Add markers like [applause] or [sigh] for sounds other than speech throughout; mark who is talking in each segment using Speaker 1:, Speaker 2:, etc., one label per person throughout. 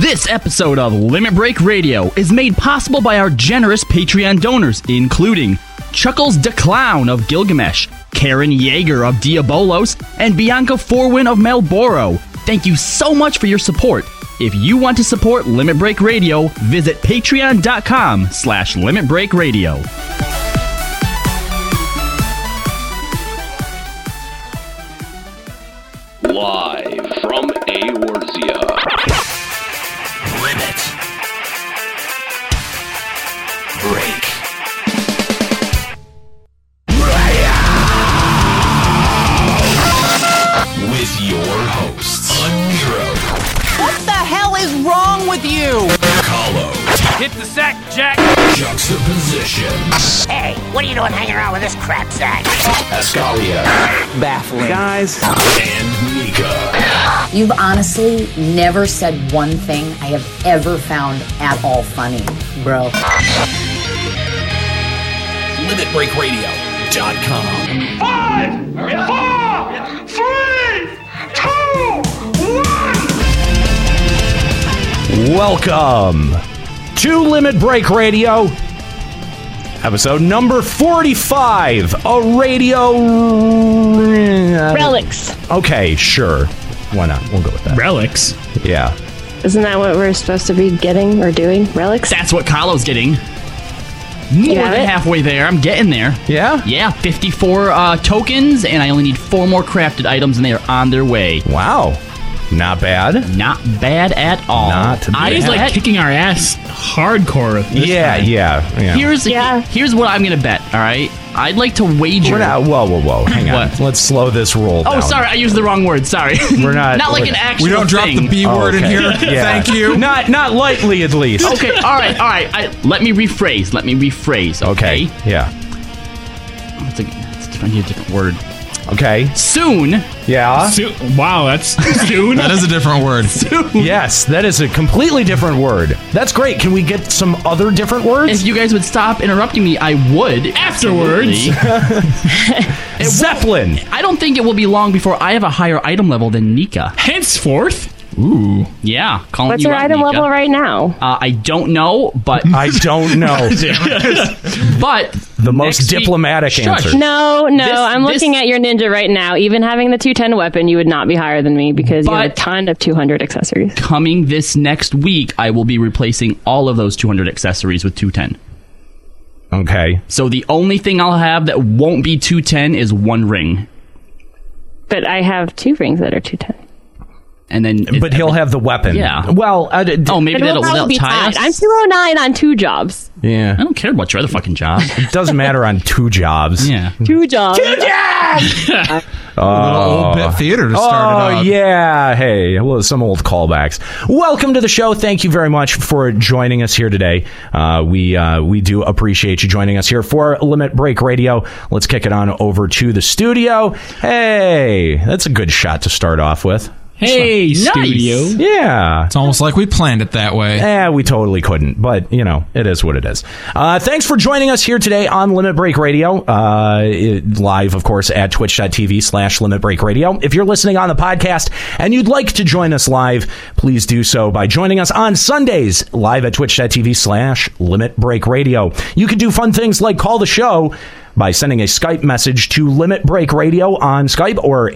Speaker 1: This episode of Limit Break Radio is made possible by our generous Patreon donors, including Chuckles the Clown of Gilgamesh, Karen Yeager of Diabolos, and Bianca Forwin of Melboro. Thank you so much for your support. If you want to support Limit Break Radio, visit patreon.com slash Limit Break Radio.
Speaker 2: Live from Aorzia.
Speaker 3: Limit. Break. With your hosts, Nero,
Speaker 4: What the hell is wrong with you?
Speaker 3: Kahlo,
Speaker 5: Hit the sack, Jack.
Speaker 3: Juxtaposition,
Speaker 6: Hey, what are you doing hanging around with this crap sack?
Speaker 3: Ascalia, Baffling, Guys, and Mika.
Speaker 7: You've honestly never said one thing I have ever found at all funny, bro.
Speaker 3: LimitBreakRadio.com.
Speaker 8: Five, four, three, two, one.
Speaker 9: Welcome to Limit Break Radio, episode number 45, a radio.
Speaker 10: Relics.
Speaker 9: Okay, sure. Why not? We'll go with that.
Speaker 1: Relics?
Speaker 9: Yeah.
Speaker 10: Isn't that what we're supposed to be getting or doing? Relics?
Speaker 1: That's what Kylo's getting. More
Speaker 10: have
Speaker 1: than
Speaker 10: it?
Speaker 1: halfway there. I'm getting there.
Speaker 9: Yeah?
Speaker 1: Yeah, 54 uh, tokens, and I only need four more crafted items, and they are on their way.
Speaker 9: Wow. Not bad.
Speaker 1: Not bad at all.
Speaker 9: Not
Speaker 1: I
Speaker 9: bad.
Speaker 1: is like kicking our ass hardcore.
Speaker 9: Yeah, yeah, yeah.
Speaker 1: Here's
Speaker 10: Yeah.
Speaker 1: here's what I'm gonna bet. All right, I'd like to wager.
Speaker 9: We're not. Whoa, whoa, whoa. Hang on.
Speaker 1: What?
Speaker 9: Let's slow this roll
Speaker 1: Oh,
Speaker 9: down.
Speaker 1: sorry, I used the wrong word. Sorry.
Speaker 9: [laughs] We're
Speaker 1: [laughs]
Speaker 9: not-
Speaker 1: not like
Speaker 9: we're-
Speaker 1: an
Speaker 9: we
Speaker 1: actual.
Speaker 5: We don't drop the
Speaker 1: thing.
Speaker 5: B
Speaker 9: Oh,
Speaker 5: word in
Speaker 9: okay.
Speaker 5: here.
Speaker 9: Yeah.
Speaker 5: Thank you.
Speaker 9: Not not lightly, at least.
Speaker 1: Okay. All right. All right. I, let me rephrase. Let me rephrase. Okay.
Speaker 9: Okay. Yeah.
Speaker 1: It's a, it's a, I need a different word.
Speaker 9: Okay.
Speaker 1: Soon.
Speaker 9: Yeah.
Speaker 5: wow, that's
Speaker 1: [laughs]
Speaker 5: soon. that is a different word.
Speaker 9: Yes, that is a completely different word. That's great. Can we get some other different
Speaker 1: If
Speaker 9: words?
Speaker 1: you guys would stop interrupting me, I would. Afterwards.
Speaker 9: Zeppelin.
Speaker 1: I don't think it will be long before I have a higher item level than Nika.
Speaker 5: Henceforth. Ooh.
Speaker 1: Yeah, calling
Speaker 10: What's
Speaker 1: you
Speaker 10: your
Speaker 1: out,
Speaker 10: item
Speaker 1: Nika.
Speaker 10: level right now?
Speaker 1: Uh, I don't know,
Speaker 9: [laughs]
Speaker 1: but
Speaker 9: I
Speaker 1: [laughs]
Speaker 9: don't know.
Speaker 1: but
Speaker 9: The most
Speaker 1: next week-
Speaker 9: diplomatic
Speaker 1: Shush.
Speaker 9: answer.
Speaker 10: No, no.
Speaker 1: This-
Speaker 10: I'm
Speaker 1: this-
Speaker 10: looking at your ninja right now. Even having the 210 weapon, you would not be higher than me because you have a
Speaker 1: But-
Speaker 10: ton of 200 accessories.
Speaker 1: Coming this next week, I will be replacing all of those 200 accessories with 210.
Speaker 9: Okay.
Speaker 1: So the only thing I'll have that won't be 210 is one ring,
Speaker 10: But I have two rings that are 210.
Speaker 1: and then it-
Speaker 9: But he'll have the weapon.
Speaker 1: Yeah.
Speaker 9: Well, I, d-
Speaker 1: oh maybe
Speaker 10: But
Speaker 1: that'll,
Speaker 10: we'll probably
Speaker 1: that'll
Speaker 10: be
Speaker 1: tie us.
Speaker 10: tied. I'm 209 on two jobs.
Speaker 9: Mm-hmm.
Speaker 1: I
Speaker 9: yeah.
Speaker 1: don't care about your other fucking
Speaker 9: [laughs]
Speaker 1: job.
Speaker 9: It doesn't matter on two jobs.
Speaker 1: yeah.
Speaker 10: Two jobs.
Speaker 5: Old bit theater to start it
Speaker 9: Oh
Speaker 5: off.
Speaker 9: yeah, hey, well, some old callbacks. Welcome to the show. Thank you very much for joining us here today. Uh, we uh, we do appreciate you joining us here for Limit Break Radio. Let's kick it on over to the studio. Hey, that's a good shot to start off with.
Speaker 5: Hey,
Speaker 1: studio.
Speaker 9: Yeah.
Speaker 5: It's almost like we planned it that way.
Speaker 9: Eh, we totally couldn't, but you know, it is what it is. Uh, thanks for joining us here today on Limit Break Radio, uh, it- live, of course, at twitch.tv slash Limit Break Radio. If you're listening on the podcast and you'd like to join us live, please do so by joining us on Sundays live at twitch.tv slash Limit Break Radio. You can do fun things like call the show by sending a Skype message to Limit Break Radio on Skype or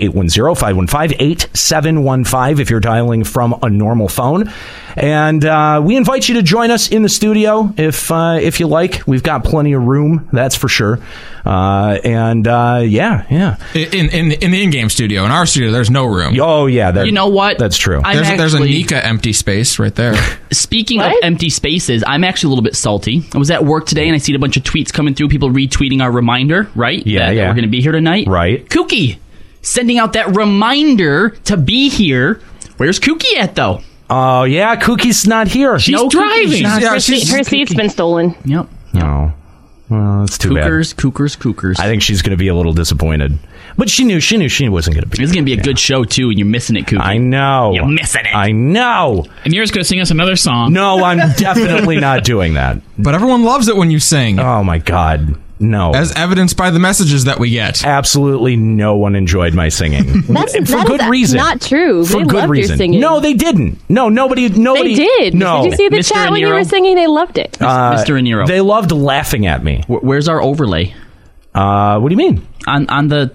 Speaker 9: 810-515-8715 if you're dialing from a normal phone. And uh, we invite you to join us in the studio if uh, if you like. We've got plenty of room, that's for sure. Uh, and uh, yeah, yeah.
Speaker 11: in in in the in-game studio. In our studio, there's no room.
Speaker 9: Oh yeah, that,
Speaker 1: You know what?
Speaker 9: That's true.
Speaker 1: I'm
Speaker 11: There's, there's a
Speaker 1: actually-
Speaker 11: Nika empty space
Speaker 9: [laughs]
Speaker 11: right there.
Speaker 1: Speaking of
Speaker 10: What?
Speaker 1: empty spaces, I'm actually a little bit salty. I was at work today and I seen a bunch of tweets coming through, people retweeting our reminder, right?
Speaker 9: Yeah,
Speaker 1: that, that
Speaker 9: yeah.
Speaker 1: we're going to be here tonight.
Speaker 9: Right.
Speaker 1: Kookie sending out that reminder to be here. Where's Kookie at, though?
Speaker 9: Oh yeah, Cookie's not here.
Speaker 1: She's
Speaker 9: no,
Speaker 1: driving.
Speaker 10: her, seat, her seat's been stolen.
Speaker 1: Yep.
Speaker 9: no. Well, that's too bad.
Speaker 1: Cookers, cookers, cookers.
Speaker 9: I think she's going to be a little disappointed, but she knew she knew she wasn't going to be.
Speaker 1: it's going to be a good show, too, and you're missing it, Kookie.
Speaker 9: I know.
Speaker 1: You're missing it.
Speaker 9: I know.
Speaker 5: And you're just gonna sing us another song.
Speaker 9: No, I'm definitely not doing that.
Speaker 11: But everyone loves it when you sing.
Speaker 9: Oh my god. No. As
Speaker 11: evidenced by the messages that we get.
Speaker 9: Oh. Absolutely no one enjoyed
Speaker 10: [laughs]
Speaker 9: my singing.
Speaker 10: That's-
Speaker 9: And for
Speaker 10: that
Speaker 9: good
Speaker 10: is
Speaker 9: reason.
Speaker 10: not true.
Speaker 9: For
Speaker 10: They
Speaker 9: good
Speaker 10: loved your
Speaker 9: reason.
Speaker 10: singing.
Speaker 9: No, they didn't. No, nobody nobody
Speaker 10: they did.
Speaker 9: No.
Speaker 10: Did you see the chat when you were singing? They loved it.
Speaker 9: Uh,
Speaker 12: Mr. Enero.
Speaker 9: They loved laughing at me.
Speaker 12: where's our overlay?
Speaker 9: Uh, what do you mean?
Speaker 12: On on the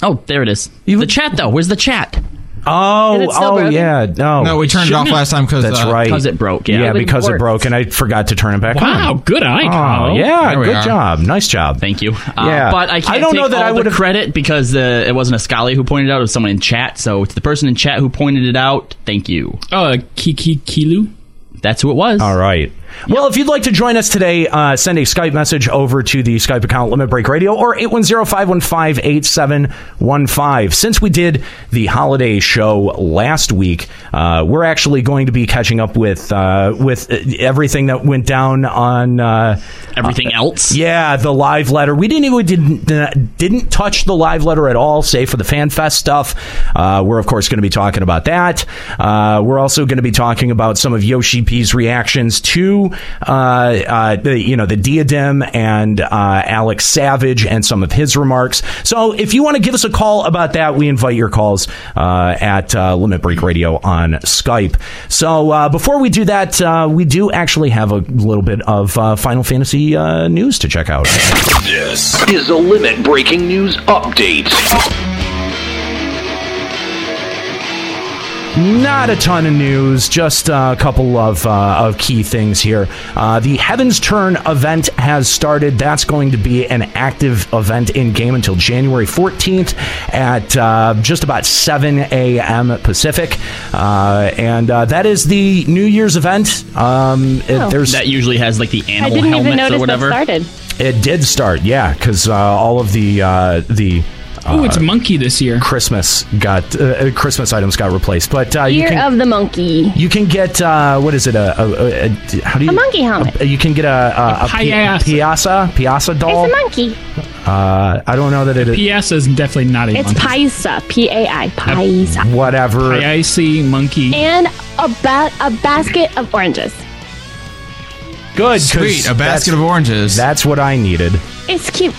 Speaker 12: Oh, there it is. the chat though. Where's the chat?
Speaker 9: Oh, oh yeah, no,
Speaker 12: No, we turned it off last time 'cause,
Speaker 9: that's
Speaker 12: uh,
Speaker 9: right,
Speaker 12: 'cause it broke, yeah. It
Speaker 9: because it
Speaker 12: worked.
Speaker 9: broke, and I forgot to turn it back on.
Speaker 12: Wow, good eye,
Speaker 9: Oh,
Speaker 12: Kyle.
Speaker 9: yeah,
Speaker 12: There we
Speaker 9: good
Speaker 12: are.
Speaker 9: job, nice job. Thank
Speaker 12: you. Uh,
Speaker 9: yeah,
Speaker 12: but I can't
Speaker 9: don't
Speaker 12: take
Speaker 9: know that
Speaker 12: all
Speaker 9: I
Speaker 12: the
Speaker 9: would have.
Speaker 12: credit because uh, it wasn't a Scully who pointed it out; it was someone in chat. So it's the person in chat who pointed it out. Thank you.
Speaker 9: Uh, Kiki Kilu.
Speaker 12: That's who it was. All
Speaker 9: right. Well, if you'd like to join us today, uh, send a Skype message over to the Skype account Limit Break Radio or 810-515-8715. Since we did the holiday show last week, uh, we're actually going to be catching up with uh, with uh, everything that went down on uh,
Speaker 12: everything else.
Speaker 9: Yeah, the live letter. We didn't even didn't didn't touch the live letter at all, save for the fan fest stuff. Uh, we're of course going to be talking about that. Uh, we're also going to be talking about some of Yoshi P's reactions to uh, uh, the, you know the diadem and uh, Alex Savage and some of his remarks. So if you want to give us a call about that, we invite your calls uh, at uh, Limit Break Radio on Skype. So uh, before we do that, uh, we do actually have a little bit of uh, Final Fantasy uh, news to check out.
Speaker 13: This is a limit breaking news update.
Speaker 9: Not a ton of news, just uh, a couple of uh, of key things here. Uh, the Heaven's Turn event has started. That's going to be an active event in game until January 14th at uh, just about 7 a.m. Pacific, uh, and uh, that is the New Year's event. Um, it- there's
Speaker 12: that usually has like the
Speaker 10: I
Speaker 12: animal
Speaker 10: didn't even
Speaker 12: helmets or
Speaker 10: notice that
Speaker 12: whatever.
Speaker 10: started.
Speaker 9: It did start, yeah, because uh, all of the uh, the.
Speaker 10: Ooh, it's
Speaker 9: monkey this year. Christmas got uh, uh, Christmas items got replaced, but uh, you
Speaker 10: Year
Speaker 9: can
Speaker 10: of the monkey.
Speaker 9: you can get uh, what is it? A, a, a, a- how do you
Speaker 10: A monkey helmet.
Speaker 9: a- you can get a, a, a pi-
Speaker 10: piazza.
Speaker 9: piazza piazza doll.
Speaker 10: It's a monkey.
Speaker 9: Uh, I don't know that it is.
Speaker 14: Piazza is definitely not a
Speaker 10: It's
Speaker 14: monkey.
Speaker 10: paisa. P A I. Paisa.
Speaker 9: Whatever.
Speaker 14: Piaisi monkey.
Speaker 10: And a ba- a basket of oranges.
Speaker 9: Good. 'cause
Speaker 11: Sweet, a
Speaker 9: that's-
Speaker 11: basket of oranges.
Speaker 9: That's what I needed.
Speaker 10: It's cute.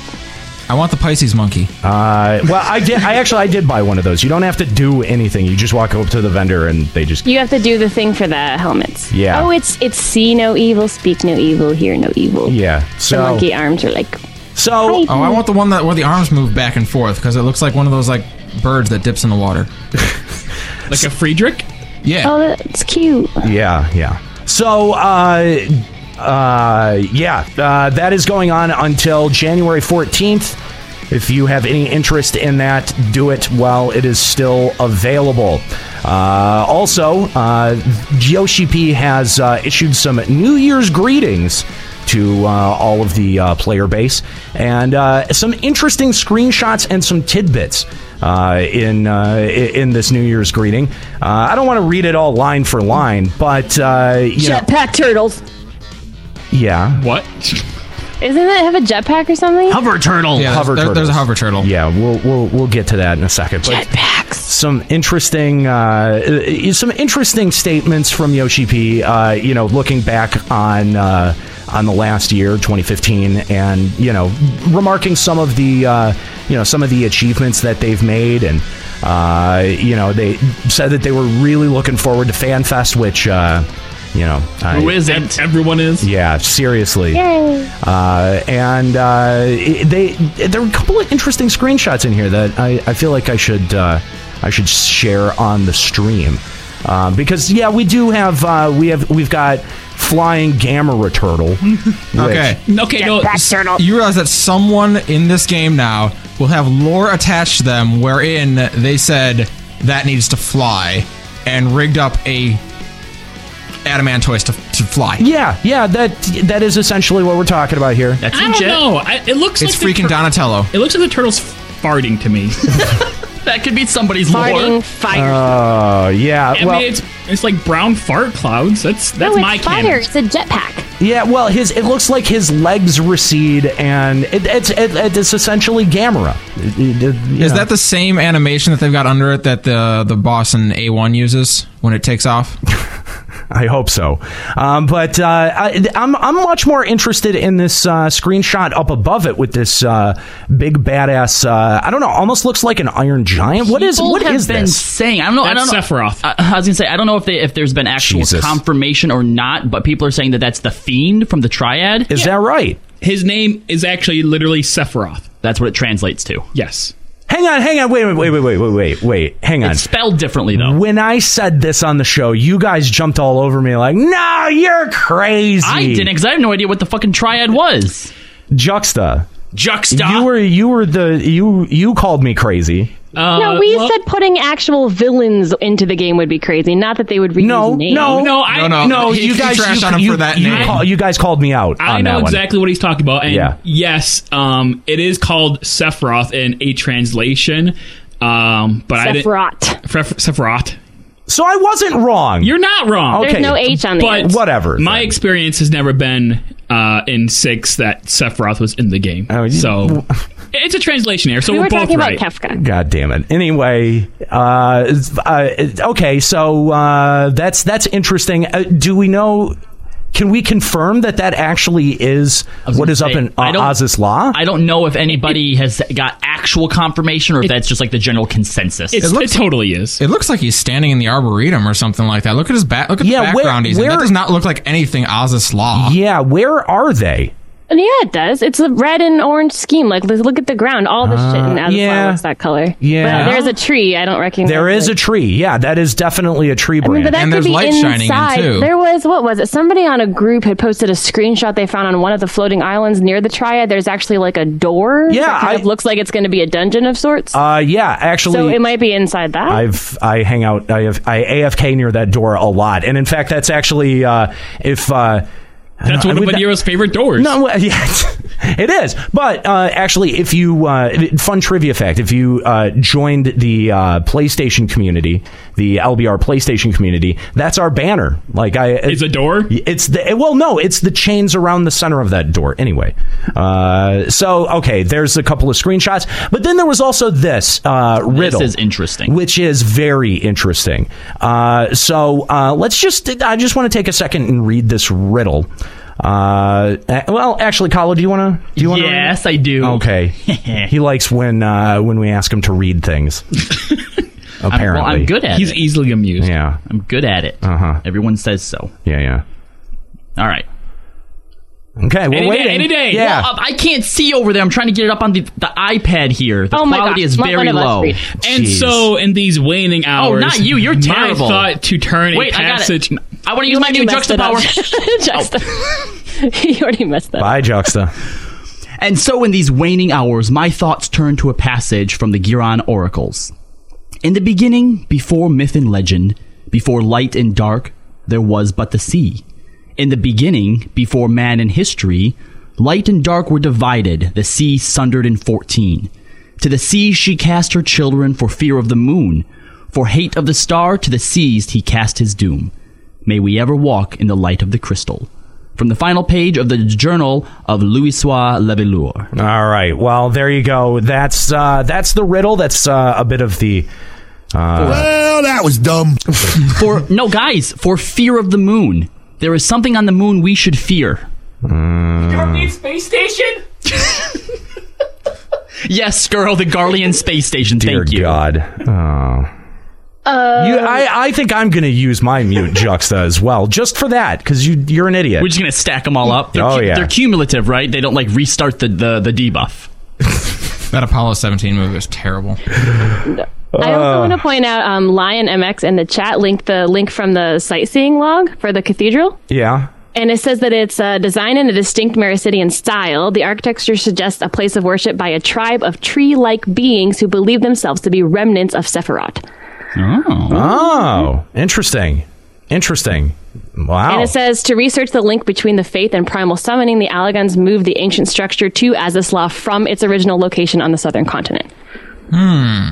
Speaker 11: I want the Pisces monkey.
Speaker 9: Uh, well, I did. I actually I did buy one of those. You don't have to do anything. You just walk up to the vendor and they just
Speaker 10: You have to do the thing for the helmets.
Speaker 9: Yeah.
Speaker 10: Oh, it's it's see no evil, speak no evil, hear no evil.
Speaker 9: yeah.
Speaker 10: the
Speaker 11: So
Speaker 10: monkey arms are like
Speaker 9: so
Speaker 11: oh, I want the one that where the arms move back and forth because it looks like one of those like birds that dips in
Speaker 9: [laughs]
Speaker 11: the water, [laughs]
Speaker 14: like a Friedrich.
Speaker 11: Yeah.
Speaker 10: Oh, that's cute.
Speaker 9: Yeah, yeah. So, uh, uh, yeah, uh, that is going on until January 14th. If you have any interest in that, do it while it is still available. Uh, also, uh, Yoshi P has uh, issued some New Year's greetings to uh, all of the uh, player base and uh, some interesting screenshots and some tidbits uh, in uh, i- in this New Year's greeting. Uh, I don't want to read it all line for line, but uh, you know-
Speaker 10: Jetpack turtles.
Speaker 9: yeah,
Speaker 14: what
Speaker 10: Isn't it have a jetpack or something?
Speaker 12: Hover turtle.
Speaker 9: hover turtles.
Speaker 11: turtle.
Speaker 9: Yeah, we'll we'll we'll get to that in a second. But
Speaker 10: Jetpacks.
Speaker 9: Some interesting, uh, uh, some interesting statements from Yoshi P. Uh, you know, looking back on uh, on the last year, 2015, and you know, remarking some of the uh, you know some of the achievements that they've made and. Uh, you know, they said that they were really looking forward to FanFest, which, uh, you know, I-
Speaker 14: Who is it? Everyone is.
Speaker 9: yeah, seriously.
Speaker 14: Yay.
Speaker 9: Uh, and uh, it- they there were a couple of interesting screenshots in here that I, I feel like I should uh, I should share on the stream um, because yeah we do have uh, we have we've got flying gamma turtle. Oh.
Speaker 11: Okay.
Speaker 14: [laughs] Okay.
Speaker 11: no. You realize that someone in this game now will have lore attached to them, wherein they said that needs to fly, and rigged up a adamantoise to, to fly.
Speaker 9: Yeah, yeah, that that is essentially what we're talking about here.
Speaker 14: That's I don't know. I, it looks.
Speaker 11: It's
Speaker 14: like the
Speaker 11: freaking Donatello.
Speaker 14: It looks like the turtle's farting
Speaker 9: [laughs]
Speaker 14: to me.
Speaker 12: that could be somebody's
Speaker 14: lore.
Speaker 9: Oh yeah,
Speaker 14: I
Speaker 9: well
Speaker 14: mean, it's it's like brown fart clouds. That's that's
Speaker 10: no,
Speaker 14: my
Speaker 10: it's fire.
Speaker 14: canon.
Speaker 10: It's a jetpack.
Speaker 9: yeah, well his it looks like his legs recede and it, it's it, it's essentially Gamera. It- it- you
Speaker 11: Is
Speaker 9: know.
Speaker 11: that the same animation that they've got under it that the the boss in A1 uses when it takes off?
Speaker 9: I hope so. Um, but uh, I, I'm I'm much more interested in this uh, screenshot up above it with this uh, big badass. Uh, I don't know. Almost looks like an Iron Giant. What is
Speaker 1: People
Speaker 9: what
Speaker 1: have
Speaker 9: is
Speaker 1: been
Speaker 9: this?
Speaker 1: saying? I don't know. I
Speaker 9: That's
Speaker 1: don't know.
Speaker 12: Uh,
Speaker 1: Sephiroth.
Speaker 9: Uh,
Speaker 1: I, I was gonna say I don't know if they, if there's been actual
Speaker 9: Jesus.
Speaker 1: confirmation or not, but people are saying that that's the fiend from the Triad.
Speaker 9: Is that right?
Speaker 1: His name is actually literally Sephiroth. That's what it translates to. Yes.
Speaker 9: Hang on, hang on, wait, wait, wait, wait, wait, wait, wait, wait. Hang on.
Speaker 1: It's spelled differently though.
Speaker 9: When I said this on the show, you guys jumped all over me like, "No, you're crazy."
Speaker 1: I didn't because I have no idea what the fucking Triad was.
Speaker 9: Juxta.
Speaker 1: Juxta.
Speaker 9: You were you were the you you called me crazy.
Speaker 10: no, we said putting actual villains into the game would be crazy. Not that they would reuse
Speaker 9: No,
Speaker 10: names.
Speaker 9: no, you guys you, you, you call- you guys called me out
Speaker 14: I
Speaker 9: on
Speaker 14: know
Speaker 9: that one.
Speaker 14: exactly what he's talking about. And
Speaker 9: Yeah.
Speaker 14: yes, um, it is called Sephiroth in a translation. Um, but I
Speaker 10: Sephiroth.
Speaker 14: didn't. Fref- Sephiroth.
Speaker 9: So I wasn't wrong.
Speaker 14: You're not
Speaker 9: Oh,
Speaker 14: wrong.
Speaker 10: There's Okay. no H on the
Speaker 14: But
Speaker 10: end.
Speaker 9: Whatever,
Speaker 14: My experience has never been uh, in six that Sephiroth was in the game.
Speaker 9: Oh,
Speaker 14: so it's a translation error. So
Speaker 10: we
Speaker 14: are
Speaker 10: were
Speaker 14: both
Speaker 10: talking
Speaker 14: right.
Speaker 10: about Kefka.
Speaker 9: God damn it. Anyway, uh, uh, okay, so uh, that's that's interesting. Uh, do we know? Can we confirm that that actually is what is up in uh, Ozislaw?
Speaker 1: I don't know if anybody has got actual confirmation or if that's just like the general consensus.
Speaker 14: totally is.
Speaker 11: It looks like he's standing in the arboretum or something like that. Look at his back. Look at
Speaker 9: Yeah,
Speaker 11: the
Speaker 9: where-
Speaker 11: background he's in.
Speaker 9: where-
Speaker 11: That does not look like anything Ozislaw.
Speaker 9: Yeah, where are they?
Speaker 10: Yeah, it does. It's a red and orange scheme. Like, let's look at the ground. All the shit in
Speaker 9: Uh,
Speaker 10: Aslan
Speaker 9: yeah.
Speaker 10: looks that color.
Speaker 9: Yeah.
Speaker 10: But there's a tree. I don't recognize.
Speaker 9: There is a tree. Yeah, that is definitely a tree
Speaker 10: I mean,
Speaker 9: branch.
Speaker 10: but that could be inside. There was what was it? Somebody on a group had posted a screenshot they found on one of the floating islands near the Triad. There's actually like a door.
Speaker 9: Yeah,
Speaker 10: that kind of looks like it's going to be a dungeon of sorts.
Speaker 9: uh, yeah, actually,
Speaker 10: so it might be inside that.
Speaker 9: I've I hang out I have I AFK near that door a lot, and in fact, that's actually uh, if uh, I
Speaker 14: That's
Speaker 9: don't- I
Speaker 14: one of
Speaker 9: would not-
Speaker 14: Madeira's favorite doors.
Speaker 9: No, well, [laughs] yeah, it is. But uh, actually, if you uh, fun trivia fact, if you uh, joined the uh, PlayStation community, the LBR PlayStation community, that's our banner. Like I, it's
Speaker 14: a door.
Speaker 9: It's the well, no, it's the chains around the center of that door. Anyway, uh, so okay, there's a couple of screenshots, but then there was also this uh, riddle.
Speaker 1: is interesting.
Speaker 9: which is very interesting. Uh, so uh, let's just. I just want to take a second and read this riddle. Uh, eh, well, actually, Kala, do you want to? Do you want to?
Speaker 1: Yes, I
Speaker 10: Oh,
Speaker 1: do. [laughs]
Speaker 9: Okay. he likes when uh, when we ask him to read things.
Speaker 1: [laughs] I'm,
Speaker 9: Apparently,
Speaker 1: well, I'm good at it.
Speaker 14: easily amused.
Speaker 9: Yeah,
Speaker 1: I'm good at it.
Speaker 9: Uh-huh.
Speaker 1: Everyone says so.
Speaker 9: Yeah, yeah.
Speaker 1: All right.
Speaker 9: Okay, we're waiting. Yeah.
Speaker 1: Well, uh, I can't see over there. I'm trying to get it up on the, the iPad here. The
Speaker 10: Oh my
Speaker 1: quality
Speaker 10: God.
Speaker 1: is
Speaker 10: Let
Speaker 1: very
Speaker 10: one of us
Speaker 1: low.
Speaker 10: read.
Speaker 14: And so, in these waning hours,
Speaker 1: Oh, not you. You're terrible.
Speaker 14: My thought to turn
Speaker 1: Wait,
Speaker 14: a
Speaker 1: I got it.
Speaker 14: passage.
Speaker 1: I want to use my new juxta power.
Speaker 10: [laughs] Juxta. you already messed that. up.
Speaker 9: Bye, Juxta.
Speaker 1: And so, in these waning hours, my thoughts turn to a passage from the Giron Oracles. In the beginning, before myth and legend, before light and dark, there was but the sea. In the beginning, before man and history, light and dark were divided, the sea sundered in fourteen. To the sea she cast her children for fear of the moon. For hate of the star, to the seas he cast his doom. May we ever walk in the light of the crystal. From the final page of the Journal of Louisois Levelour.
Speaker 9: All right. Well, there you go. That's uh, that's the riddle. That's uh, a bit of the. Uh,
Speaker 1: Well, that was dumb. for no, guys, for fear of the moon, there is something on the moon we should fear.
Speaker 14: space station.
Speaker 1: Yes, girl, the Garlean space station.
Speaker 9: dear
Speaker 1: Thank you.
Speaker 9: God. Oh. you, I, I think I'm going to use my mute Juxta as well, just for that, because you you're an idiot.
Speaker 1: We're just gonna stack them all up. They're,
Speaker 9: Oh, yeah.
Speaker 1: they're cumulative, right? They don't like restart the the, the debuff.
Speaker 11: That Apollo 17 movie was terrible.
Speaker 10: I also want to point out um, Lion MX in the chat linked the link from the sightseeing log for the cathedral.
Speaker 9: Yeah.
Speaker 10: And it says that it's uh, designed in a distinct Mericidian style. The architecture suggests a place of worship by a tribe of tree like beings who believe themselves to be remnants of Sephiroth.
Speaker 9: Oh. Oh, interesting. Interesting. Wow.
Speaker 10: And
Speaker 1: Oh.
Speaker 10: it says to research the link between the faith and primal summoning, the Alagons moved the ancient structure to Azislav from its original location on the southern continent.
Speaker 9: Hmm.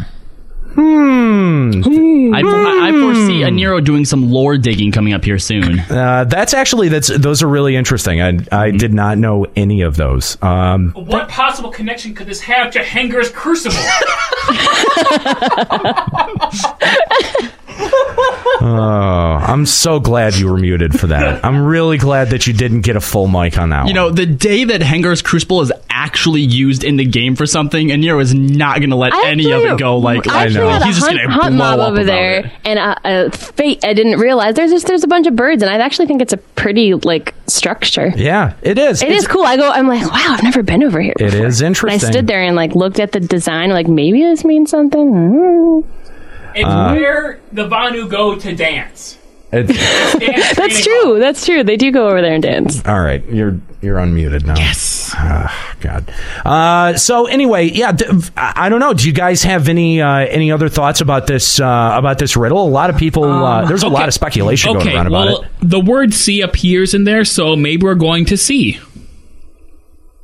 Speaker 9: Hmm.
Speaker 1: I, for- I I foresee
Speaker 10: Hmm.
Speaker 1: a Nero doing some lore digging coming up here
Speaker 9: [laughs]
Speaker 1: soon.
Speaker 9: Uh, that's actually that's those are really interesting. I I did not know any of those. Um,
Speaker 14: What possible connection could this
Speaker 9: [laughs]
Speaker 14: have to Henger's Crucible?
Speaker 9: Oh, I'm so glad you were muted
Speaker 1: [laughs]
Speaker 9: for that. I'm really glad that you didn't get a full mic on that
Speaker 1: You
Speaker 9: one.
Speaker 1: know, the day that Hengar's Crucible is actually used in the game for something, and Nero is not going to let any of it go. Like
Speaker 10: I actually had a
Speaker 1: he's just
Speaker 10: hunt,
Speaker 1: going to
Speaker 10: hunt
Speaker 1: blow
Speaker 10: mob
Speaker 1: up
Speaker 10: over
Speaker 1: about
Speaker 10: there,
Speaker 1: it.
Speaker 10: and uh, uh, fate. I didn't realize there's just there's a bunch of birds, and I actually think it's a pretty like structure.
Speaker 9: Yeah, it is.
Speaker 10: It is cool. I go. I'm like, wow, I've never been over here. [laughs]
Speaker 9: It is
Speaker 10: And I
Speaker 9: interesting.
Speaker 10: stood there and like looked at the design, like maybe this means something. Mm.
Speaker 14: It's
Speaker 9: Uh,
Speaker 14: where the Vanu go
Speaker 1: [laughs]
Speaker 14: to dance.
Speaker 10: That's true. That's true. They do go over there and dance.
Speaker 9: All right, you're you're unmuted now. Yes. God. Uh, so anyway, yeah, d- I I don't know. Do you guys have any uh, any other thoughts about this uh, about this riddle? A lot of people. uh, there's a lot of speculation going around about
Speaker 14: well,
Speaker 9: it.
Speaker 14: The word "see" appears in there, so maybe we're going to see.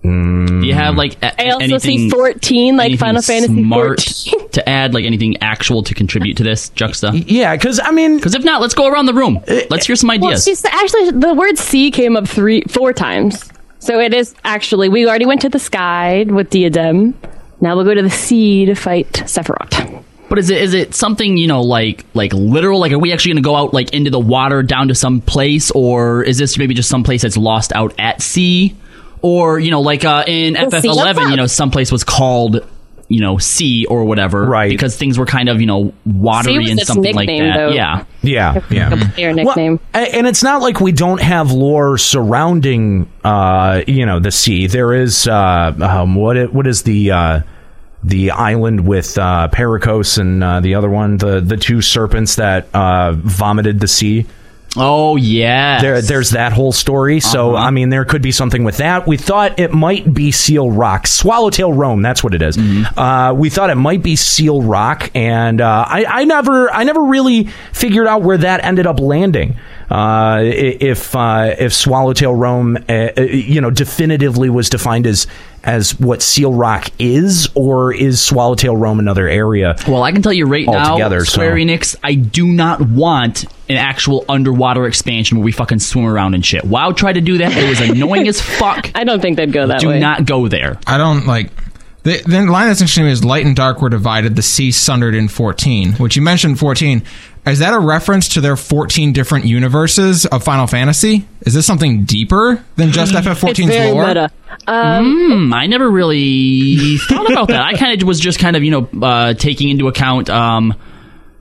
Speaker 1: Do you have like a-
Speaker 10: I also see
Speaker 1: anything
Speaker 10: 14, like
Speaker 1: anything
Speaker 10: Final Fantasy
Speaker 1: smart
Speaker 10: 14.
Speaker 1: to add like anything actual to contribute to this juxta?
Speaker 9: Yeah, because I mean,
Speaker 1: because if not, let's go around the room. Let's hear some
Speaker 10: Well,
Speaker 1: ideas.
Speaker 10: she said- actually, the word "sea" came up three, four times. So it is actually. We already went to the sky with Diadem. Now we'll go to the sea to fight Sephiroth.
Speaker 1: But is it is it something you know like like literal? Like, are we actually going to go out like into the water down to some place, or is this maybe just some place that's lost out at sea, or you know like uh, in
Speaker 14: Well, see, that's
Speaker 1: FF11,
Speaker 14: up.
Speaker 1: you know, someplace was called you know sea or whatever, right? Because things were kind of you know
Speaker 10: Sea
Speaker 1: watery
Speaker 10: was
Speaker 1: and
Speaker 10: its
Speaker 1: something like
Speaker 10: nickname,
Speaker 1: that.
Speaker 10: though.
Speaker 1: Yeah,
Speaker 9: Yeah, [laughs] yeah.
Speaker 10: Your nickname.
Speaker 9: A- and it's not like we don't have lore surrounding uh you know the sea there is uh um, what it, what is the uh the island with uh Pericos and uh, the other one the the two serpents that uh vomited the sea
Speaker 1: Oh yeah.
Speaker 9: There there's that whole story. So I mean there could be something with that. We thought it might be Seal Rock. Swallowtail Rome, that's what it is. Uh we thought it might be Seal Rock and uh I, I never I never really figured out where that ended up landing. Uh, i- if uh, if Swallowtail Rome, uh, uh, you know, definitively was defined as as what Seal Rock is, or is Swallowtail Rome another area?
Speaker 1: Well, I can tell you right
Speaker 9: altogether,
Speaker 1: now, Square Enix, I do not want an actual underwater expansion where we fucking swim around and shit. WoW tried to do that; it was annoying
Speaker 10: [laughs]
Speaker 1: as fuck.
Speaker 10: I don't think they'd go that
Speaker 1: do
Speaker 10: way.
Speaker 1: not go there.
Speaker 11: I don't like. The, the line that's interesting to me is light and dark were divided, the sea sundered in 14, which you mentioned 14. Is that a reference to their 14 different universes of Final Fantasy? Is this something deeper than
Speaker 1: Mm,
Speaker 11: just FF14's lore?
Speaker 1: Um, I never really thought about that. I kind of was just kind of you know uh, taking into account. Um,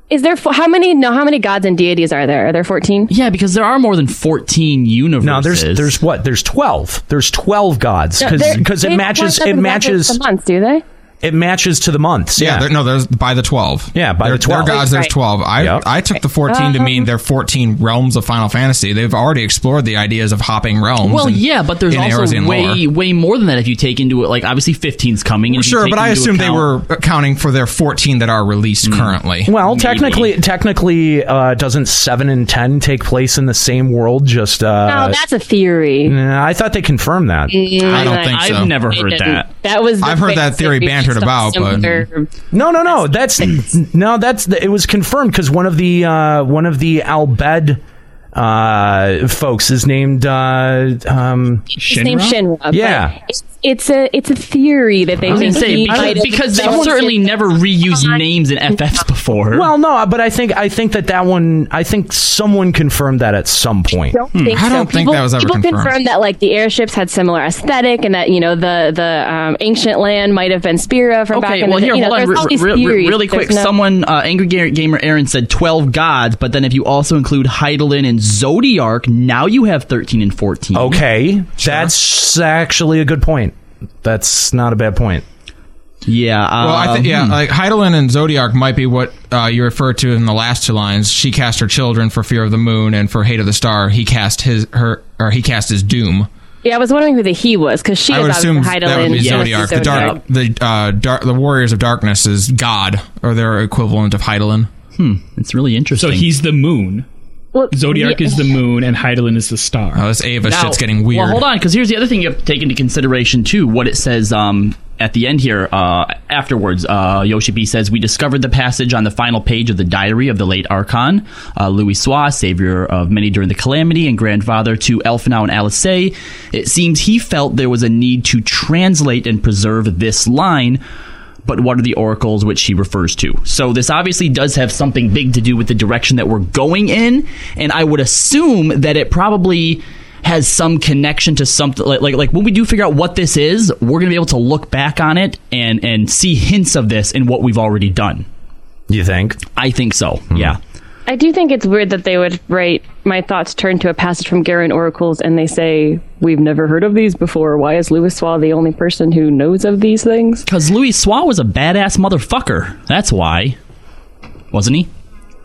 Speaker 10: Is there fo- how many? No, how many gods and deities are there? Are there fourteen?
Speaker 1: yeah, because there are more than fourteen universes. No,
Speaker 9: there's- there's what there's twelve. There's twelve gods because it matches it matches
Speaker 10: the months. Do they?
Speaker 9: It matches to the months.
Speaker 11: Yeah,
Speaker 9: Yeah.
Speaker 11: there- no, there's by the twelve.
Speaker 9: Yeah, by
Speaker 11: There-
Speaker 9: the 12.
Speaker 11: There are gods, there's
Speaker 9: Right.
Speaker 11: twelve. I I took the fourteen to
Speaker 1: Uh-huh.
Speaker 11: mean they're fourteen realms of Final Fantasy. They've already explored the ideas of hopping realms.
Speaker 1: well,
Speaker 11: in-
Speaker 1: yeah, but there's
Speaker 11: in
Speaker 1: also
Speaker 11: Eorzean lore.
Speaker 1: way way more than that if you take into it. Like obviously, 15's coming. And if you
Speaker 11: Sure,
Speaker 1: take
Speaker 11: but I
Speaker 1: into
Speaker 11: assume
Speaker 1: account-
Speaker 11: they were accounting for their 14 that are released
Speaker 9: Mm.
Speaker 11: currently.
Speaker 9: Well, technically, technically, uh, doesn't seven and ten take place in the same world? Just uh,
Speaker 10: no, that's a theory.
Speaker 9: Nah, I thought they confirmed that.
Speaker 10: They didn't. That was. the
Speaker 9: I've heard that
Speaker 10: basic
Speaker 9: theory bantered
Speaker 10: stuff
Speaker 9: about, but-
Speaker 10: similar-
Speaker 9: No, no, no. That's [clears throat] no. That's the, it was confirmed because one of the uh, one of the Albed uh, folks is named uh, um,
Speaker 10: His name's Shinra. but
Speaker 9: Yeah.
Speaker 10: It's, it's a it's a theory that they
Speaker 1: I was gonna
Speaker 10: think
Speaker 1: say
Speaker 10: he
Speaker 1: because,
Speaker 10: might have
Speaker 1: because they
Speaker 10: developed
Speaker 1: certainly
Speaker 10: it.
Speaker 1: never reused names in FFs before.
Speaker 9: Well, no, but I think I think that that one. I think someone confirmed that at some point.
Speaker 1: Hmm.
Speaker 10: think so. people, people confirmed that like the airships had similar aesthetic, and that you know the the um, ancient land might have been Spira from back
Speaker 1: Okay,
Speaker 10: in
Speaker 1: well
Speaker 10: the
Speaker 1: here,
Speaker 10: you know,
Speaker 1: hold on,
Speaker 10: there's
Speaker 1: re-
Speaker 10: all these
Speaker 1: re- re-
Speaker 10: theories.
Speaker 1: really quick.
Speaker 10: There's no-
Speaker 1: Someone, uh, Angry Ga- Gamer Aaron said twelve gods, but then if you also include Heidelin and Zodiac, now you have thirteen and fourteen.
Speaker 9: Okay, that's actually a good point. That's not a bad point.
Speaker 1: Yeah. um,
Speaker 11: Well, I think yeah, like Heidelin and Zodiac might be what uh, you refer to in the last two lines. She cast her children for fear of the moon and for hate of the star. He cast his her or he cast his doom.
Speaker 10: yeah, I was wondering who the he was because she
Speaker 11: I
Speaker 10: is
Speaker 11: would
Speaker 10: obviously
Speaker 11: assume that would
Speaker 10: Heidelin.
Speaker 11: be
Speaker 10: she was
Speaker 11: Zodiac. The dark, the uh, dark, the warriors of darkness is God or their equivalent of Heidelin.
Speaker 1: Hmm, it's really interesting.
Speaker 14: So he's the moon.
Speaker 10: Well,
Speaker 14: Zodiac
Speaker 1: yeah.
Speaker 14: is the moon, and Heidelin is the star.
Speaker 11: Oh, this Ava
Speaker 1: Now- Well, hold on, because here's the other thing you have to take into consideration too. What it says um, at the end here, uh, afterwards, uh, Yoshi B says we discovered the passage on the final page of the diary of the late Archon uh, Louis Sois, savior of many during the calamity and grandfather to Elfinau and Alice. It seems he felt there was a need to translate and preserve this line. but what are the oracles which he refers to? So this obviously does have something big to do with the direction that we're going in, and I would assume that it probably has some connection to something like, like like when we do figure out what this is, we're gonna be able to look back on it and and see hints of this in what we've already done.
Speaker 9: You think?
Speaker 1: I think so. Yeah.
Speaker 10: I do think it's weird that they would write my thoughts turn to a passage from Garen Oracles and they say we've never heard of these before. Why is Louis Swa the only person who knows of these things?
Speaker 1: Because Louis Swa was a badass motherfucker. That's why, wasn't he?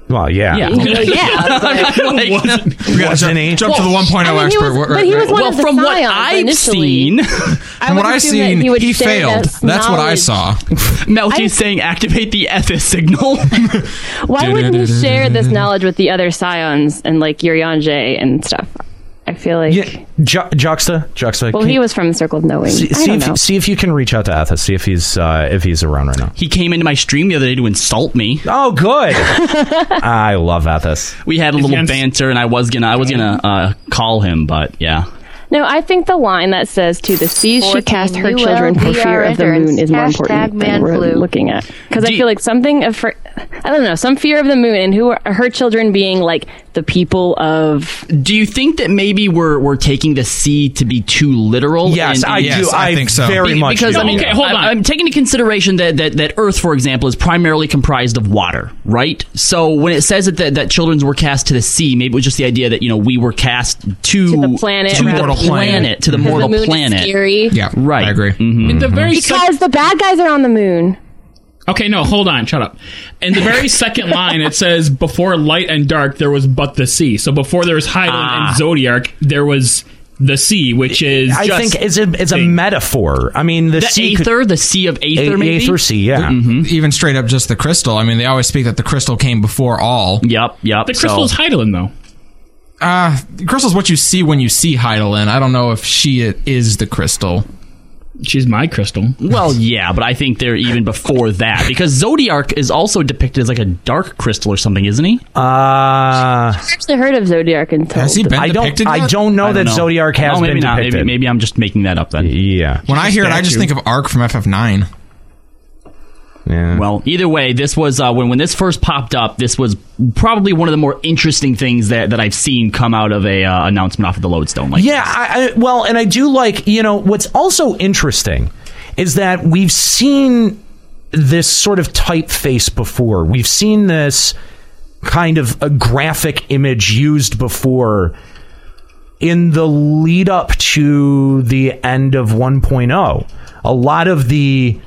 Speaker 9: Well,
Speaker 1: [laughs]
Speaker 9: yeah.
Speaker 1: Yeah.
Speaker 10: Yeah, yeah.
Speaker 1: [laughs] wasn't
Speaker 11: We gotta jump, jump to the 1.0
Speaker 10: I mean, he
Speaker 11: expert.
Speaker 10: was-
Speaker 11: Right,
Speaker 10: but he was
Speaker 11: right.
Speaker 10: one of the
Speaker 1: from what
Speaker 10: Scions
Speaker 1: I've
Speaker 10: initially.
Speaker 1: seen,
Speaker 11: From what I've seen, he, failed. That's what I saw.
Speaker 1: Melky's saying activate the Ethis [laughs] signal.
Speaker 10: Why wouldn't
Speaker 11: [laughs]
Speaker 10: he share this knowledge with the other scions and like Yuryanje and stuff? I feel like.
Speaker 9: Ju- juxta, juxta.
Speaker 10: Well,
Speaker 9: can-
Speaker 10: he was from the Circle of Knowing.
Speaker 9: See,
Speaker 10: I
Speaker 9: see
Speaker 10: don't
Speaker 9: if
Speaker 10: know.
Speaker 9: see if you can reach out to Athos. See if he's uh, if he's around right now.
Speaker 1: he came into my stream the other day to insult me.
Speaker 9: Oh, good. I love Athos.
Speaker 1: We had a little banter, and I was gonna I was gonna uh, call him, but yeah.
Speaker 10: No, I think the line that says to the seas she
Speaker 7: 14
Speaker 10: cast her
Speaker 7: UL
Speaker 10: children for
Speaker 7: VR
Speaker 10: fear of the
Speaker 7: entrance.
Speaker 10: moon is more
Speaker 7: Hashtag
Speaker 10: important
Speaker 7: man
Speaker 10: than we're
Speaker 7: flu.
Speaker 10: looking at. Because I
Speaker 7: Do-
Speaker 10: feel like something of I don't know some fear of the moon and who are her children being like the people of
Speaker 1: Do you think that maybe we're we're taking the sea to be too literal?
Speaker 9: Yes, I do. Yes, I I think so. very
Speaker 1: Be-
Speaker 9: much
Speaker 1: because
Speaker 9: do.
Speaker 1: I mean,
Speaker 9: Okay, hold
Speaker 1: I-
Speaker 9: on.
Speaker 1: I'm taking into consideration that, that that Earth, for example, is primarily comprised of water, right? So when it says that that, that childrens were cast to the sea, maybe it was just the idea that you know we were cast to,
Speaker 10: the planet
Speaker 1: to the
Speaker 10: rather
Speaker 1: mortal
Speaker 10: than-
Speaker 1: planet, to the
Speaker 10: Because
Speaker 1: mortal
Speaker 10: moon is
Speaker 1: planet.
Speaker 10: scary.
Speaker 1: right. Mm-hmm. I agree.
Speaker 14: In the very
Speaker 10: because the bad guys are on the moon.
Speaker 14: Okay, no, hold on, shut up. In the very second line, it says, "Before light and dark, there was but the sea." So before there was Highland
Speaker 9: Ah.
Speaker 14: and Zodiac, there was the sea, which is
Speaker 9: I
Speaker 14: just
Speaker 9: think it's a it's a metaphor. I mean, the,
Speaker 14: The
Speaker 9: sea could-
Speaker 1: aether, the sea of
Speaker 9: A- aether sea, yeah.
Speaker 11: Even straight up just the crystal. I mean, they always speak that the crystal came before all.
Speaker 1: Yep, yep.
Speaker 11: The
Speaker 14: crystal is Heidelin, though.
Speaker 11: Uh, the crystal is what you see when you see Heidelin. I don't know if she i- is the crystal.
Speaker 14: She's my crystal. [laughs]
Speaker 1: Well, yeah, but I think they're even before that because Zodiac is also depicted as like a dark crystal or something, isn't he?
Speaker 9: Uh,
Speaker 10: I've actually heard of Zodiac until
Speaker 1: I don't. I don't
Speaker 9: Oh,
Speaker 1: know that Zodiac has
Speaker 11: been
Speaker 1: not.
Speaker 11: depicted.
Speaker 1: maybe I'm just making that up then.
Speaker 9: Yeah.
Speaker 11: When I hear it, I just think of Arc from FF9.
Speaker 9: Yeah.
Speaker 1: Well, either way, this was uh, when when this first popped up. This was probably one of the more interesting things that, that I've seen come out of a uh, announcement off of the Lodestone. Like,
Speaker 9: yeah, I, I, well, and I do like you know what's also interesting is that we've seen this sort of typeface before. We've seen this kind of a graphic image used before in the lead up to the end of 1.0. A lot of the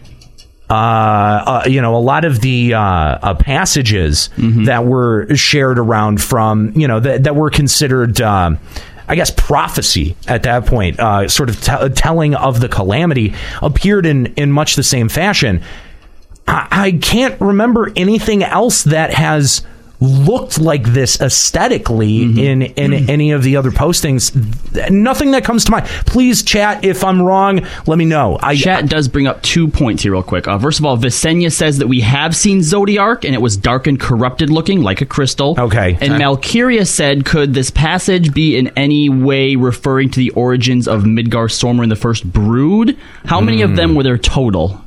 Speaker 9: uh, uh, you know, a lot of the uh, uh, passages that were shared around from, you know, that, that were considered, um, I guess, prophecy at that point, uh, sort of t- telling of the calamity, appeared in, in much the same fashion. I, I can't remember anything else that has looked like this aesthetically in in any of the other postings Th- nothing that comes to mind please chat if i'm wrong let me know i
Speaker 1: Chat does bring up two points here, real quick. Uh, first of all, Visenya says that we have seen Zodiac, and it was dark and corrupted looking, like a crystal. Okay. And Malkyria said, could this passage be in any way referring to the origins of Midgar Stormer and the First Brood? How many of them were there total?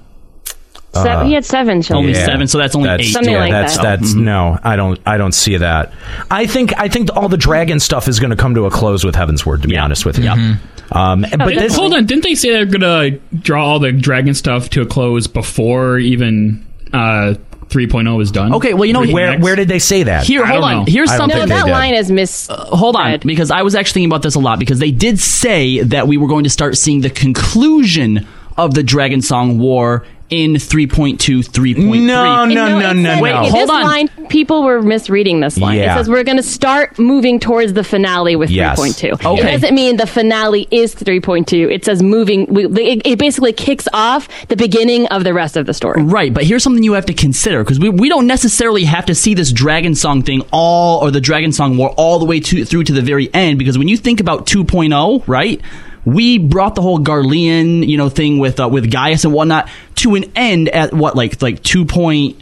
Speaker 10: Se-
Speaker 9: Uh,
Speaker 10: he had seven children.
Speaker 1: Only seven, so that's only eight. Mm-hmm.
Speaker 10: Something
Speaker 9: yeah,
Speaker 10: like
Speaker 9: that's
Speaker 10: that.
Speaker 9: that's no. I don't I don't see that. I think I think all the dragon stuff is going to come to a close with Heaven's Word. To be honest with you, um,
Speaker 1: Oh,
Speaker 9: but
Speaker 14: Didn't-
Speaker 9: this,
Speaker 14: hold on, didn't they say they're gonna draw all the dragon stuff to a close before even uh, 3.0 was done? oh
Speaker 1: Okay, well, you know,
Speaker 14: Remix?
Speaker 1: where- where did
Speaker 9: they say that?
Speaker 1: Here,
Speaker 14: I
Speaker 1: hold
Speaker 14: don't
Speaker 1: on.
Speaker 14: know.
Speaker 1: Here's something.
Speaker 10: No, that line is miss.
Speaker 1: hold on because i was actually thinking about this a lot because they did say that we were going to start seeing the conclusion of the dragon song war in 3.2 3.3
Speaker 9: No, no, no, no, no.
Speaker 1: wait
Speaker 10: This
Speaker 1: hold on
Speaker 10: line, people were misreading this line.
Speaker 1: Yeah.
Speaker 10: It says we're going to start moving towards the finale with
Speaker 1: Yes.
Speaker 10: 3.2.
Speaker 1: Okay.
Speaker 10: It doesn't mean the finale is 3.2. It says moving. We, it, it basically kicks off the beginning of the rest of the story.
Speaker 1: Right, but here's something you have to consider because we, we don't necessarily have to see this Dragon Song thing all or the Dragon Song War all the way to, through to the very end because when you think about 2.0, right? We brought the whole Garlean, you know, thing with uh, with Gaius and whatnot to an end at what like like 2.3,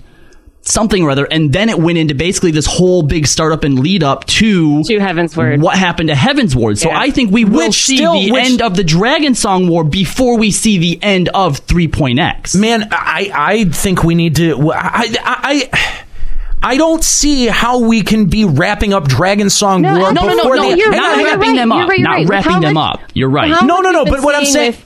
Speaker 1: something or other, and then it went into basically this whole big startup and lead up to
Speaker 10: to Heaven's Word.
Speaker 1: What happened to Heaven's Word? So
Speaker 10: Yeah.
Speaker 1: I think we will
Speaker 10: Which
Speaker 1: see
Speaker 10: still-
Speaker 1: the
Speaker 10: which-
Speaker 1: end of the Dragon Song War before we see the end of 3.x.
Speaker 9: Man, I I think we need to. I I. I I don't see how we can be wrapping up Dragon Song
Speaker 1: No,
Speaker 9: War
Speaker 1: no, no, no,
Speaker 9: before
Speaker 1: no,
Speaker 9: the
Speaker 1: you're
Speaker 9: hang on,
Speaker 1: right,
Speaker 9: hang
Speaker 1: you're
Speaker 9: on.
Speaker 1: wrapping them You're up, right, you're not right. With wrapping how them much- up. You're right. how
Speaker 9: No,
Speaker 1: much
Speaker 9: no, no.
Speaker 1: we've
Speaker 9: But
Speaker 1: been
Speaker 9: what I'm
Speaker 1: seeing
Speaker 9: saying,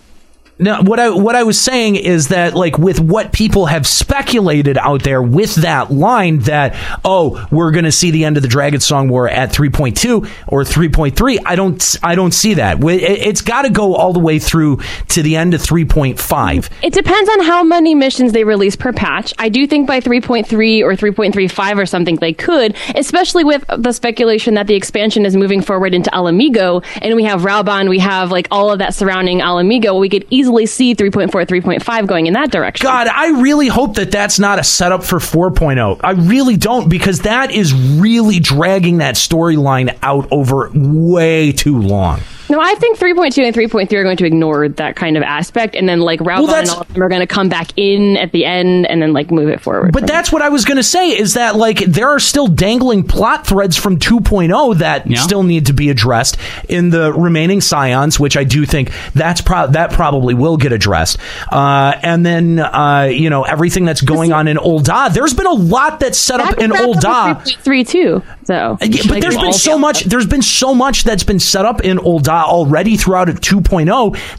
Speaker 9: no, what I what I was saying is that like with what people have speculated out there with that line that oh we're going to see the end of the Dragon Song War at 3.2 or 3.3. I don't I don't see that. Wi- it- It's got to go all the way through to the end of 3.5.
Speaker 10: It depends on how many missions they release per patch. I do think by 3.3 or 3.35 or something they could, especially with the speculation that the expansion is moving forward into Alamigo and we have Raubon, we have like all of that surrounding Alamigo. We could easily see 3.4, 3.5 going in that direction.
Speaker 9: God, I really hope that that's not a setup for 4.0. I really don't because that is really dragging that storyline out over way too long.
Speaker 10: No, I think 3.2 and 3.3 are going to ignore that kind of aspect and then like Raubon and all of them are going to come back in at the end and then like move it forward.
Speaker 9: But that's what I was going to say is that like there are still dangling plot threads from 2.0 that still need to be addressed in the remaining scions, which I do think that's pro- that probably will get addressed. Uh, and then uh, you know everything that's going on in Old Da. There's been a lot that's set up in Old Da.
Speaker 10: 3.3 too. So
Speaker 9: Yeah, but there's been so much there's been so much that's been set up in Old Da already throughout a 2.0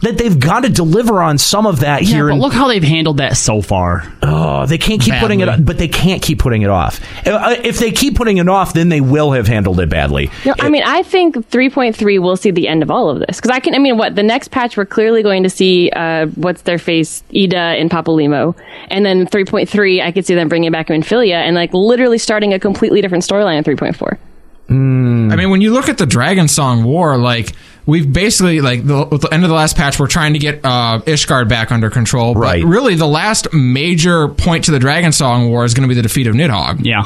Speaker 9: that they've got to deliver on some of that
Speaker 1: Yeah,
Speaker 9: here
Speaker 1: but
Speaker 9: in
Speaker 1: look how they've handled that so far.
Speaker 9: Oh, they can't keep putting it,
Speaker 1: Badly.
Speaker 9: off, but they can't keep putting it off. Uh, If they keep putting it off, then they will have handled it badly.
Speaker 10: No, I mean, I think 3.3 will see the end of all of this. Because I can, I mean, what, the next patch, we're clearly going to see, uh, what's their face, Ida and Papalimo. And then 3.3, I could see them bringing back Infilia and, like, literally starting a completely different storyline in 3.4.
Speaker 1: Hmm.
Speaker 11: I mean, when you look at the Dragon Song War, like we've basically like the, with the end of the last patch, we're trying to get uh, Ishgard back under control. Right. But really, the last major point to the Dragon Song War is going to be the defeat of Nidhogg.
Speaker 1: Yeah.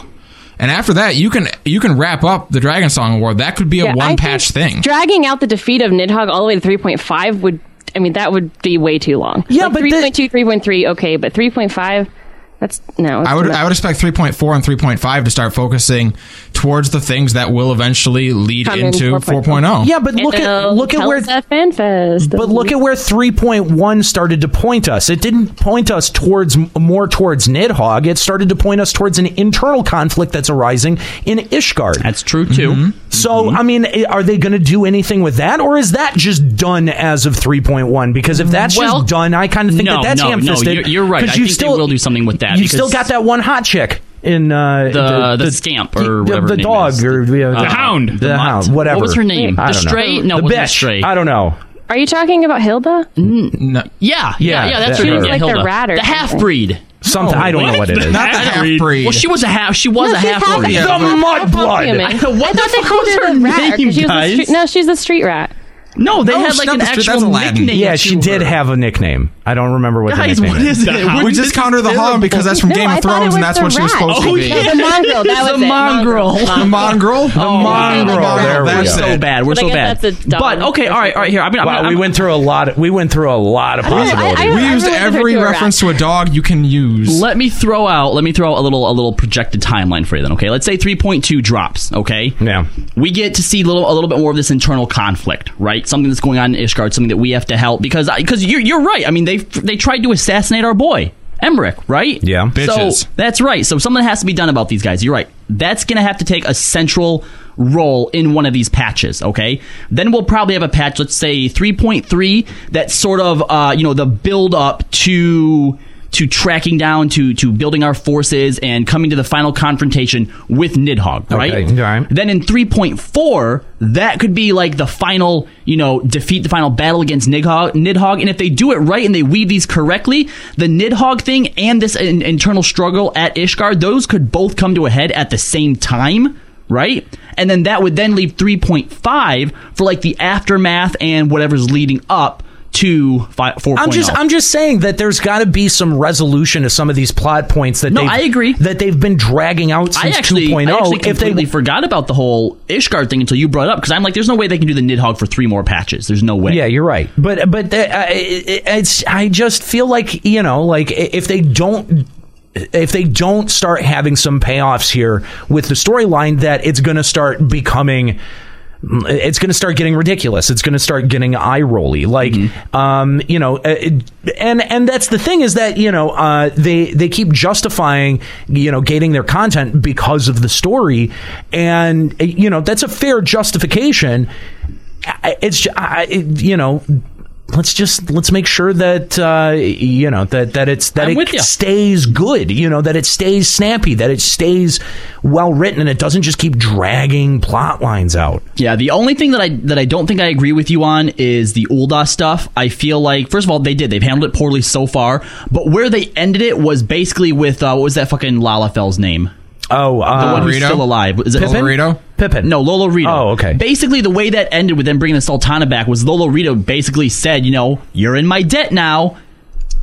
Speaker 11: And after that, you can you can wrap up the Dragon Song War. That could be a
Speaker 10: Yeah, I
Speaker 11: one patch thing.
Speaker 10: Dragging out the defeat of Nidhogg all the way to 3.5 would, I mean, that would be way too long. Yeah, but 3.2, 3.3, okay, but 3.5, that's, no. it's
Speaker 11: I would
Speaker 10: too much.
Speaker 11: I would expect 3.4 and 3.5 to start focusing towards the things that will eventually lead
Speaker 10: Come in oh.
Speaker 11: into oh. 4.0.
Speaker 10: 4.0.
Speaker 9: Yeah, but look at
Speaker 10: It'll
Speaker 9: look at
Speaker 10: tell
Speaker 9: where
Speaker 10: us at FanFest.
Speaker 9: but look at where 3.1 started to point us. It didn't point us towards more towards Nidhogg. It started to point us towards an internal conflict that's arising in Ishgard.
Speaker 1: That's true too.
Speaker 9: So, I mean, i- are they going to do anything with that or is that just done as of 3.1 because if that's
Speaker 1: Well,
Speaker 9: just done, I kind of think
Speaker 1: no,
Speaker 9: that that's
Speaker 1: no, no,
Speaker 9: ham-fisted.
Speaker 1: you're, you're right. I
Speaker 9: 'cause
Speaker 1: think
Speaker 9: you've still
Speaker 1: they will do something with that.
Speaker 9: you
Speaker 1: because
Speaker 9: still got that one hot chick in uh,
Speaker 1: the, the, scamp or
Speaker 9: the,
Speaker 1: whatever
Speaker 9: the
Speaker 1: her name
Speaker 9: dog
Speaker 1: is.
Speaker 9: or yeah,
Speaker 1: The hound.
Speaker 9: the,
Speaker 1: The
Speaker 9: hound,
Speaker 1: mutt.
Speaker 9: whatever.
Speaker 1: What was her name?
Speaker 9: I
Speaker 1: The
Speaker 9: don't know.
Speaker 1: stray? No, it
Speaker 9: the
Speaker 1: wasn't
Speaker 9: bitch.
Speaker 1: stray.
Speaker 9: I don't know.
Speaker 10: Are you talking about Hilda?
Speaker 1: Yeah, yeah,
Speaker 9: Yeah,
Speaker 1: yeah. That's
Speaker 9: that
Speaker 1: her name.
Speaker 9: girl.
Speaker 1: Yeah,
Speaker 9: Like the
Speaker 1: Hilda.
Speaker 10: rat or
Speaker 1: the
Speaker 10: something.
Speaker 1: half breed.
Speaker 9: Something I don't know what
Speaker 1: [laughs]
Speaker 9: it is.
Speaker 11: Not the half-breed.
Speaker 1: Well, she was a half. She was
Speaker 10: No,
Speaker 1: a
Speaker 10: she's
Speaker 1: half breed.
Speaker 10: half-breed.
Speaker 11: The
Speaker 10: Pumpkin Man.
Speaker 1: I thought- [laughs]
Speaker 10: I
Speaker 1: What the
Speaker 10: thought they
Speaker 1: fuck
Speaker 10: called
Speaker 1: was
Speaker 10: her the rat
Speaker 1: her
Speaker 10: because she
Speaker 1: name,
Speaker 10: was a street.
Speaker 1: guys?
Speaker 10: No, she's the street rat.
Speaker 1: No, they
Speaker 11: No,
Speaker 1: had
Speaker 11: she's
Speaker 1: like
Speaker 11: not
Speaker 1: an
Speaker 11: the street- that's
Speaker 1: actual
Speaker 11: Aladdin.
Speaker 1: nickname.
Speaker 9: Yeah,
Speaker 1: to
Speaker 9: she did
Speaker 1: her.
Speaker 9: have a nickname. I don't remember what
Speaker 1: Guys,
Speaker 9: the nickname
Speaker 1: what is
Speaker 9: is.
Speaker 1: it?
Speaker 14: hound.
Speaker 1: We're
Speaker 11: We just counted the
Speaker 1: terrible.
Speaker 11: hound because that's from
Speaker 10: No,
Speaker 11: Game
Speaker 10: I
Speaker 11: of
Speaker 10: thought it
Speaker 11: Thrones,
Speaker 10: was
Speaker 11: and that's
Speaker 10: the
Speaker 11: what she was
Speaker 10: rat.
Speaker 11: supposed
Speaker 1: Oh,
Speaker 11: to be.
Speaker 1: yeah.
Speaker 10: No, the
Speaker 1: [laughs]
Speaker 10: mongrel. That
Speaker 1: It's
Speaker 10: was
Speaker 1: a
Speaker 10: it.
Speaker 1: mongrel.
Speaker 11: The mongrel. The
Speaker 9: mongrel. There we
Speaker 11: That's
Speaker 9: go.
Speaker 11: it.
Speaker 1: so bad. We're
Speaker 10: But I
Speaker 1: so
Speaker 10: guess
Speaker 1: bad.
Speaker 10: that's a dog
Speaker 1: But okay,
Speaker 10: or
Speaker 1: all right, all right. Here, I mean,
Speaker 9: Wow,
Speaker 1: I'm,
Speaker 9: we
Speaker 1: I'm,
Speaker 9: went through a lot. Of, we went through a lot of possibilities.
Speaker 10: I-
Speaker 11: We used
Speaker 10: Everyone compared
Speaker 11: every
Speaker 10: to a rat.
Speaker 11: reference to a dog you can use.
Speaker 1: Let me throw out. Let me throw out a little a little projected timeline for you. Then, okay. Let's say 3.2 drops. Okay.
Speaker 9: yeah.
Speaker 1: we get to see little a little bit more of this internal conflict, right? Something that's going on in Ishgard, something that we have to help because because you're you're right. I mean, they they tried to assassinate our boy Emmerich, right?
Speaker 9: Yeah.
Speaker 11: Bitches.
Speaker 1: So that's right. So something has to be done about these guys. You're right. That's going to have to take a central role in one of these patches. Okay. Then we'll probably have a patch, let's say 3.3, that's sort of uh, you know the build up to to tracking down to to building our forces and coming to the final confrontation with Nidhogg. Right.
Speaker 9: Okay, all right.
Speaker 1: Then in 3.4, that could be like the final, you know, defeat the final battle against Nidhogg. Nidhogg. And if they do it right and they weave these correctly, the Nidhogg thing and this in- internal struggle at Ishgard, those could both come to a head at the same time, right? And then that would then leave 3.5 for like the aftermath and whatever's leading up to 5, 4.0.
Speaker 9: I'm just I'm just saying that there's got to be some resolution to some of these plot points that
Speaker 1: No,
Speaker 9: they've-
Speaker 1: I agree.
Speaker 9: that they've been dragging out
Speaker 1: I
Speaker 9: since
Speaker 1: actually,
Speaker 9: 2.0.
Speaker 1: I actually
Speaker 9: oh. if they
Speaker 1: completely forgot about the whole Ishgard thing until you brought it up because I'm like, there's no way they can do the Nidhogg for three more patches. There's no way.
Speaker 9: Yeah, you're right. But but uh, I- it's I just feel like you know like i- if they don't if they don't start having some payoffs here with the storyline that it's going to start becoming it's going to start getting ridiculous. It's going to start getting eye rolly. Like, um, you know, uh, it- and and that's the thing is that you know uh, they they keep justifying you know gating their content because of the story, and uh, you know that's a fair justification. I- It's ju- I, it, you know. Let's just let's make sure that uh, you know that that it's that
Speaker 14: I'm
Speaker 9: it
Speaker 14: with ya.
Speaker 9: stays good, you know, that it stays snappy, that it stays well written, and it doesn't just keep dragging plot lines out.
Speaker 12: Yeah, the only thing that I that I don't think I agree with you on is the Ulda stuff. I feel like first of all they did they've handled it poorly so far, but where they ended it was basically with uh, what was that fucking Lalafell's name?
Speaker 9: Oh,
Speaker 12: the
Speaker 9: uh,
Speaker 12: one who's
Speaker 9: Rito?
Speaker 12: still alive. Is it
Speaker 9: Pippin? Lolorito? Pippin.
Speaker 12: No, Lolo Rito.
Speaker 9: Oh, okay.
Speaker 12: Basically, the way that ended with them bringing the Sultana back was Lolo Rito basically said, you know, you're in my debt now.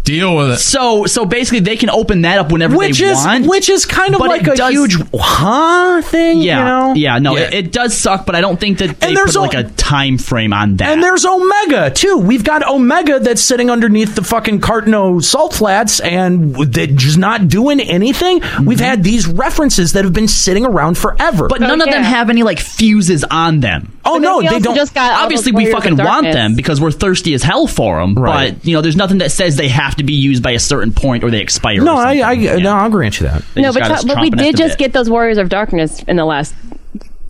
Speaker 11: Deal with it.
Speaker 12: So, so basically, they can open that up whenever
Speaker 9: Which
Speaker 12: they
Speaker 9: is-
Speaker 12: want,
Speaker 9: which is kind of
Speaker 12: but
Speaker 9: like
Speaker 12: it
Speaker 9: a
Speaker 12: does-
Speaker 9: huge huh thing. you
Speaker 12: Yeah,
Speaker 9: know?
Speaker 12: yeah, no,
Speaker 9: Yeah.
Speaker 12: It, it does suck, but I don't think that they
Speaker 9: there's
Speaker 12: put like
Speaker 9: al-
Speaker 12: a time frame on that.
Speaker 9: And there's Omega too. We've got Omega that's sitting underneath the fucking Cartno salt flats and that just not doing anything. We've had these references that have been sitting around forever.
Speaker 10: Oh,
Speaker 12: But none of them have any like fuses on them.
Speaker 9: Oh no,
Speaker 12: they don't. Obviously, we fucking want them because we're thirsty as hell for them.
Speaker 9: Right.
Speaker 12: But you know, there's nothing that says they have to be used by a certain point or they expire.
Speaker 9: No, I, I, no, I'll grant you that.
Speaker 10: no, but, t- but we did just get those Warriors of Darkness in the last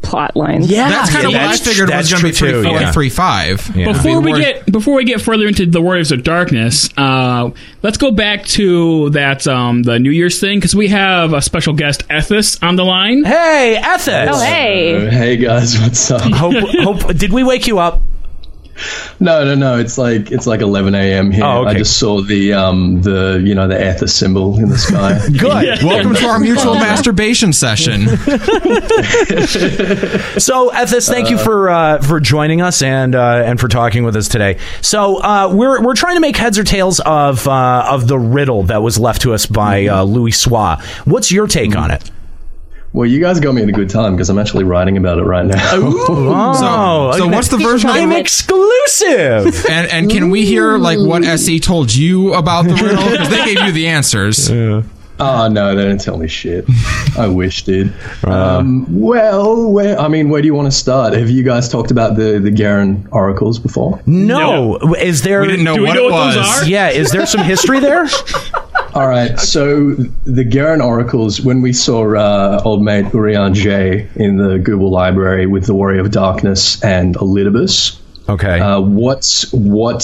Speaker 10: plot lines.
Speaker 11: that's kind of what I figured was going to be three,
Speaker 14: yeah.
Speaker 11: three five.
Speaker 14: Before we get before we get further into the Warriors of Darkness, uh, let's go back to that um, the New Year's thing because we have a special guest, Ethis, on the line.
Speaker 9: Hey, Ethis.
Speaker 10: Oh, hey.
Speaker 8: Hey guys, what's up?
Speaker 14: [laughs]
Speaker 9: hope, [laughs] hope, did we wake you up?
Speaker 8: No, no, no. It's like it's like 11 a.m. here.
Speaker 9: Oh, okay.
Speaker 8: I just saw the um the you know the ether symbol in the sky.
Speaker 11: Good.
Speaker 10: [laughs]
Speaker 11: Welcome to our mutual masturbation session.
Speaker 9: So, Ethis, thank you for uh, for joining us and uh, and for talking with us today. So, uh, we're we're trying to make heads or tails of uh, of the riddle that was left to us by uh, Louis Soie. What's your take on it?
Speaker 8: Well, you guys got me at a good time because I'm actually writing about it right now.
Speaker 9: Oh,
Speaker 11: so what's the version of-
Speaker 8: [laughs]
Speaker 9: I'm exclusive.
Speaker 11: And and can we hear like what SE told you about
Speaker 8: [laughs]
Speaker 11: the riddle? 'Cause they gave you the answers.
Speaker 8: Oh no, they didn't tell me
Speaker 9: [laughs]
Speaker 8: shit. I wish, dude. Um, well, where I mean, where do you want to start? Have you guys talked about the the Garen oracles before?
Speaker 9: No, is there?
Speaker 8: We didn't know Do we what know it what those was. are?
Speaker 9: Yeah, is there some history there?
Speaker 8: [laughs] All right. So the Garen oracles, when we saw uh, old mate Urian Jay in the Google library with the Warrior of Darkness and Elidibus.
Speaker 9: Okay.
Speaker 8: Uh, what's what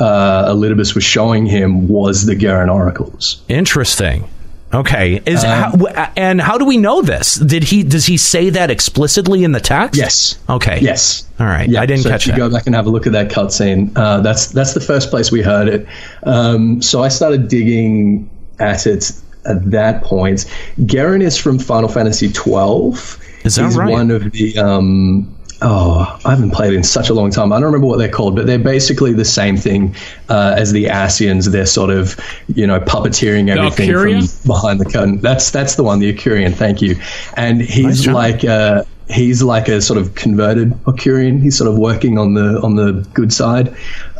Speaker 8: uh, Elidibus was showing him was the Garen oracles. Um,
Speaker 9: Interesting. Okay, is how, w- and how do we know this? Did he does he say that explicitly in the text? Yes. Okay.
Speaker 8: Yes.
Speaker 9: All right. I didn't
Speaker 8: so
Speaker 9: catch
Speaker 8: if you
Speaker 9: that.
Speaker 8: go back and have a look at that cutscene, uh, that's that's the first place we heard it. Um, so I started digging at it at that point. Garen is from Final Fantasy twelve.
Speaker 9: Is that
Speaker 8: He's
Speaker 9: right?
Speaker 8: One of the um, oh, I haven't played it in such a long time. I don't remember what they're called, but they're basically the same thing uh, as the Asians. They're sort of you know puppeteering everything
Speaker 14: Alcurian?
Speaker 8: from behind the curtain. That's that's the one, the Acurian. Thank you. And he's like a he's like a sort of converted Acurian. He's sort of working on the on the good side.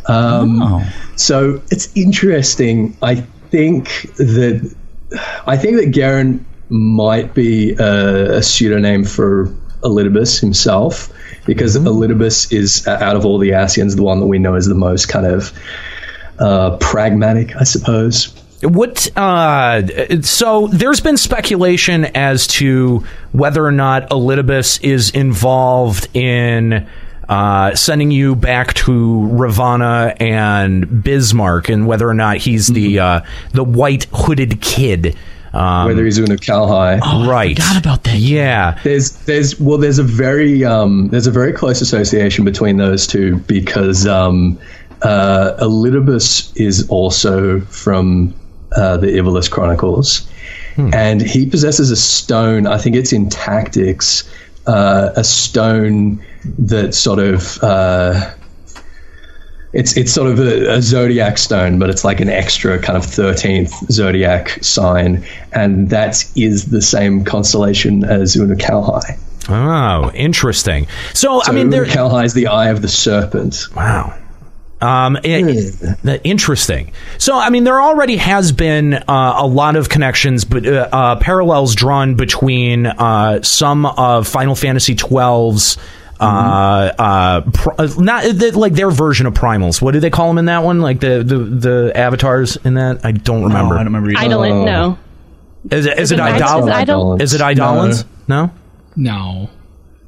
Speaker 8: Um, So it's interesting. I think that I think that Garen might be a, a pseudonym for Elidibus himself because Elidibus is uh, out of all the Asians the one that we know is the most kind of uh, pragmatic, I suppose.
Speaker 9: What? Uh, so there's been speculation as to whether or not Elidibus is involved in uh, sending you back to Ravana and Bismarck, and whether or not he's the uh,
Speaker 8: Mm-hmm.
Speaker 9: the white hooded kid. Um,
Speaker 8: Whether he's Una Calhigh.
Speaker 9: right. forgot
Speaker 12: about that.
Speaker 9: Yeah.
Speaker 8: There's there's well there's a very um, there's a very close association between those two because um, uh, Elidibus is also from uh, the Ivalis Chronicles, and he possesses a stone. I think it's in Tactics, uh, a stone that sort of. Uh, it's it's sort of a, a zodiac stone, but it's like an extra kind of thirteenth zodiac sign, and that is the same constellation as Una Calhai.
Speaker 9: Oh, interesting. So, I mean,
Speaker 8: Una
Speaker 9: there.
Speaker 8: Calhai is the eye of the serpent.
Speaker 9: Wow. Um, it- it- interesting. So, I mean, there already has been uh, a lot of connections, but uh, uh, parallels drawn between uh, some of Final Fantasy XII's. Uh, uh, pr- uh, not uh, th- like their version of primals. What do they call them in that one? Like the the, the avatars in that? I don't remember. I don't remember.
Speaker 10: Idolin, no.
Speaker 9: Is it, is
Speaker 10: Is
Speaker 9: it
Speaker 10: it Idol-
Speaker 9: idol?
Speaker 10: is it Idol-
Speaker 9: Is it idolins? No.
Speaker 14: No.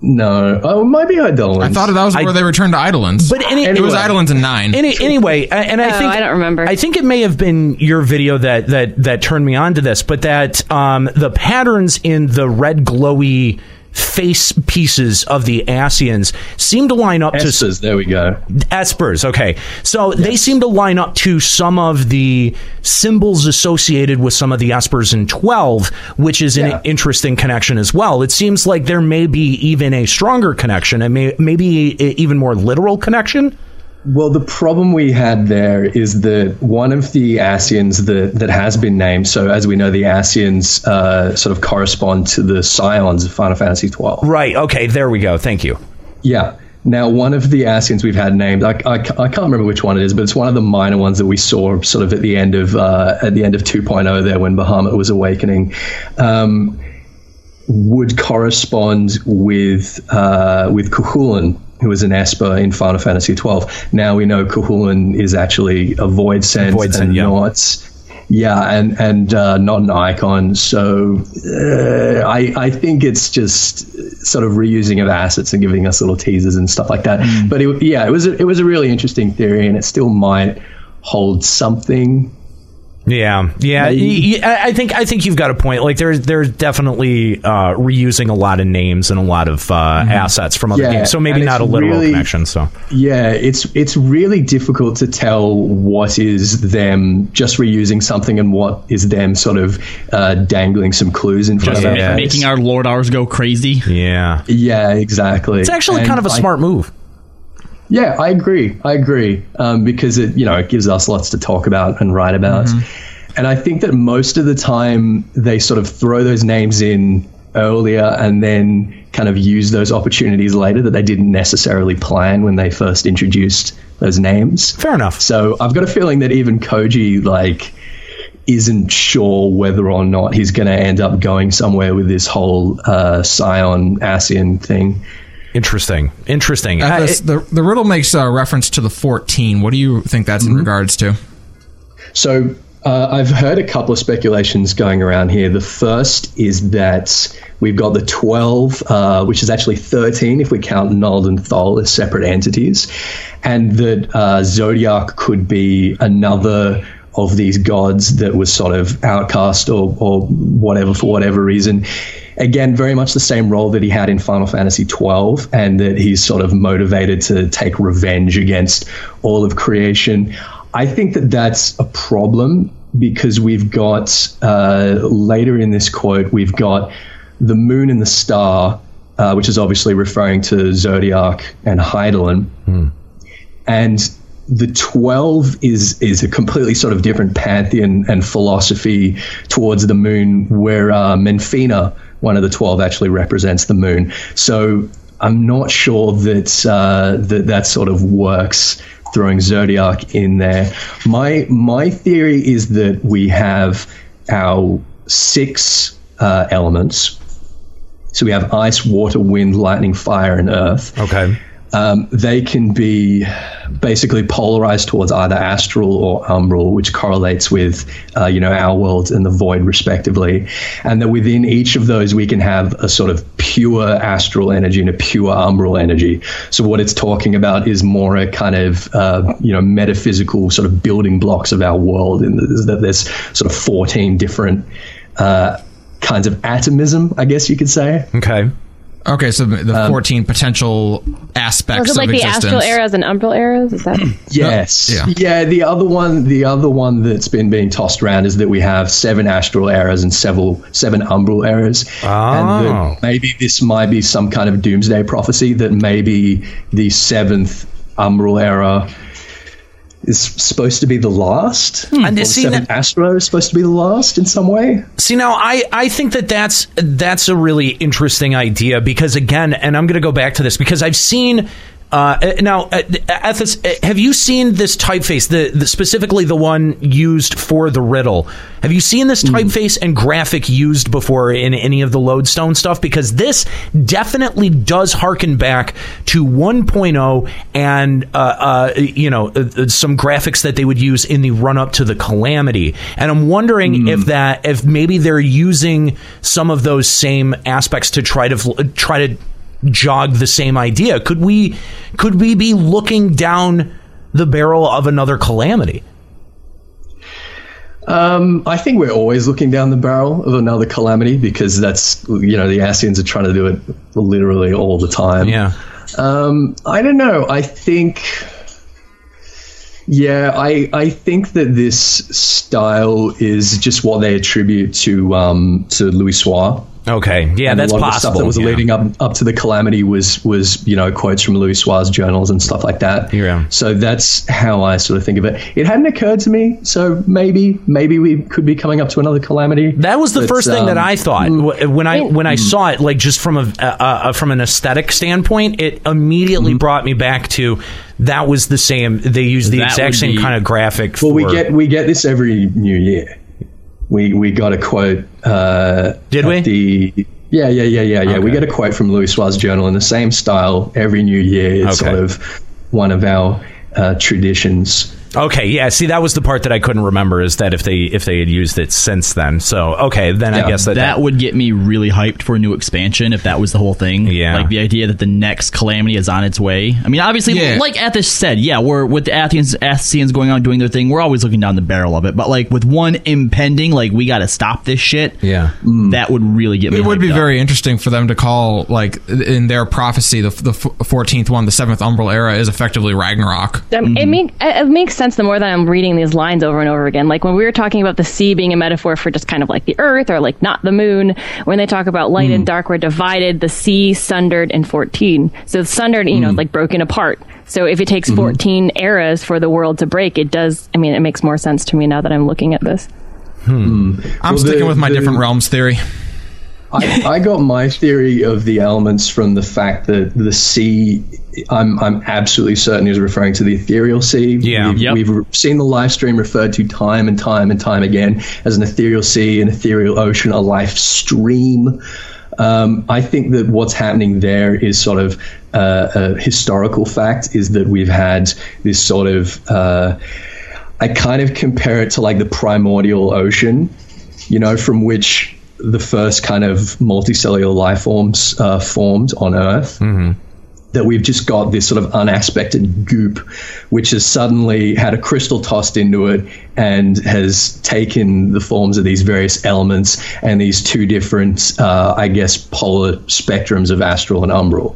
Speaker 8: No. Oh, it might be idolins.
Speaker 11: I thought that was where they returned to Idolins.
Speaker 9: But any-
Speaker 11: it was
Speaker 9: Anyway.
Speaker 11: Idolins in nine.
Speaker 9: Any, anyway, a- and I
Speaker 10: Oh,
Speaker 9: think
Speaker 10: I don't remember.
Speaker 9: I think it may have been your video that that that turned me on to this, but that um, the patterns in the red glowy face pieces of the Asians seem to line up to
Speaker 8: Espers, there we go.
Speaker 9: Espers, okay. So they seem to line up to some of the symbols associated with some of the Espers in 12, which is an interesting connection as well. It seems like there may be even a stronger connection and may, maybe e- even more literal connection.
Speaker 8: Well, the problem we had there is that one of the Asians that, that has been named, so as we know, the Asians uh, sort of correspond to the Scions of Final Fantasy XII.
Speaker 9: Right, okay, there we go. Thank you.
Speaker 8: Yeah. Now, one of the Asians we've had named, I, I, I can't remember which one it is, but it's one of the minor ones that we saw sort of at the end of uh, at the end of 2.0 there when Bahamut was awakening, um, would correspond with uh, with Kuhulan, who is an Esper in Final Fantasy 12. Now we know Kuhulan is actually a void sense
Speaker 9: Void
Speaker 8: and not. Yeah, and and uh, not an icon. So uh, I I think it's just sort of reusing of assets and giving us little teasers and stuff like that. But it, yeah, it was a, it was a really interesting theory, and it still might hold something.
Speaker 9: Yeah, yeah. y- y- I I think I think you've got a point. Like there's there's definitely uh, reusing a lot of names and a lot of uh, assets from other
Speaker 8: Mm-hmm. Yeah,
Speaker 9: games, so maybe
Speaker 8: and
Speaker 9: not a
Speaker 8: it's
Speaker 9: literal
Speaker 8: really-
Speaker 9: connection. So
Speaker 8: Yeah, it's it's really difficult to tell what is them just reusing something and what is them sort of uh, dangling some clues in front
Speaker 12: Just
Speaker 8: of our
Speaker 12: ma-
Speaker 8: face.
Speaker 12: making our Lord Ours go crazy.
Speaker 9: Yeah.
Speaker 8: Yeah, exactly.
Speaker 12: It's actually kind of a smart
Speaker 9: move.
Speaker 8: Yeah, I agree. I agree um, because it you know it gives us lots to talk about and write about,
Speaker 12: Mm-hmm.
Speaker 8: and I think that most of the time they sort of throw those names in earlier and then kind of use those opportunities later that they didn't necessarily plan when they first introduced those names.
Speaker 9: Fair enough.
Speaker 8: So I've got a feeling that even Koji like isn't sure whether or not he's going to end up going somewhere with this whole uh, Scion Asian thing.
Speaker 9: Interesting. Interesting.
Speaker 11: Uh, this- the, the riddle makes a reference to the 14. What do you think that's
Speaker 8: Mm-hmm.
Speaker 11: in regards to?
Speaker 8: So uh, I've heard a couple of speculations going around here. The first is that we've got the 12, uh, which is actually 13 if we count Nold and Thol as separate entities, and that uh, Zodiac could be another of these gods that was sort of outcast or, or whatever for whatever reason. Again, very much the same role that he had in Final Fantasy XII, and that he's sort of motivated to take revenge against all of creation. I think that that's a problem because we've got uh, later in this quote, we've got the moon and the star, uh, which is obviously referring to Zodiac and Heidelin and the 12 is is a completely sort of different pantheon and philosophy towards the moon where uh, Menfina one of the 12 actually represents the moon so I'm not sure that uh, that that sort of works throwing zodiac in there my my theory is that we have our six uh, elements so we have ice water wind lightning fire and earth
Speaker 9: okay
Speaker 8: um, they can be basically polarized towards either astral or umbral, which correlates with uh, you know our world and the void respectively, and that within each of those we can have a sort of pure astral energy and a pure umbral energy. So what it's talking about is more a kind of uh, you know metaphysical sort of building blocks of our world, and there's, that there's sort of 14 different uh, kinds of atomism, I guess you could say.
Speaker 9: Okay.
Speaker 11: Okay, so the
Speaker 8: Um,
Speaker 11: 14 potential aspects
Speaker 10: Was it like
Speaker 11: of
Speaker 10: the
Speaker 11: existence.
Speaker 10: astral eras and umbral eras? Is that
Speaker 8: Yes.
Speaker 11: Yeah.
Speaker 8: Yeah. The other one, the other one that's been being tossed around is that we have seven astral errors and several seven umbral errors, and
Speaker 9: Oh.
Speaker 8: that maybe this might be some kind of doomsday prophecy that maybe the seventh umbral error is supposed to be the last,
Speaker 9: And
Speaker 8: or the
Speaker 9: see,
Speaker 8: seventh astro is supposed to be the last in some way.
Speaker 9: See now, I I think that that's that's a really interesting idea because again, and I'm going to go back to this because I've seen. Uh, eh, now, uh, Ethis, eh, have you seen this typeface, the, the specifically the one used for the riddle? Have you seen this typeface and graphic used before in any of the Lodestone stuff? Because this definitely does harken back to 1.0 and uh, uh, you know uh, uh, some graphics that they would use in the run up to the calamity. And I'm wondering
Speaker 8: Hmm.
Speaker 9: if that, if maybe they're using some of those same aspects to try to fl- try to jog the same idea. Could we could we be looking down the barrel of another calamity?
Speaker 8: Um, I think we're always looking down the barrel of another calamity because that's you know the Asians are trying to do it literally all the time. Yeah. Um, I don't know. I think. Yeah, I I think that this style is just what they attribute to um, to Louis Soir.
Speaker 9: Okay. Yeah,
Speaker 8: and
Speaker 9: that's
Speaker 8: a lot Of the stuff
Speaker 9: possible,
Speaker 8: that was
Speaker 9: yeah.
Speaker 8: leading up up to the calamity was was you know quotes from Louis Soir's journals and stuff like that. Yeah. So that's how I sort of think of it. It hadn't occurred to me, so maybe maybe we could be coming up to another calamity.
Speaker 9: That was the first thing
Speaker 8: um,
Speaker 9: that I thought
Speaker 8: mm.
Speaker 9: Wh- when I when I saw it, like just from a uh, uh, from an aesthetic standpoint, it immediately
Speaker 8: Mm-hmm.
Speaker 9: brought me back to that was the same. They used the
Speaker 8: That
Speaker 9: exact
Speaker 8: would
Speaker 9: same
Speaker 8: be-
Speaker 9: kind of graphic.
Speaker 8: Well, we
Speaker 9: for-
Speaker 8: get we get this every new year. We we got a quote. Uh, Did we? The yeah yeah yeah yeah yeah. We get a quote from Louis Soir's journal in the same style every new year. It's sort of one of our uh, traditions.
Speaker 9: Okay, yeah. See, that was the part that I couldn't remember is that if they if they had used it since then. So okay, then I guess that,
Speaker 12: that would get me really hyped for a new expansion if that was the whole thing. Yeah, like the idea that the next calamity is on its way. I mean, obviously,
Speaker 9: Yeah.
Speaker 12: like Athos said, yeah, we're with the Athens Athenians going on doing their thing. We're always looking down the barrel of it, but like with one impending, like we got to stop this shit.
Speaker 9: Yeah,
Speaker 12: that would really get me.
Speaker 11: It would
Speaker 12: hyped
Speaker 11: be
Speaker 12: up.
Speaker 11: very interesting for them to call, like, in their prophecy, the, the 14th one, the 7th Umbral era, is effectively Ragnarok.
Speaker 10: Um, It, make, it it makes sense the more that I'm reading these lines over and over again. Like when we were talking about the sea being a metaphor for just kind of like the earth or like not the moon, when they talk about light and dark were divided, the sea sundered in 14. So sundered, you know, like broken apart. So if it takes 14 eras for the world to break, it does, I mean, it makes more sense to me now that I'm looking at this.
Speaker 8: Hmm.
Speaker 11: I'm
Speaker 8: Well,
Speaker 11: sticking
Speaker 8: the-
Speaker 11: with my
Speaker 8: the-
Speaker 11: different realms theory.
Speaker 8: I, I got my theory of the elements from the fact that the sea, I'm, I'm absolutely certain is referring to the ethereal sea. Yeah. We've, we've seen the live stream referred to time and time and time again as an ethereal sea, an ethereal ocean, a life stream. Um, I think that what's happening there is sort of uh, a historical fact is that we've had this sort of. Uh, I kind of compare it to like the primordial ocean, you know, from which the first kind of multicellular life forms uh, formed on Earth.
Speaker 11: Mm-hmm.
Speaker 8: That we've just got this sort of unaspected goop, which has suddenly had a crystal tossed into it and has taken the forms of these various elements and these two different, uh, I guess, polar spectrums of astral and umbral.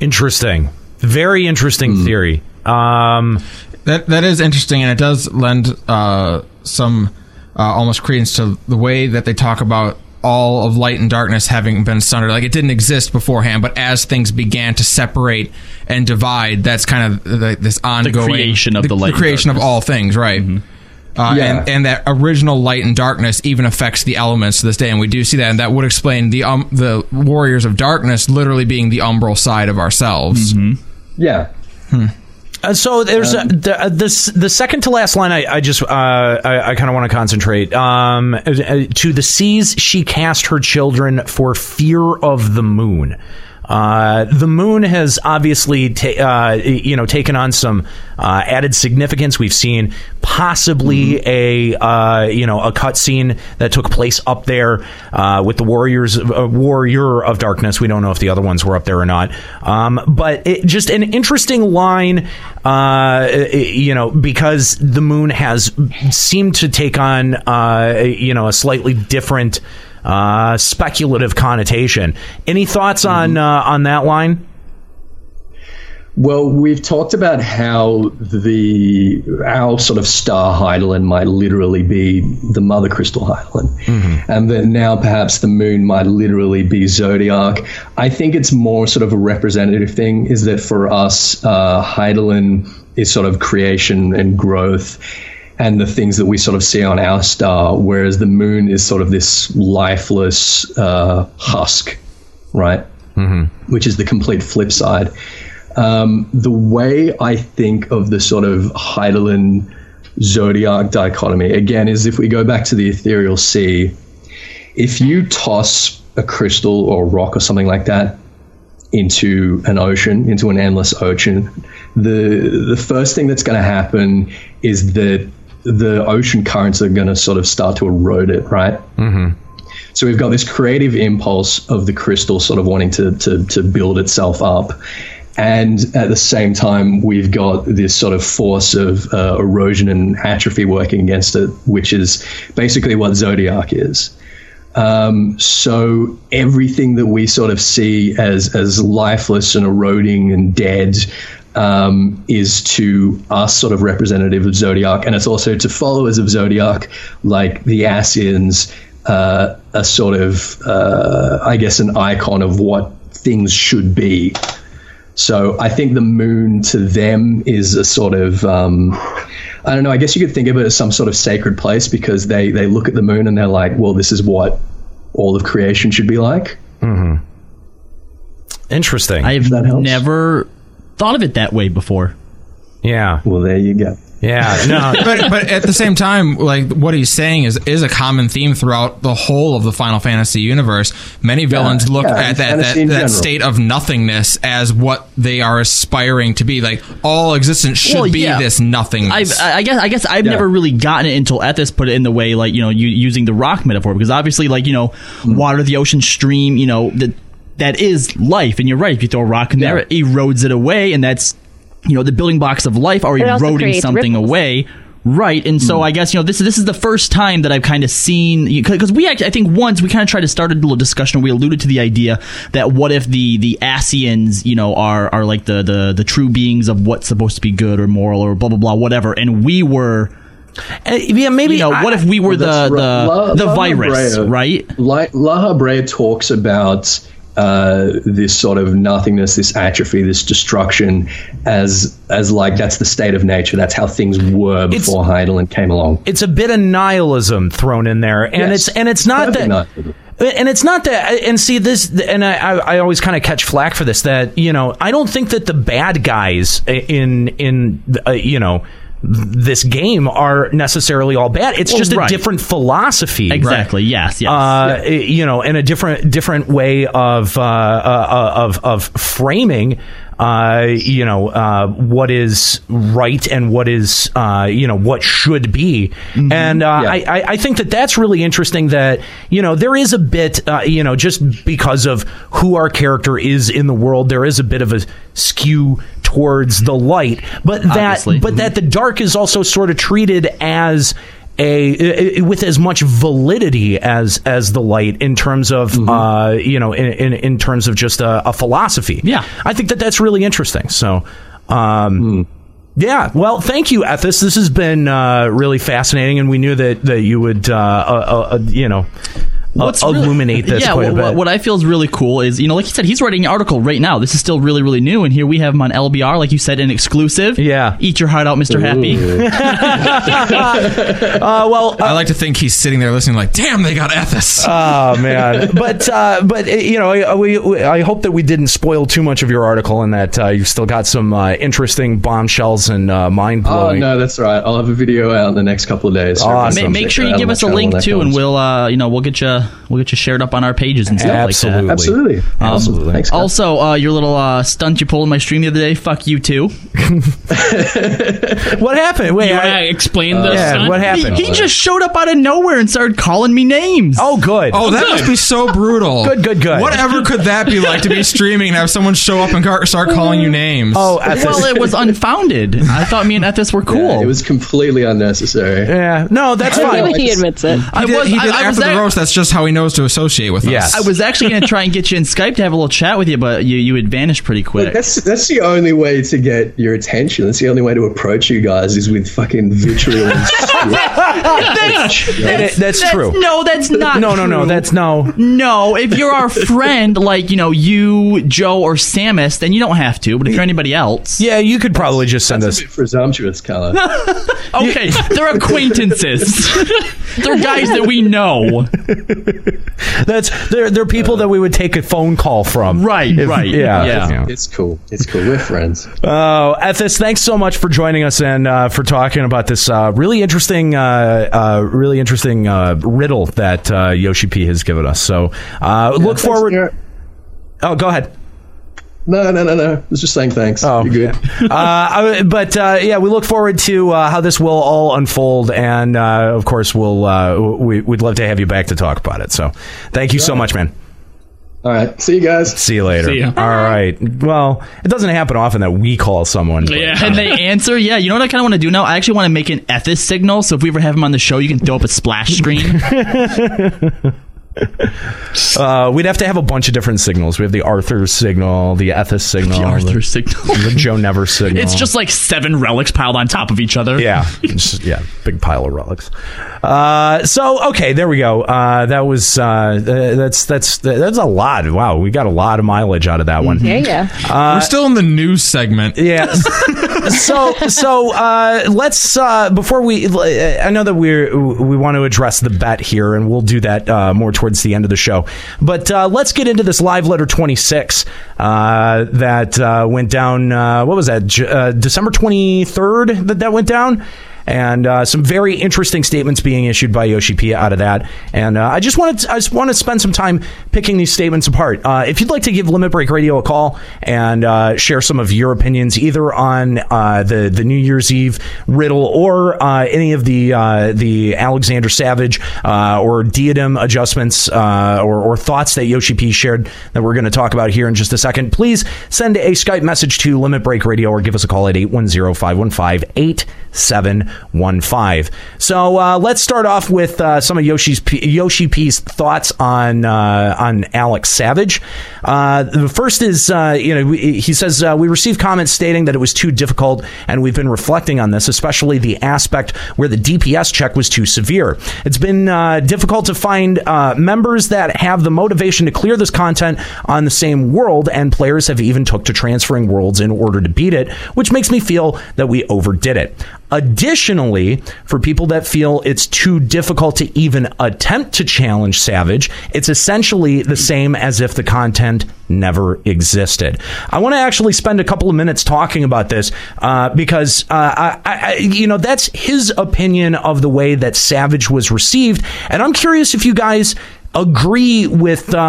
Speaker 9: interesting, very interesting
Speaker 8: Mm.
Speaker 9: theory. Um,
Speaker 11: that that is interesting, and it does lend uh, some uh, almost credence to the way that they talk about all of light and darkness having been sundered. Like it didn't exist beforehand, but as things began to separate and divide, that's kind of the, this ongoing
Speaker 12: creation of the light and
Speaker 11: creation of
Speaker 12: darkness. Mm-hmm.
Speaker 11: all things, right? Uh,
Speaker 12: Yeah.
Speaker 11: and, and that original light and darkness even affects the elements to this day, and we do see that, and that would explain the um, the warriors of darkness literally being the umbral side of
Speaker 12: Mm-hmm.
Speaker 11: ourselves.
Speaker 8: Yeah,
Speaker 9: Uh, so there's a, the, uh, this the second to last line. I, I just uh, I, I kind of want to concentrate. Um, uh, uh, to the seas, she cast her children for fear of the moon. Uh, the moon has obviously ta- uh, you know taken on some uh, added significance. We've seen possibly a uh, you know a cutscene that took place up there uh, with the warriors uh, warrior of darkness. We don't know if the other ones were up there or not, um, but it, just an interesting line, uh, you know, because the moon has seemed to take on uh, you know a slightly different uh, speculative connotation. Any thoughts
Speaker 1: Mm-hmm.
Speaker 9: on uh, on that line?
Speaker 8: Well, we've talked about how the our sort of star Heidelin might literally be the mother crystal Heidelin, and that now perhaps the moon might literally be zodiac. I think it's more sort of a representative thing. Is that for us, uh, Heidelin is sort of creation and growth, and the things that we sort of see on our star, whereas the moon is sort of this lifeless uh, husk, right? Mm-hmm. Which is the complete flip side. Um, the way I think of the sort of Heidelin zodiac dichotomy, again, is if we go back to the ethereal sea, if you toss a crystal or rock or something like that into an ocean, into an endless ocean, the the first thing that's going to happen is that the ocean currents are going to sort of start to erode it, right?
Speaker 15: Mm-hmm.
Speaker 8: So we've got this creative impulse of the crystal sort of wanting to, to, to build itself up. And at the same time, we've got this sort of force of uh, erosion and atrophy working against it, which is basically what Zodiac is. Um, so everything that we sort of see as as lifeless and eroding and dead um, is to us sort of representative of Zodiac, and it's also to followers of Zodiac, like the Asians, uh, a sort of uh, I guess an icon of what things should be. So I think the moon to them is a sort of um, I don't know. I guess you could think of it as some sort of sacred place because they they look at the moon and they're like, well, this is what all of creation should be like.
Speaker 9: Mm-hmm. Interesting.
Speaker 1: I have never thought of it that way before.
Speaker 9: Yeah.
Speaker 8: Well, there you go.
Speaker 9: Yeah,
Speaker 1: [laughs]
Speaker 9: no.
Speaker 11: but but at the same time, like what he's saying is is a common theme throughout the whole of the Final Fantasy universe. Many villains look
Speaker 8: yeah,
Speaker 11: at
Speaker 8: and
Speaker 11: that
Speaker 8: fantasy
Speaker 11: that,
Speaker 8: in
Speaker 11: that
Speaker 8: general.
Speaker 11: state of nothingness as what they are aspiring to be. Like all existence should
Speaker 1: Well,
Speaker 11: be
Speaker 1: yeah.
Speaker 11: this nothingness.
Speaker 1: I, I guess I guess I've
Speaker 11: Yeah.
Speaker 1: never really gotten it until Ethis put it in the way like you know you, using the rock metaphor because obviously like you know water the ocean stream you know that that is life and you're right if you throw a rock in there it erodes it away and that's you know the building blocks of life are
Speaker 10: It also
Speaker 1: eroding
Speaker 10: creates
Speaker 1: something
Speaker 10: ripples.
Speaker 1: away right and so I guess you know this this is the first time that I've kind of seen because we actually I think once we kind of tried to start a little discussion we alluded to the idea that what if the the Asians you know are are like the the the true beings of what's supposed to be good or moral or blah blah blah whatever and we were
Speaker 9: Uh, yeah maybe
Speaker 1: you know what if we were the
Speaker 8: That's
Speaker 1: the,
Speaker 8: right. La-
Speaker 1: the
Speaker 8: La
Speaker 1: virus
Speaker 8: Habrea-
Speaker 1: right
Speaker 8: La, La Habrea talks about uh, this sort of nothingness, this atrophy, this destruction, as as like that's the state of nature. That's how things were before Heidelin came along.
Speaker 9: It's a bit of nihilism thrown in there, and
Speaker 8: Yes.
Speaker 9: it's and it's not
Speaker 8: Perfect
Speaker 9: that.
Speaker 8: nihilism.
Speaker 9: And it's not that, and see this, and I, I I always kind of catch flack for this. That you know, I don't think that the bad guys in in uh, you know this game are necessarily all bad. It's
Speaker 1: Well,
Speaker 9: just
Speaker 1: right.
Speaker 9: a different philosophy,
Speaker 1: Exactly, Yes. Yes.
Speaker 9: Uh, You know, and a different different way of uh, uh, of of framing. Uh, you know uh, what is right and what is uh, you know what should be,
Speaker 1: Mm-hmm.
Speaker 9: and uh, I, I I think that that's really interesting. That you know there is a bit uh, you know just because of who our character is in the world, there is a bit of a skew towards the light, but that
Speaker 1: Obviously.
Speaker 9: but that the dark is also sort of treated as a i- i- with as much validity as as the light in terms of
Speaker 1: Mm-hmm.
Speaker 9: uh, you know in, in in terms of just a, a philosophy. Yeah, I think that that's really interesting. So.
Speaker 1: Hmm.
Speaker 9: Um, Yeah, well, thank you, Ethis. This has been uh, really fascinating, and we knew that, that you would, uh, uh, uh, you know, uh,
Speaker 1: really-
Speaker 9: illuminate this
Speaker 1: yeah, what,
Speaker 9: quite a bit.
Speaker 1: what- what I feel is really cool is, you know, like you said, he's writing an article right now. This is still really, really new, and here we have him on LBR, like you said, an exclusive. Yeah. Eat your heart out, Mr. Happy.
Speaker 9: uh, well,
Speaker 11: I like to think he's sitting there listening, like, "Damn, they got Ethos."
Speaker 9: Oh man, but uh, but uh, you know, I- we, we, I hope that we didn't spoil too much of your article, and that uh, you've still got some uh, interesting bombshells and uh, mind
Speaker 8: Oh
Speaker 9: blowing.
Speaker 8: no, that's right. I'll have a video out in the next couple of days. So
Speaker 9: Awesome.
Speaker 1: Ma-
Speaker 8: everyone
Speaker 1: make
Speaker 8: check
Speaker 1: sure
Speaker 8: that
Speaker 1: you
Speaker 8: out
Speaker 1: give
Speaker 8: on
Speaker 1: us a
Speaker 8: my
Speaker 1: link
Speaker 8: channel
Speaker 1: too,
Speaker 8: when
Speaker 1: and
Speaker 8: that
Speaker 1: we'll, uh, you know, we'll get you, we'll get you shared up on our pages and stuff
Speaker 9: Absolutely.
Speaker 1: like that.
Speaker 9: Absolutely.
Speaker 1: Um,
Speaker 9: Absolutely. Thanks, guys.
Speaker 1: also, uh, your little uh, stunt you pulled in my stream the other day. Fuck you too.
Speaker 9: what happened? Wait,
Speaker 14: you want to explain the
Speaker 1: yeah,
Speaker 14: stunt?
Speaker 1: what happened? He, just showed up out of nowhere and started calling me names.
Speaker 9: Oh, good.
Speaker 11: Oh, that
Speaker 1: Good.
Speaker 11: must be so brutal.
Speaker 1: Good, good, good.
Speaker 11: Whatever could that be like to be streaming and have someone show up and gar- start calling you names?
Speaker 9: Oh,
Speaker 1: well, it was unfounded. I thought me and Ethis
Speaker 11: [laughs]
Speaker 1: were cool.
Speaker 8: it was completely unnecessary.
Speaker 9: Yeah, no,
Speaker 1: that's fine.
Speaker 10: he admits it.
Speaker 1: I
Speaker 11: He did,
Speaker 1: was-
Speaker 11: he did
Speaker 1: I- I was
Speaker 11: after the
Speaker 1: act-
Speaker 11: roast. That's just how he knows to associate with
Speaker 1: [laughs]
Speaker 11: us.
Speaker 1: I was actually going to try and get you in Skype to have a little chat with you, but you you had vanished pretty quick.
Speaker 8: Look, that's that's the only way to get your attention. That's the only way to approach you guys is with fucking vitriol. and
Speaker 1: [laughs] that's,
Speaker 9: That's- that's true.
Speaker 1: No, that's not.
Speaker 9: No, no, no,
Speaker 1: true.
Speaker 9: that's no.
Speaker 1: No, if you're our friend, like you know, you, Joe, or Samus, then you don't have to. But if you're anybody else,
Speaker 9: yeah, you could probably just send us
Speaker 8: presumptuous, Carla.
Speaker 1: okay, they're acquaintances. they're guys that we know.
Speaker 9: That's they're they're people that we would take a phone call from.
Speaker 12: Right,
Speaker 9: If-
Speaker 12: right,
Speaker 9: Yeah.
Speaker 12: yeah.
Speaker 9: yeah.
Speaker 8: It's cool. It's cool. We're friends.
Speaker 9: Oh, Ethis, thanks so much for joining us and uh, for talking about this uh, really interesting, uh, uh, really interesting uh, riddle that uh, Yoshi P has given us. So uh, look forward. Oh, go ahead.
Speaker 8: No, no, no, no. I was just saying thanks.
Speaker 9: Oh,
Speaker 8: You're good.
Speaker 9: uh, I- but uh, yeah, we look forward to uh, how this will all unfold, and uh, of course, we'll uh, we, we'd love to have you back to talk about it. So, thank you so much, man.
Speaker 8: All right. See you guys.
Speaker 9: See you later.
Speaker 12: See ya.
Speaker 9: All right. Well, it doesn't happen often that we call someone. but-
Speaker 12: And they answer, yeah. You know what I kind of want to do now? I actually want to make an Ethis signal. So if we ever have him on the show, you can throw up a splash
Speaker 9: [laughs]
Speaker 12: screen.
Speaker 9: Uh, we'd have to have a bunch of different signals. We have the Arthur signal, the Ethis signal, the Arthur
Speaker 12: signal,
Speaker 9: [laughs] the Joe Never signal.
Speaker 12: It's just like seven relics piled on top of each other.
Speaker 9: Yeah. It's- yeah, big pile of relics. Uh, so okay, there we go. Uh, that was uh, th- that's that's that's a lot. Wow, we got a lot of mileage out of that
Speaker 12: Mm-hmm.
Speaker 9: one.
Speaker 10: yeah.
Speaker 9: Uh,
Speaker 11: We're still in the news segment.
Speaker 12: [laughs]
Speaker 9: Yeah. so so uh, let's uh, before we uh, I know that we we want to address the bet here and we'll do that uh, more towards the end of the show but uh, let's get into this live letter 26 uh, that uh, went down uh, what was that J- uh, December 23rd that that went down and uh, some very interesting statements being issued by Yoshi P out of that. And uh, I just wanted to, I just want to spend some time picking these statements apart. Uh, if you'd like to give Limit Break Radio a call and uh, share some of your opinions either on uh, the the New Year's Eve riddle or uh, any of the uh, the Alexander Savage uh, or Diadem adjustments uh, or, or thoughts that Yoshi P shared that we're going to talk about here in just a second, please send a Skype message to Limit Break Radio or give us a call at 810-515-8715. So uh, let's start off with uh, some of Yoshi's P- Yoshi P's thoughts on uh, on Alex Savage. Uh, the first is uh, you know we, he says uh, we received comments stating that it was too difficult, and we've been reflecting on this, especially the aspect where the DPS check was too severe. It's been uh, difficult to find uh, members that have the motivation to clear this content on the same world, and players have even took to transferring worlds in order to beat it, which makes me feel that we overdid it. Additionally, for people that feel it's too difficult to even attempt to challenge Savage, it's essentially the same as if the content never existed. I want to actually spend a couple of minutes talking about this uh, because uh, I, I, you know, that's his opinion of the way that Savage was received, and I'm curious if you guys agree with uh,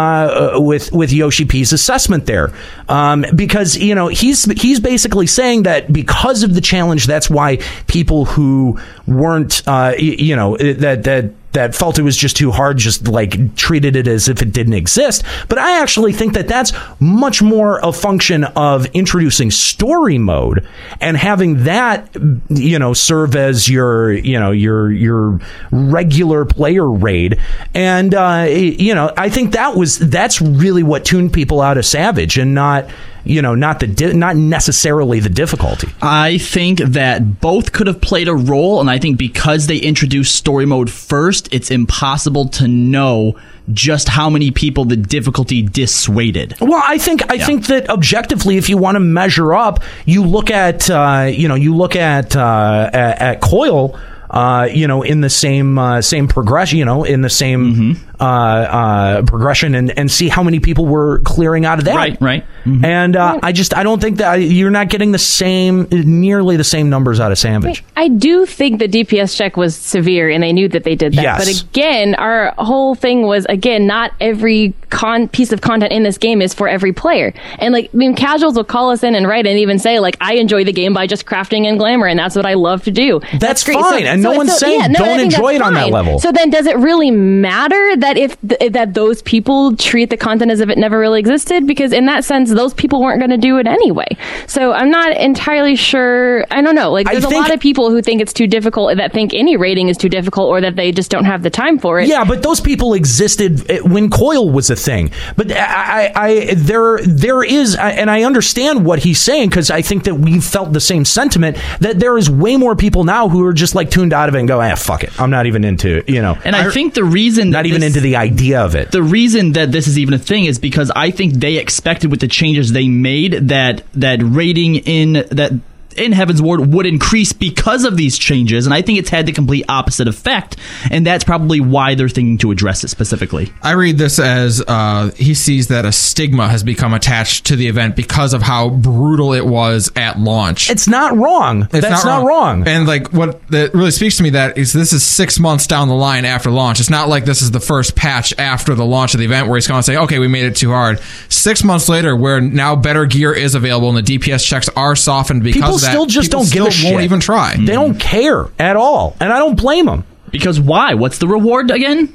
Speaker 9: uh, with with Yoshi P's assessment there, um, because you know he's he's basically saying that because of the challenge, that's why people who weren't uh, y- you know that that. That felt it was just too hard, just like treated it as if it didn't exist. But I actually think that that's much more a function of introducing story mode and having that, you know, serve as your, you know, your your regular player raid. And uh, you know, I think that was that's really what tuned people out of Savage, and not you know not the di- not necessarily the difficulty.
Speaker 12: I think that both could have played a role, and I think because they introduced story mode first, it's impossible to know just how many people the difficulty dissuaded.
Speaker 9: Well, I think I think that objectively, if you want to measure up, you look at uh, you know you look at uh, at, at Coil. Uh, you know, in the same uh, same progression, you know, in the same uh, uh, progression, and, and see how many people were clearing out of that. Right,
Speaker 12: right.
Speaker 9: And uh, I just I don't think that you're not getting the same, nearly the same numbers out of Sandwich.
Speaker 10: I do think the DPS check was severe, and they knew that they did that.
Speaker 9: Yes.
Speaker 10: But again, our whole thing was again, not every con- piece of content in this game is for every player. And like, I mean, casuals will call us in and write and even say like, "I enjoy the game by just crafting and glamour, and that's what I love to do." That's, great.
Speaker 9: fine, and no one's saying
Speaker 10: I
Speaker 9: don't
Speaker 10: think
Speaker 9: enjoy
Speaker 10: that's
Speaker 9: it on that
Speaker 10: fine.
Speaker 9: level.
Speaker 10: So then, does it really matter that if th- that those people treat the content as if it never really existed? Because in that sense, those people weren't going to do it anyway. So I'm not entirely sure. I don't know. Like,
Speaker 9: I
Speaker 10: there's a
Speaker 9: think-
Speaker 10: lot of people who think it's too difficult, that think any rating is too difficult, or that they just don't have the time for it.
Speaker 9: Yeah, but those people existed eh, when coil was a thing. But I, I, I there, there is, I- and I understand what he's saying because I think that we felt the same sentiment that there is way more people now who are just like tuned out of it and go, ah, fuck it, I'm not even into, it," you know.
Speaker 12: And I, think the reason
Speaker 9: not even into the idea of it.
Speaker 12: The reason that this is even a thing is because I think they expected with the changes they made that that rating in that
Speaker 1: in Heaven's Ward would increase because of these changes, and I think it's had the complete opposite effect, and that's probably why they're thinking to address it specifically.
Speaker 11: I read this as uh, he sees that a stigma has become attached to the event because of how brutal it was at launch.
Speaker 9: It's not wrong. That's not
Speaker 11: And like what that really speaks to me that is this is six months down the line after launch. It's not like this is the first patch after the launch of the event where he's going to say, "Okay, we made it too hard." Six months later, where now better gear is available and the DPS checks are softened because
Speaker 9: people
Speaker 11: of that,
Speaker 9: still just
Speaker 11: people
Speaker 9: don't give a
Speaker 11: still won't
Speaker 9: shit.
Speaker 11: even try. Mm-hmm.
Speaker 9: They don't care at all, and I don't blame them.
Speaker 1: Because why? What's the reward again?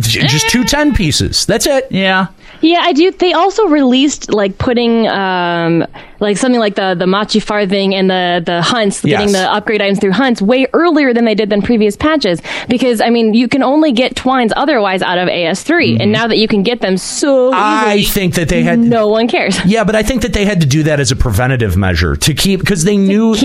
Speaker 9: just
Speaker 12: Eh.
Speaker 9: two ten pieces. That's it.
Speaker 1: Yeah.
Speaker 10: Yeah, I do. They also released like putting um, like something like the the machi farthing and the the hunts, getting
Speaker 16: Yes.
Speaker 10: the upgrade items through hunts way earlier than they did than previous patches. Because I mean, you can only get twines otherwise out of AS3, and now that you can get them so
Speaker 9: Mm-hmm. I think that they had
Speaker 10: no one cares.
Speaker 9: Yeah, but I think that they had to do that as a preventative measure to keep because they knew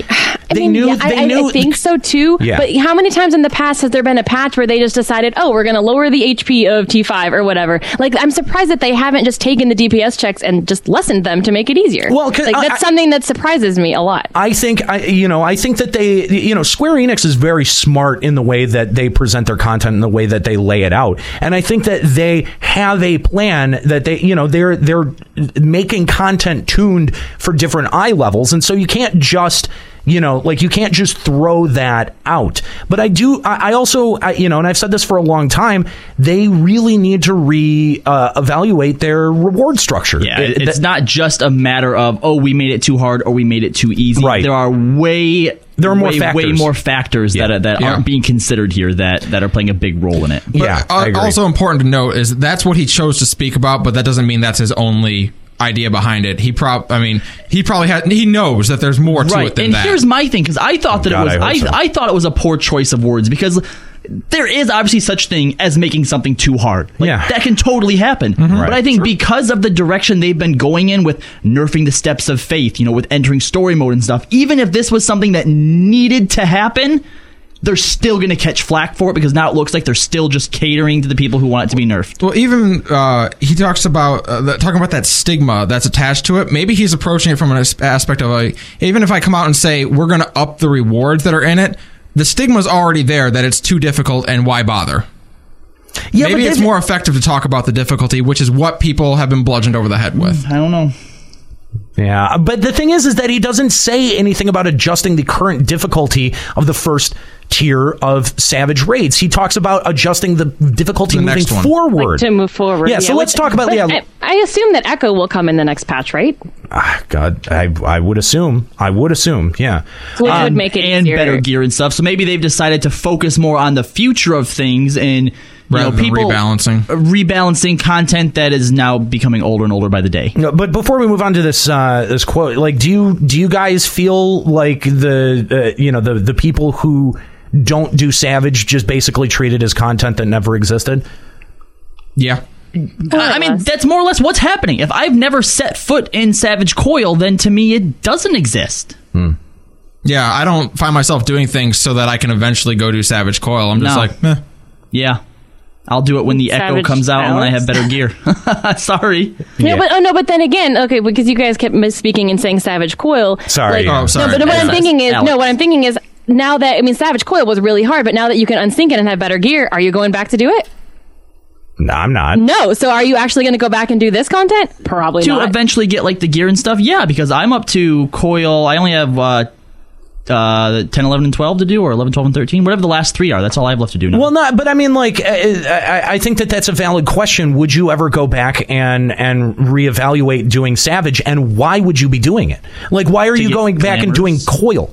Speaker 9: they knew
Speaker 10: Yeah, [sighs] I-
Speaker 9: they
Speaker 10: I,
Speaker 9: knew
Speaker 10: I think so too.
Speaker 9: Yeah.
Speaker 10: But how many times in the past has there been a patch where they just decided, oh, we're going to lower the HP of T5 or whatever? Like, I'm surprised that they haven't just taken the DPS checks and just lessened them to make it easier. Well, like, that's something that surprises me a lot.
Speaker 9: I think I you know I think that they you know Square Enix is very smart in the way that they present their content and the way that they lay it out. And I think that they have a plan that they you know they're they're making content tuned for different eye levels and so you can't just you know like you can't just throw that out but i do i, I also I, you know and i've said this for a long time they really need to re uh, evaluate their reward structure
Speaker 1: Yeah,
Speaker 9: It-
Speaker 1: it- it's
Speaker 9: that-
Speaker 1: not just a matter of oh, we made it too hard or we made it too easy. Right. There are way there
Speaker 9: are more
Speaker 1: way, way
Speaker 9: factors.
Speaker 1: more factors that that
Speaker 11: Yeah.
Speaker 1: aren't being considered here that that are playing a big role in it.
Speaker 11: uh, also important to note is that's what he chose to speak about, but that doesn't mean that's his only idea behind it. He prob I mean, he probably had he knows that there's more to
Speaker 1: right.
Speaker 11: it than
Speaker 1: and
Speaker 11: that. Oh
Speaker 1: here's my thing because I thought that
Speaker 11: God,
Speaker 1: it
Speaker 11: I
Speaker 1: was
Speaker 11: hope
Speaker 1: I, I thought it was a poor choice of words because there is obviously such thing as making something too hard. Like,
Speaker 9: Yeah.
Speaker 1: that can totally happen.
Speaker 11: Mm-hmm.
Speaker 1: But I think because of the direction they've been going in with nerfing the steps of faith, you know, with entering story mode and stuff, even if this was something that needed to happen. They're still going to catch flack for it because now it looks like they're still just catering to the people who want it to be nerfed.
Speaker 11: Well, even uh, he talks about uh, the, talking about that stigma that's attached to it. Maybe he's approaching it from an as- aspect of like, even if I come out and say we're going to up the rewards that are in it, the stigma's already there that it's too difficult and why bother.
Speaker 9: Yeah, but
Speaker 11: Maybe it's
Speaker 9: they've-
Speaker 11: more effective to talk about the difficulty, which is what people have been bludgeoned over the head with.
Speaker 1: I don't know.
Speaker 9: Yeah, but the thing is, is that he doesn't say anything about adjusting the current difficulty of the first tier of Savage raids. He talks about adjusting the difficulty moving
Speaker 10: next one.
Speaker 9: forward.
Speaker 10: to move forward.
Speaker 9: Yeah, so let's
Speaker 10: which-
Speaker 9: talk about
Speaker 10: but
Speaker 9: yeah.
Speaker 10: I, I assume that Echo will come in the next patch, right?
Speaker 9: ah, God, I I would assume. I would assume. Yeah.
Speaker 10: Which
Speaker 9: Um,
Speaker 10: would make it
Speaker 1: Um, and
Speaker 10: easier.
Speaker 1: better gear and stuff. So maybe they've decided to focus more on the future of things and Mm-hmm. you
Speaker 11: Rather
Speaker 1: know,
Speaker 11: than
Speaker 1: people
Speaker 11: rebalancing.
Speaker 1: rebalancing content that is now becoming older and older by the day.
Speaker 9: No, but before we move on to this uh, this quote, like, do you do you guys feel like the uh, you know the the people who don't do Savage just basically treat it as content that never existed?
Speaker 11: Yeah.
Speaker 1: I mean, that's more or less what's happening. If I've never set foot in Savage Coil, then to me it doesn't exist.
Speaker 11: Yeah, I don't find myself doing things so that I can eventually go do Savage Coil. I'm just
Speaker 1: No.
Speaker 11: like, meh. Oh,
Speaker 1: Yeah. I'll do it when the Echo
Speaker 10: Savage
Speaker 1: comes out and when I
Speaker 10: Alex?
Speaker 1: have better gear. [laughs] Sorry.
Speaker 10: No, but oh no, but then again, okay, because you guys kept misspeaking and saying Savage Coil.
Speaker 1: Sorry. Oh, sorry.
Speaker 10: No, but what I'm
Speaker 1: Alex.
Speaker 10: thinking is
Speaker 1: Alex.
Speaker 10: no, what I'm thinking is now that I mean Savage Coil was really hard, but now that you can unsync it and have better gear, are you going back to do it?
Speaker 9: No, I'm not.
Speaker 10: No. So are you actually going to go back and do this content? Probably
Speaker 1: to
Speaker 10: not.
Speaker 1: eventually get like the gear and stuff yeah because i'm up to coil i only have uh uh 10 11 and 12 to do or 11 12 and 13 whatever the last three are that's all i have left to do now
Speaker 9: Well, not, but I mean, like, I, I, I think that that's a valid question. Would you ever go back and and reevaluate doing Savage, and why would you be doing it? Like, why are you going back and doing Coil?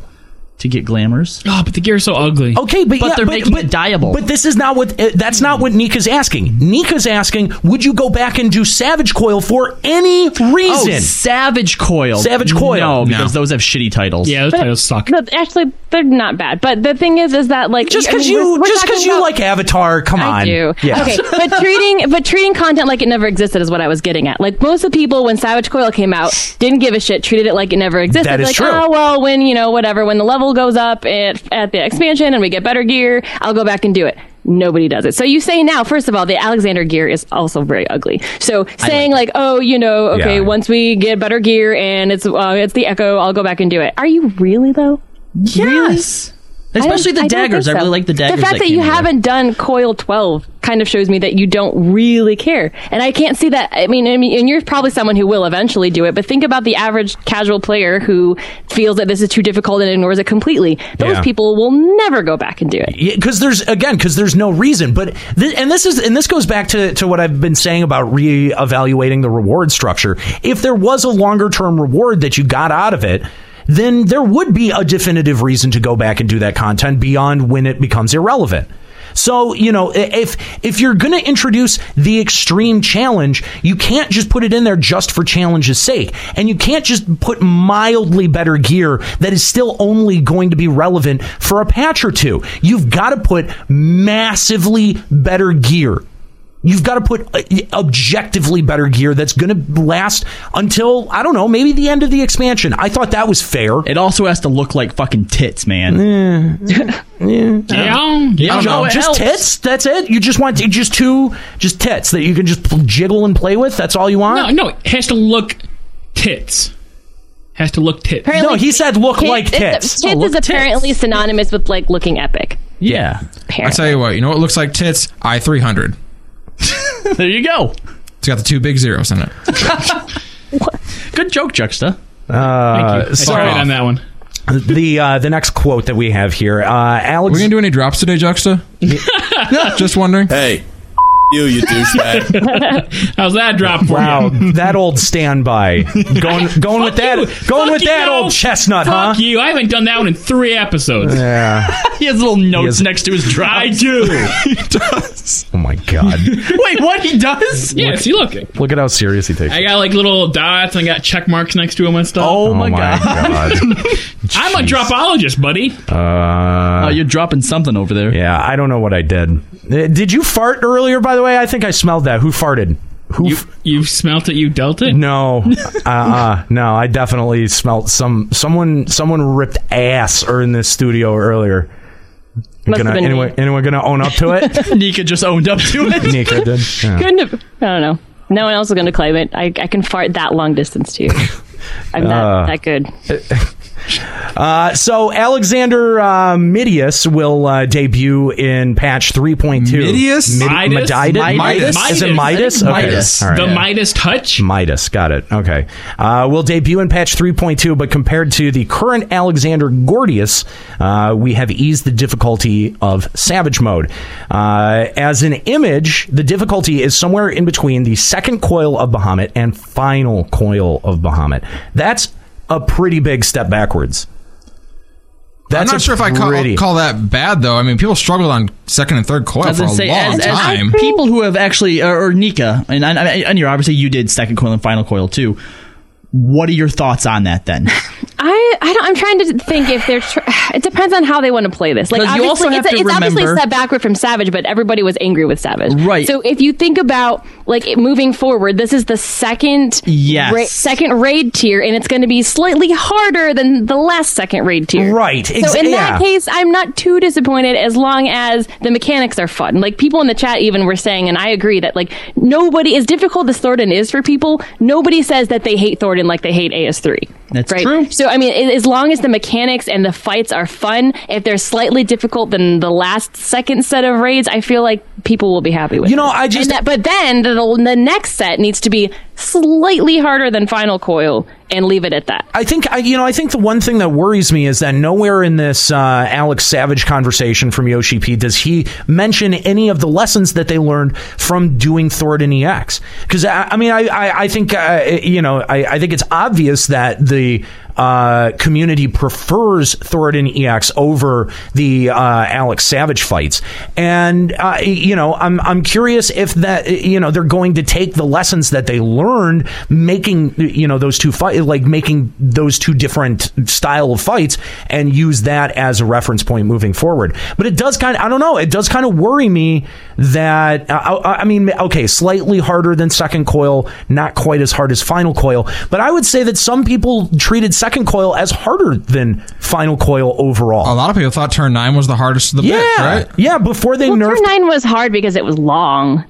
Speaker 1: To get glamours.
Speaker 14: Oh, but the gear's so ugly.
Speaker 9: Okay, but,
Speaker 1: But
Speaker 9: yeah,
Speaker 1: they're making it dyeable.
Speaker 9: But this is not what uh, that's not what Nika's asking. Nika's asking, would you go back and do Savage Coil for any reason?
Speaker 1: Oh, Savage Coil.
Speaker 9: Savage Coil.
Speaker 1: No, because those have shitty titles. Yeah,
Speaker 10: But- but actually, they're not bad. But the thing is, is that like
Speaker 9: just
Speaker 10: I mean,
Speaker 9: because
Speaker 10: we're-
Speaker 9: you
Speaker 10: we're
Speaker 9: just
Speaker 10: talking
Speaker 9: because you
Speaker 10: about-
Speaker 9: like Avatar, come on.
Speaker 10: I do.
Speaker 9: Yeah.
Speaker 10: Okay, but treating but treating content like it never existed is what I was getting at. Like most of the people when Savage Coil came out didn't give a shit, treated it like it never existed.
Speaker 16: That is
Speaker 10: like,
Speaker 16: true.
Speaker 10: oh well, when you know whatever, when the level goes up at, at the expansion and we get better gear, I'll go back and do it. Nobody does it. So you say now, first of all, the Alexander gear is also very ugly. So saying like, oh, you know, okay,
Speaker 2: Yeah.
Speaker 10: once we get better gear and it's uh, it's the Echo, I'll go back and do it. Are you really though?
Speaker 12: Yes.
Speaker 10: Really?
Speaker 12: Especially the
Speaker 10: I don't- don't
Speaker 12: daggers.
Speaker 10: think
Speaker 12: I really like the daggers
Speaker 10: The fact
Speaker 12: that
Speaker 10: that, you
Speaker 12: came out.
Speaker 10: haven't done coil twelve kind of shows me that you don't really care. And I can't see that. I mean, I mean, and you're probably someone who will eventually do it. But think about the average casual player who feels that this is too difficult and ignores it completely. Those
Speaker 9: Yeah.
Speaker 10: people will never go back and do it.
Speaker 9: because there's again because there's no reason but th- and this is and this goes back to, to what i've been saying about reevaluating the reward structure if there was a longer term reward that you got out of it then there would be a definitive reason to go back and do that content beyond when it becomes irrelevant so you know i- if if you're going to introduce the extreme challenge, you can't just put it in there just for challenge's sake, and you can't just put mildly better gear that is still only going to be relevant for a patch or two. You've got to put massively better gear. You've got to put uh, objectively better gear that's going to last until I don't know, maybe the end of the expansion. I thought that was fair.
Speaker 12: It also has to look like fucking tits, man.
Speaker 9: Yeah.
Speaker 12: Yeah.
Speaker 9: I don't know.
Speaker 12: It
Speaker 9: Just
Speaker 12: helps.
Speaker 9: tits. That's it. You just want just two, just tits that you can just pl- jiggle and play with. That's all you want.
Speaker 14: No, no, it has to look tits. Has to look tits.
Speaker 9: no, he said look like tits.
Speaker 10: Tits is apparently synonymous with like looking epic.
Speaker 9: Yeah.
Speaker 11: I tell you what, you know what looks like tits? I three hundred.
Speaker 12: there you go.
Speaker 11: It's got the two big zeros in it.
Speaker 12: Good joke, Juxta.
Speaker 9: Uh,
Speaker 11: Thank you. Sorry on that
Speaker 14: one.
Speaker 9: The uh, the next quote that we have here, uh, Alex. We're gonna
Speaker 11: do any drops today, Juxta. [laughs] Just wondering.
Speaker 9: Hey,
Speaker 3: You, you douchebag.
Speaker 14: How's that drop
Speaker 9: [laughs]
Speaker 14: for
Speaker 9: wow, that old standby. Going going with that going with that old chestnut,
Speaker 14: Fuck
Speaker 9: huh? Uh,
Speaker 14: you. I haven't done that one in three episodes.
Speaker 9: Yeah.
Speaker 12: he has little notes next to his drop. [laughs]
Speaker 14: I do.
Speaker 9: Oh my god.
Speaker 12: Wait, what? He does?
Speaker 14: Yeah, see, look.
Speaker 9: Look at how serious he takes.
Speaker 14: I got like little dots and I got check marks next to him and stuff. Oh,
Speaker 9: my my God.
Speaker 14: I'm a dropologist, buddy.
Speaker 9: Uh,
Speaker 12: oh, you're dropping something over there.
Speaker 9: Yeah, I don't know what I did. Uh, Did you fart earlier? By the way, I think I smelled that. Who farted? Who? You,
Speaker 14: you smelt it. You dealt it.
Speaker 9: No,
Speaker 10: [laughs]
Speaker 9: uh, uh, no. I definitely smelt some someone. Someone ripped ass or in this studio earlier.
Speaker 10: Must have
Speaker 9: Gonna,
Speaker 10: been
Speaker 9: anyone,
Speaker 10: me.
Speaker 9: anyone gonna own up to
Speaker 10: [laughs]
Speaker 9: it?
Speaker 12: Nika just owned up to it.
Speaker 9: Nika did. Yeah.
Speaker 10: Couldn't have. I don't know. No one else is going to claim it. I, I can fart that long distance
Speaker 9: [laughs]
Speaker 10: to you. I'm not
Speaker 9: Uh.
Speaker 10: that good.
Speaker 9: Uh, so Alexander uh, Midius will uh, debut in patch 3.2.
Speaker 11: Midius?
Speaker 9: Mid-
Speaker 11: Midas?
Speaker 9: Medidus?
Speaker 11: Midas.
Speaker 9: Is it Midas?
Speaker 11: I think
Speaker 9: Okay.
Speaker 11: Midas.
Speaker 9: [laughs] All right.
Speaker 11: The
Speaker 14: Midas Touch?
Speaker 9: Midas. Got it. Okay. Uh, will debut in patch 3.2, but compared to the current Alexander Gordius, uh, we have eased the difficulty of Savage Mode. Uh, as an image, the difficulty is somewhere in between the second coil of Bahamut and final coil of Bahamut. That's a pretty big step backwards. That's
Speaker 11: I'm
Speaker 9: a
Speaker 11: not sure if I
Speaker 9: pretty-
Speaker 11: call, call that bad though. I mean, people struggled on second and third coil
Speaker 12: As
Speaker 11: for
Speaker 12: I
Speaker 11: a
Speaker 12: say,
Speaker 11: long
Speaker 12: as, as
Speaker 11: time.
Speaker 12: people who have actually, or, or Nika, and, and, and you're obviously you did second coil and final coil too. What are your thoughts on that then?
Speaker 10: I, I don't, I'm trying to think if they're. Tr- [sighs] it depends on how they want to play this. Like
Speaker 12: 'Cause
Speaker 10: obviously,
Speaker 12: you also have
Speaker 10: it's, a-
Speaker 12: to
Speaker 10: it's obviously a
Speaker 12: remember-
Speaker 10: step backward from Savage, but everybody was angry with Savage.
Speaker 12: Right.
Speaker 10: So if you think about like it moving forward, this is the second
Speaker 12: Yes.
Speaker 10: second raid tier, and it's going to be slightly harder than the last second raid tier.
Speaker 9: Right.
Speaker 10: so
Speaker 9: Exa-
Speaker 10: in
Speaker 9: yeah.
Speaker 10: that case, I'm not too disappointed as long as the mechanics are fun. Like people in the chat even were saying, and I agree that like nobody as difficult as Thornton is for people, nobody says that they hate Thornton like they hate AS3.
Speaker 12: That's
Speaker 10: right?
Speaker 12: true.
Speaker 10: So I mean, a- as long as the mechanics and the fights are fun, if they're slightly difficult than the last second set of raids, I feel like people will be happy with. You know,
Speaker 9: I just
Speaker 10: that, but then the, the next set needs to be slightly harder than Final Coil, and leave it at that.
Speaker 9: I think I, you know. I think the one thing that worries me is that nowhere in this uh, Alex Savage conversation from Yoshi P does he mention any of the lessons that they learned from doing E Thord and EX. Because uh, I, I mean, I I, I think uh, you know I, I think it's obvious that the uh, community prefers Thoradin EX over the uh, Alex Savage fights, and uh, you know I'm I'm curious if that you know they're going to take the lessons that they learned making you know those two fight like making those two different style of fights and use that as a reference point moving forward. But it does kind of I don't know it does kind of worry me that I, I, I mean okay slightly harder than second coil, not quite as hard as final coil, but I would say that some people treated second coil as harder than final coil overall.
Speaker 11: A lot of people thought turn nine was the hardest of the
Speaker 9: yeah,
Speaker 11: bits, Oh, right?
Speaker 9: Yeah, before they nerfed
Speaker 10: Turn nine was hard because it was long,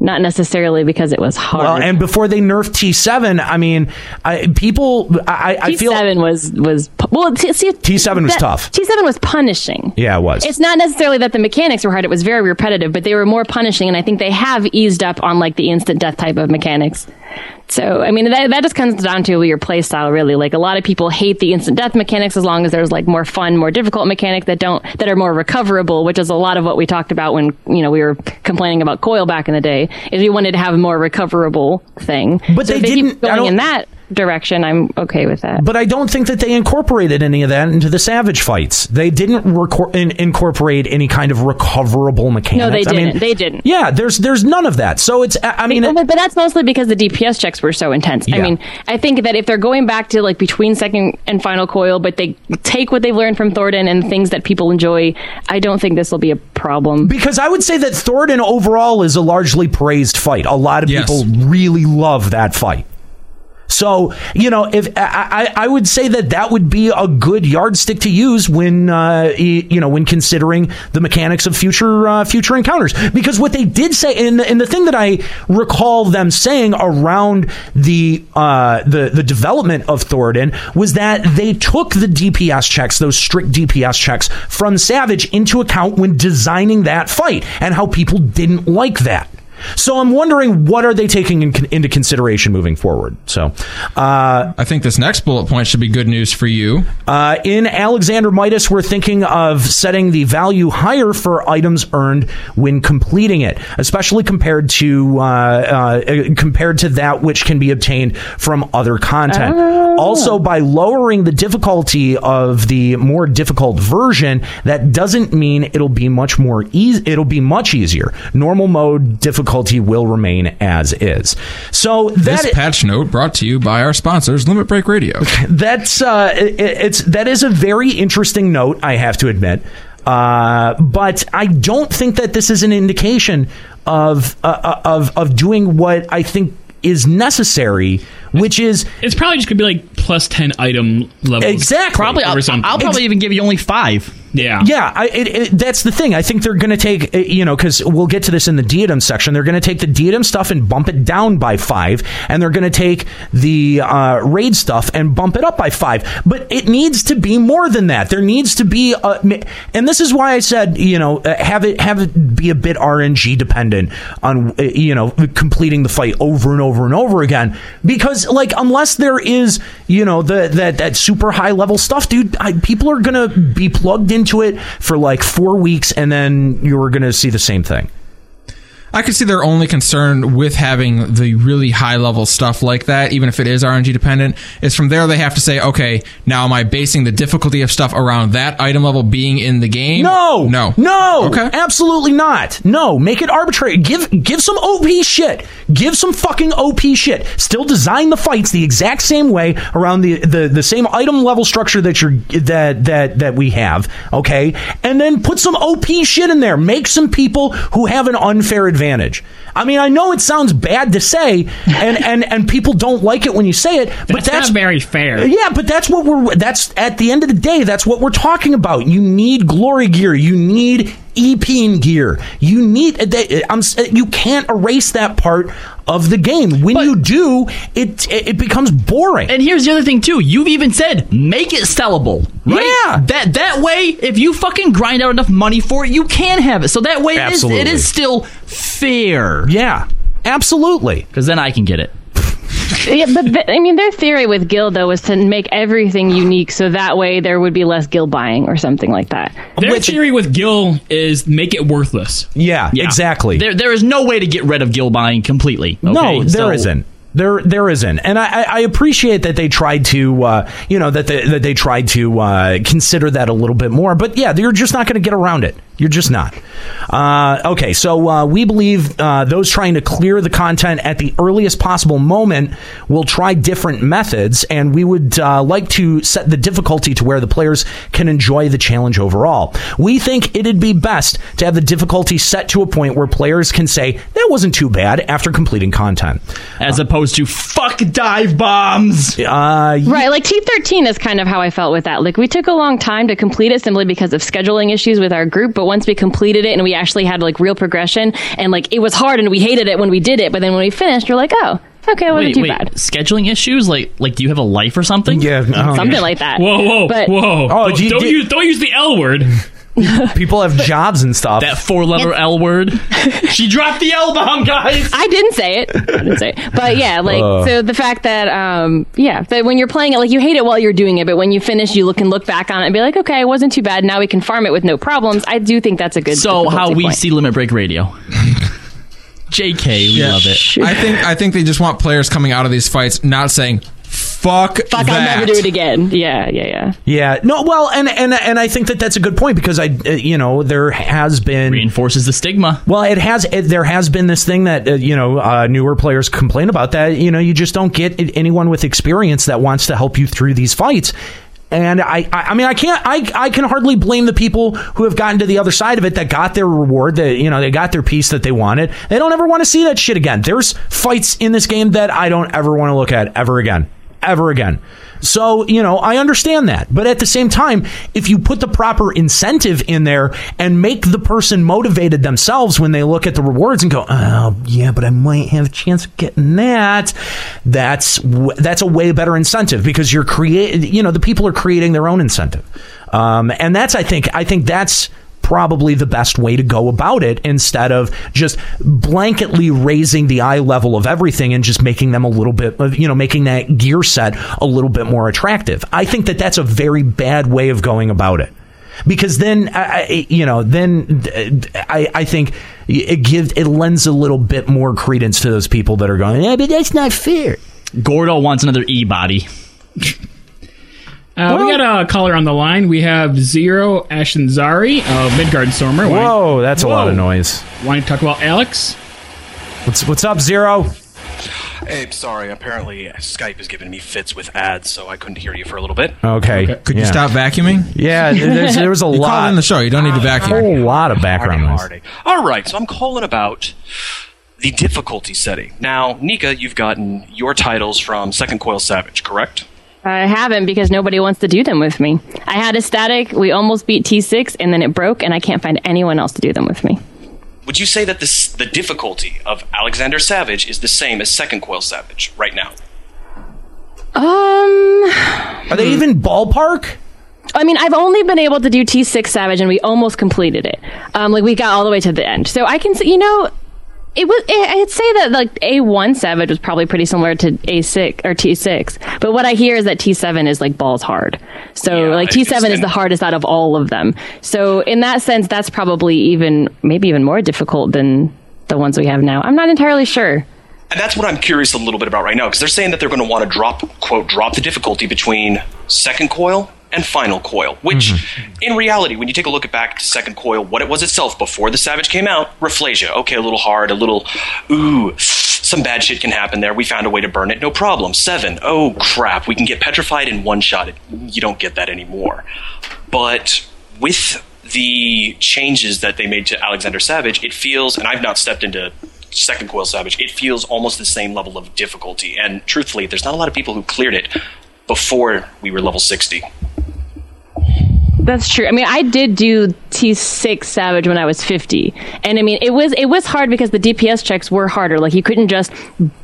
Speaker 10: not necessarily because it was hard.
Speaker 9: Well, and before they nerfed T seven, I mean, I, people, I, I feel
Speaker 10: T7 was was pu- well. T, see,
Speaker 9: T7 was tough.
Speaker 10: T seven was punishing.
Speaker 9: yeah, it was.
Speaker 10: It's not necessarily that the mechanics were hard; it was very repetitive, but they were more punishing. And I think they have eased up on like the instant death type of mechanics. So, I mean, that, that just comes down to your play style, really. Like a lot of people hate the instant death mechanics as long as there's like more fun, more difficult mechanics that don't that are more recoverable, which is a lot of what we talked about when you know we were complaining about coil back in the day. Is we wanted to have a more recoverable thing,
Speaker 9: But
Speaker 10: So
Speaker 9: they
Speaker 10: if keep
Speaker 9: didn't- I
Speaker 10: going
Speaker 9: don't-
Speaker 10: in that direction. I'm okay with that.
Speaker 9: But I don't think that they incorporated any of that into the Savage fights. They didn't recor- in- incorporate any kind of recoverable mechanics.
Speaker 10: No, they
Speaker 9: I
Speaker 10: didn't.
Speaker 9: mean,
Speaker 10: they didn't.
Speaker 9: yeah, there's there's none of that. So it's I I mean,
Speaker 10: but, but that's mostly because the DPS checks were so intense. I
Speaker 9: Yeah.
Speaker 10: mean, I think that if they're going back to like between second and final coil, but they take what they've learned from Thornton and things that people enjoy, I don't think this will be a problem.
Speaker 9: because I would say that Thornton overall is a largely praised fight. A lot of
Speaker 11: Yes.
Speaker 9: people really love that fight. So you know, if I, I, I would say that that would be a good yardstick to use when uh, y- you know when considering the mechanics of future uh, future encounters, because what they did say, and the, and the thing that I recall them saying around the uh, the the development of Thoradin was that they took the DPS checks, those strict DPS checks from Savage into account when designing that fight, and how people didn't like that. So I'm wondering what are they taking in, into consideration moving forward. So, uh,
Speaker 11: I think this next bullet point should be good news for you.
Speaker 9: uh, in Alexander Midas, we're thinking of setting the value higher for items earned when completing it, especially compared to uh, uh, compared to that which can be obtained from other content. Also, by lowering the difficulty of the more difficult version, that doesn't mean it'll be much more easy. It'll be much easier. Normal mode difficulty will remain as is. So that
Speaker 11: This patch note brought to you by our sponsors, Limit Break Radio.
Speaker 9: [laughs] that's uh, it, it's that is a very interesting note. I have to admit, uh, but I don't think that this is an indication of uh, uh, of of doing what I think is necessary, which is
Speaker 14: It's probably just gonna be like plus ten item levels.
Speaker 9: Exactly.
Speaker 14: Probably.
Speaker 9: I'll-
Speaker 14: Or something.
Speaker 9: I'll probably
Speaker 14: even give you only five. Yeah.
Speaker 9: Yeah, I, it, it, that's the thing. I think they're going to take, uh, you know, because we'll get to this in the Diadem section. They're going to take the Diadem stuff and bump it down by five, and they're going to take the uh, raid stuff and bump it up by five. But it needs to be more than that. There needs to be, a, and this is why I said, you know, uh, have it have it be a bit RNG dependent on, uh, you know, completing the fight over and over and over again. Because like, unless there is, you know, the that that super high level stuff, dude, I, people are gonna be plugged into it for like four weeks, and then you're gonna see the same thing.
Speaker 11: I could see they're only concerned with having the really high level stuff like that, even if it is RNG dependent, is from there they have to say, okay, now am I basing the difficulty of stuff around that item level being in the game?
Speaker 9: No,
Speaker 11: No.
Speaker 9: no,
Speaker 11: Okay.
Speaker 9: absolutely not. No, make it arbitrary. Give give some OP shit. Give some fucking OP shit. Still design the fights the exact same way around the the, the same item level structure that you're that that that we have. Okay, and then put some OP shit in there. Make some people who have an unfair advantage. I mean, I know it sounds bad to say, and and and people don't like it when you say it, but
Speaker 14: That's,
Speaker 9: that's
Speaker 14: not very fair.
Speaker 9: yeah, but that's what we're that's at the end of the day, that's what we're talking about. You need glory gear, you need EPing gear. You need uh, they- I'm s- you can't erase that part of the game. When you do, it it becomes boring.
Speaker 12: And here's the other thing too. You've even said make it sellable, right?
Speaker 9: Yeah.
Speaker 12: That that way, if you fucking grind out enough money for it, you can have it. So that way, it is, it
Speaker 9: Absolutely.
Speaker 12: is still fair.
Speaker 9: Yeah, absolutely.
Speaker 12: Because then I can get it.
Speaker 10: yeah, but th- I mean, their theory with guild though was to make everything unique, so that way there would be less guild buying or something like that.
Speaker 14: Their theory with Gil is make it worthless.
Speaker 9: Yeah, exactly.
Speaker 12: There there is no way to get rid of guild buying completely.
Speaker 9: No,
Speaker 12: okay? So-
Speaker 9: there not There, there isn't, and I, I- I appreciate that they tried to, uh, you know, that they, that they tried to uh, consider that a little bit more. But yeah, you're just not going to get around it. You're just not. Uh, okay, so uh, we believe uh, those trying to clear the content at the earliest possible moment will try different methods, and we would uh, like to set the difficulty to where the players can enjoy the challenge overall. We think it'd be best to have the difficulty set to a point where players can say, that wasn't too bad after completing content.
Speaker 12: As opposed to, fuck dive bombs!
Speaker 9: Uh,
Speaker 10: Right, like T13 is kind of how I felt with that. Like, we took a long time to complete it simply because of scheduling issues with our group, but once we completed it and we actually had like real progression, and like it was hard and we hated it when we did it, but then when we finished, we're like, oh, okay, it wasn't
Speaker 12: wait,
Speaker 10: too
Speaker 12: wait.
Speaker 10: bad.
Speaker 12: Scheduling issues? Like, like, do you have a life or something?
Speaker 9: Yeah,
Speaker 10: Something like that.
Speaker 14: Whoa, whoa,
Speaker 10: But-
Speaker 14: whoa!
Speaker 10: Oh,
Speaker 14: don't,
Speaker 10: do you-
Speaker 14: don't
Speaker 10: do-
Speaker 14: use don't use the
Speaker 9: [laughs]
Speaker 14: L word. Uh,
Speaker 9: People have jobs and stuff.
Speaker 12: That four letter L
Speaker 10: [laughs]
Speaker 12: word. she dropped the L bomb, guys.
Speaker 10: I didn't say it. I didn't say it. But yeah, like
Speaker 12: Uh.
Speaker 10: so the fact that um yeah, that when you're playing it, like you hate it while you're doing it, but when you finish, you look and look back on it and be like, okay, it wasn't too bad. Now we can farm it with no problems. I do think that's a good.
Speaker 12: So how
Speaker 10: difficulty
Speaker 12: we
Speaker 10: point.
Speaker 12: see limit break radio?
Speaker 9: [laughs]
Speaker 12: JK, we love it.
Speaker 11: I think I think they just want players coming out of these fights not saying fuck. Fuck,
Speaker 10: I'll never do it again. Yeah, yeah, yeah.
Speaker 9: Yeah. No. Well, and and and I think that that's a good point because I, uh, you know, there has been
Speaker 12: reinforces the stigma.
Speaker 9: Well, it has. It, there has been this thing that uh, you know uh, newer players complain about that you know you just don't get it- anyone with experience that wants to help you through these fights. And I, I, I mean, I can't, I, I can hardly blame the people who have gotten to the other side of it that got their reward, that you know, they got their piece that they wanted. They don't ever want to see that shit again. There's fights in this game that I don't ever want to look at ever again ever again. So, you know, I understand that. But at the same time, if you put the proper incentive in there and make the person motivated themselves when they look at the rewards and go, "Oh, yeah, but I might have a chance of getting that." That's w- that's a way better incentive because you're creating, you know, the people are creating their own incentive. Um, and that's I think I think that's probably the best way to go about it instead of just blanketly raising the eye level of everything and just making them a little bit of, you know making that gear set a little bit more attractive i think that that's a very bad way of going about it because then I, I- you know then uh, i i think it gives it lends a little bit more credence to those people that are going yeah but that's not fair
Speaker 12: gordo wants another e body
Speaker 14: Uh, we got a caller on the line. We have Zero Ashenzari of Midgard Stormer.
Speaker 9: Whoa, that's a lot of noise.
Speaker 14: Want to talk about Alex?
Speaker 9: What's what's up, Zero?
Speaker 2: Hey, sorry. Apparently, uh, Skype is giving me fits with ads, so I couldn't hear you for a little bit.
Speaker 9: okay,
Speaker 11: Could you
Speaker 9: yeah.
Speaker 11: stop vacuuming?
Speaker 9: yeah there's, there was a
Speaker 11: [laughs] You called
Speaker 9: lot
Speaker 11: in the show. You don't need to vacuum.
Speaker 9: a whole lot of background noise
Speaker 2: All right, so I'm calling about the difficulty setting. Now, Nika, you've gotten your titles from Second Coil Savage, correct?
Speaker 10: I haven't because nobody wants to do them with me. I had a static. We almost beat T6, and then it broke, and I can't find anyone else to do them with me.
Speaker 2: Would you say that this, the difficulty of Alexander Savage is the same as Second Coil Savage right now?
Speaker 10: Um,
Speaker 9: are they even ballpark?
Speaker 10: I mean, I've only been able to do T6 Savage, and we almost completed it. Um, like we got all the way to the end, so I can say, you know, it was. I- I'd say that like A1 Savage was probably pretty similar to A6 or T6, but what I hear is that T7 is like balls hard. So like T7 is the hardest out of all of them. So in that sense, that's probably even maybe even more difficult than the ones we have now. I'm not entirely sure.
Speaker 2: And that's what I'm curious a little bit about right now, because they're saying that they're going to want to drop, quote, drop the difficulty between second coil and final coil, which in reality, when you take a look at back to second coil, what it was itself before the Savage came out, Rafflesia. Okay, a little hard, a little, ooh, some bad shit can happen there. We found a way to burn it, no problem. Seven, oh crap, we can get petrified in one shot. It, you don't get that anymore. But with the changes that they made to Alexander Savage, it feels, and I've not stepped into Second Coil Savage, it feels almost the same level of difficulty. And truthfully, there's not a lot of people who cleared it before we were level 60.
Speaker 10: That's true. I mean, I did do T6 Savage when I was 50. And I mean, it was it was hard because the DPS checks were harder. Like you couldn't just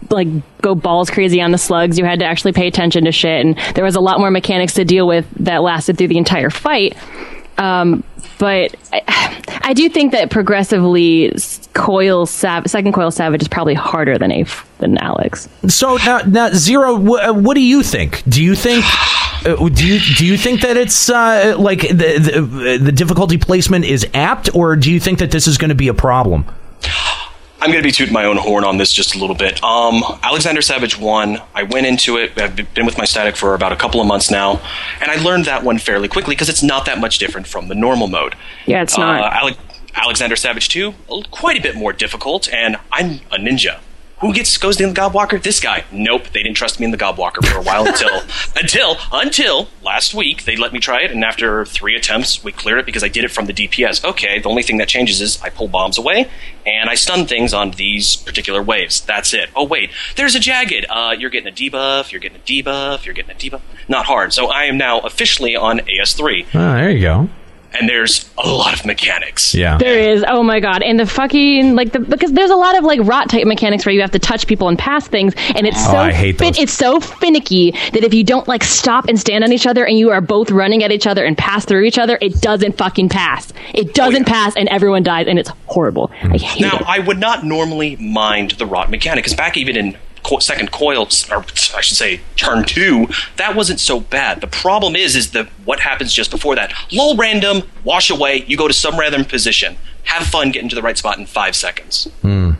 Speaker 10: like go balls crazy on the slugs. You had to actually pay attention to shit and there was a lot more mechanics to deal with that lasted through the entire fight. Um, but I, I do think that progressively s- coil sav- second coil savage is probably harder than a than Alex.
Speaker 9: So now, now zero. Wh- uh, what do you think? Do you think? Uh, do you do you think that it's uh, like the, the the difficulty placement is apt, or do you think that this is going to be a problem?
Speaker 2: I'm going to be tooting my own horn on this just a little bit. Um, Alexander Savage 1, I went into it. I've been with my static for about a couple of months now, and I learned that one fairly quickly because it's not that much different from the normal mode.
Speaker 10: Yeah, it's
Speaker 2: Uh,
Speaker 10: not.
Speaker 2: Ale- Alexander Savage 2, l- quite a bit more difficult, and I'm a ninja. Who gets goes in the Gobwalker? This guy. Nope, they didn't trust me in the Gobwalker for a while until until until last week they let me try it, and after three attempts we cleared it because I did it from the DPS. Okay, the only thing that changes is I pull bombs away and I stun things on these particular waves. That's it. Oh wait, there's a jagged. Uh, you're getting a debuff. You're getting a debuff. You're getting a debuff. Not hard. So I am now officially on AS3,
Speaker 9: Oh, there you go.
Speaker 2: and there's a lot of mechanics.
Speaker 9: Yeah.
Speaker 10: There is. Oh my god. And the fucking like the because there's a lot of like rot type mechanics where you have to touch people and pass things and it's
Speaker 9: Oh,
Speaker 10: so
Speaker 9: I hate those.
Speaker 10: it's so finicky that if you don't like stop and stand on each other and you are both running at each other and pass through each other, it doesn't fucking pass. It doesn't pass and everyone dies and it's horrible. I hate
Speaker 2: Now, I would not normally mind the rot mechanic, because back even in co- second coil, or I should say turn two, that wasn't so bad. The problem is, is the what happens just before that. Lol, random, wash away. You go to some random position. Have fun getting to the right spot in five seconds.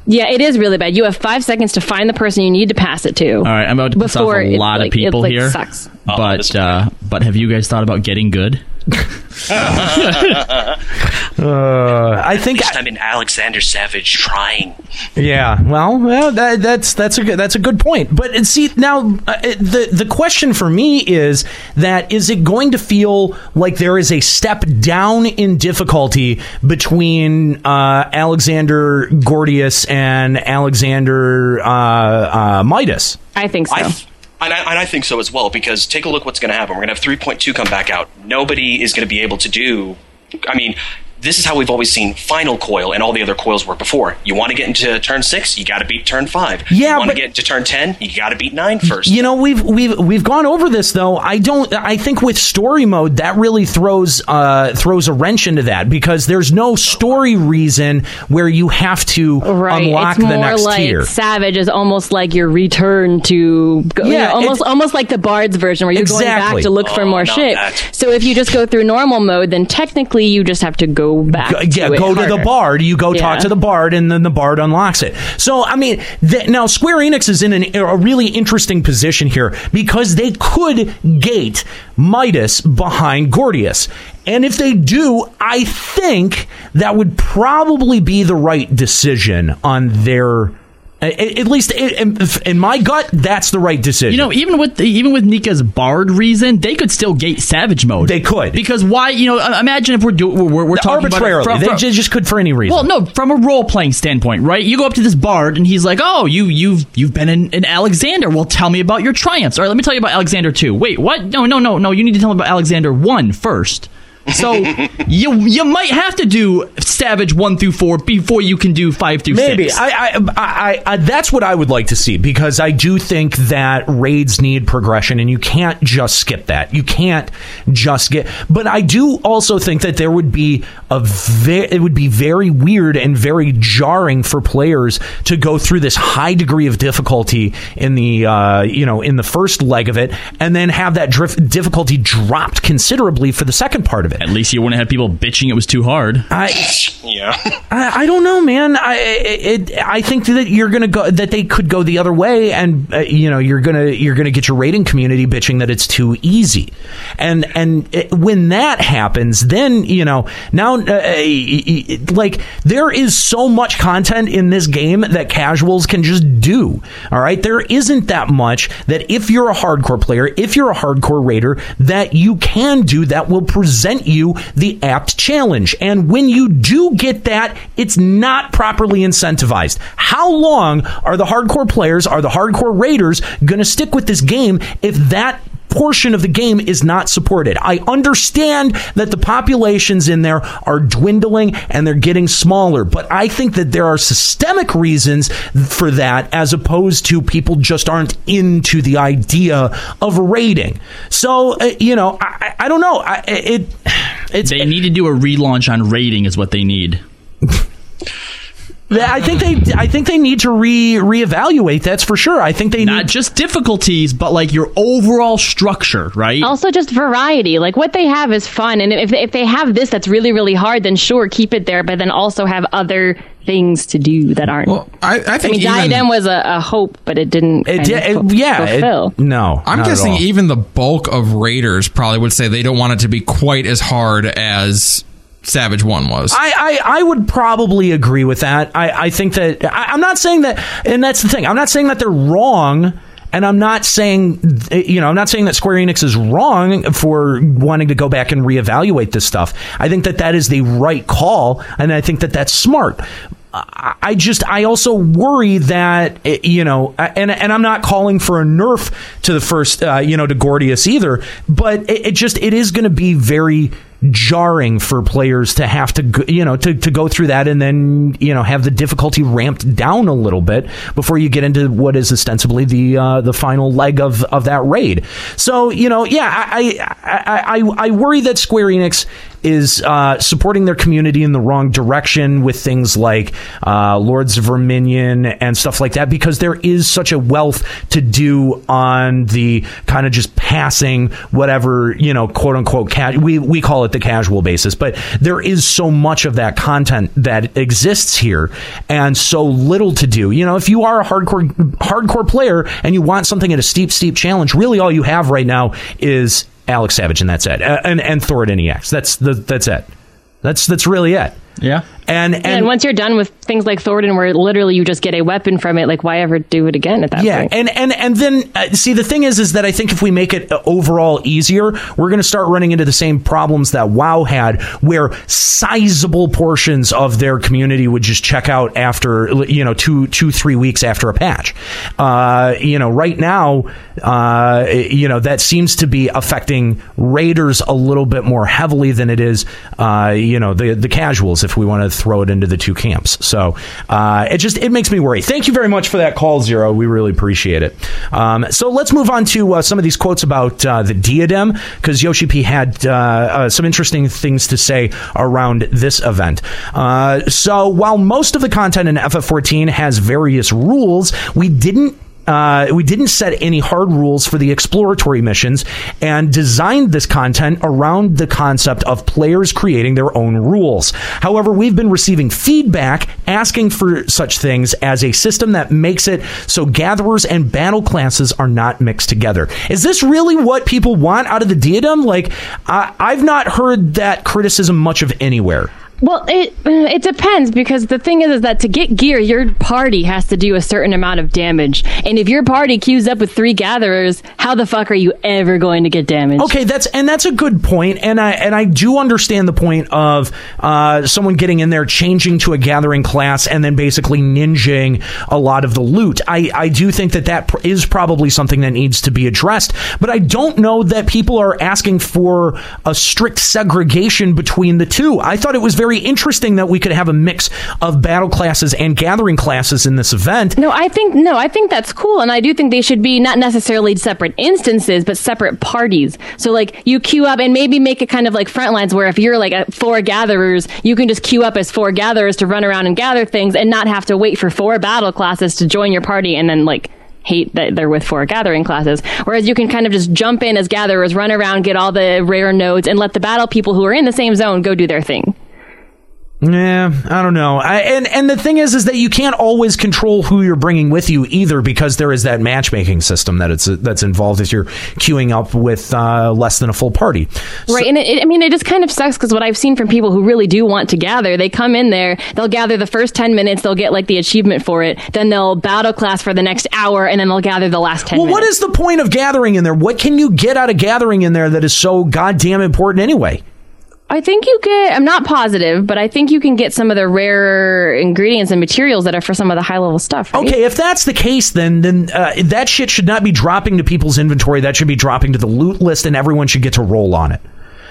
Speaker 10: Yeah, it is really bad. You have five seconds to find the person you need to pass it to. All
Speaker 12: right, I'm about to piss off
Speaker 10: Before
Speaker 12: a
Speaker 10: it,
Speaker 12: lot
Speaker 10: like-
Speaker 12: of people
Speaker 10: it, like,
Speaker 12: here.
Speaker 10: sucks.
Speaker 9: Oh,
Speaker 12: But uh, but have you guys thought about getting good?
Speaker 9: Uh, I think
Speaker 2: Next time in Alexander Savage trying.
Speaker 9: Yeah, well, well, that, that's that's a good, that's a good point. But and see, now uh, it- the the question for me is that is it going to feel like there is a step down in difficulty between uh, Alexander Gordius and Alexander uh, uh, Midas?
Speaker 10: I think so.
Speaker 2: I th- and, I, and I think so as well because take a look what's going to happen. We're going to have 3.2 come back out. Nobody is going to be able to do. I mean, this is how we've always seen final coil and all the other coils work before. You want to get into turn six, you got to beat turn five.
Speaker 9: Yeah,
Speaker 2: you want to
Speaker 9: but-
Speaker 2: get to turn ten, you got to beat nine first.
Speaker 9: You know, we've we've we've gone over this though. I don't. I think with story mode, that really throws uh, throws a wrench into that because there's no story reason where you have to
Speaker 10: Right,
Speaker 9: unlock
Speaker 10: it's
Speaker 9: the
Speaker 10: more
Speaker 9: next
Speaker 10: like
Speaker 9: tier.
Speaker 10: Savage is almost like your return to, go, you
Speaker 9: Yeah,
Speaker 10: know, almost
Speaker 9: it's-
Speaker 10: almost like the Bard's version where you're going back
Speaker 9: Exactly.
Speaker 10: to look for
Speaker 9: Oh,
Speaker 10: more
Speaker 9: not
Speaker 10: shit.
Speaker 9: that.
Speaker 10: So if you just go through normal mode, then technically you just have to go back.
Speaker 9: Go- yeah,
Speaker 10: to it
Speaker 9: go to the
Speaker 10: harder.
Speaker 9: bard. You go talk
Speaker 10: Yeah.
Speaker 9: to the bard, and then the bard unlocks it. So, I mean, th- now Square Enix is in an, a really interesting position here because they could gate Midas behind Gordius. And if they do, I think that would probably be the right decision on their. At, at least in, in- in my gut, that's the right decision.
Speaker 12: You know, even with even with Nika's barred reason, they could still gate Savage mode. They
Speaker 9: could
Speaker 12: because why? You know, i- imagine if we're do, we're, we're talking about it
Speaker 9: arbitrarily.
Speaker 12: from-
Speaker 9: they
Speaker 12: from-
Speaker 9: ju- just could for any reason.
Speaker 12: Well, no, from a role playing standpoint, right? You go up to this bard and he's like, "Oh, you you've you've been an, an Alexander. Well, tell me about your triumphs. All right, let me tell you about Alexander two. Wait, what? No, no, no, no. You need to tell me about Alexander one first.
Speaker 9: [laughs]
Speaker 12: So you you might have to do Savage one through four before you can do five through
Speaker 9: Maybe
Speaker 12: six.
Speaker 9: I, I, I, I, that's what I would like to see because I do think that raids need progression, and you can't just skip that. You can't just get. But I do also think that there would be a ve- it would be very weird and very jarring for players to go through this high degree of difficulty in the uh, you know in the first leg of it, and then have that drift difficulty dropped considerably for the second part of it.
Speaker 12: At least you wouldn't have people bitching it was too hard.
Speaker 9: I,
Speaker 2: [laughs] yeah.
Speaker 9: I, I don't know, man. I it, I think that you're gonna go that they could go the other way, and uh, you know you're gonna you're gonna get your rating community bitching that it's too easy, and and it, when that happens, then you know now uh, eh, eh, eh, like there is so much content in this game that casuals can just do. All right, there isn't that much that if you're a hardcore player, if you're a hardcore raider, that you can do that will present you the apt challenge. And when you do get that, it's not properly incentivized. How long are the hardcore players, are the hardcore raiders going to stick with this game if that portion of the game is not supported. I understand that the populations in there are dwindling and they're getting smaller, but I think that there are systemic reasons for that as opposed to people just aren't into the idea of rating. So, uh, you know, I, I I don't know. I, it
Speaker 12: they need to do a relaunch on rating, is what they need.
Speaker 9: Th- I think they I think they need to re reevaluate. That's for sure. I think they
Speaker 12: not just difficulties, but like your overall structure, right?
Speaker 10: Also, just variety. Like what they have is fun, and if if they have this that's really really hard, then sure, keep it there. But then also have other things to do that aren't. Well,
Speaker 11: I, I think
Speaker 10: mean,
Speaker 11: even-
Speaker 10: Diadem was a, a hope, but it didn't. kind of fu- fulfill.
Speaker 9: no.
Speaker 11: I'm
Speaker 10: not at
Speaker 11: guessing
Speaker 10: all.
Speaker 11: even the bulk of raiders probably would say they don't want it to be quite as hard as Savage One was.
Speaker 9: I, I, I would probably agree with that. I, I think that I, I'm not saying that, and that's the thing. I'm not saying that they're wrong, and I'm not saying you know I'm not saying that Square Enix is wrong for wanting to go back and reevaluate this stuff. I think that that is the right call, and I think that that's smart. I I just, I also worry that eh, you know, and and I'm not calling for a nerf to the first, uh, you know, to Gordius either, but it, it just it is going to be very jarring for players to have to go, you know to, to go through that and then you know have the difficulty ramped down a little bit before you get into what is ostensibly the uh, the final leg of of that raid so you know yeah I I, I, I I worry that Square Enix is uh, supporting their community in the wrong direction with things like uh, Lords of Verminion and stuff like that because there is such a wealth to do on the kind of just passing whatever you know quote unquote ca- we we call it the casual basis but there is so much of that content that exists here and so little to do you know if you are a hardcore hardcore player and you want something at a steep steep challenge really all you have right now is Alex Savage, and that's it. Uh, and and Thorid NEX. That's the that's it. That's that's really it.
Speaker 12: Yeah.
Speaker 9: And and,
Speaker 10: And, once you're done with things like Thornton, where literally you just get a weapon from it, like why ever do it again at that
Speaker 9: yeah,
Speaker 10: point?
Speaker 9: and and and then uh, see the thing is is that I think if we make it uh, overall easier, we're going to start running into the same problems that WoW had, where sizable portions of their community would just check out after you know two two three weeks after a patch. Uh, you know, right now, uh, you know that seems to be affecting raiders a little bit more heavily than it is, uh, you know, the the casuals if we want to throw it into the two camps. So uh, it just it makes me worry. Thank you very much for that call, Zero. We really appreciate it. Um, so let's move on to uh, some of these quotes about uh, the diadem because Yoshi P had uh, uh, some interesting things to say around this event. Uh, so while most of the content in FF14 has various rules, we didn't uh, we didn't set any hard rules for the exploratory missions and designed this content around the concept of players creating their own rules. However, we've been receiving feedback asking for such things as a system that makes it so gatherers and battle classes are not mixed together. Is this really what people want out of the diadem? Like, I, I've not heard that criticism much of anywhere.
Speaker 10: Well, it [clears throat] it depends because the thing is, is that to get gear, your party has to do a certain amount of damage, and if your party queues up with three gatherers, how the fuck are you ever going to get damage?
Speaker 9: Okay, that's and that's a good point, and I and I do understand the point of uh, someone getting in there, changing to a gathering class, and then basically ninjing a lot of the loot. I I do think that that pr- is probably something that needs to be addressed, but I don't know that people are asking for a strict segregation between the two. I thought it was very interesting that we could have a mix of battle classes and gathering classes in this event.
Speaker 10: No, I think no, I think that's cool, and I do think they should be not necessarily separate instances, but separate parties. So like you queue up and maybe make it kind of like front lines, where if you're like a, four gatherers, you can just queue up as four gatherers to run around and gather things, and not have to wait for four battle classes to join your party, and then like hate that they're with four gathering classes. Whereas you can kind of just jump in as gatherers, run around, get all the rare nodes, and let the battle people who are in the same zone go do their thing.
Speaker 9: Yeah, I don't know. I, and and the thing is, is that you can't always control who you're bringing with you either, because there is that matchmaking system that it's that's involved as you're queuing up with uh, less than a full party.
Speaker 10: Right, and it, it, I mean, it just kind of sucks because what I've seen from people who really do want to gather, they come in there, they'll gather the first ten minutes, they'll get like the achievement for it, then they'll battle class for the next hour, and then they'll gather the last ten.
Speaker 9: Well,
Speaker 10: minutes.
Speaker 9: what is the point of gathering in there? What can you get out of gathering in there that is so goddamn important anyway?
Speaker 10: I think you get. I'm not positive, but I think you can get some of the rarer ingredients and materials that are for some of the high level stuff. Right?
Speaker 9: Okay, if that's the case, then then uh, that shit should not be dropping to people's inventory. That should be dropping to the loot list, and everyone should get to roll on it.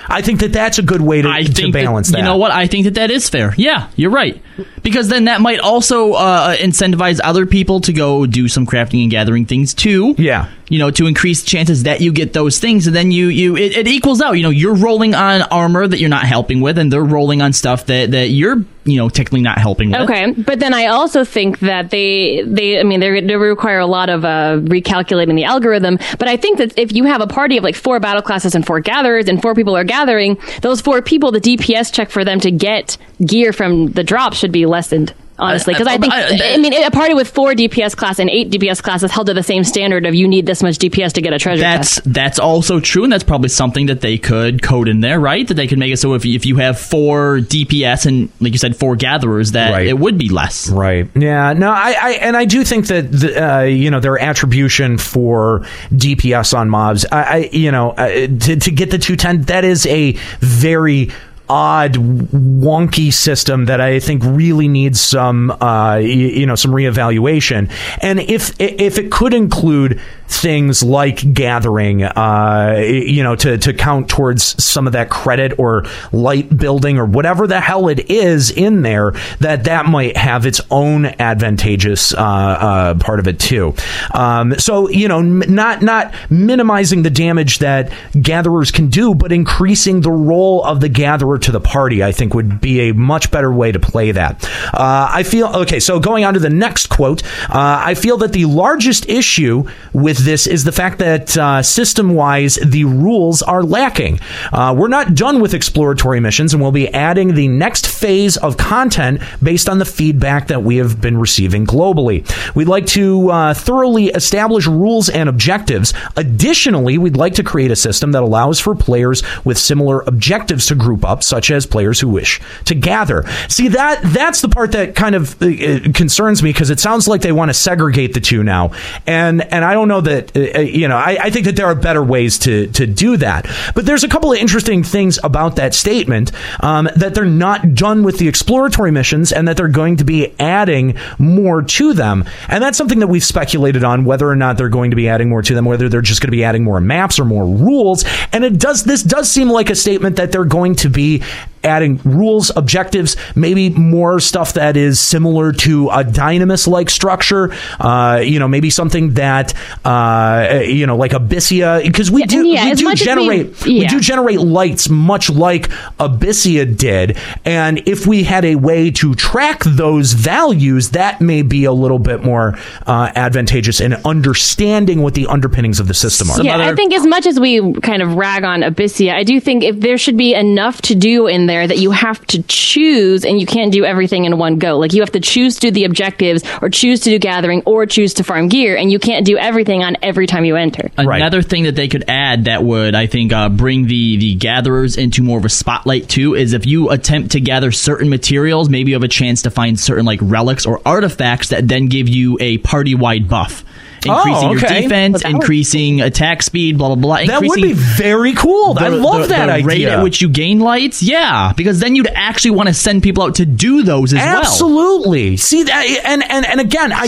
Speaker 9: I think that that's a good way to, to balance that.
Speaker 12: You know what? I think that that is fair. Yeah, you're right. Because then that
Speaker 1: uh,
Speaker 12: might also uh, incentivize other people to go do some crafting and gathering things too.
Speaker 9: Yeah.
Speaker 1: you know, to increase chances that you get those things, and then you you it, it equals out. You know, you're rolling on armor that you're not helping with, and they're rolling on stuff that that you're you know technically not helping with.
Speaker 10: Okay, but then I also think that they they I mean they they require a lot of uh, recalculating the algorithm. But I think that if you have a party of like four battle classes and four gatherers, and four people are gathering, those four people, the DPS check for them to get gear from the drop should be lessened. Honestly, because I, think I, mean a party with four DPS class and eight DPS classes held to the same standard of you need this much DPS to get a treasure.
Speaker 1: That's
Speaker 10: chest.
Speaker 1: that's also true, and that's probably something that they could code in there, right? That they could make it so if if you have four DPS and like you said four gatherers, that it would be less.
Speaker 9: Right. Yeah. No. I. I and I do think that the, uh, you know their attribution for DPS on mobs. I. I you know uh, to to get the two ten. That is a very odd wonky system that I think really needs some uh, y- you know some reevaluation and if if it could include things like gathering uh, you know to, to count towards some of that credit or light building or whatever the hell it is in there that that might have its own advantageous uh, uh, part of it too um, so you know m- not not minimizing the damage that gatherers can do but increasing the role of the gatherer to the party I think would be a much better way to play that uh, I feel okay so going on to the next quote uh, I feel that the largest issue with this is the fact that uh, system wise, the rules are lacking. Uh, we're not done with exploratory missions, and we'll be adding the next phase of content based on the feedback that we have been receiving globally. We'd like to uh, thoroughly establish rules and objectives. Additionally, we'd like to create a system that allows for players with similar objectives to group up, such as players who wish to gather. See that that's the part that kind of uh, uh, concerns me because it sounds like they want to segregate the two now, and and I don't know that uh, uh, you know I, I think that there are better ways to to do that. But there's a couple of interesting things about that statement um, that they're not done with the exploratory missions and that they're going to be adding more to them, and that's something that we've speculated on whether or not they're going to be adding more to them, whether they're just going to be adding more maps or more rules. And it does this does seem like a statement that they're going to be adding rules, objectives, maybe more stuff that is similar to a dynamis like structure. Uh, you know, maybe something that uh, you know, like Abyssia, because we do
Speaker 10: yeah,
Speaker 9: we
Speaker 10: as
Speaker 9: do
Speaker 10: much as we-
Speaker 9: generate we
Speaker 10: yeah.
Speaker 9: do generate lights much like Abyssia did, and if we had a way to track those values, that may be a little bit more uh, advantageous in understanding what the underpinnings of the system are.
Speaker 10: yeah, I think as much as we kind of rag on Abyssia, I do think if there should be enough to do in there that you have to choose and you can't do everything in one go. Like you have to choose to do the objectives or choose to do gathering or choose to farm gear and you can't do everything on every time you enter.
Speaker 1: Another thing that they could add that would, I think, uh, bring the the gatherers into more of a spotlight too is if you attempt to gather certain materials, maybe you have a chance to find certain like relics or artifacts that then give you a party wide buff,
Speaker 9: Oh,
Speaker 1: increasing
Speaker 9: okay.
Speaker 1: your defense,
Speaker 9: Well, that would-
Speaker 1: increasing attack speed, blah blah blah.
Speaker 9: That would be very cool. I love that
Speaker 1: the Rate
Speaker 9: idea.
Speaker 1: at which you gain lights, yeah, because then you'd actually want to send people out to do those as well.
Speaker 9: Absolutely. See that, and and and again, I,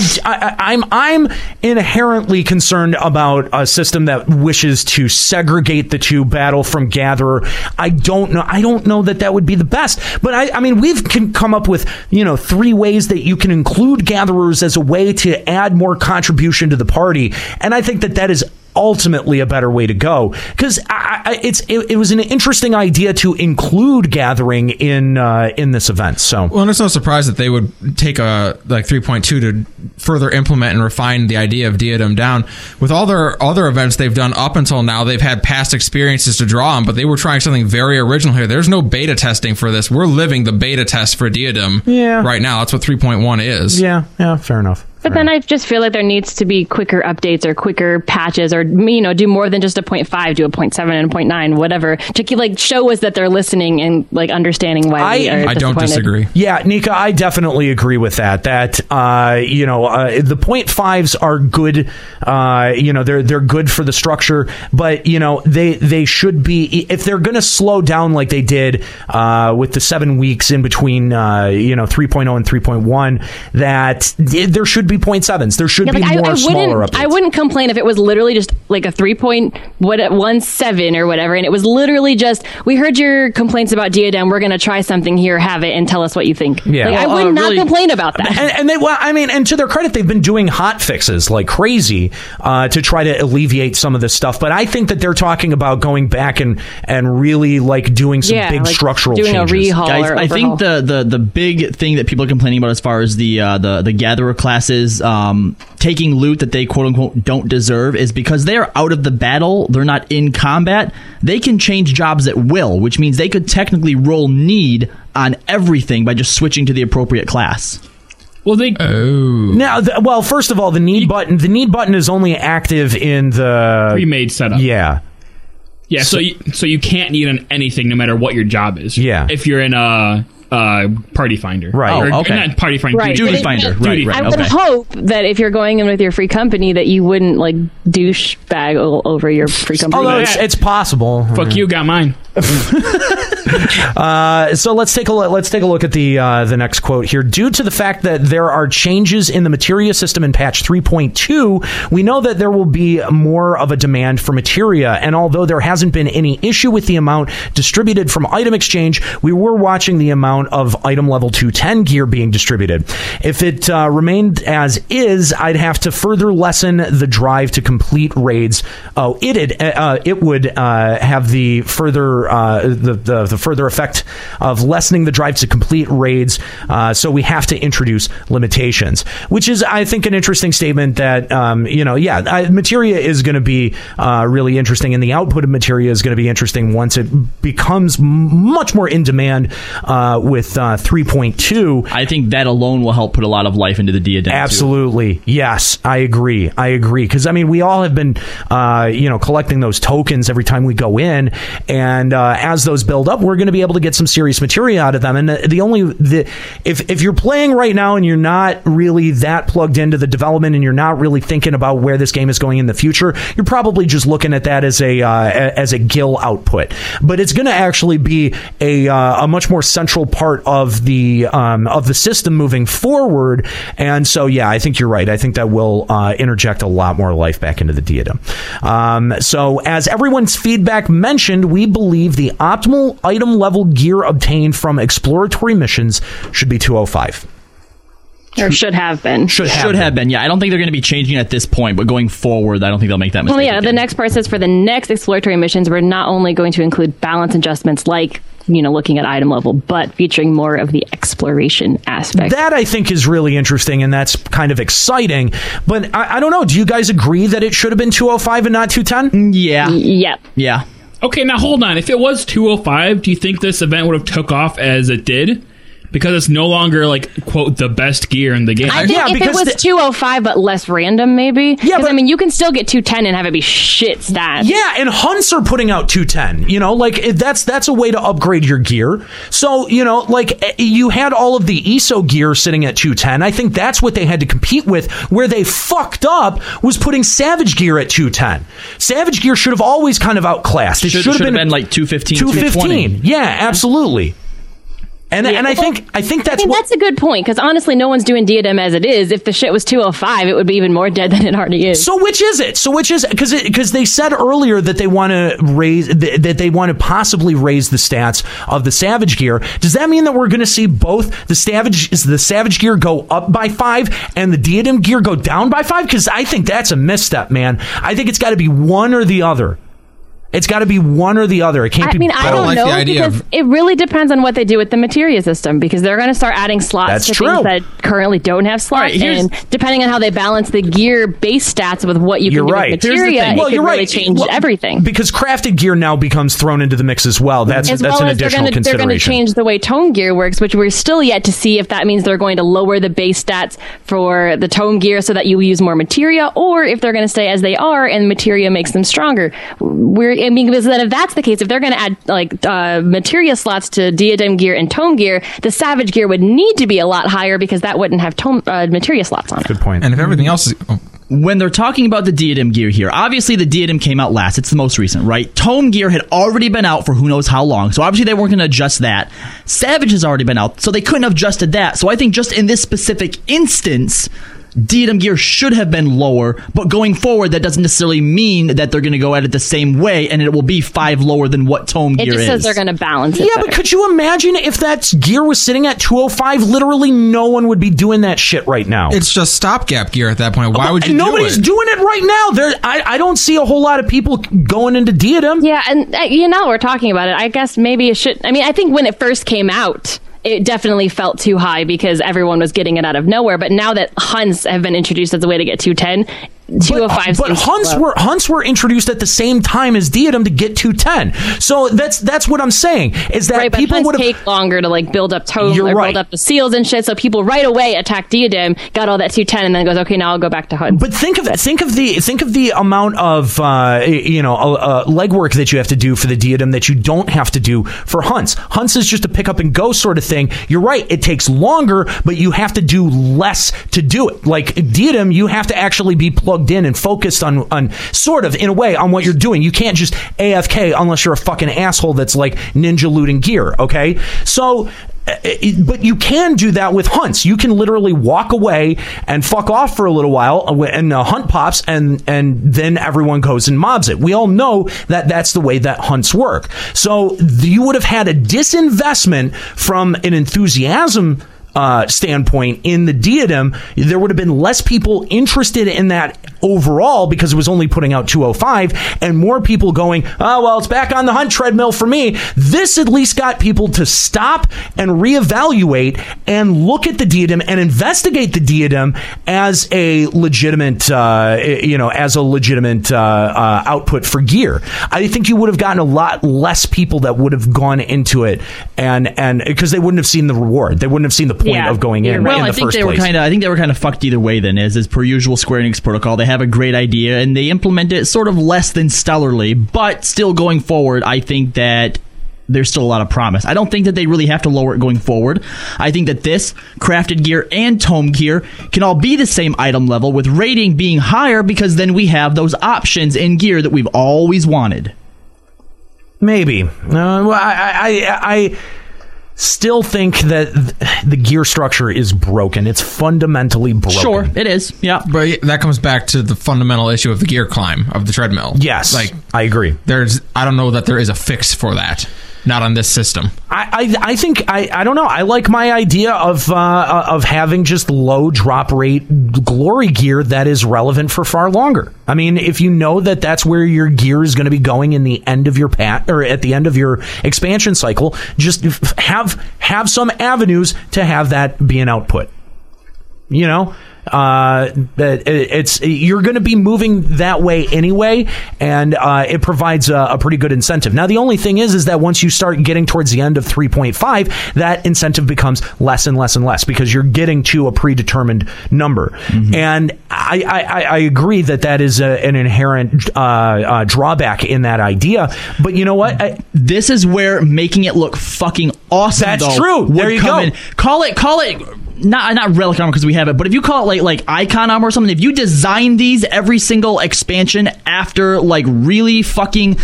Speaker 9: I am I'm inherently concerned about a system that wishes to segregate the two battle from gatherer. I don't know. I don't know that that would be the best. But I I mean, we've can come up with you know three ways that you can include gatherers as a way to add more contribution to the party, and I think that that is ultimately a better way to go because I, I, it's it, it was an interesting idea to include gathering in uh, in this event. So
Speaker 11: Well, and it's no surprise that they would take a like 3.2 to further implement and refine the idea of Diadem Down. With all their other events they've done up until now, they've had past experiences to draw on, but they were trying something very original here. There's no beta testing for this. We're living the beta test for Diadem
Speaker 9: Yeah.
Speaker 11: right now. That's what 3.1 is.
Speaker 9: Yeah, yeah, fair enough.
Speaker 10: But then I just feel like there needs to be quicker updates or quicker patches or you know do more than just a 0.5 do a 0.7 and a 0.9 whatever to keep, like show us that they're listening and like understanding why we are disappointed.
Speaker 9: Yeah, Nika, I definitely agree with that. That uh, you know, uh, the point fives are good. Uh, you know, they're they're good for the structure, but you know, they they should be if they're going to slow down like they did uh, with oh the seven weeks in between, uh, you know, 3.0 and 3.1. That th- there should be point sevens. There should be
Speaker 10: like,
Speaker 9: more
Speaker 10: I, I
Speaker 9: smaller
Speaker 10: wouldn't.
Speaker 9: updates.
Speaker 10: I wouldn't complain if it was literally just like a three point what one seven or whatever, and it was literally just we heard your complaints about Diadem. We're gonna try something here. Have it and tell us what you think.
Speaker 9: Yeah.
Speaker 10: like,
Speaker 9: Well,
Speaker 10: I would
Speaker 9: uh,
Speaker 10: not
Speaker 9: really-
Speaker 10: complain about that.
Speaker 9: and, and they, well, I mean, and to their credit, they've been doing hot fixes like crazy uh, to try to alleviate some of this stuff. But I think that they're talking about going back and and really like doing some
Speaker 10: Yeah,
Speaker 9: big
Speaker 10: like
Speaker 9: structural
Speaker 10: doing a
Speaker 9: changes.
Speaker 10: rehaul
Speaker 1: Guys,
Speaker 10: or
Speaker 1: I think the, the the big thing that people are complaining about as far as the uh, the the gatherer classes um, taking loot that they quote unquote don't deserve is because they are out of the battle. They're not in combat. They can change jobs at will, which means they could technically roll need on everything by just switching to the appropriate class.
Speaker 14: Well, they
Speaker 11: Uh,
Speaker 9: now. Th- well, first of all, the need button. The need button is only active in the
Speaker 14: pre-made setup.
Speaker 9: Yeah.
Speaker 14: Yeah, so you, so you can't need on anything no matter what your job is. Yeah, if you're in a, uh party finder,
Speaker 9: Right.
Speaker 14: Or,
Speaker 1: Oh, okay.
Speaker 14: Not party finder,
Speaker 10: Right.
Speaker 14: duty,
Speaker 10: Duty
Speaker 14: finder,
Speaker 1: finder.
Speaker 14: duty
Speaker 1: Right,
Speaker 10: I
Speaker 14: finder.
Speaker 10: would hope that if you're going in with your free company, that you wouldn't like douchebag o- over your free company.
Speaker 9: Although it's, it's possible.
Speaker 14: Fuck
Speaker 1: Mm-hmm.
Speaker 14: you, got mine.
Speaker 9: Uh, so let's take a look, let's take a look at the uh, the next quote here. Due to the fact that there are changes in the materia system in patch 3.2, we know that there will be more of a demand for materia. And although there hasn't been any issue with the amount distributed from item exchange, we were watching the amount of item level 210 gear being distributed. If it uh, remained as is, I'd have to further lessen the drive to complete raids. Oh, it'd, uh, it would uh, have the further uh, the, the the further effect of lessening the drive to complete raids. Uh, so we have to introduce limitations, which is I think an interesting statement that um, you know yeah I, materia is going to be uh, really interesting and the output of materia is going to be interesting once it becomes m- much more in demand uh, with uh, 3.2
Speaker 1: I think that alone will help put a lot of life into the diadem. too.
Speaker 9: Absolutely. Yes, I agree. I agree. Because, I mean, we all have been, uh, you know, collecting those tokens every time we go in. And uh, as those build up, we're going to be able to get some serious material out of them. And the, the only, the, if, if you're playing right now and you're not really that plugged into the development and you're not really thinking about where this game is going in the future, you're probably just looking at that as a, uh, a- as a gill output. But it's going to actually be a, uh, a much more central part of the, um, of the system moving forward. And so, yeah, I think you're right. I think that will uh, interject a lot more life back into the diadem. Um, so, as everyone's feedback mentioned, we believe the optimal item level gear obtained from exploratory missions should be 205.
Speaker 10: or should have been.
Speaker 9: Should
Speaker 1: Should have, been. Yeah, I don't think they're going to be changing at this point, but going forward, I don't think they'll make that mistake.
Speaker 10: Well, yeah. The next part says for the next exploratory missions, we're not only going to include balance adjustments like you know looking at item level, but featuring more of the exploration aspect.
Speaker 9: That I think is really interesting, and that's kind of exciting. But I, I don't know. Do you guys agree that it should have been 205 and not 210?
Speaker 1: Yeah.
Speaker 10: Yep.
Speaker 1: Yeah.
Speaker 14: Okay, now hold on. If it was 205, do you think this event would have took off as it did? Because it's no longer like quote the best gear in the game.
Speaker 10: I think if it was 205 but less random, maybe. Yeah, I mean, you can still get 210 and have it be shit stats.
Speaker 9: Yeah, and hunts are putting out 210. You know, like it- that's that's a way to upgrade your gear. So, you know, like eh, you had all of the ESO gear sitting at 210. I think that's what they had to compete with. Where they fucked up was putting Savage gear at 210. Savage gear should have always kind of outclassed. It
Speaker 1: Should-
Speaker 9: should have
Speaker 1: should have
Speaker 9: been,
Speaker 1: been like 215,
Speaker 9: 215.
Speaker 1: 220.
Speaker 9: Yeah, absolutely. And and I think I think that's
Speaker 10: I mean, that's a good point because honestly, no one's doing diadem as it is. If the shit was 205, it would be even more dead than it already is.
Speaker 9: So which is it? So which is because because they said earlier that they want to raise th- that they want to possibly raise the stats of the Savage Gear. Does that mean that we're going to see both the Savage is the Savage Gear go up by five and the Diadem Gear go down by five? Because I think that's a misstep, man. I think it's got to be one or the other. It's got to be one or the other. It can't
Speaker 10: I
Speaker 9: be.
Speaker 10: mean, I don't know because it really depends on what they do with the materia system because they're going to start adding slots
Speaker 9: That's
Speaker 10: to
Speaker 9: true.
Speaker 10: things that currently don't have slots,
Speaker 9: here's-
Speaker 10: and depending on how they balance the gear base stats with what you can
Speaker 9: You're
Speaker 10: do
Speaker 9: right.
Speaker 10: with materia, it
Speaker 9: Well,
Speaker 10: could
Speaker 9: you're
Speaker 10: really
Speaker 9: right.
Speaker 10: change
Speaker 9: Well,
Speaker 10: everything.
Speaker 9: because crafted gear now becomes thrown into the mix as well. That's
Speaker 10: as
Speaker 9: that's
Speaker 10: well
Speaker 9: an
Speaker 10: as they're
Speaker 9: additional
Speaker 10: going to they're going to
Speaker 9: consideration.
Speaker 10: change the way tone gear works, which we're still yet to see if that means they're going to lower the base stats for the tone gear so that you use more materia, or if they're going to stay as they are and materia makes them stronger. We're I mean because then if that's the case, if they're going to add like uh, materia slots to diadem gear and tone gear, the savage gear would need to be a lot higher because that wouldn't have tone uh, materia slots on it.
Speaker 9: Good point.
Speaker 11: And if everything else is. Oh,
Speaker 1: when they're talking about the diadem gear here, obviously the diadem came out last. It's the most recent, right? Tome gear had already been out for who knows how long, so obviously they weren't going to adjust that. Savage has already been out, so they couldn't have adjusted that. So I think just in this specific instance, Diadem gear should have been lower, but going forward, that doesn't necessarily mean that they're going to go at it the same way, and it will be five lower than what Tome
Speaker 10: It
Speaker 1: gear
Speaker 10: just
Speaker 1: is.
Speaker 10: says they're going to balance it.
Speaker 9: Yeah, but could you imagine if that gear was sitting at 205? Literally, no one would be doing that shit right now.
Speaker 11: It's just stopgap gear at that point. Why would you?
Speaker 9: And Oh, nobody's
Speaker 11: do it?
Speaker 9: doing it right now. There, I, I don't see a whole lot of people going into Diadem.
Speaker 10: Yeah, and uh, you know we're talking about it. I guess maybe it should. I mean, I think when it first came out, it definitely felt too high because everyone was getting it out of nowhere. But now that hunts have been introduced as a way to get 210, 205
Speaker 9: uh, But
Speaker 10: seems
Speaker 9: hunts
Speaker 10: low.
Speaker 9: were hunts were introduced at the same time as Diadem to get 210. So that's that's what I'm saying is that
Speaker 10: right, but
Speaker 9: people
Speaker 10: hunts
Speaker 9: would have
Speaker 10: take longer to like build up tome
Speaker 9: You're
Speaker 10: or
Speaker 9: right.
Speaker 10: build up the seals and shit. So people right away attack diadem, got all that 210, and then goes okay, now I'll go back to hunt.
Speaker 9: But think of think of the think of the amount of uh, y- you know uh, uh, legwork that you have to do for the diadem that you don't have to do for hunts. Hunts is just a pick up and go sort of thing. You're right; it takes longer, but you have to do less to do it. Like diadem, you have to actually be plugged in and focused on on sort of in a way on what you're doing. You can't just AFK unless you're a fucking asshole that's like ninja looting gear. Okay, so it- Uh, but you can do that with hunts. You can literally walk away and fuck off for a little while, uh, and a hunt pops, and and then everyone goes and mobs it. We all know that that's the way that hunts work. So th- you would have had a disinvestment from an enthusiasm. Uh, standpoint in the diadem, there would have been less people interested in that overall because it was only putting out 205 and more people going, oh, well, it's back on the hunt treadmill for me. This at least got people to stop and reevaluate and look at the diadem and investigate the diadem as a legitimate, uh, you know, as a legitimate uh, uh, output for gear. I think you would have gotten a lot less people that would have gone into it and and because they wouldn't have seen the reward. They wouldn't have seen the point
Speaker 1: Yeah,
Speaker 9: of going in.
Speaker 1: Well,
Speaker 9: in
Speaker 1: I
Speaker 9: the
Speaker 1: think
Speaker 9: first
Speaker 1: they
Speaker 9: place.
Speaker 1: were kind of. I think they were kind of fucked either way. Then is as per usual Square Enix protocol. They have a great idea and they implement it sort of less than stellarly, but still going forward. I think that. There's still a lot of promise. I don't think that they really have to lower it going forward. I think that this crafted gear and tome gear can all be the same item level with rating being higher because then we have those options in gear that we've always wanted.
Speaker 9: Maybe. Uh, well, I, I, I- I still think that th- the gear structure is broken. It's fundamentally broken.
Speaker 1: it is. Yeah,
Speaker 11: but that comes back to the fundamental issue of the gear climb of the treadmill.
Speaker 9: Yes,
Speaker 11: like
Speaker 9: I agree.
Speaker 11: There's, I don't know that there is a fix for that. Not on this system.
Speaker 9: I, I, I think I, I don't know. I like my idea of uh, of having just low drop rate glory gear that is relevant for far longer. I mean, if you know that that's where your gear is going to be going in the end of your pat or at the end of your expansion cycle, just f- have have some avenues to have that be an output. you know uh that it- it's you're going to be moving that way anyway and uh it provides a, a pretty good incentive now the only thing is is that once you start getting towards the end of 3.5 that incentive becomes less and less and less because you're getting to a predetermined number and I, I I- i agree that that is a, an inherent uh, uh drawback in that idea but you know what I,
Speaker 1: this is where making it look fucking awesome.
Speaker 9: That's
Speaker 1: though,
Speaker 9: true.
Speaker 1: would
Speaker 9: There you
Speaker 1: come
Speaker 9: go.
Speaker 1: in. Call it, call it. Not not relic armor because we have it, but if you call it like like icon armor or something, if you design these every single expansion after like really fucking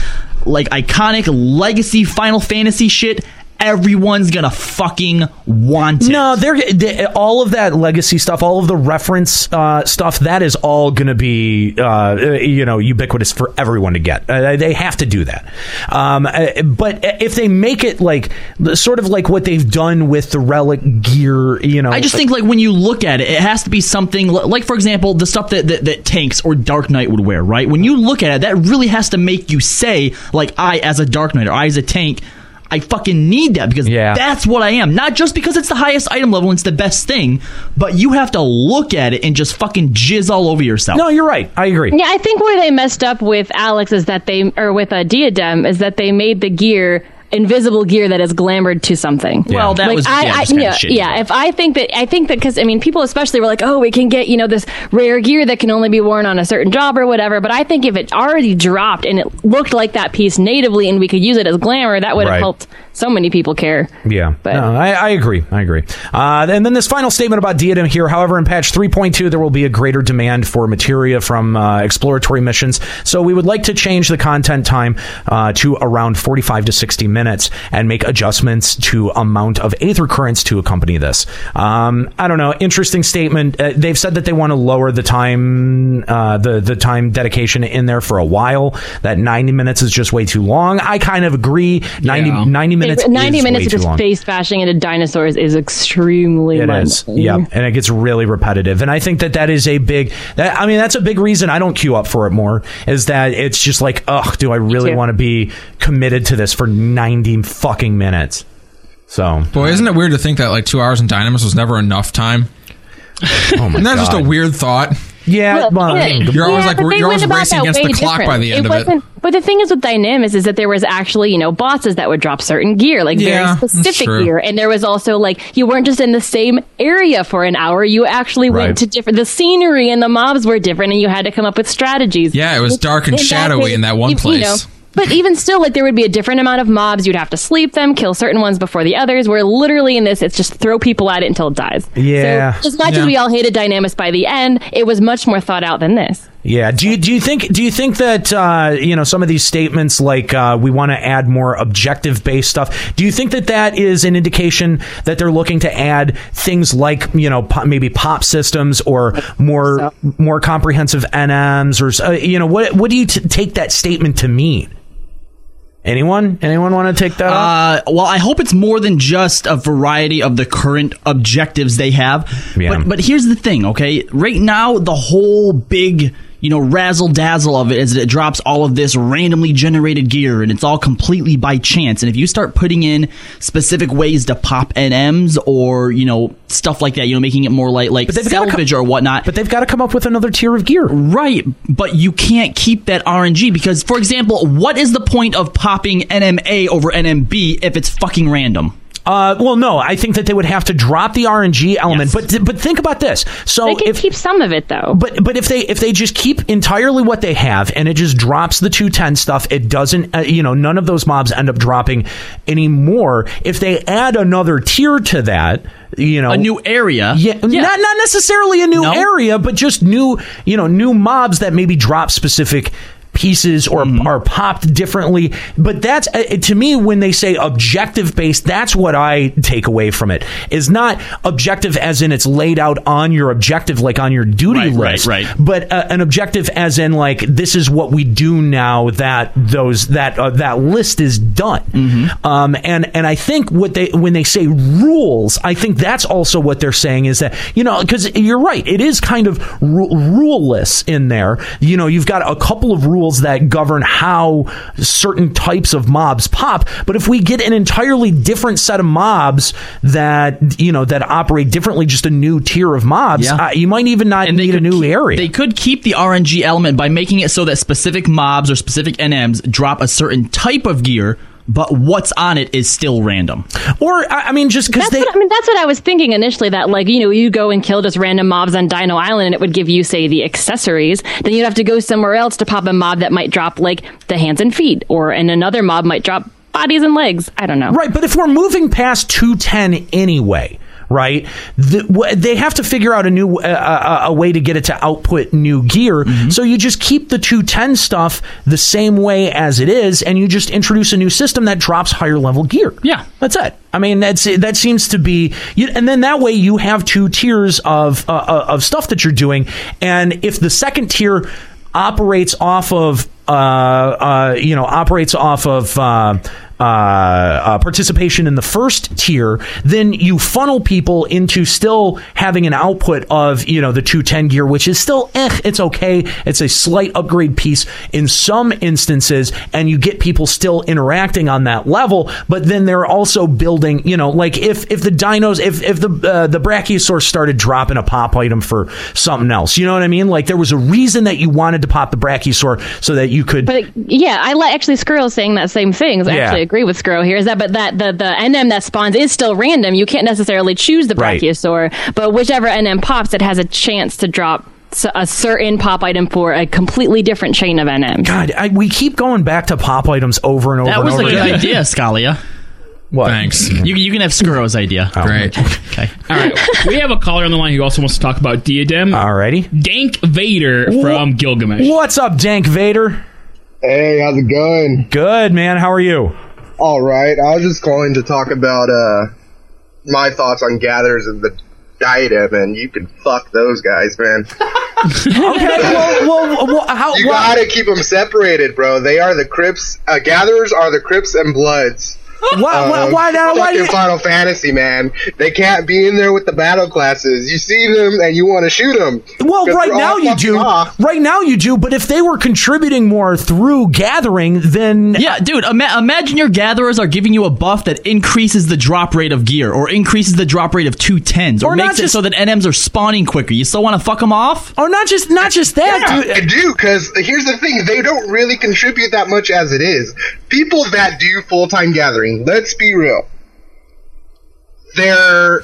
Speaker 1: like iconic legacy Final Fantasy shit, everyone's gonna fucking want it.
Speaker 9: No, they're they, all of that legacy stuff, all of the reference uh, stuff. That is all going to be uh, you know ubiquitous for everyone to get. Uh, they have to do that. Um, uh, but if they make it like sort of like what they've done with the relic gear, you know,
Speaker 1: I just think like when you look at it, it has to be something li- like, for example, the stuff that, that that tanks or Dark Knight would wear, right? When you look at it, that really has to make you say, like, I as a Dark Knight or I as a tank, I fucking need that because that's what I am. Not just because it's the highest item level and it's the best thing, but you have to look at it and just fucking jizz all over yourself.
Speaker 9: No, you're right. I agree.
Speaker 10: Yeah, I think where they messed up with Alex is that they, or with a diadem, is that they made the gear invisible gear that is glamored to something.
Speaker 1: Well, that was- yeah, it was kinda
Speaker 10: yeah,
Speaker 1: shitty.
Speaker 10: yeah. If I think that, I think that because I mean, people especially were like, oh, we can get you know this rare gear that can only be worn on a certain job or whatever. But I think if it already dropped and it looked like that piece natively and we could use it as glamour, that would have
Speaker 9: Right.
Speaker 10: helped so many people care.
Speaker 9: Yeah, no, I, I agree. I agree. Uh, and then this final statement about Diadem here. However, in patch 3.2, there will be a greater demand for materia from uh, exploratory missions. So we would like to change the content time uh, to around 45 to 60 minutes. minutes and make adjustments to amount of aether currents to accompany this. Um, I don't know. Interesting statement. Uh, they've said that they want to lower the time uh, the the time dedication in there for a while. That 90 minutes is just way too long. I kind of agree. 90, 90 minutes.
Speaker 10: They- 90
Speaker 9: is
Speaker 10: minutes
Speaker 9: way
Speaker 10: of
Speaker 9: too
Speaker 10: just
Speaker 9: long.
Speaker 10: face bashing into dinosaurs is extremely
Speaker 9: It
Speaker 10: mundane.
Speaker 9: is, yeah, and it gets really repetitive. And I think that that is a big. That, I mean, that's a big reason I don't queue up for it more. Is that it's just like, ugh, do I really
Speaker 10: too.
Speaker 9: want to be committed to this for ninety fucking minutes? So,
Speaker 11: Boy, isn't it weird to think that like two hours in Dynamis was never enough time?
Speaker 9: oh my
Speaker 11: Isn't that just a
Speaker 9: God.
Speaker 11: weird thought?
Speaker 9: Yeah,
Speaker 11: you're always
Speaker 10: Yeah,
Speaker 11: like
Speaker 10: but they
Speaker 11: you're
Speaker 10: went
Speaker 11: always
Speaker 10: about
Speaker 11: racing
Speaker 10: that
Speaker 11: against
Speaker 10: way
Speaker 11: the clock by the
Speaker 10: different.
Speaker 11: end
Speaker 10: It
Speaker 11: of it.
Speaker 10: wasn't- But the thing is with Dynamis is that there was actually, you know, bosses that would drop certain gear, like
Speaker 11: Yeah,
Speaker 10: very
Speaker 11: that's
Speaker 10: specific
Speaker 11: true.
Speaker 10: gear. And there was also like you weren't just in the same area for an hour. You actually
Speaker 11: Right.
Speaker 10: went to different the scenery and the mobs were different and you had to come up with strategies.
Speaker 11: Yeah, it was
Speaker 10: Which-
Speaker 11: dark and shadowy in that one
Speaker 10: you- you know,
Speaker 11: place.
Speaker 10: but even still, like there would be a different amount of mobs. You'd have to sleep them, kill certain ones before the others. Where literally in this, it's just throw people at it until it dies.
Speaker 9: Yeah.
Speaker 10: So it's not just
Speaker 9: Yeah.
Speaker 10: we all hated Dynamis by the end. It was much more thought out than this.
Speaker 9: Yeah. Do you do you think do you think that uh, you know some of these statements like uh, we want to add more objective based stuff? Do you think that that is an indication that they're looking to add things like you know po- maybe pop systems or more more comprehensive NMs or s- uh, you know what what do you t- take that statement to mean? Anyone? Anyone want to take that? up?
Speaker 1: Uh, well, I hope it's more than just a variety of the current objectives they have. But, but here's the thing, okay? Right now, the whole big, you know, razzle dazzle of it is that it drops all of this randomly generated gear and it's all completely by chance. And if you start putting in specific ways to pop NMs or, you know, stuff like that, you know, making it more like, like salvage or whatnot. But
Speaker 9: they've got to come up with another tier of gear.
Speaker 1: Right. But you can't keep that RNG because, for example, what is the point of popping NMA over NMB if it's fucking random?
Speaker 9: Uh, well, no, I think that they would have to drop the RNG element. But but think about this. So
Speaker 10: They can keep some of it though.
Speaker 9: Oh, But but if they if they just keep entirely what they have and it just drops the 210 stuff, it doesn't uh, you know none of those mobs end up dropping anymore. If they add another tier to that, you know,
Speaker 1: A new area.
Speaker 9: yeah, not not necessarily a new area, but just new you know new mobs that maybe drop specific pieces or are popped differently but that's uh, to me when they say objective based that's what i take away from it is not objective as in it's laid out on your objective like on your duty list right, right. but uh, an objective as in like this is what we do now that those that uh, that list is done
Speaker 1: Mm-hmm.
Speaker 9: um, and and i think what they when they say rules i think that's also what they're saying is that you know because you're right it is kind of ru- ruleless in there you know you've got a couple of rules that govern how certain types of mobs pop but if we get an entirely different set of mobs that you know that operate differently just a new tier of mobs
Speaker 1: Yeah.
Speaker 9: uh, you might even not need a new area
Speaker 1: They could keep the RNG element by making it so that specific mobs or specific NMs drop a certain type of gear, but what's on it is still random.
Speaker 9: Or I I mean, just because
Speaker 10: that's what, I mean, that's what I was thinking initially. That like you know you go and kill just random mobs on Dino Island, and it would give you say the accessories. Then you'd have to go somewhere else to pop a mob that might drop like the hands and feet, or and another mob might drop bodies and legs. I don't know.
Speaker 9: Right, but if we're moving past 210 anyway, right? The, w- they have to figure out a new uh, uh, a way to get it to output new gear. So you just keep the 210 stuff the same way as it is and you just introduce a new system that drops higher level gear. Yeah. That's it. I mean, that's that seems to be you, and then that way you have two tiers of uh, uh, of stuff that you're doing and if the second tier operates off of uh, uh, you know operates off of uh, uh, uh, participation in the first tier, then you funnel people into still having an output of you know the 210 gear, which is still eh, it's okay. It's a slight upgrade piece in some instances, and you get people still interacting on that level. But then they're also building, you know, like if if the dinos, if if the uh, the brachiosaur started dropping a pop item for something else, you know what I mean? Like there was a reason that you wanted to pop the brachiosaur so that you could.
Speaker 10: But yeah, I li- actually Skrull's saying that same thing. I
Speaker 9: Yeah.
Speaker 10: actually agree with Skrull here. Is that but that the the NM that spawns is still random. You can't necessarily choose the
Speaker 9: Right.
Speaker 10: Brachiosaur, but whichever NM pops, it has a chance to drop s- a certain pop item for a completely different chain of NMs.
Speaker 9: God, I, we keep going back to pop items over and over
Speaker 1: That
Speaker 9: and
Speaker 1: was a
Speaker 9: over
Speaker 1: good
Speaker 9: again.
Speaker 1: idea, Scalia.
Speaker 9: What?
Speaker 11: Thanks.
Speaker 1: You, you can have Skurro's idea.
Speaker 11: Great.
Speaker 1: Okay.
Speaker 14: All right, we have a caller on the line who also wants to talk about Diadem.
Speaker 1: Uh,
Speaker 9: Alrighty,
Speaker 14: Dank Vader from Gilgamesh.
Speaker 9: What's up, Dank Vader?
Speaker 17: Hey, how's it going?
Speaker 9: Good, man. How are you?
Speaker 14: All right, I was just calling to talk about uh, my thoughts on Gathers and the Diadem, and you can fuck those guys, man.
Speaker 9: okay, well, [laughs] well, well how,
Speaker 14: you gotta keep them separated, bro. They are the Crips. Uh, gatherers are the Crips and Bloods.
Speaker 9: Why- why-
Speaker 14: of
Speaker 9: why not- why
Speaker 14: uh, fucking
Speaker 9: did-
Speaker 14: Final Fantasy, man. They can't be in there with the battle classes. You see them and you want to shoot them.
Speaker 9: Well, right now you do. Right now you do. But if they were contributing more through gathering, then
Speaker 1: Yeah, dude, ima- imagine your gatherers are giving you a buff that increases the drop rate of gear or increases the drop rate of two tens or,
Speaker 9: Or not
Speaker 1: makes it
Speaker 9: just-
Speaker 1: so that NMs are spawning quicker. You still want to fuck them off?
Speaker 9: Or not just not just
Speaker 14: Yeah, I do because here's the thing: they don't really contribute that much as it is. People that do full time gathering, let's be real, they're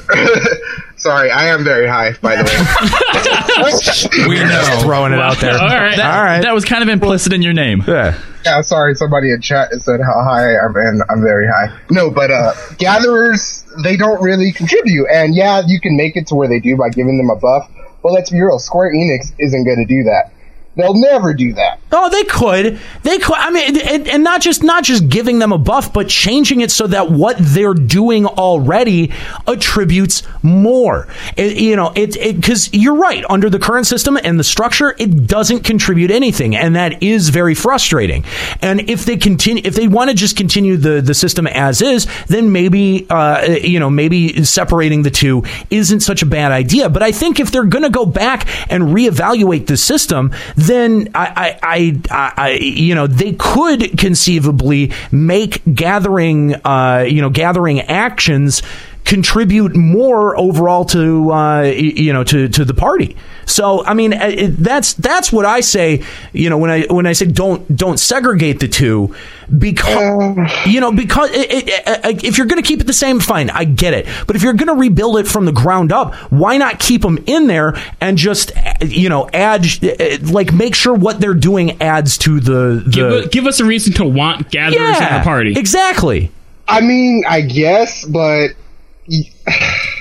Speaker 14: [laughs] sorry, I am very high by the way.
Speaker 9: we know throwing it out there.
Speaker 1: That,
Speaker 9: all right.
Speaker 1: That was kind of implicit in your name.
Speaker 9: Yeah.
Speaker 14: Yeah, sorry, somebody in chat said how high I'm, and I'm very high. No, but uh, gatherers, they don't really contribute. And yeah, you can make it to where they do by giving them a buff. But let's be real, Square Enix isn't going to do that. They'll never do that.
Speaker 9: Oh, they could. They could. I mean, and, and not just not just giving them a buff, but changing it so that what they're doing already attributes more. It- you know, it because you're right. Under the current system and the structure, it doesn't contribute anything, and that is very frustrating. And if they continue, if they want to just continue the the system as is, then maybe uh, you know maybe separating the two isn't such a bad idea. But I think if they're going to go back and reevaluate the system, then I, I, I, I you know they could conceivably make gathering uh, you know gathering actions contribute more overall to uh, y- you know to to the party. So I mean uh, it, that's that's what I say. You know when I when I say don't don't segregate the two because you know because it, it, it, if you're going to keep it the same, fine, I get it. But if you're going to rebuild it from the ground up, why not keep them in there and just uh, you know add uh, like make sure what they're doing adds to the the.
Speaker 18: Give, give us a reason to want gatherers in
Speaker 9: Yeah,
Speaker 18: the party.
Speaker 9: Exactly.
Speaker 14: I mean, I guess, but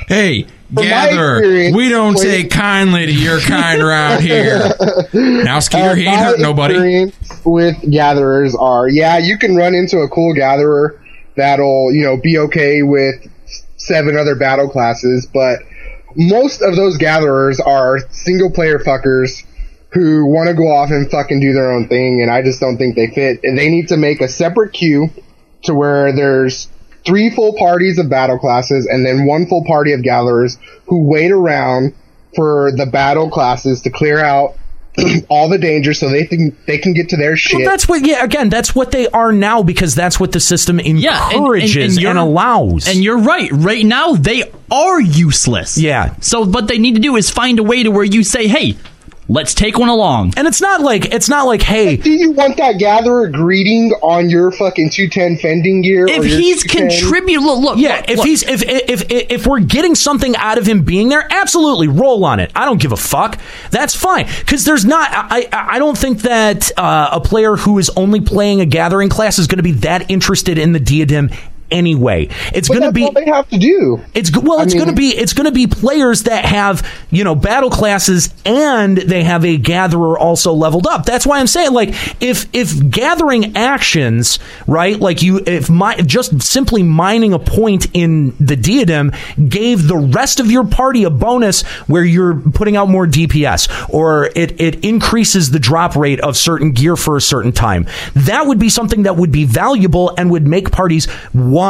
Speaker 11: Hey,
Speaker 14: my
Speaker 11: gather.
Speaker 14: experience-
Speaker 11: We don't
Speaker 14: Wait.
Speaker 11: take kindly to your kind around here. Now Skeeter, he ain't
Speaker 14: my
Speaker 11: hurt nobody.
Speaker 14: Uh, experience With gatherers are yeah, you can run into a cool gatherer that'll you know be okay with seven other battle classes, but most of those gatherers are single player fuckers who want to go off and fucking do their own thing, and I just don't think they fit. And they need to make a separate queue to where there's three full parties of battle classes and then one full party of gatherers who wait around for the battle classes to clear out [clears throat] all the danger so they can they can get to their shit.
Speaker 9: Well, that's what. Yeah, again, that's what they are now because that's what the system encourages and,
Speaker 1: you're-
Speaker 9: allows.
Speaker 1: And you're right. Right now, they are useless.
Speaker 9: Yeah.
Speaker 1: So what they need to do is find a way to where you say, hey, let's take one along.
Speaker 9: And it's not like it's not like hey,
Speaker 14: do you want that gatherer greeting on your fucking 210 fending gear?
Speaker 1: If he's contribute, look, look,
Speaker 9: yeah. if he's if, if if if we're getting something out of him being there, absolutely roll on it. I don't give a fuck. That's fine because there's not. I I I don't think that uh, a player who is only playing a gathering class is going to be that interested in the diadem. Anyway, it's going to be
Speaker 14: they have to do.
Speaker 9: It's go- well, it's going to be it's going to be players that have you know battle classes and they have a gatherer also leveled up. That's why I'm saying like if if gathering actions right like you if my just simply mining a point in the diadem gave the rest of your party a bonus where you're putting out more DPS or it it increases the drop rate of certain gear for a certain time. That would be something that would be valuable and would make parties want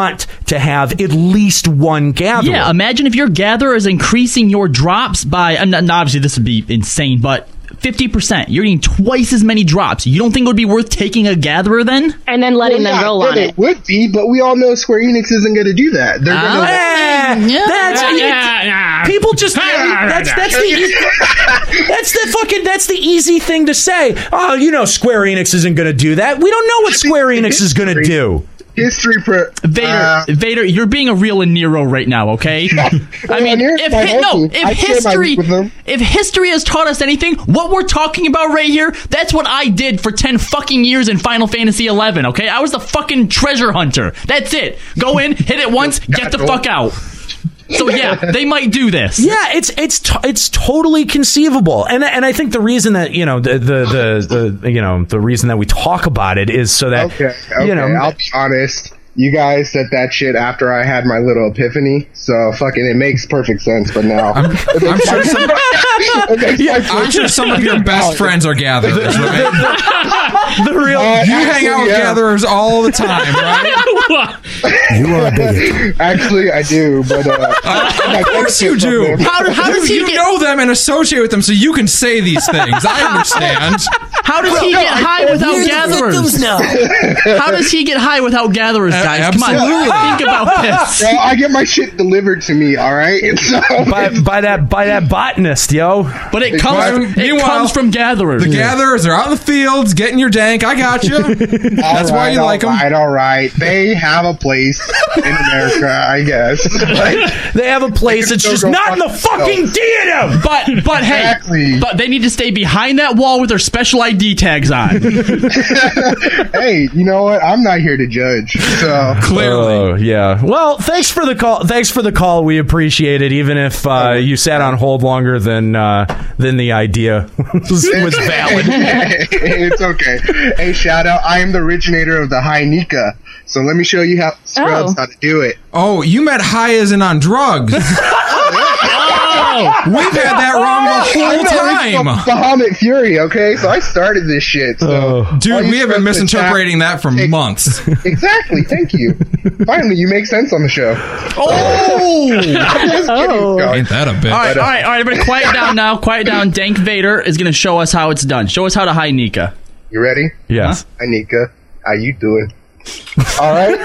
Speaker 9: to have at least one gatherer.
Speaker 1: Yeah, imagine if your gatherer is increasing your drops by, and and obviously this would be insane, but 50%. You're getting twice as many drops. You don't think it would be worth taking a gatherer then?
Speaker 10: And then letting them roll on it.
Speaker 14: would be, but we all know Square Enix isn't going to do that. They're
Speaker 1: Ah.
Speaker 14: going
Speaker 9: Yeah, Eh, that's
Speaker 18: Yeah,
Speaker 9: it-
Speaker 18: yeah,
Speaker 9: people just
Speaker 18: yeah.
Speaker 9: that's that's
Speaker 14: [laughs]
Speaker 9: the e- that's the fucking that's the easy thing to say. Oh, you know Square Enix isn't going to do that. We don't know what Square Enix is going to do.
Speaker 14: history pro- uh,
Speaker 1: Vader, Vader, you're being a real Nero right now, okay?
Speaker 14: [laughs]
Speaker 1: I mean, if,
Speaker 14: my
Speaker 1: hi- no,
Speaker 14: nephew. I
Speaker 1: if
Speaker 14: share my
Speaker 1: history,
Speaker 14: week with them.
Speaker 1: if history has taught us anything, what we're talking about right here, that's what I did for ten fucking years in Final Fantasy eleven. Okay, I was the fucking treasure hunter. That's it. Go in, hit it
Speaker 14: [laughs]
Speaker 1: once, get the fuck out. So yeah, they might do this.
Speaker 9: Yeah, it's it's t- it's totally conceivable, and and I think the reason that you know the the, the, the you know the reason that we talk about it is so that
Speaker 14: Okay,
Speaker 9: [laughs]
Speaker 14: okay,
Speaker 9: you know
Speaker 14: I'll be honest. You guys said that shit after I had my little epiphany, so fucking it makes perfect sense. But now I'm,
Speaker 11: sure
Speaker 14: [laughs]
Speaker 11: some- [laughs] I'm sure some of your best friends are gatherers, right?
Speaker 9: the real
Speaker 11: you hang out with gatherers all the time, right?
Speaker 14: You are a bigot. [laughs] actually, I do,
Speaker 11: [laughs]
Speaker 14: but uh,
Speaker 11: of course you do. [laughs]
Speaker 14: How- how does
Speaker 11: you,
Speaker 14: he
Speaker 11: you
Speaker 14: get-
Speaker 11: know them and associate with them, so you can say these things. I understand. [laughs]
Speaker 1: How does he
Speaker 11: No,
Speaker 1: get
Speaker 11: I-
Speaker 1: high without
Speaker 11: Here's the
Speaker 1: gatherers?
Speaker 11: victims
Speaker 1: [laughs]
Speaker 11: now.
Speaker 1: How does he get high without gatherers,
Speaker 11: A-
Speaker 1: guys? Come on,
Speaker 11: absolutely.
Speaker 1: think about this.
Speaker 14: [laughs] Well, I get my shit delivered to me. All right. [laughs] So
Speaker 9: by, by that by that botanist, yo.
Speaker 1: But
Speaker 11: it comes- it Meanwhile, comes from
Speaker 1: gatherers.
Speaker 11: The gatherers are out in the fields getting your dank. I got you. [laughs] That's why you like them.
Speaker 14: All right, all right. They have a place in America, I guess. [laughs]
Speaker 11: [laughs]
Speaker 9: they have a place.
Speaker 1: It's just not in the fucking theater. But but hey, but they need to stay behind that wall with their special ID tags on.
Speaker 14: hey, you know what? I'm not here to judge. So
Speaker 9: Clearly,
Speaker 11: Uh,
Speaker 9: Oh, yeah. Well, thanks for the call. Thanks for the call. We appreciate it, even if
Speaker 1: Oh,
Speaker 9: uh, you sat on hold longer than uh, than the idea [laughs]
Speaker 1: [laughs]
Speaker 9: was, was valid.
Speaker 14: [laughs] it's okay. Hey, shout out! I am the originator of the high Nika. So let me show you how Scrubs how to do it.
Speaker 11: Oh, you met high as in on [laughs] drugs. We've had that wrong the whole
Speaker 14: I know,
Speaker 11: time.
Speaker 14: it's Bahamut Fury. Okay, so I started this shit. So All
Speaker 11: Dude,
Speaker 14: you
Speaker 11: we have been
Speaker 14: friends in chat-
Speaker 11: misinterpreting that for months.
Speaker 14: Exactly. Thank you. Finally, you make sense on the show. [laughs]
Speaker 1: oh.
Speaker 11: Ain't that a bitch?
Speaker 1: All right, all right, all right, everybody, quiet down now. Quiet down. Dank Vader is going to show us how it's done. Show us how to hide Nika.
Speaker 14: You ready?
Speaker 9: Yes.
Speaker 14: Hi, Nika. How you doing? All right.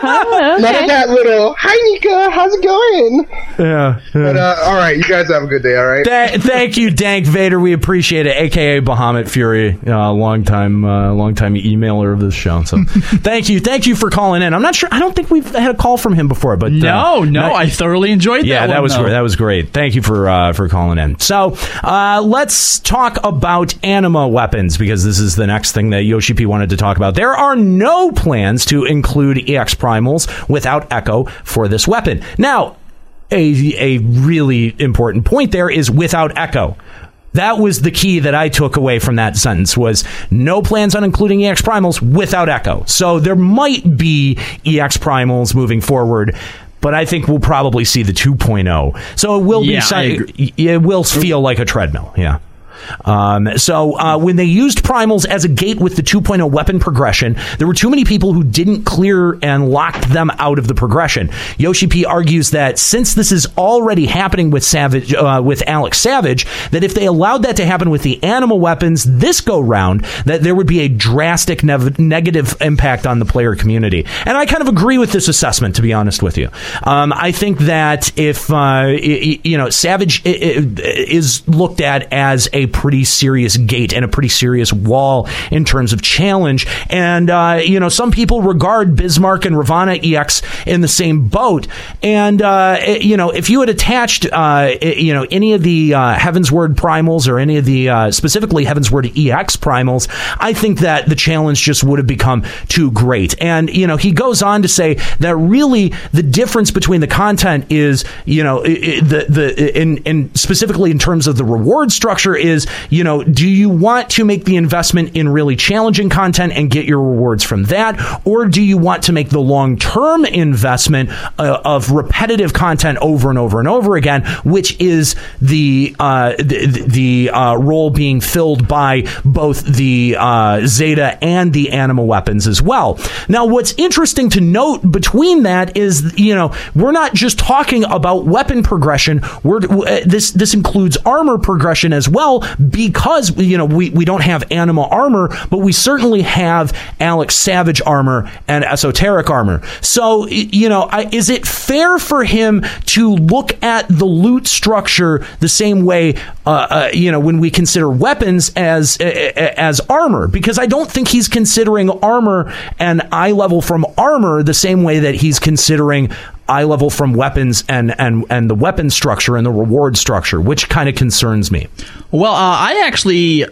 Speaker 14: None
Speaker 19: okay.
Speaker 14: of that little. Hi, Nika. How's it going?
Speaker 9: Yeah.
Speaker 14: But uh, all right, you guys have a good day. All right.
Speaker 9: Tha- thank you, Dank Vader. We appreciate it, aka Bahamut Fury, uh, long time, uh, long time emailer of this show.
Speaker 1: [laughs]
Speaker 9: So, thank you, thank you for calling in. I'm not sure. I don't think we've had a call from him before, but uh,
Speaker 1: No, no, I thoroughly enjoyed that.
Speaker 9: yeah, that
Speaker 1: one,
Speaker 9: was
Speaker 1: though.
Speaker 9: great. That was great. Thank you for uh, for calling in. So uh, let's talk about anima weapons because this is the next thing that Yoshi P wanted to talk about. There are no plans to include EX primals without Echo for this weapon. Now, a a really important point there is without Echo. That was the key that I took away from that sentence was no plans on including EX primals without Echo. So there might be EX primals moving forward, but I think we'll probably see the 2.0. So it will
Speaker 1: Yeah, I
Speaker 9: be si-
Speaker 1: agree.
Speaker 9: it will feel like a treadmill. Yeah. Um, so uh, when they used primals as a gate with the 2.0 weapon progression, there were too many people who didn't clear and locked them out of the progression. Yoshi P argues that since this is already happening with Savage uh, with Alex Savage, that if they allowed that to happen with the animal weapons this go round, that there would be a drastic nev- negative impact on the player community. And I kind of agree with this assessment, to be honest with you. Um, I think that if uh, y- y- you know Savage i- i- is looked at as a pretty serious gate and a pretty serious wall in terms of challenge, and uh, you know some people regard Bismarck and Ravana EX in the same boat. And uh, i- you know if you had attached uh, i- you know any of the uh, Heaven's Word primals or any of the uh, specifically Heaven's Word EX E primals, I think that the challenge just would have become too great. And you know, he goes on to say that really the difference between the content is, you know, i- i- the the in in specifically in terms of the reward structure is, you know, do you want to make the investment in really challenging content and get your rewards from that, or do you want to make the long term investment uh, of repetitive content over and over and over again, which is the uh, the, the uh, role being filled by both the uh, Zeta and the animal weapons as well. Now, what's interesting to note between that is, you know, we're not just talking about weapon progression. We're uh, this this includes armor progression as well because you know we we don't have animal armor, but we certainly have Alex Savage armor and esoteric armor. So y- you know, I, is it fair for him to look at the loot structure the same way uh, uh, you know when we consider weapons as uh, as armor? Because I don't think he's considering armor and eye level from armor the same way that he's considering eye level from weapons and and and the weapon structure and the reward structure, which kind of concerns me.
Speaker 1: Well, uh, I actually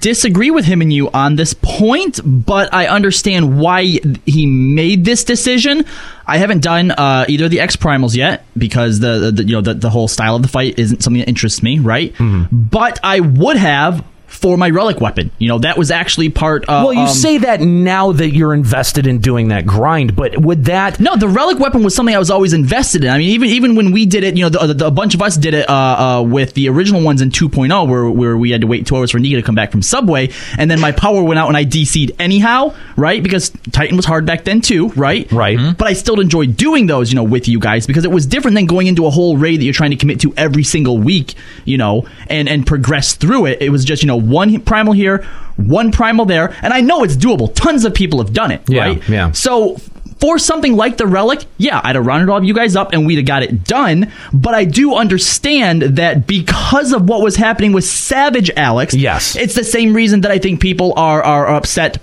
Speaker 1: disagree with him and you on this point, but I understand why he made this decision. I haven't done uh, either of the X primals yet because the, the you know the, the whole style of the fight isn't something that interests me, right? But I would have for my relic weapon. You know, that was actually part of.
Speaker 9: well, you
Speaker 1: um,
Speaker 9: say that now that you're invested in doing that grind, but would that
Speaker 1: no? The relic weapon was something I was always invested in. I mean, even even when we did it, you know, the, the, a bunch of us did it uh, uh, with the original ones in 2.0, where where we had to wait two hours for Nika to come back from Subway, and then my power went out and I DC'd anyhow, right? Because Titan was hard back then too, right?
Speaker 9: Right.
Speaker 1: But I still enjoyed doing those, you know, with you guys because it was different than going into a whole raid that you're trying to commit to every single week, you know, and and progress through it. It was just you know one primal here, one primal there, and I know it's doable. Tons of people have done it,
Speaker 9: Yeah,
Speaker 1: right?
Speaker 9: yeah.
Speaker 1: So for something like the relic, yeah, I'd have rounded all of you guys up and we'd have got it done. But I do understand that because of what was happening with Savage Alex, yes, it's the same reason that I think people are are upset.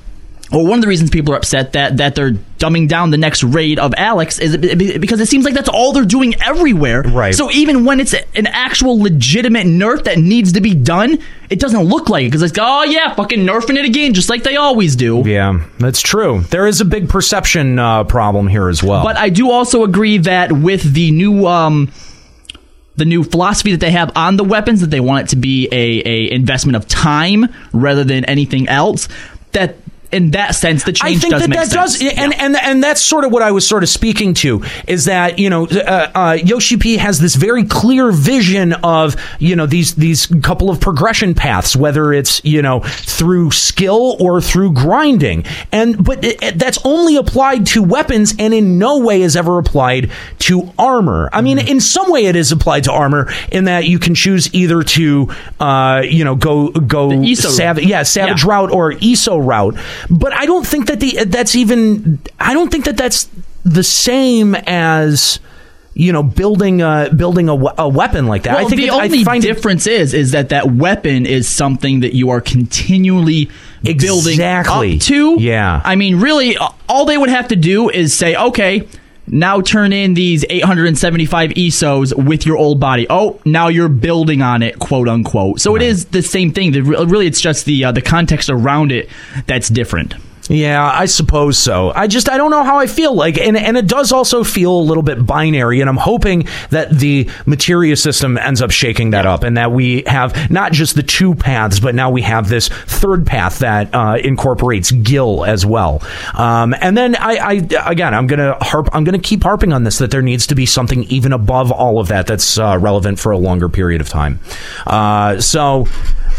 Speaker 1: Or one of the reasons people are upset that that they're dumbing down the next raid of Alex is it- it- because it seems like that's all they're doing everywhere. Right. So even when it's an actual legitimate nerf that needs to be done, it doesn't look like it because it's like, oh yeah, fucking nerfing it again, just like they always do.
Speaker 9: Yeah, that's true. There is a big perception uh, problem here as well.
Speaker 1: But I do also agree that with the new um the new philosophy that they have on the weapons that they want it to be a, a investment of time rather than anything else that in that sense the change
Speaker 9: I think
Speaker 1: does
Speaker 9: that
Speaker 1: make
Speaker 9: that
Speaker 1: sense.
Speaker 9: does, and, and and that's sort of what I was sort of speaking to is that you know uh, uh, Yoshi P has this very clear vision of you know these these couple of progression paths, whether it's you know through skill or through grinding, and but it, it- that's only applied to weapons, and in no way is ever applied to armor. I
Speaker 1: Mm-hmm.
Speaker 9: mean, in some way it is applied to armor in that you can choose either to uh, you know go go
Speaker 1: ESO route.
Speaker 9: savage, yeah, savage route or ESO route. But I don't think that the that's even. I don't think that that's the same as you know building a building a, we- a weapon like that.
Speaker 1: Well,
Speaker 9: I think
Speaker 1: the
Speaker 9: it- I
Speaker 1: only
Speaker 9: find it-
Speaker 1: difference is is that that weapon is something that you are continually building
Speaker 9: Exactly.
Speaker 1: up to. Yeah, I mean, really, uh, all they would have to do is say, okay. Now turn in these 875 ESOs E with your old body. Oh, now you're building on it, quote unquote. So it is the same thing. The, re- really, it's just the uh, the context around it that's different.
Speaker 9: Yeah, I suppose so. I just I don't know how I feel like, and and it does also feel a little bit binary. And I'm hoping that the materia system ends up shaking that up, and that we have not just the two paths, but now we have this third path that uh, incorporates Gil as well. Um, and then I, I again I'm gonna harp I'm gonna keep harping on this that there needs to be something even above all of that that's uh, relevant for a longer period of time. Uh, so.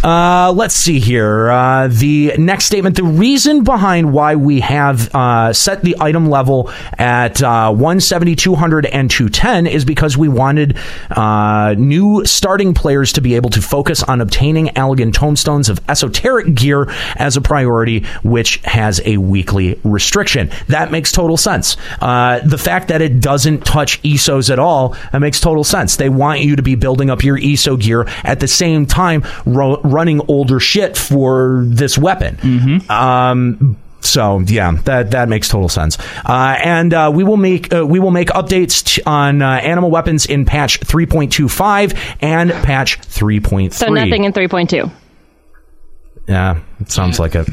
Speaker 9: Uh, let's see here. Uh, the next statement: the reason behind why we have uh, set the item level at uh, 170, 200, and 210 is because we wanted uh, new starting players to be able to focus on obtaining Allegan tombstones of esoteric gear as a priority, which has a weekly restriction. That makes total sense. Uh, the fact that it doesn't touch ESOs at all, that makes total sense. They want you to be building up your ESO gear at the same time ro- running older shit for this weapon. Um, so yeah, that that makes total sense. Uh, and uh, we will make uh, we will make updates t- on uh, animal weapons in patch 3.25 and patch 3.3.
Speaker 10: So nothing in 3.2.
Speaker 9: Yeah, it sounds like it.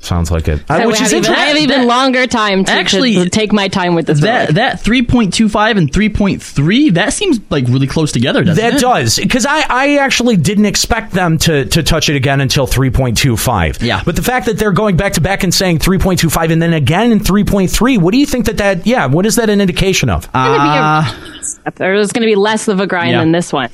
Speaker 9: Sounds like it.
Speaker 10: So I have even- I have even longer time to,
Speaker 1: Actually,
Speaker 10: actually, take my time with this. relic.
Speaker 1: That that 3.25 and 3.3 that seems like really close together. Doesn't
Speaker 9: That
Speaker 1: it?
Speaker 9: does because I, I actually didn't expect them to, to touch it again until 3.25. Yeah, but the fact that they're going back to back and saying 3.25 and then again in 3.3, what do you think that that yeah? What is that an indication of?
Speaker 10: There's going to be less of a grind
Speaker 9: Yeah.
Speaker 10: than this one.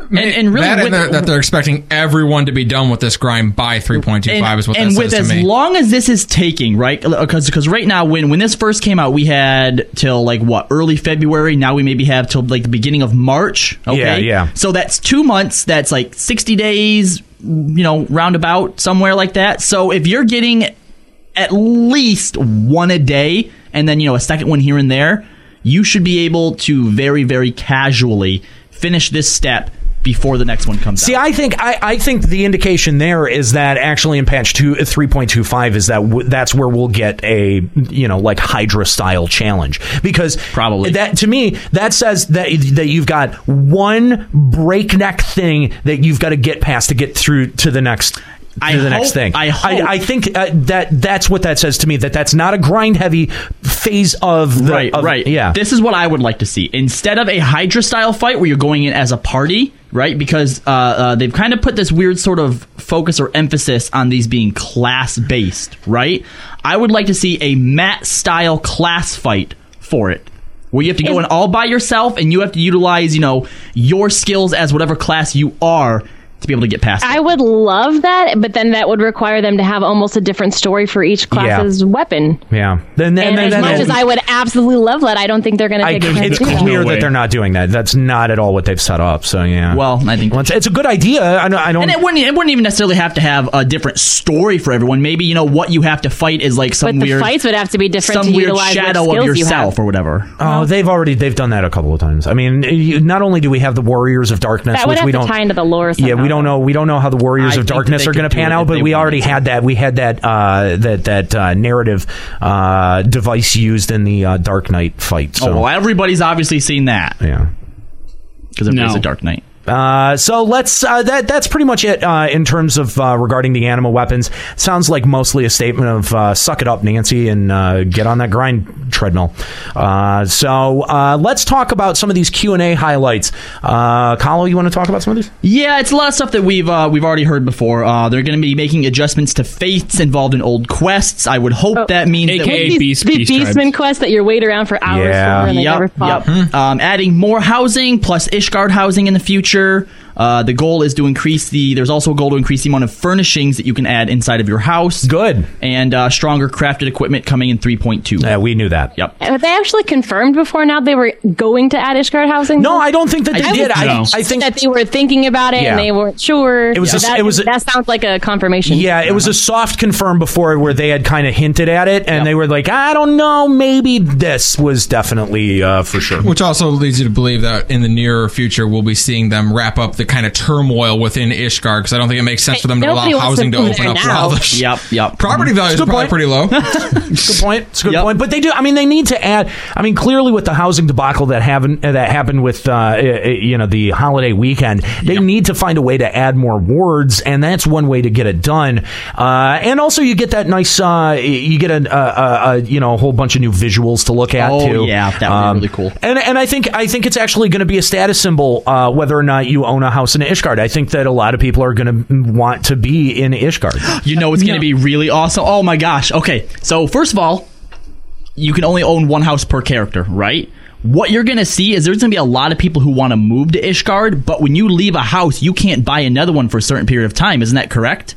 Speaker 11: And, and
Speaker 10: really
Speaker 11: that,
Speaker 10: with-
Speaker 11: and that- that they're expecting everyone to be done with this grind by 3.25
Speaker 1: and,
Speaker 11: is what
Speaker 1: and
Speaker 11: that
Speaker 1: with
Speaker 11: says
Speaker 1: as
Speaker 11: to me.
Speaker 1: long as this is taking right because because right now when when this first came out we had till like what early february now we maybe have till like the beginning of march okay
Speaker 9: Yeah, yeah.
Speaker 1: so that's two months that's like 60 days you know roundabout somewhere like that so if you're getting at least one a day and then you know a second one here and there you should be able to very very casually finish this step before the next one comes out
Speaker 9: See, I think I, I think the indication there is that actually in patch two uh, three point two five is that w- that's where we'll get a you know like Hydra style challenge because probably that to me that says that that you've got one breakneck thing that you've got to get past to get through to the next.
Speaker 1: I
Speaker 9: to the next
Speaker 1: hope-
Speaker 9: thing.
Speaker 1: I
Speaker 9: I,
Speaker 1: hope-
Speaker 9: think uh, that that's what that says to me. That that's not a grind heavy phase of the
Speaker 1: right,
Speaker 9: of-
Speaker 1: right.
Speaker 9: Yeah,
Speaker 1: This is what I would like to see. Instead of a Hydra style fight where you're going in as a party, right? Because uh, uh, they've kind of put this weird sort of focus or emphasis on these being class based, right? I would like to see a mat style class fight for it. Where you have to go in all by yourself and you have to utilize, you know, your skills as whatever class you are to be able to get past. it.
Speaker 10: I would love that, but then that would require them to have almost a different story for each class's weapon.
Speaker 9: Yeah. Then, then,
Speaker 10: And,
Speaker 9: then,
Speaker 10: as
Speaker 9: then-
Speaker 10: much as I would absolutely love that, I don't think they're going to
Speaker 9: I,
Speaker 10: take a chance
Speaker 9: it's
Speaker 10: to do
Speaker 9: clear
Speaker 10: that.
Speaker 9: that they're not doing that. That's not at all what they've set up. So yeah.
Speaker 1: Well, I think
Speaker 9: it's, it's a good idea. I don't. I don't
Speaker 1: And it wouldn't. It wouldn't even necessarily have to have a different story for everyone. Maybe you know what you have to fight is like some
Speaker 10: But the
Speaker 1: weird
Speaker 10: fights would have to be different
Speaker 1: some
Speaker 10: to
Speaker 1: weird
Speaker 10: utilize what
Speaker 1: shadow
Speaker 10: skills
Speaker 1: of
Speaker 10: you have.
Speaker 1: yourself or whatever.
Speaker 9: Oh, they've already they've done that a couple of times. I mean, you, not only do we have the Warriors of Darkness,
Speaker 10: That would
Speaker 9: which
Speaker 10: have
Speaker 9: we
Speaker 10: to
Speaker 9: don't
Speaker 10: tie into the lore.
Speaker 9: yeah,
Speaker 10: somehow.
Speaker 9: we don't know. We don't know how the Warriors
Speaker 1: I
Speaker 9: of
Speaker 1: think that
Speaker 9: Darkness
Speaker 1: they
Speaker 9: are going
Speaker 1: could
Speaker 9: to
Speaker 1: do
Speaker 9: pan
Speaker 1: it
Speaker 9: out,
Speaker 1: if
Speaker 9: but
Speaker 1: they
Speaker 9: we
Speaker 1: wanted
Speaker 9: already
Speaker 1: to.
Speaker 9: had that. We had that uh, that that uh, narrative uh, device used in the uh, Dark Knight fight. So.
Speaker 1: Oh well, everybody's obviously seen that.
Speaker 9: Yeah,
Speaker 1: because everybody's a Dark Knight.
Speaker 9: Uh, so let's uh, that that's pretty much it uh, in terms of uh, regarding the animal weapons. Sounds like mostly a statement of uh, suck it up, Nancy, and uh, get on that grind treadmill. Uh, so uh, let's talk about some of these Q and A highlights. Uh, Kalo, you want to talk about some of these?
Speaker 1: Yeah, it's a lot of stuff that we've uh, we've already heard before. Uh, they're going to be making adjustments to fates involved in old quests. I would
Speaker 10: Oh,
Speaker 1: hope that means that
Speaker 10: Like these- the Beastman quest that you wait around for hours for and they never
Speaker 1: Yep.
Speaker 10: pop.
Speaker 1: yep. Um, adding more housing plus Ishgard housing in the future. Uh, the goal is to increase the. There's also a goal to increase the amount of furnishings that you can add inside of your house.
Speaker 9: Good.
Speaker 1: And uh, stronger crafted equipment coming in 3.2.
Speaker 9: Yeah, we knew that.
Speaker 1: Yep.
Speaker 10: Have they actually confirmed before now they were going to add Ishgard housing?
Speaker 9: No, I don't think that they
Speaker 10: would
Speaker 9: did. I- No. I
Speaker 10: think that they were thinking about it
Speaker 9: Yeah.
Speaker 10: and they weren't sure.
Speaker 9: It was a-
Speaker 10: that,
Speaker 9: it was a-
Speaker 10: that sounds like a confirmation.
Speaker 9: Yeah, it was a soft confirm before where they had kind of hinted at it, and they were like, I don't know, maybe this was definitely uh, for sure.
Speaker 11: Which also leads you to believe that in the nearer future we'll be seeing them wrap up the kind of turmoil within Ishgard because I don't think it makes sense for them to
Speaker 9: Nobody
Speaker 11: allow
Speaker 9: wants to
Speaker 11: housing to,
Speaker 9: move
Speaker 11: open
Speaker 9: there
Speaker 11: up for
Speaker 9: now.
Speaker 11: all this.
Speaker 1: Yep, yep.
Speaker 11: Property
Speaker 9: It's a
Speaker 11: values
Speaker 9: good
Speaker 11: are probably
Speaker 9: point.
Speaker 11: pretty low.
Speaker 14: [laughs]
Speaker 9: It's a good point. It's a good point. But they do. I mean, they need to add. I mean, clearly with the housing debacle that happened that happened with uh, i- i- you know the holiday weekend, they need to find a way to add more wards, and that's one way to get it done. Uh, and also, you get that nice. Uh, you get a, a, a, a you know a whole bunch of new visuals to look at
Speaker 1: Oh,
Speaker 9: too. Um,
Speaker 1: yeah, that would be really cool.
Speaker 9: And and I think I think it's actually going to be a status symbol uh, whether or not you own a house in Ishgard. I think that a lot of people are going to want to be
Speaker 1: [gasps]
Speaker 9: in Ishgard.
Speaker 1: You know it's going to be really awesome. Oh my gosh. Okay. So first of all, you can only own one house per character, right? What you're going to see is there's going to be a lot of people who want to move to Ishgard, but when you leave a house, you can't buy another one for a certain period of time. Isn't that correct?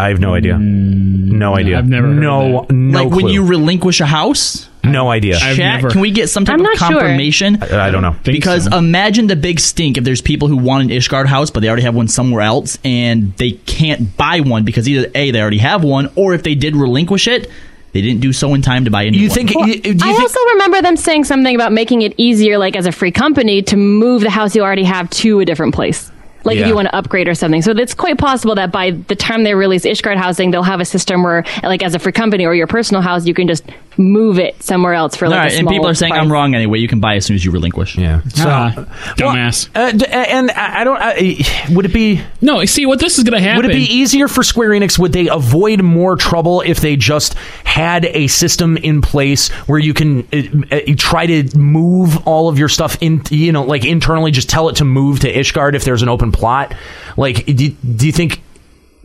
Speaker 9: I have no idea. No idea.
Speaker 1: Mm, I've never heard of
Speaker 9: no no
Speaker 1: like
Speaker 9: clue.
Speaker 1: when you relinquish a house.
Speaker 9: No idea. Uh,
Speaker 1: Chat, can we get some type of confirmation?
Speaker 9: I, I don't know.
Speaker 1: Because imagine the big stink if there's people who want an Ishgard house, but they already have one somewhere else, and they can't buy one because either a they already have one, or if they did relinquish it, they didn't do so in time to buy a new one.
Speaker 9: [laughs]
Speaker 10: I also remember them saying something about making it easier, like as a free company, to move the house you already have to a different place. Like if
Speaker 1: Yeah.
Speaker 10: you want to upgrade or something. So it's quite possible that by the time they release Ishgard housing, they'll have a system where, like as a free company or your personal house, you can just move it somewhere else for
Speaker 1: All
Speaker 10: like
Speaker 1: right,
Speaker 10: a
Speaker 1: and
Speaker 10: small
Speaker 1: people are saying
Speaker 10: price.
Speaker 1: I'm wrong anyway. You can buy as soon as you relinquish.
Speaker 9: Yeah.
Speaker 1: So,
Speaker 14: Ah, dumbass.
Speaker 9: Uh, d- and I I don't. I, [sighs] would it be?
Speaker 14: No. See what this is going to happen.
Speaker 9: Would it be easier for Square Enix? Would they avoid more trouble if they just had a system in place where you can uh, uh, try to move all of your stuff in, you know, like internally, just tell it to move to Ishgard if there's an open plot? Like, do, do you think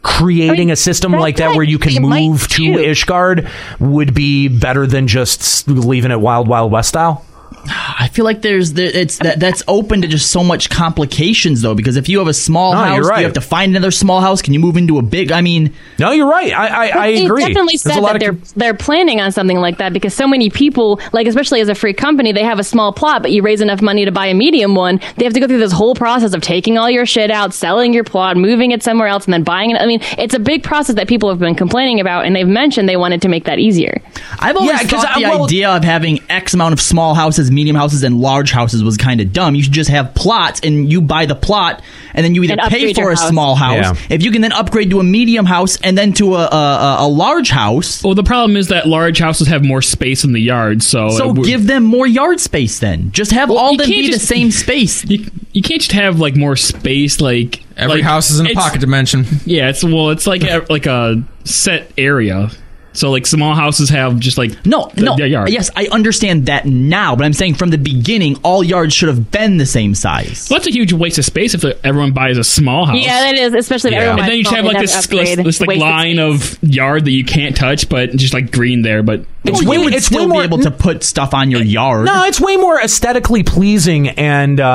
Speaker 9: creating a system like that where you can move to Ishgard would be better than just s- leaving it Wild Wild West style?
Speaker 1: I feel like there's there, it's that that's open to just so much complications though because if you have a small
Speaker 9: No, you're
Speaker 1: house,
Speaker 9: right.
Speaker 1: you have to find another small house. Can you move into a big? I mean,
Speaker 9: no, you're right. I I,
Speaker 10: But they definitely said that they're they're planning on something like that because so many people, like especially as a free company, they have a small plot, but you raise enough money to buy a medium one. They have to go through this whole process of taking all your shit out, selling your plot, moving it somewhere else, and then buying it. I mean, it's a big process that people have been complaining about, and they've mentioned they wanted to make that easier.
Speaker 1: I've always thought the idea of having X amount of small houses, medium houses, and large houses was kind of dumb. You should just have plots, and you buy the plot, and then you either
Speaker 10: And
Speaker 1: pay
Speaker 10: upgrade
Speaker 1: for
Speaker 10: your
Speaker 1: a
Speaker 10: house.
Speaker 1: small house.
Speaker 10: Yeah.
Speaker 1: If you can then upgrade to a medium house, and then to a a, a- a large house.
Speaker 14: Well, the problem is that large houses have more space in the yard, so
Speaker 1: So give them more yard space then. Just have all them be the same space.
Speaker 14: You, you can't just have like more space. Like
Speaker 11: Every
Speaker 14: like,
Speaker 11: house is in a
Speaker 14: it's-
Speaker 11: pocket dimension.
Speaker 14: Yeah, it's well, it's like a, like a set area. So like small houses have just like
Speaker 1: no no
Speaker 14: their yard.
Speaker 1: Yes, I understand that now, but I'm saying from the beginning, all yards should have been the same size.
Speaker 14: Well, that's a huge waste of space if everyone buys a small house.
Speaker 10: Yeah, that is, especially if everyone
Speaker 14: And
Speaker 10: buys
Speaker 14: then you
Speaker 10: small,
Speaker 14: have
Speaker 10: they
Speaker 14: like
Speaker 10: have
Speaker 14: this,
Speaker 10: to upgrade.
Speaker 14: this like
Speaker 10: Wasted
Speaker 14: line of yard that you can't touch, but just like green there. But
Speaker 1: It's way-
Speaker 14: would
Speaker 1: it's way more- put stuff on your yard.
Speaker 9: No, it's way more aesthetically pleasing and uh,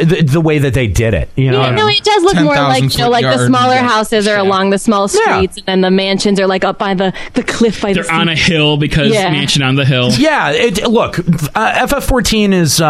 Speaker 9: uh, the, the way that they did it. You know,
Speaker 10: Yeah, no, it does look more like you know, like the smaller houses are along the small streets, and then the mansions are like up by the, the cliff by the
Speaker 14: they're on
Speaker 10: sea.
Speaker 14: a hill because
Speaker 10: Yeah.
Speaker 14: mansion on the hill.
Speaker 9: Yeah, it, look, uh, FF14 is uh,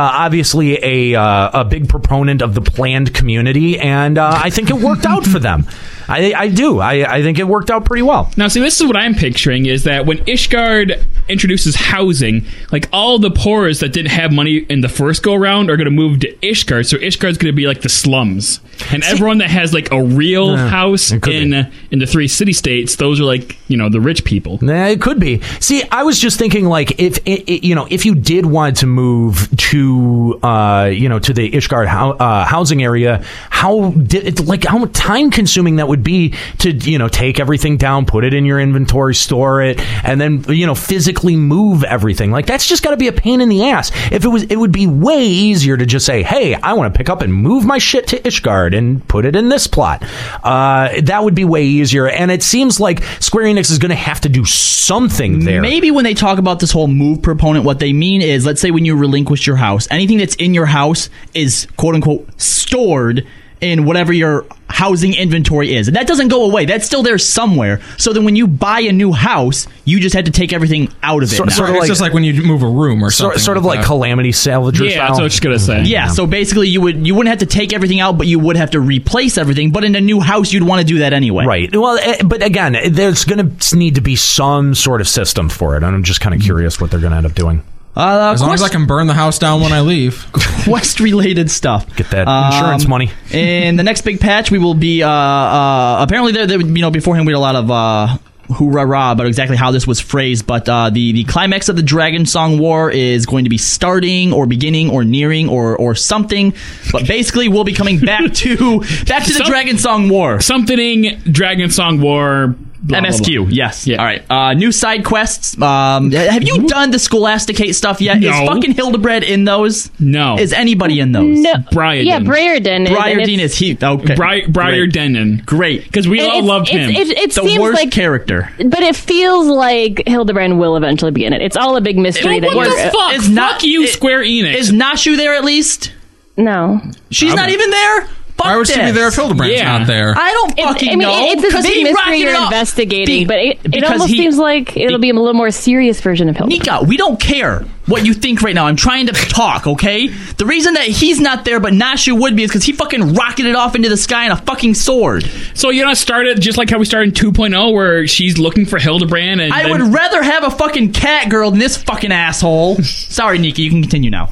Speaker 9: obviously a uh, a big proponent of the planned community, and uh, I think it worked out for them. I, I do. I, I think it worked out pretty well.
Speaker 14: Now, see, this is what I'm picturing is that when Ishgard introduces housing, like all the poorest that didn't have money in the first go round are going to move to Ishgard. So Ishgard's going to be like the slums, and everyone that has like a real
Speaker 9: Yeah,
Speaker 14: house in uh, in the three city states, those are like you know the rich people.
Speaker 9: Nah, it could be. See, I was just thinking, like, if it, it, you know, if you did want to move to, uh, you know, to the Ishgard hou- uh, housing area, how did it, like how time consuming that would be to, you know, take everything down, put it in your inventory, store it, and then you know, physically move everything. Like that's just got to be a pain in the ass. If it was, it would be way easier to just say, hey, I want to pick up and move my shit to Ishgard and put it in this plot. Uh, that would be way easier. And it seems like Square Enix is going to have to do something there.
Speaker 1: Maybe when they talk about this whole move proponent, what they mean is let's say when you relinquish your house, anything that's in your house is quote unquote stored in whatever your housing inventory is. And that doesn't go away. That's still there somewhere. So then when you buy a new house, you just had to take everything out of it.
Speaker 11: Sort,
Speaker 1: now.
Speaker 11: sort of like, just like when you move a room or
Speaker 1: Sort-
Speaker 11: something.
Speaker 1: sort of like
Speaker 11: that.
Speaker 9: calamity salvager
Speaker 14: Yeah, that's what I was just gonna say.
Speaker 1: Yeah, so basically you would you wouldn't have to take everything out, but you would have to replace everything. But in a new house, you'd want to do that anyway.
Speaker 9: Right. Well, eh, but again, there's going to need to be some sort of system for it. And I'm just kind of curious what they're going to end up doing.
Speaker 1: Uh,
Speaker 11: as long as I can burn the house down when I
Speaker 1: [laughs]
Speaker 11: leave.
Speaker 1: quest related stuff.
Speaker 9: Get that
Speaker 1: Um, [laughs]
Speaker 9: insurance money.
Speaker 1: in the next big patch, we will be uh, uh, apparently there, there. You know, beforehand we had a lot of. Uh, Hoorah! rah, About exactly how this was phrased, but uh, the the climax of the Dragon Song War is going to be starting, or beginning, or nearing, or or something.
Speaker 14: [laughs]
Speaker 1: But basically, we'll be coming back to back to the
Speaker 14: Some-
Speaker 1: Dragon Song War.
Speaker 14: Something Dragon Song War. blah, blah,
Speaker 1: MSQ,
Speaker 14: blah.
Speaker 1: yes. All right. Uh, new side quests. Um, have you done the Scholasticate stuff yet? Is
Speaker 14: No.
Speaker 1: fucking Hildebred in those?
Speaker 14: No.
Speaker 1: Is anybody in those?
Speaker 10: No.
Speaker 14: Briarden.
Speaker 10: Yeah, Briarden. is- and
Speaker 1: Briarden
Speaker 10: it's-
Speaker 1: is he? Okay.
Speaker 14: Bri- Briarden.
Speaker 1: Great.
Speaker 14: Because we
Speaker 10: And
Speaker 14: all
Speaker 10: it's-
Speaker 14: loved
Speaker 10: it's-
Speaker 14: him.
Speaker 10: it- it
Speaker 1: the
Speaker 10: seems
Speaker 1: worst
Speaker 10: like-
Speaker 1: character.
Speaker 10: But it feels like Hildebrand will eventually be in it. It's all a big mystery. that
Speaker 14: what
Speaker 10: you're-
Speaker 14: the fuck?
Speaker 1: Is
Speaker 14: fuck
Speaker 1: not-
Speaker 14: you,
Speaker 1: it-
Speaker 14: Square Enix.
Speaker 1: Is Nashu there at least?
Speaker 10: No.
Speaker 1: She's
Speaker 14: I'm-
Speaker 1: not even there. Fuck
Speaker 11: Why would she be
Speaker 1: this.
Speaker 11: there if Hildebrand's
Speaker 14: Yeah.
Speaker 11: not there?
Speaker 1: I don't
Speaker 10: It-
Speaker 1: fucking
Speaker 10: I mean,
Speaker 1: know.
Speaker 10: it- it's a
Speaker 1: 'cause
Speaker 10: big
Speaker 1: he
Speaker 10: mystery
Speaker 1: rocking
Speaker 10: you're
Speaker 1: it up.
Speaker 10: investigating,
Speaker 1: Be-
Speaker 10: but it, it
Speaker 1: because
Speaker 10: almost
Speaker 1: he-
Speaker 10: seems like it'll be a little more serious version of Hildebrand.
Speaker 1: Nika, we don't care what you think right now. I'm trying to talk, okay? The reason that he's not there but Nashu would be is because he fucking rocketed off into the sky in a fucking sword.
Speaker 14: So you're not started just like how we started in 2.0 where she's looking for Hildebrand and
Speaker 1: I
Speaker 14: then-
Speaker 1: would rather have a fucking cat girl than this fucking [laughs] asshole. Sorry, Nika, you can continue now.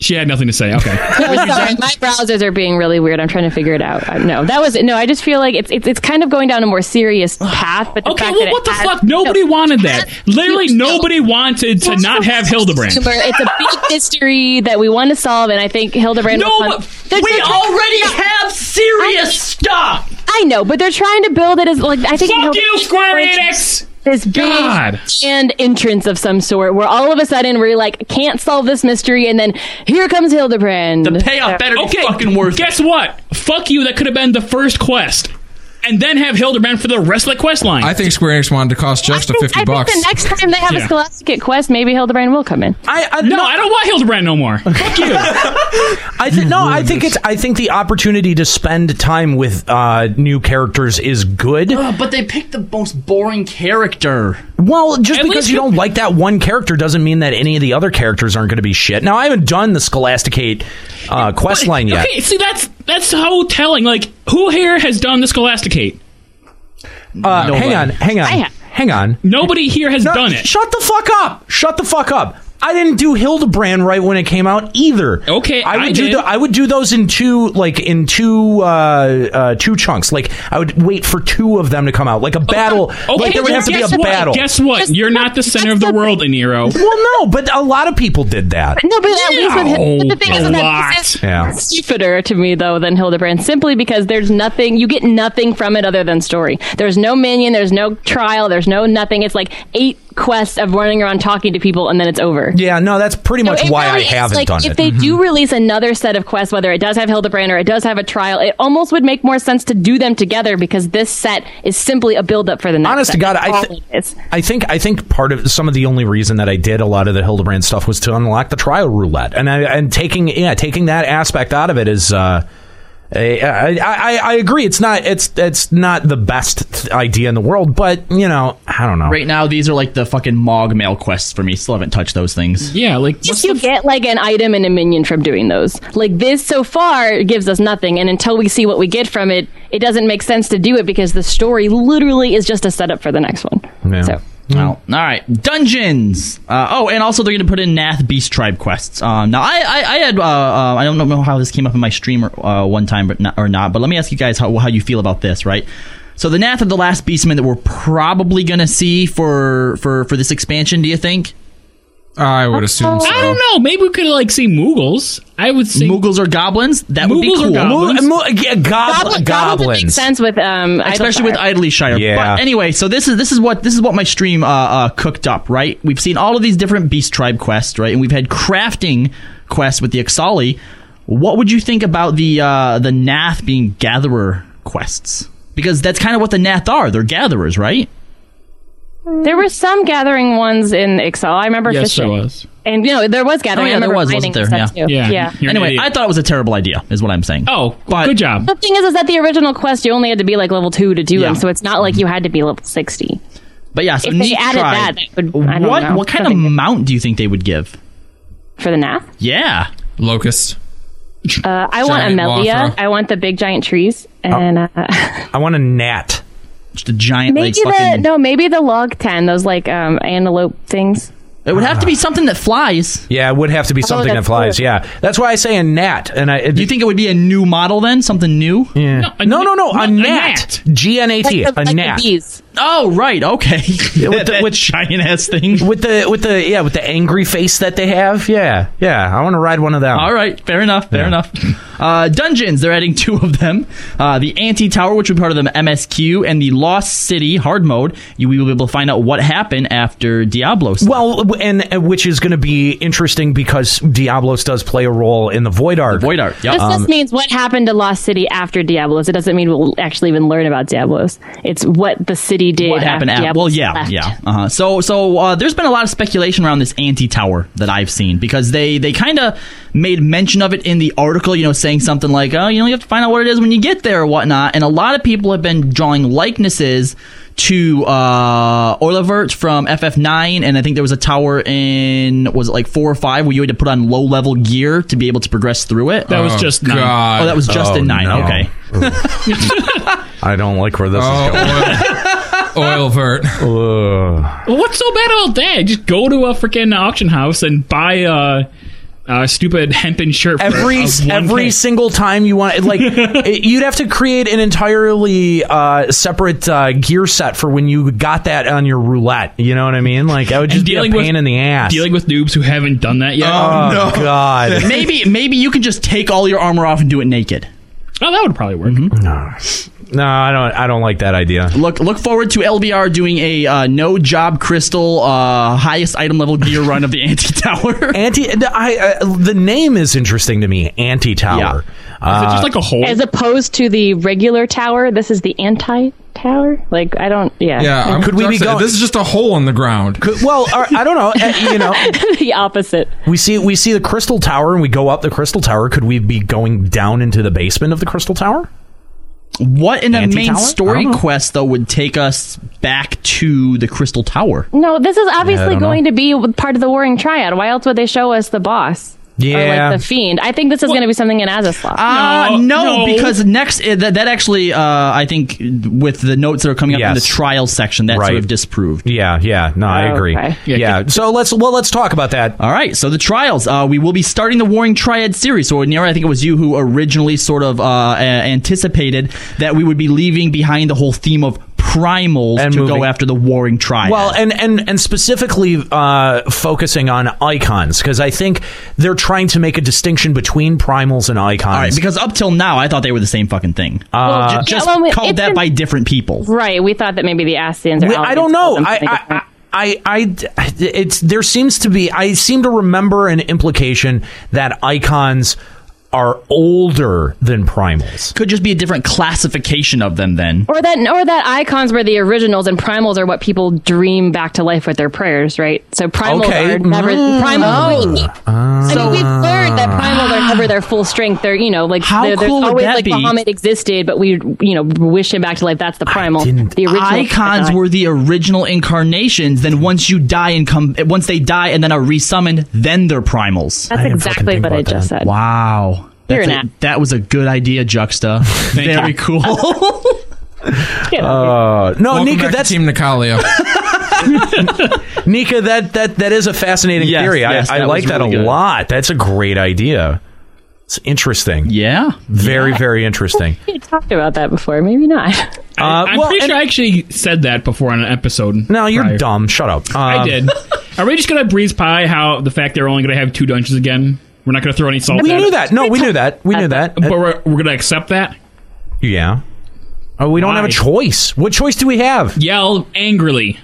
Speaker 14: she had nothing to say. Okay.
Speaker 10: No, sorry, my browsers are being really weird. I'm trying to figure it out. I, no, that was no. I just feel like it's it's, it's kind of going down a more serious path. But the
Speaker 14: Okay,
Speaker 10: fact
Speaker 14: well,
Speaker 10: that
Speaker 14: what
Speaker 10: it
Speaker 14: the
Speaker 10: has-
Speaker 14: fuck? [laughs] Nobody wanted that. Literally, nobody wanted to not have Hildebrand.
Speaker 10: humor. It's a
Speaker 14: [laughs]
Speaker 10: big mystery that we want to solve, and I think Hildebrand.
Speaker 1: No,
Speaker 10: will fun-
Speaker 1: but
Speaker 10: They're-
Speaker 1: we
Speaker 10: they're trying-
Speaker 1: already have serious stuff.
Speaker 10: I know, but they're trying to build it as like I think.
Speaker 14: Fuck
Speaker 10: Hildebrand-
Speaker 14: you, Square Enix!
Speaker 10: This big
Speaker 14: God.
Speaker 10: and entrance of some sort, where all of a sudden we're like, can't solve this mystery, and then here comes Hildebrand.
Speaker 1: The payoff better be
Speaker 14: Okay,
Speaker 1: fucking worth
Speaker 14: guess what? Fuck you. That could have been the first quest, and then have Hildebrand for the rest of the quest line.
Speaker 11: I think Square Enix wanted to cost just a fifty
Speaker 10: I think
Speaker 11: bucks.
Speaker 10: the next time they have
Speaker 14: Yeah.
Speaker 10: a Scholastic quest, maybe Hildebrand will come in.
Speaker 9: I, I
Speaker 14: no, I don't want Hildebrand no more. Fuck you.
Speaker 9: I think no. I think it's. I think the opportunity to spend time with uh, new characters is good.
Speaker 1: Ugh, but they picked the most boring character.
Speaker 9: Well, just
Speaker 1: At
Speaker 9: because
Speaker 1: least
Speaker 9: you
Speaker 1: you-
Speaker 9: don't like that one character doesn't mean that any of the other characters aren't going to be shit. Now, I haven't done the Scholasticate uh, quest line yet.
Speaker 14: Okay, see that's that's how telling. Like, who here has done the Scholasticate?
Speaker 9: Uh,
Speaker 1: Nobody.
Speaker 9: hang on, hang on,
Speaker 10: I have.
Speaker 9: hang on.
Speaker 14: Nobody here has
Speaker 9: No,
Speaker 14: done it.
Speaker 9: Shut the fuck up! Shut the fuck up! I didn't do Hildebrand right when it came out either. Okay, I would
Speaker 14: I
Speaker 9: do
Speaker 14: did.
Speaker 9: tho- I would do those in two like in two uh, uh, two chunks. Like I would wait for two of them to come out, like a battle. like there would have to be a
Speaker 14: guess what?
Speaker 9: battle.
Speaker 14: Guess what? You're not the center of the world, Eniro.
Speaker 9: Well, no, but a lot of people did that.
Speaker 10: No, but at least with
Speaker 14: No,
Speaker 10: him, but the thing
Speaker 14: a
Speaker 10: is with him,
Speaker 14: lot.
Speaker 10: this is
Speaker 9: Yeah.
Speaker 10: stupider to me though than Hildebrand, simply because there's nothing you get nothing from it other than story. There's no minion, there's no trial, there's no nothing. It's like eight quests of running around talking to people and then it's over.
Speaker 9: Yeah, no, that's pretty much why I haven't
Speaker 10: like,
Speaker 9: done
Speaker 10: if
Speaker 9: it. Mm-hmm.
Speaker 10: they do release another set of quests, whether it does have Hildebrand or it does have a trial, it almost would make more sense to do them together because this set is simply a build up for the next.
Speaker 9: Honest to
Speaker 10: set.
Speaker 9: God,
Speaker 10: That's
Speaker 9: I
Speaker 10: all
Speaker 9: th-
Speaker 10: it is.
Speaker 9: I think I think part of some of the only reason that I did a lot of the Hildebrand stuff was to unlock the trial roulette, and I, and taking yeah taking that aspect out of it is. Uh, I, I, I- I agree. It's not it's it's not the best th- idea in the world, but you know I don't know.
Speaker 1: Right now, these are like the fucking Mog mail quests for me. Still haven't touched those things.
Speaker 14: Yeah, like
Speaker 10: Yes, you get like an item and a minion from doing those. Like this, so far gives us nothing, and until we see what we get from it, it doesn't make sense to do it because the story literally is just a setup for the next one. So.
Speaker 14: Hmm.
Speaker 1: Well, all right, dungeons. Uh, oh, and also they're going to put in Nath Beast Tribe quests. Um, now, I, I, I had uh, uh, I don't know how this came up in my stream or, uh, one time, but not, or not. But let me ask you guys how how you feel about this, right? So the Nath of the Last Beastmen that we're probably going to see for for for this expansion. Do you think?
Speaker 11: I would assume
Speaker 14: I don't know. Maybe we could like see Moogles. I would say
Speaker 1: Moogles or goblins. That would be
Speaker 14: Moogles or
Speaker 1: cool.
Speaker 14: goblins?
Speaker 1: Mo- mo- yeah, gob-
Speaker 10: Goblin- goblins would make sense with um,
Speaker 1: especially with Idleshire.
Speaker 9: Yeah.
Speaker 1: But anyway, so this is this is what this is what my stream uh, uh, cooked up. Right, we've seen all of these different Beast Tribe quests, right, and we've had crafting quests with the Exali. What would you think about the uh, the Nath being gatherer quests? Because that's kind of what the Nath are. They're gatherers, right?
Speaker 10: There were some gathering ones in Excel. I remember
Speaker 1: Yes,
Speaker 10: fishing.
Speaker 1: there was.
Speaker 10: And you know there was
Speaker 1: Oh
Speaker 10: gathering.
Speaker 1: yeah,
Speaker 10: I
Speaker 1: there
Speaker 10: remember
Speaker 1: was, wasn't
Speaker 10: mining
Speaker 1: there?
Speaker 10: and
Speaker 1: Yeah.
Speaker 10: stuff, too. yeah.
Speaker 1: Anyway, I thought it was a terrible idea, is what I'm saying.
Speaker 14: Oh, good job.
Speaker 10: The thing is, is that the original quest you only had to be like level two to do
Speaker 1: Yeah.
Speaker 10: them, so it's not like you had to be level sixty.
Speaker 1: But yeah, so
Speaker 10: If they
Speaker 1: neat
Speaker 10: added
Speaker 1: try.
Speaker 10: that, that would- I don't
Speaker 1: what
Speaker 10: know.
Speaker 1: what kind of mount do you think they would give?
Speaker 10: For the Nath?
Speaker 1: Yeah,
Speaker 9: [laughs]
Speaker 11: locust.
Speaker 10: Uh, I want
Speaker 1: Giant
Speaker 10: Amelia.
Speaker 1: Mothra.
Speaker 10: I want the big giant trees, and
Speaker 1: Oh.
Speaker 10: uh, [laughs]
Speaker 9: I want a gnat,
Speaker 1: just a giant
Speaker 10: maybe
Speaker 1: like
Speaker 10: the
Speaker 1: fucking.
Speaker 10: no, maybe the log ten, those like um, antelope things.
Speaker 1: It would have to be something that flies.
Speaker 9: Yeah, it would have to be
Speaker 10: Oh,
Speaker 9: something that
Speaker 10: that's
Speaker 9: flies.
Speaker 10: cool.
Speaker 9: Yeah, that's why I say a gnat. And I
Speaker 1: you think it would be a new model then, something new?
Speaker 9: Yeah. No, no, no, a gnat. G N A T. A gnat.
Speaker 1: Oh right, okay. [laughs]
Speaker 9: with the, with
Speaker 1: giant ass thing.
Speaker 9: With the with the yeah with the angry face that they have. Yeah, yeah. I want to ride one of them.
Speaker 1: All right, fair enough, fair enough. Uh, dungeons, they're adding two of them. Uh, the Anti Tower, which would be part of the MSQ, and the Lost City hard mode. You we will be able to find out what happened after Diablo. stuff.
Speaker 9: Well, w- and, and which is going to be interesting because Diablos does play a role in the Void Arc.
Speaker 1: Void Arc.
Speaker 10: This just means what happened to Lost City after Diablos. It doesn't mean we'll actually even learn about Diablos. It's what the city did.
Speaker 1: what happened
Speaker 10: after
Speaker 1: after?
Speaker 10: Diablos
Speaker 1: Well, yeah,
Speaker 10: left.
Speaker 1: yeah. Uh-huh. So, so uh, there's been a lot of speculation around this anti tower that I've seen because they they kind of made mention of it in the article, you know, saying something like, "Oh, you know, you have to find out what it is when you get there or whatnot." And a lot of people have been drawing likenesses to uh Orlevert from FF9 and I think there was a tower in was it like 4 or 5 where you had to put on low level gear to be able to progress through it.
Speaker 14: That was Oh, just nine. God.
Speaker 1: Oh, that was just
Speaker 9: Oh,
Speaker 1: in 9.
Speaker 9: no.
Speaker 1: Okay.
Speaker 9: [laughs] I don't like where this
Speaker 11: is going. Oh, Oil vert.
Speaker 14: Well, what's so bad about that? Just go to a freaking auction house and buy a, a stupid hempen shirt. For
Speaker 9: every
Speaker 14: uh,
Speaker 9: every
Speaker 14: 1K.
Speaker 9: single time you want
Speaker 14: [laughs]
Speaker 9: like it, you'd have to create an entirely uh, separate uh, gear set for when you got that on your roulette. You know what I mean? Like I would just be a pain in the ass.
Speaker 14: Dealing with noobs who haven't done that yet.
Speaker 9: Oh, no. God. [laughs]
Speaker 1: maybe maybe you can just take all your armor off and do it naked.
Speaker 14: Oh, that would probably work.
Speaker 9: no, I don't. I don't like that idea.
Speaker 1: Look look forward to LBR doing a uh, no job crystal uh, highest item level gear run of the [laughs] anti tower.
Speaker 9: Anti, I, uh, the name is interesting to me. Anti Tower. Uh,
Speaker 10: As opposed to the regular tower, this is the anti tower. Like I don't. Yeah.
Speaker 11: Yeah, I'm
Speaker 9: Could we be
Speaker 11: Darkseid.
Speaker 9: going-
Speaker 11: This is just a hole in the ground.
Speaker 9: Could- well, or- I don't know. uh, You know,
Speaker 10: [laughs] the opposite.
Speaker 9: we see we see the crystal tower, and we go up the crystal tower. Could we be going down into the basement of the crystal tower?
Speaker 1: What in the main
Speaker 9: Anti-tower? I
Speaker 1: story
Speaker 9: don't know.
Speaker 1: quest though would take us back to the Crystal Tower?
Speaker 10: No, this is
Speaker 1: I
Speaker 10: obviously
Speaker 1: don't know.
Speaker 10: going to be part of the Warring Triad. Why else would they show us the boss? or like the fiend. I think this is going to be something in Azislav.
Speaker 1: Uh, no, because next uh, that, that actually uh, I think with the notes that are coming up in the trial section that sort of disproved.
Speaker 9: Yeah, yeah, no, I agree.
Speaker 1: Okay.
Speaker 9: Yeah, so let's well let's talk about that.
Speaker 1: All right, so the trials. Uh, we will be starting the Warring Triad series. So Nira, I think it was you who originally sort of uh, a- anticipated that we would be leaving behind the whole theme of primals to
Speaker 9: moving-
Speaker 1: go after the Warring Triad.
Speaker 9: Well, and and and specifically uh, focusing on icons because I think they're trying to make a distinction between primals and icons.
Speaker 1: all right, because up till now I thought they were the same fucking thing.
Speaker 9: Well,
Speaker 1: Ju-
Speaker 9: yeah,
Speaker 1: just
Speaker 10: well, it's
Speaker 1: called that
Speaker 10: been-
Speaker 1: by different people.
Speaker 10: Right. We thought that maybe the Asians or
Speaker 9: Wait, I
Speaker 10: Alans
Speaker 9: don't know.
Speaker 10: told them
Speaker 9: I,
Speaker 10: something different.
Speaker 9: I, I, I, I- it's there seems to be. I seem to remember an implication that icons are older than primals.
Speaker 1: Could just be a different classification of them then.
Speaker 10: or that or that icons were the originals and primals are what people dream back to life with their prayers, right? So primals
Speaker 9: Okay.
Speaker 10: are never
Speaker 9: Mm.
Speaker 10: primals.
Speaker 9: Oh.
Speaker 10: I mean, we've learned that primals are never their full strength. They're you know like
Speaker 1: How
Speaker 10: they're, there's
Speaker 1: cool would
Speaker 10: always
Speaker 1: that
Speaker 10: like
Speaker 1: be?
Speaker 10: Muhammad existed, but we you know wish him back to life. That's the primal. The original
Speaker 1: icons were the original incarnations. Then once you die and come, once they die and then are resummoned, then they're primals.
Speaker 10: That's exactly what I just said.
Speaker 1: Wow,
Speaker 10: You're
Speaker 1: That's
Speaker 10: an
Speaker 1: a- that was a good idea,
Speaker 14: [laughs]
Speaker 1: Juxta. Very
Speaker 10: you.
Speaker 1: cool.
Speaker 10: [laughs]
Speaker 9: Uh, no,
Speaker 11: Welcome
Speaker 9: Nika,
Speaker 11: back to
Speaker 9: that's
Speaker 11: Team
Speaker 9: [laughs]
Speaker 11: Nicalia.
Speaker 9: Nika. That that that is a fascinating
Speaker 11: Yes,
Speaker 9: theory.
Speaker 11: yes,
Speaker 9: I, I
Speaker 11: that
Speaker 9: like
Speaker 11: was
Speaker 9: that
Speaker 11: really
Speaker 9: a
Speaker 11: good.
Speaker 9: lot. That's a great idea. It's interesting.
Speaker 1: Yeah,
Speaker 9: very very
Speaker 14: [laughs]
Speaker 9: interesting.
Speaker 10: We talked about that before, maybe not.
Speaker 9: Uh,
Speaker 14: I'm
Speaker 9: well,
Speaker 14: pretty
Speaker 9: and-
Speaker 14: sure I actually said that before on an episode.
Speaker 9: No, you're dumb. Shut up.
Speaker 14: I
Speaker 9: Um,
Speaker 14: did. Are we just gonna breeze pie how the fact they're only gonna have two dungeons again? We're not gonna throw any salt.
Speaker 9: We
Speaker 14: at
Speaker 9: knew
Speaker 14: it?
Speaker 9: that. No, we knew that. We knew that. Uh,
Speaker 14: But we're, we're gonna accept that.
Speaker 9: Yeah. Oh, we don't have a choice. What choice do we have?
Speaker 14: Yell angrily.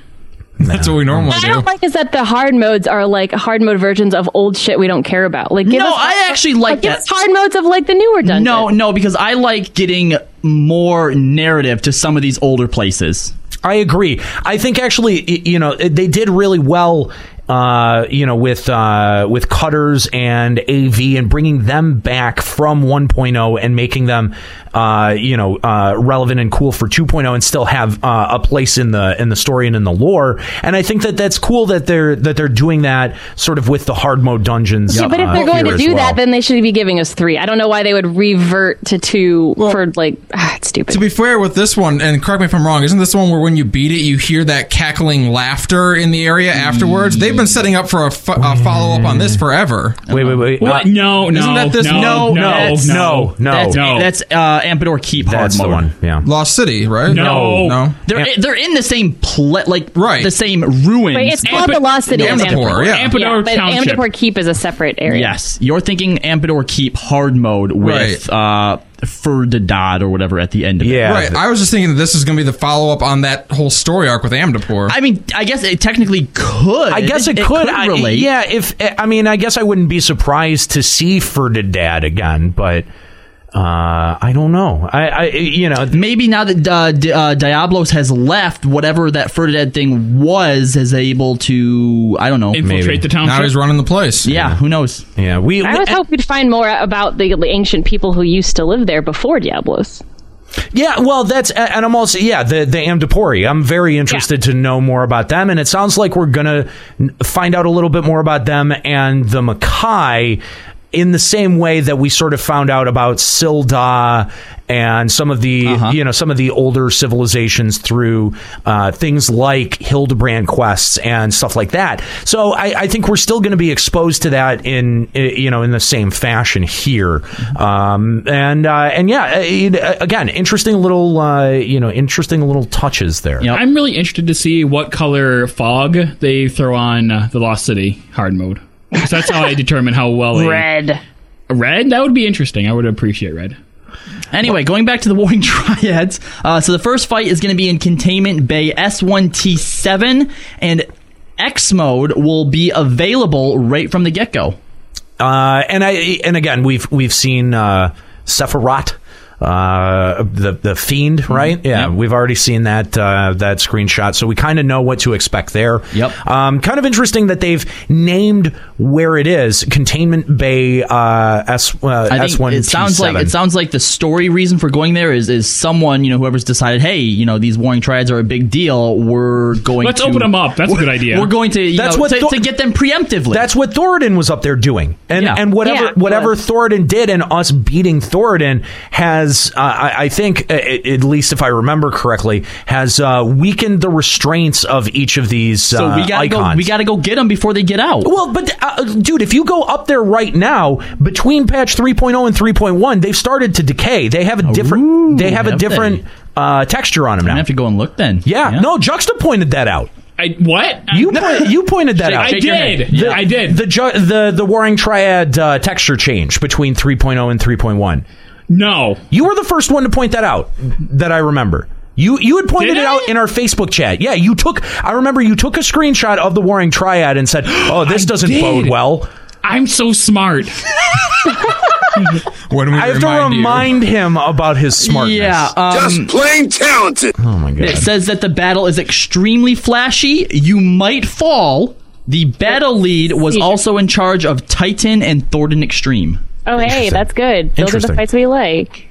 Speaker 11: That's what we normally
Speaker 10: I don't like is that the hard modes are like hard mode versions of old shit we don't care about. Like, give
Speaker 1: No,
Speaker 10: us
Speaker 1: I actually like
Speaker 10: give
Speaker 1: that.
Speaker 10: us hard modes of like the newer dungeons.
Speaker 1: No, no, because I like getting more narrative to some of these older places.
Speaker 9: I agree. I think actually, y- you know, they did really well. Uh, you know, with uh, with cutters and AV and bringing them back from 1.0 and making them, uh, you know, uh, relevant and cool for 2.0 and still have uh, a place in the in the story and in the lore. And I think that that's cool that they're that they're doing that sort of with the hard mode dungeons.
Speaker 10: Yeah, but if
Speaker 9: uh,
Speaker 10: they're going
Speaker 9: here
Speaker 10: to
Speaker 9: as
Speaker 10: do
Speaker 9: well.
Speaker 10: that, then they should be giving us three. I don't know why they would revert to two for like [sighs] ah, it's stupid.
Speaker 11: To be fair with this one, and correct me if I'm wrong, isn't this the one where when you beat it, you hear that cackling laughter in the area afterwards? They've been setting up for a, fo- a follow up on this forever.
Speaker 9: Wait, wait, wait. Uh,
Speaker 14: What? Uh, no, no,
Speaker 11: Isn't that this
Speaker 14: no, no, no,
Speaker 1: that's-
Speaker 14: no,
Speaker 1: that's,
Speaker 14: no.
Speaker 1: That's uh, Ampidor Keep
Speaker 9: That's the
Speaker 1: hard mode.
Speaker 9: one. Yeah.
Speaker 11: Lost City, right?
Speaker 14: No.
Speaker 11: no.
Speaker 1: They're they're in the same pla like
Speaker 11: Right.
Speaker 1: the same ruins.
Speaker 10: Wait, it's called
Speaker 14: Amp-
Speaker 10: the Lost City. of
Speaker 11: Ampidor, yeah.
Speaker 14: Ampidor
Speaker 10: but
Speaker 14: Township.
Speaker 10: Ampidor Keep is a separate area.
Speaker 1: Yes, you're thinking Ampidor Keep hard mode with uh, Fur de Dod or whatever at the end of it.
Speaker 11: Right. I was just thinking that this is going to be the follow up on that whole story arc with Amdapur.
Speaker 1: I mean, I guess it technically could.
Speaker 9: I guess it, could. I,
Speaker 1: relate.
Speaker 9: Yeah, if I mean, I guess I wouldn't be surprised to see Ferdinand Dad again, but uh, I don't know. I, I you know,
Speaker 1: Maybe now that uh, D- uh, Diablos has left, whatever that Ferdinand thing was is able to, I don't know.
Speaker 14: Infiltrate the township.
Speaker 11: now he's running the place.
Speaker 1: Yeah, who knows?
Speaker 9: yeah, we.
Speaker 10: I would hope we'd find more about the ancient people who used to live there before Diablos.
Speaker 9: Yeah, well, that's and I'm also yeah the the Amdapori. I'm very interested to know more about them, and it sounds like we're gonna n- find out a little bit more about them and the Makai. In the same way that we sort of found out about Silda and some of the you know some of the older civilizations through uh, things like Hildebrand quests and stuff like that, so I, I think we're still going to be exposed to that in uh, you know in the same fashion here, um, and uh, and yeah, uh, it- uh, again, interesting little uh, you know interesting little touches there.
Speaker 14: I'm really interested to see what color fog they throw on uh, the Lost City hard mode. 'Cause that's [laughs] how I determine how well. they-
Speaker 10: Red.
Speaker 14: Red? That would be interesting. I would appreciate red.
Speaker 1: Anyway, going back to the Warring [laughs] Triads. Uh, so the first fight is going to be in Containment Bay S1T7, and X mode will be available right from the get go.
Speaker 9: Uh, and I and again, we've we've seen uh, Sephiroth. uh, the the fiend,
Speaker 1: Mm-hmm.
Speaker 9: right? Yeah, we've already seen that uh, that screenshot, so we kind of know what to expect there. Yep. Um, kind of interesting that they've named where it is Containment Bay uh, S
Speaker 1: I
Speaker 9: S
Speaker 1: think
Speaker 9: one.
Speaker 1: it sounds like it sounds like the story reason for going there is is someone you know whoever's decided hey you know these warring triads are a big deal we're going
Speaker 14: Let's
Speaker 1: to,
Speaker 14: open 'em up. That's a
Speaker 1: we're-
Speaker 14: good idea.
Speaker 1: we're going to you
Speaker 9: That's
Speaker 1: know,
Speaker 9: what
Speaker 1: to,
Speaker 9: Thor-
Speaker 1: to get them preemptively
Speaker 9: That's what Thoradin was up there doing, and
Speaker 1: Yeah.
Speaker 9: and whatever
Speaker 1: Yeah, it
Speaker 9: whatever Thoradin did, and us beating Thoradin has, uh, I, I think, uh, at at least if I remember correctly, has uh, weakened the restraints of each of these.
Speaker 1: so
Speaker 9: uh,
Speaker 1: we gotta
Speaker 9: icons.
Speaker 1: go we gotta go get them before they get out
Speaker 9: Well, but uh, dude, if you go up there right now, between patch 3.0 and 3.1, they've started to decay. They have a different they have, a
Speaker 1: have
Speaker 9: different uh, texture on them now. I have to
Speaker 1: go and look then.
Speaker 9: Yeah, no, Juxta pointed that out.
Speaker 14: I, what
Speaker 1: [laughs]
Speaker 9: you point, you pointed that
Speaker 14: Shake-
Speaker 9: out?
Speaker 14: shake I your head. did. Yeah, I
Speaker 9: did. The ju- the the Warring Triad uh, texture change between 3.0 and 3.1.
Speaker 14: No,
Speaker 9: you were the first one to point that out that I remember. You you had pointed it out in our Facebook chat. Yeah, you took. I remember you took a screenshot of the Warring Triad and said, "Oh, this doesn't
Speaker 14: did.
Speaker 9: bode well."
Speaker 14: I'm
Speaker 11: [laughs]
Speaker 14: so smart.
Speaker 9: when we I have
Speaker 14: remind
Speaker 9: to
Speaker 14: you.
Speaker 9: remind him about his smartness.
Speaker 1: yeah um,
Speaker 9: plain talented. Oh my god.
Speaker 1: It says that the battle is extremely flashy. You might fall. The battle lead was also in charge of Titan and Thornton Extreme.
Speaker 20: Oh, hey,
Speaker 1: Interesting.
Speaker 20: that's good. Those are the
Speaker 1: Interesting.
Speaker 20: fights we like.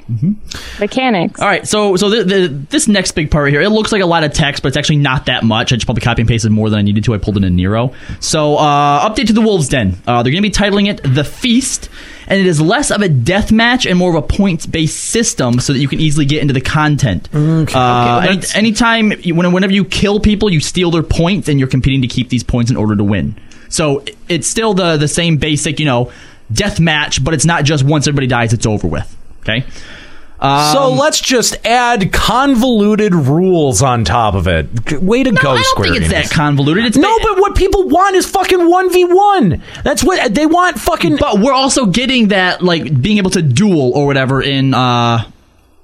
Speaker 20: Mechanics.
Speaker 1: Mm-hmm. All right, so so the, the, this next big part here, it looks like a lot of text, but it's actually not that much. I just probably copy and pasted more than I needed to. I pulled it in Nero. So uh, update to the Wolves Den. Uh, they're going to be titling it the Feast, and it is less of a death match and more of a points based system, so that you can easily get into the content. Okay. Uh, any, anytime, you- when, whenever you kill people, you steal their points, and you're competing to keep these points in order to win. So it- it's still the the same basic, you know, death match, but it's not just once everybody dies, it's over with. Okay. Um,
Speaker 9: so let's just add convoluted rules on top of it. G- Way to go, I don't Square
Speaker 1: think it's
Speaker 9: Enix.
Speaker 1: that convoluted. It's
Speaker 9: no, but what people want is fucking one v one. That's what they want. Fucking.
Speaker 1: But we're also getting that like being able to duel or whatever in uh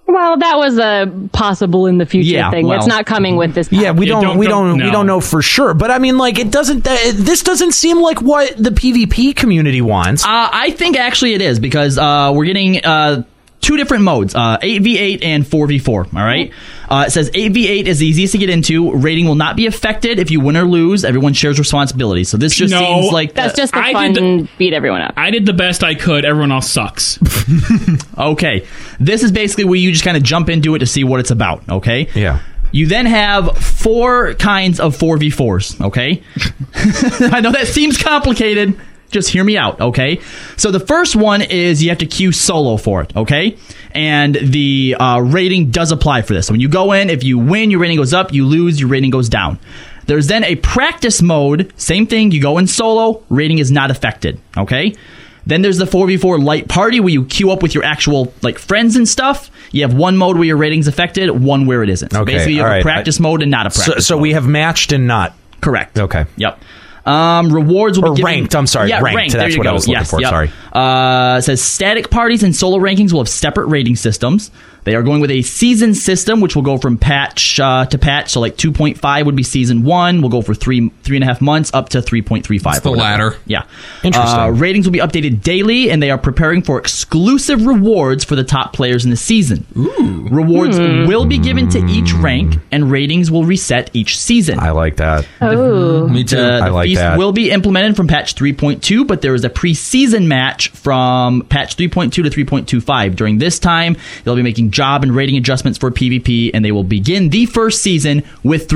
Speaker 20: Well, that was a possible in the future
Speaker 1: Yeah,
Speaker 20: thing.
Speaker 1: well,
Speaker 20: That's not coming with this.
Speaker 9: Yeah, we don't, we don't, we don't know for sure. But I mean, like, it doesn't. That, this doesn't seem like what the PvP community wants.
Speaker 1: Uh, I think actually it is because uh, we're getting uh, two different modes: uh, 8v8 and 4v4. All right. Uh, it says 8v8 is the easiest to get into. Rating will not be affected if you win or lose. Everyone shares responsibility. So this just
Speaker 14: No.
Speaker 1: seems like
Speaker 14: That's just the I
Speaker 20: fun-
Speaker 14: did
Speaker 20: beat everyone up.
Speaker 14: I did the best I could. Everyone else sucks.
Speaker 1: Okay. This is basically where you just kind of jump into it to see what it's about, okay?
Speaker 9: Yeah.
Speaker 1: You then have four kinds of 4v4s, okay? [laughs] I know that seems complicated. Just hear me out, okay? So the first one is you have to queue solo for it, okay? And the uh, rating does apply for this. When you go in, if you win, your rating goes up. You lose, your rating goes down. There's then a practice mode. Same thing. You go in solo. Rating is not affected. Okay. Then there's the 4v4 light party where you queue up with your actual like friends and stuff. You have one mode where your rating's affected, one where it isn't. So
Speaker 9: Okay,
Speaker 1: basically you have
Speaker 9: all
Speaker 1: a
Speaker 9: right.
Speaker 1: practice mode and not a practice.
Speaker 9: So, so we have matched and not
Speaker 1: correct.
Speaker 9: Okay.
Speaker 1: Yep. Um, rewards will
Speaker 9: Or
Speaker 1: be given-
Speaker 9: ranked, I'm sorry,
Speaker 1: Yeah,
Speaker 9: ranked.
Speaker 1: There
Speaker 9: That's
Speaker 1: you
Speaker 9: what I
Speaker 1: go.
Speaker 9: was looking
Speaker 1: Yes,
Speaker 9: for,
Speaker 1: yep.
Speaker 9: sorry.
Speaker 1: Uh, it says static parties and solo rankings will have separate rating systems. They are going with a season system, which will go from patch uh, to patch. So like 2.5 would be season one. We'll go for three three and a half months up to 3.35.
Speaker 11: It's the
Speaker 1: or whatever.
Speaker 11: latter.
Speaker 1: Yeah.
Speaker 11: Interesting.
Speaker 1: Uh, ratings will be updated daily, and they are preparing for exclusive rewards for the top players in the season. Ooh. Rewards
Speaker 20: Hmm.
Speaker 1: will be given to each rank, and ratings will reset each season. I
Speaker 9: like that.
Speaker 20: Oh.
Speaker 9: Me too.
Speaker 1: The,
Speaker 9: I
Speaker 1: Uh, the
Speaker 9: like
Speaker 1: feast
Speaker 9: that.
Speaker 1: will be implemented from patch 3.2, but there is a preseason match from patch 3.2 to 3.25. During this time, they'll be making job and rating adjustments for PvP, and they will begin the first season with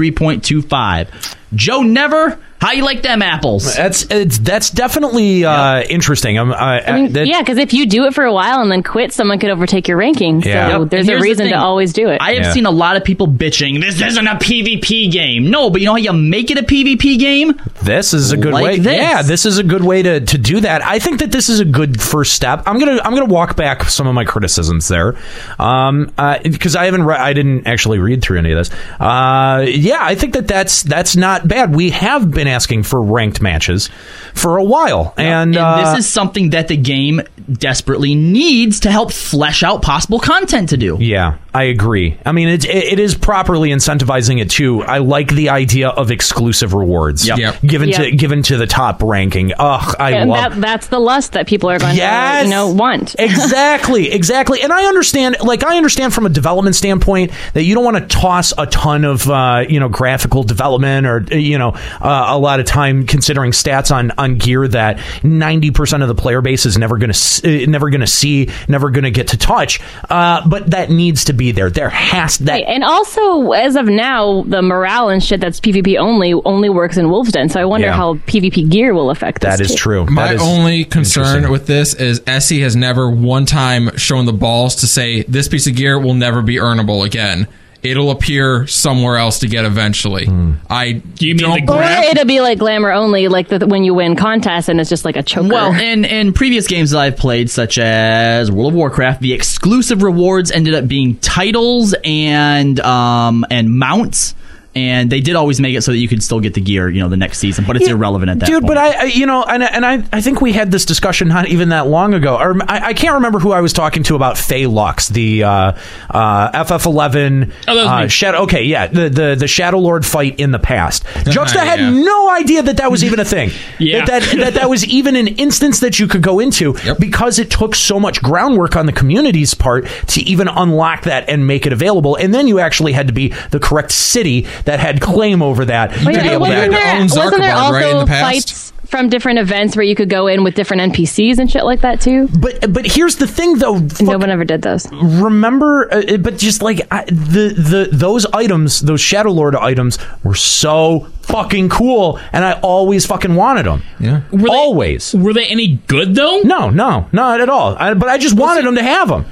Speaker 1: 3.25. Joe Never, how you like them apples?
Speaker 9: That's it's that's definitely uh, interesting. I'm, I,
Speaker 20: I mean,
Speaker 9: that-
Speaker 20: yeah, because if you do it for a while and then quit, someone could overtake your ranking.
Speaker 9: Yeah.
Speaker 20: So
Speaker 9: Yep.
Speaker 20: there's
Speaker 1: And
Speaker 20: a
Speaker 1: here's the
Speaker 20: reason
Speaker 1: thing.
Speaker 20: to always do it.
Speaker 1: I have seen a lot of people bitching. This isn't a PvP game. No, but you know how you make it a PvP game?
Speaker 9: This is a good
Speaker 1: Like
Speaker 9: way.
Speaker 1: this.
Speaker 9: Yeah, this is a good way to, to do that. I think that this is a good first step. I'm gonna I'm gonna walk back some of my criticisms there, um, because I haven't re- I didn't actually read through any of this. Uh, yeah, I think that that's that's not bad. We have been asking for ranked matches for a while, and,
Speaker 1: And
Speaker 9: uh,
Speaker 1: this is something that the game desperately needs to help flesh out possible content to do.
Speaker 9: Yeah, I agree. I mean, it, it, it is properly incentivizing it too. I like the idea of exclusive rewards
Speaker 1: Yep. Yep.
Speaker 9: given to
Speaker 10: Yep.
Speaker 9: given to the top ranking. Ugh, I
Speaker 10: and
Speaker 9: love
Speaker 10: that, that's the lust that people are going
Speaker 9: Yes!
Speaker 10: to you know, want. [laughs]
Speaker 9: exactly, exactly. And I understand, like I understand from a development standpoint that you don't want to toss a ton of uh, you know graphical development or uh, you know uh, a lot of time considering stats on on gear that ninety percent of the player base is never gonna s- uh, never gonna see, never gonna get to touch. Uh, but that needs to be there. There has that.
Speaker 10: Right, And also, as of now, the morale and shit that's PvP only only works in Wolfden. So I wonder
Speaker 11: Yeah.
Speaker 10: how PvP gear will affect this. too.
Speaker 11: My only concern with this is Essie has never one time shown the balls to say this piece of gear will never be earnable again. It'll appear somewhere else to get eventually.
Speaker 9: Hmm.
Speaker 11: I do you mean
Speaker 10: Or it'll be like glamour only, like the, when you win contests and it's just like a choker.
Speaker 1: Well, in, in previous games that I've played, such as World of Warcraft, the exclusive rewards ended up being titles and um, and mounts, and they did always make it so that you could still get the gear, you know, the next season. But it's
Speaker 9: Yeah,
Speaker 1: irrelevant at that
Speaker 9: dude.
Speaker 1: point.
Speaker 9: But I, I- you know, and, I- and I, I think we had this discussion not even that long ago. I, rem- I I can't remember who I was talking to about Fey Lux, the uh, uh, FF11
Speaker 14: Oh, that was
Speaker 9: uh,
Speaker 14: me.
Speaker 9: Shadow. Okay, yeah, the, the the Shadow Lord fight in the past. Juxta had
Speaker 14: Uh-huh, Yeah.
Speaker 9: no idea that that was even a thing.
Speaker 14: [laughs] Yeah.
Speaker 9: that that, that, that was even an instance that you could go into because it took so much groundwork on the community's part to even unlock that and make it available. And then you actually had to be the correct city that had claim over that
Speaker 10: Oh,
Speaker 9: to
Speaker 10: yeah,
Speaker 9: be able to.
Speaker 10: wasn't, there, wasn't there also fights from different events where you could go in with different NPCs and shit like that too?
Speaker 9: But but here's the thing though,
Speaker 10: no one ever did those.
Speaker 9: remember uh, but just like I, the the those items those shadow lord items were so fucking cool and i always fucking wanted them yeah always
Speaker 14: were they any good though
Speaker 9: no no not at all I, but i just wanted them to have them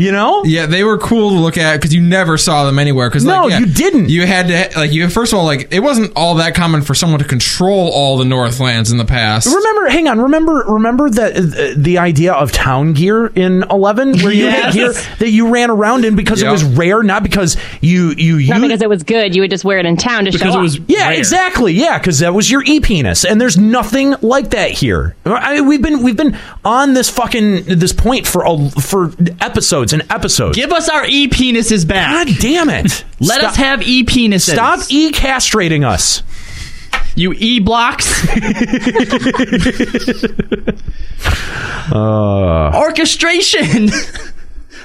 Speaker 9: You know?
Speaker 11: Yeah, they were cool to look at because you never saw them anywhere. Because
Speaker 9: No,
Speaker 11: like, yeah,
Speaker 9: you didn't.
Speaker 11: You had to like you first of all like it wasn't all that common for someone to control all the Northlands in the past.
Speaker 9: Remember, hang on. Remember, remember that uh, the idea of town gear in Eleven, where you had
Speaker 10: Yes.
Speaker 9: gear that you ran around in because it was rare, not because you you used.
Speaker 10: Not because it was good. You would just wear it in town to show off.
Speaker 9: yeah exactly yeah because that was your e penis and there's nothing like that here I mean, we've been we've been on this fucking this point for a, for episodes and episodes
Speaker 1: Give us our e penises back.
Speaker 9: god damn it
Speaker 1: Let us have e penises.
Speaker 9: stop e castrating us
Speaker 1: you e blocks.
Speaker 9: uh,
Speaker 1: orchestration. [laughs]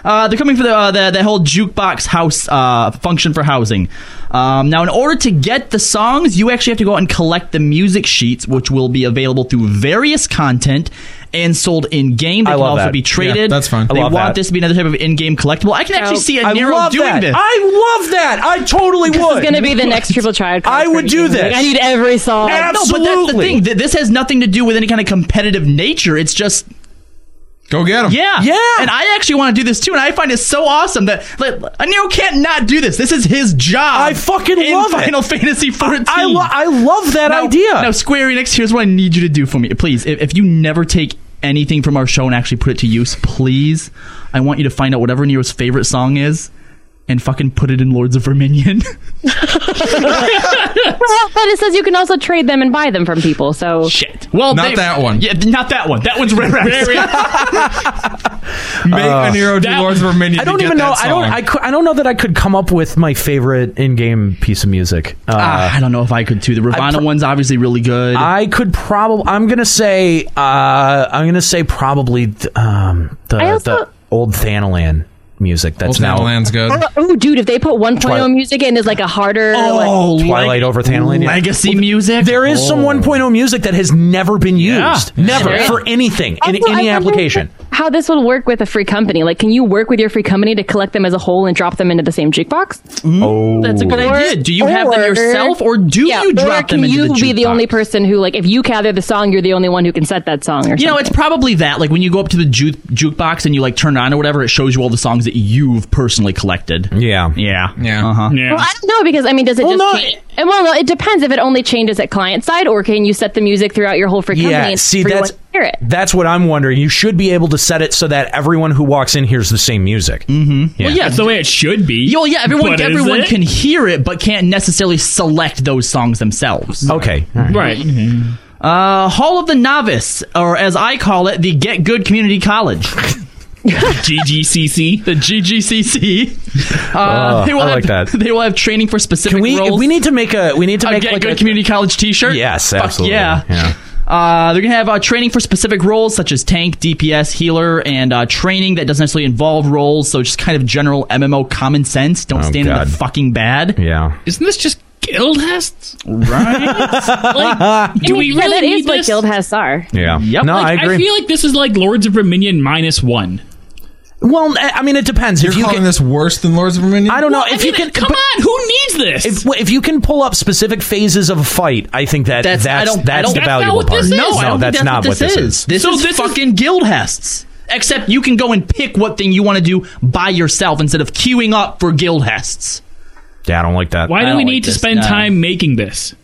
Speaker 1: Uh, they're coming for the, uh, the the whole jukebox house uh, function for housing. Um, now, in order to get the songs, you actually have to go out and collect the music sheets, which will be available through various content and sold in game. They
Speaker 9: I
Speaker 1: can
Speaker 9: love
Speaker 1: also
Speaker 9: that.
Speaker 1: be traded.
Speaker 9: Yeah, that's fine. I
Speaker 1: They
Speaker 9: love
Speaker 1: want
Speaker 9: that.
Speaker 1: this to be another type of in-game collectible. I can actually see a
Speaker 9: I
Speaker 1: Nero
Speaker 9: love
Speaker 1: doing
Speaker 9: that.
Speaker 1: this.
Speaker 9: I love that. I totally
Speaker 10: This
Speaker 9: would.
Speaker 10: is going to be the next triple triad.
Speaker 9: I would do this.
Speaker 10: I need every song.
Speaker 1: No, but that's the thing. Th- This has nothing to do with any kind of competitive nature. It's just
Speaker 11: go get them.
Speaker 1: Yeah,
Speaker 9: Yeah.
Speaker 1: And I actually want to do this too, and I find it so awesome that like Nero can't not do this. This is his job. I
Speaker 9: fucking
Speaker 1: in
Speaker 9: love it.
Speaker 1: Final Fantasy fourteen.
Speaker 9: I lo- I love that
Speaker 1: Now-
Speaker 9: idea.
Speaker 1: Now, Square Enix, here's what I need you to do for me, please. If, if you never take anything from our show and actually put it to use, please, I want you to find out whatever Nero's favorite song is. And fucking put it in Lords of Verminion. [laughs]
Speaker 10: Well, but it says you can also trade them and buy them from people. So
Speaker 1: shit. Well,
Speaker 14: Not that one.
Speaker 1: Yeah, not that one. That one's rare. [laughs]
Speaker 11: Make a Nero do Lords of Verminion.
Speaker 9: I don't
Speaker 11: to
Speaker 9: even
Speaker 11: get
Speaker 9: know.
Speaker 11: that
Speaker 9: I don't.
Speaker 11: song.
Speaker 9: I, cou- I don't know that I could come up with my favorite in-game piece of music. Uh,
Speaker 1: Ah, I don't know if I could too. The Ravana one's obviously really good.
Speaker 9: I could probably. I'm gonna say. Uh, I'm gonna say probably th- um, the the old Thanalan music. That's
Speaker 11: Old
Speaker 9: now
Speaker 11: Thanalan's good.
Speaker 10: Oh, dude, if they put 1.0
Speaker 9: Twilight-
Speaker 10: music in as like a harder,
Speaker 9: Oh,
Speaker 10: like,
Speaker 9: Twilight over Thanalan. yeah.
Speaker 1: Legacy Oh. music.
Speaker 9: There is some 1.0 music that has never been used, never
Speaker 10: There is.
Speaker 9: for anything in
Speaker 10: Also, I
Speaker 9: any
Speaker 10: wonder
Speaker 9: application.
Speaker 10: how this will work with a free company. Like, can you work with your free company to collect them as a whole and drop them into the same jukebox?
Speaker 9: Oh,
Speaker 1: That's a good idea. Do you have them
Speaker 10: Or-
Speaker 1: yourself, or do
Speaker 10: Yeah,
Speaker 1: you
Speaker 10: or
Speaker 1: drop
Speaker 10: can
Speaker 1: them into
Speaker 10: you
Speaker 1: the
Speaker 10: be the
Speaker 1: jukebox?
Speaker 10: only person who, like, if you gather the song, you're the only one who can set that song? Or
Speaker 1: You know,
Speaker 10: something?
Speaker 1: it's probably that. Like when you go up to the ju- jukebox and you like turn it on or whatever, it shows you all the songs that you've personally collected.
Speaker 9: Yeah,
Speaker 1: yeah, yeah. Uh-huh.
Speaker 10: Well, I don't know because I mean, does it just? change? and well, no, it depends if it only changes at client side, or can you set the music throughout your whole free company?
Speaker 9: Yeah,
Speaker 10: and
Speaker 9: see
Speaker 10: everyone
Speaker 9: that's
Speaker 10: can hear it.
Speaker 9: that's what I'm wondering. You should be able to set it so that everyone who walks in hears the same music. Mm-hmm.
Speaker 14: Well, yeah, it's the way it should be.
Speaker 1: Yo, yeah, everyone
Speaker 14: But is
Speaker 1: everyone
Speaker 14: it?
Speaker 1: can hear it, but can't necessarily select those songs themselves.
Speaker 9: Okay,
Speaker 14: Right.
Speaker 1: Uh, Hall of the Novice, or as I call it, the Get Good Community
Speaker 14: [laughs]
Speaker 1: College.
Speaker 14: GGCC.
Speaker 1: The GGCC. Uh,
Speaker 9: Oh,
Speaker 1: they will
Speaker 9: I
Speaker 1: have,
Speaker 9: like that.
Speaker 1: [laughs] They will have training for specific
Speaker 9: we
Speaker 1: roles.
Speaker 9: we need to make a we need to
Speaker 1: A
Speaker 9: make
Speaker 1: Get
Speaker 9: like
Speaker 1: Good
Speaker 9: a,
Speaker 1: Community College T-shirt.
Speaker 9: Yes,
Speaker 1: Fuck
Speaker 9: absolutely.
Speaker 1: yeah.
Speaker 9: yeah.
Speaker 1: Uh, they're going to have uh, training for specific roles such as tank, DPS, healer, and uh, training that doesn't necessarily involve roles. So just kind of general MMO common sense. Don't stand in
Speaker 9: Oh, God.
Speaker 1: the fucking bad.
Speaker 9: Yeah.
Speaker 14: Isn't this just guild hests?
Speaker 1: Right.
Speaker 14: Like, do
Speaker 10: I
Speaker 14: we
Speaker 10: mean, yeah,
Speaker 14: really
Speaker 10: that
Speaker 14: need
Speaker 10: is what
Speaker 14: this?
Speaker 10: guild hests are.
Speaker 9: Yeah. No,
Speaker 14: Like,
Speaker 9: I agree.
Speaker 14: feel like this is like Lords of Verminion minus one.
Speaker 9: well, I I mean, it depends.
Speaker 11: You're
Speaker 9: if you
Speaker 11: calling
Speaker 9: can,
Speaker 11: this worse than Lords of Verminion?
Speaker 9: I don't know
Speaker 14: I
Speaker 9: if you can.
Speaker 14: mean, come
Speaker 9: but
Speaker 14: on, who needs this?
Speaker 9: If, well, if you can pull up specific phases of a fight, I think that that's
Speaker 1: That's- I
Speaker 9: that's,
Speaker 1: don't- I don't-
Speaker 9: the
Speaker 1: that's
Speaker 9: valuable
Speaker 1: not what
Speaker 9: part.
Speaker 1: this is. I
Speaker 9: No,
Speaker 1: don't think
Speaker 9: that's,
Speaker 1: that's
Speaker 9: not
Speaker 1: what
Speaker 9: what
Speaker 1: this
Speaker 9: this
Speaker 1: is. This
Speaker 14: So
Speaker 1: is
Speaker 14: this is-
Speaker 1: fucking guild hests. Except you can go and pick what thing you want to do by yourself instead of queuing up for guild hests.
Speaker 9: Yeah, I don't like that.
Speaker 14: Why do
Speaker 1: don't
Speaker 14: we
Speaker 1: like
Speaker 14: need to
Speaker 1: this.
Speaker 14: spend
Speaker 1: No.
Speaker 14: time making this?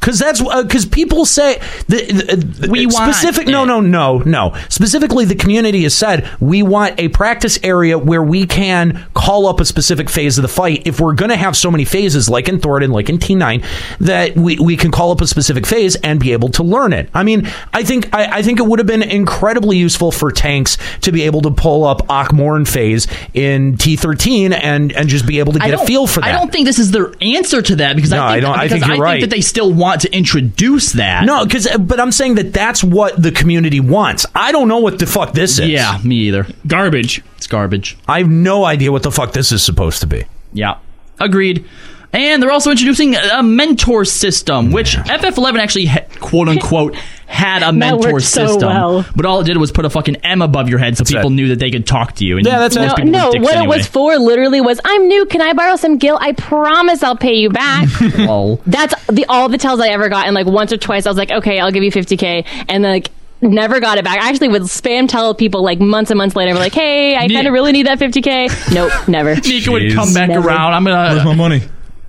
Speaker 9: Because that's because people say the, the,
Speaker 1: We want
Speaker 9: specific. No, no, no, no. Specifically, the community has said we want a practice area where we can call up a specific phase of the fight. If we're going to have so many phases, like in Thornton, like in T nine, that we, we can call up a specific phase and be able to learn it. I mean, I think I, I think it would have been incredibly useful for tanks to be able to pull up Achmorn phase in T thirteen and and just be able to
Speaker 1: I
Speaker 9: get a
Speaker 1: don't-
Speaker 9: feel for that.
Speaker 1: I don't think this is their answer to that because
Speaker 9: No,
Speaker 1: I
Speaker 9: I
Speaker 1: think,
Speaker 9: don't- I
Speaker 1: because
Speaker 9: think you're right.
Speaker 1: that they still want to introduce that.
Speaker 9: No, because but I'm saying that that's what the community wants. I don't know what the fuck this is.
Speaker 1: Yeah, me either.
Speaker 14: Garbage.
Speaker 1: It's garbage.
Speaker 9: I have no idea what the fuck this is supposed to be.
Speaker 1: Yeah, agreed. And they're also introducing a mentor system, which FF11 actually ha- quote
Speaker 10: [laughs]
Speaker 1: unquote had a mentor
Speaker 10: worked so
Speaker 1: system,
Speaker 10: well.
Speaker 1: but all it did was put a fucking M above your head so people knew that they could talk to you. And
Speaker 9: Yeah, that's
Speaker 1: most
Speaker 10: No,
Speaker 9: it.
Speaker 1: people were
Speaker 10: no.
Speaker 1: dicks
Speaker 10: What
Speaker 1: anyway.
Speaker 10: it was for literally was, I'm new. Can I borrow some gil? I promise I'll pay you [laughs] back.
Speaker 1: [laughs] Lol.
Speaker 10: That's the all the tells I ever got, and like once or twice I was like, okay, I'll give you 50k, and then like never got it back. I actually would spam tell people like months and months later, like, hey, I kind of really need that 50k. Nope, never.
Speaker 1: Nika would come back
Speaker 10: Never.
Speaker 1: around. I'm gonna.
Speaker 11: Where's my money?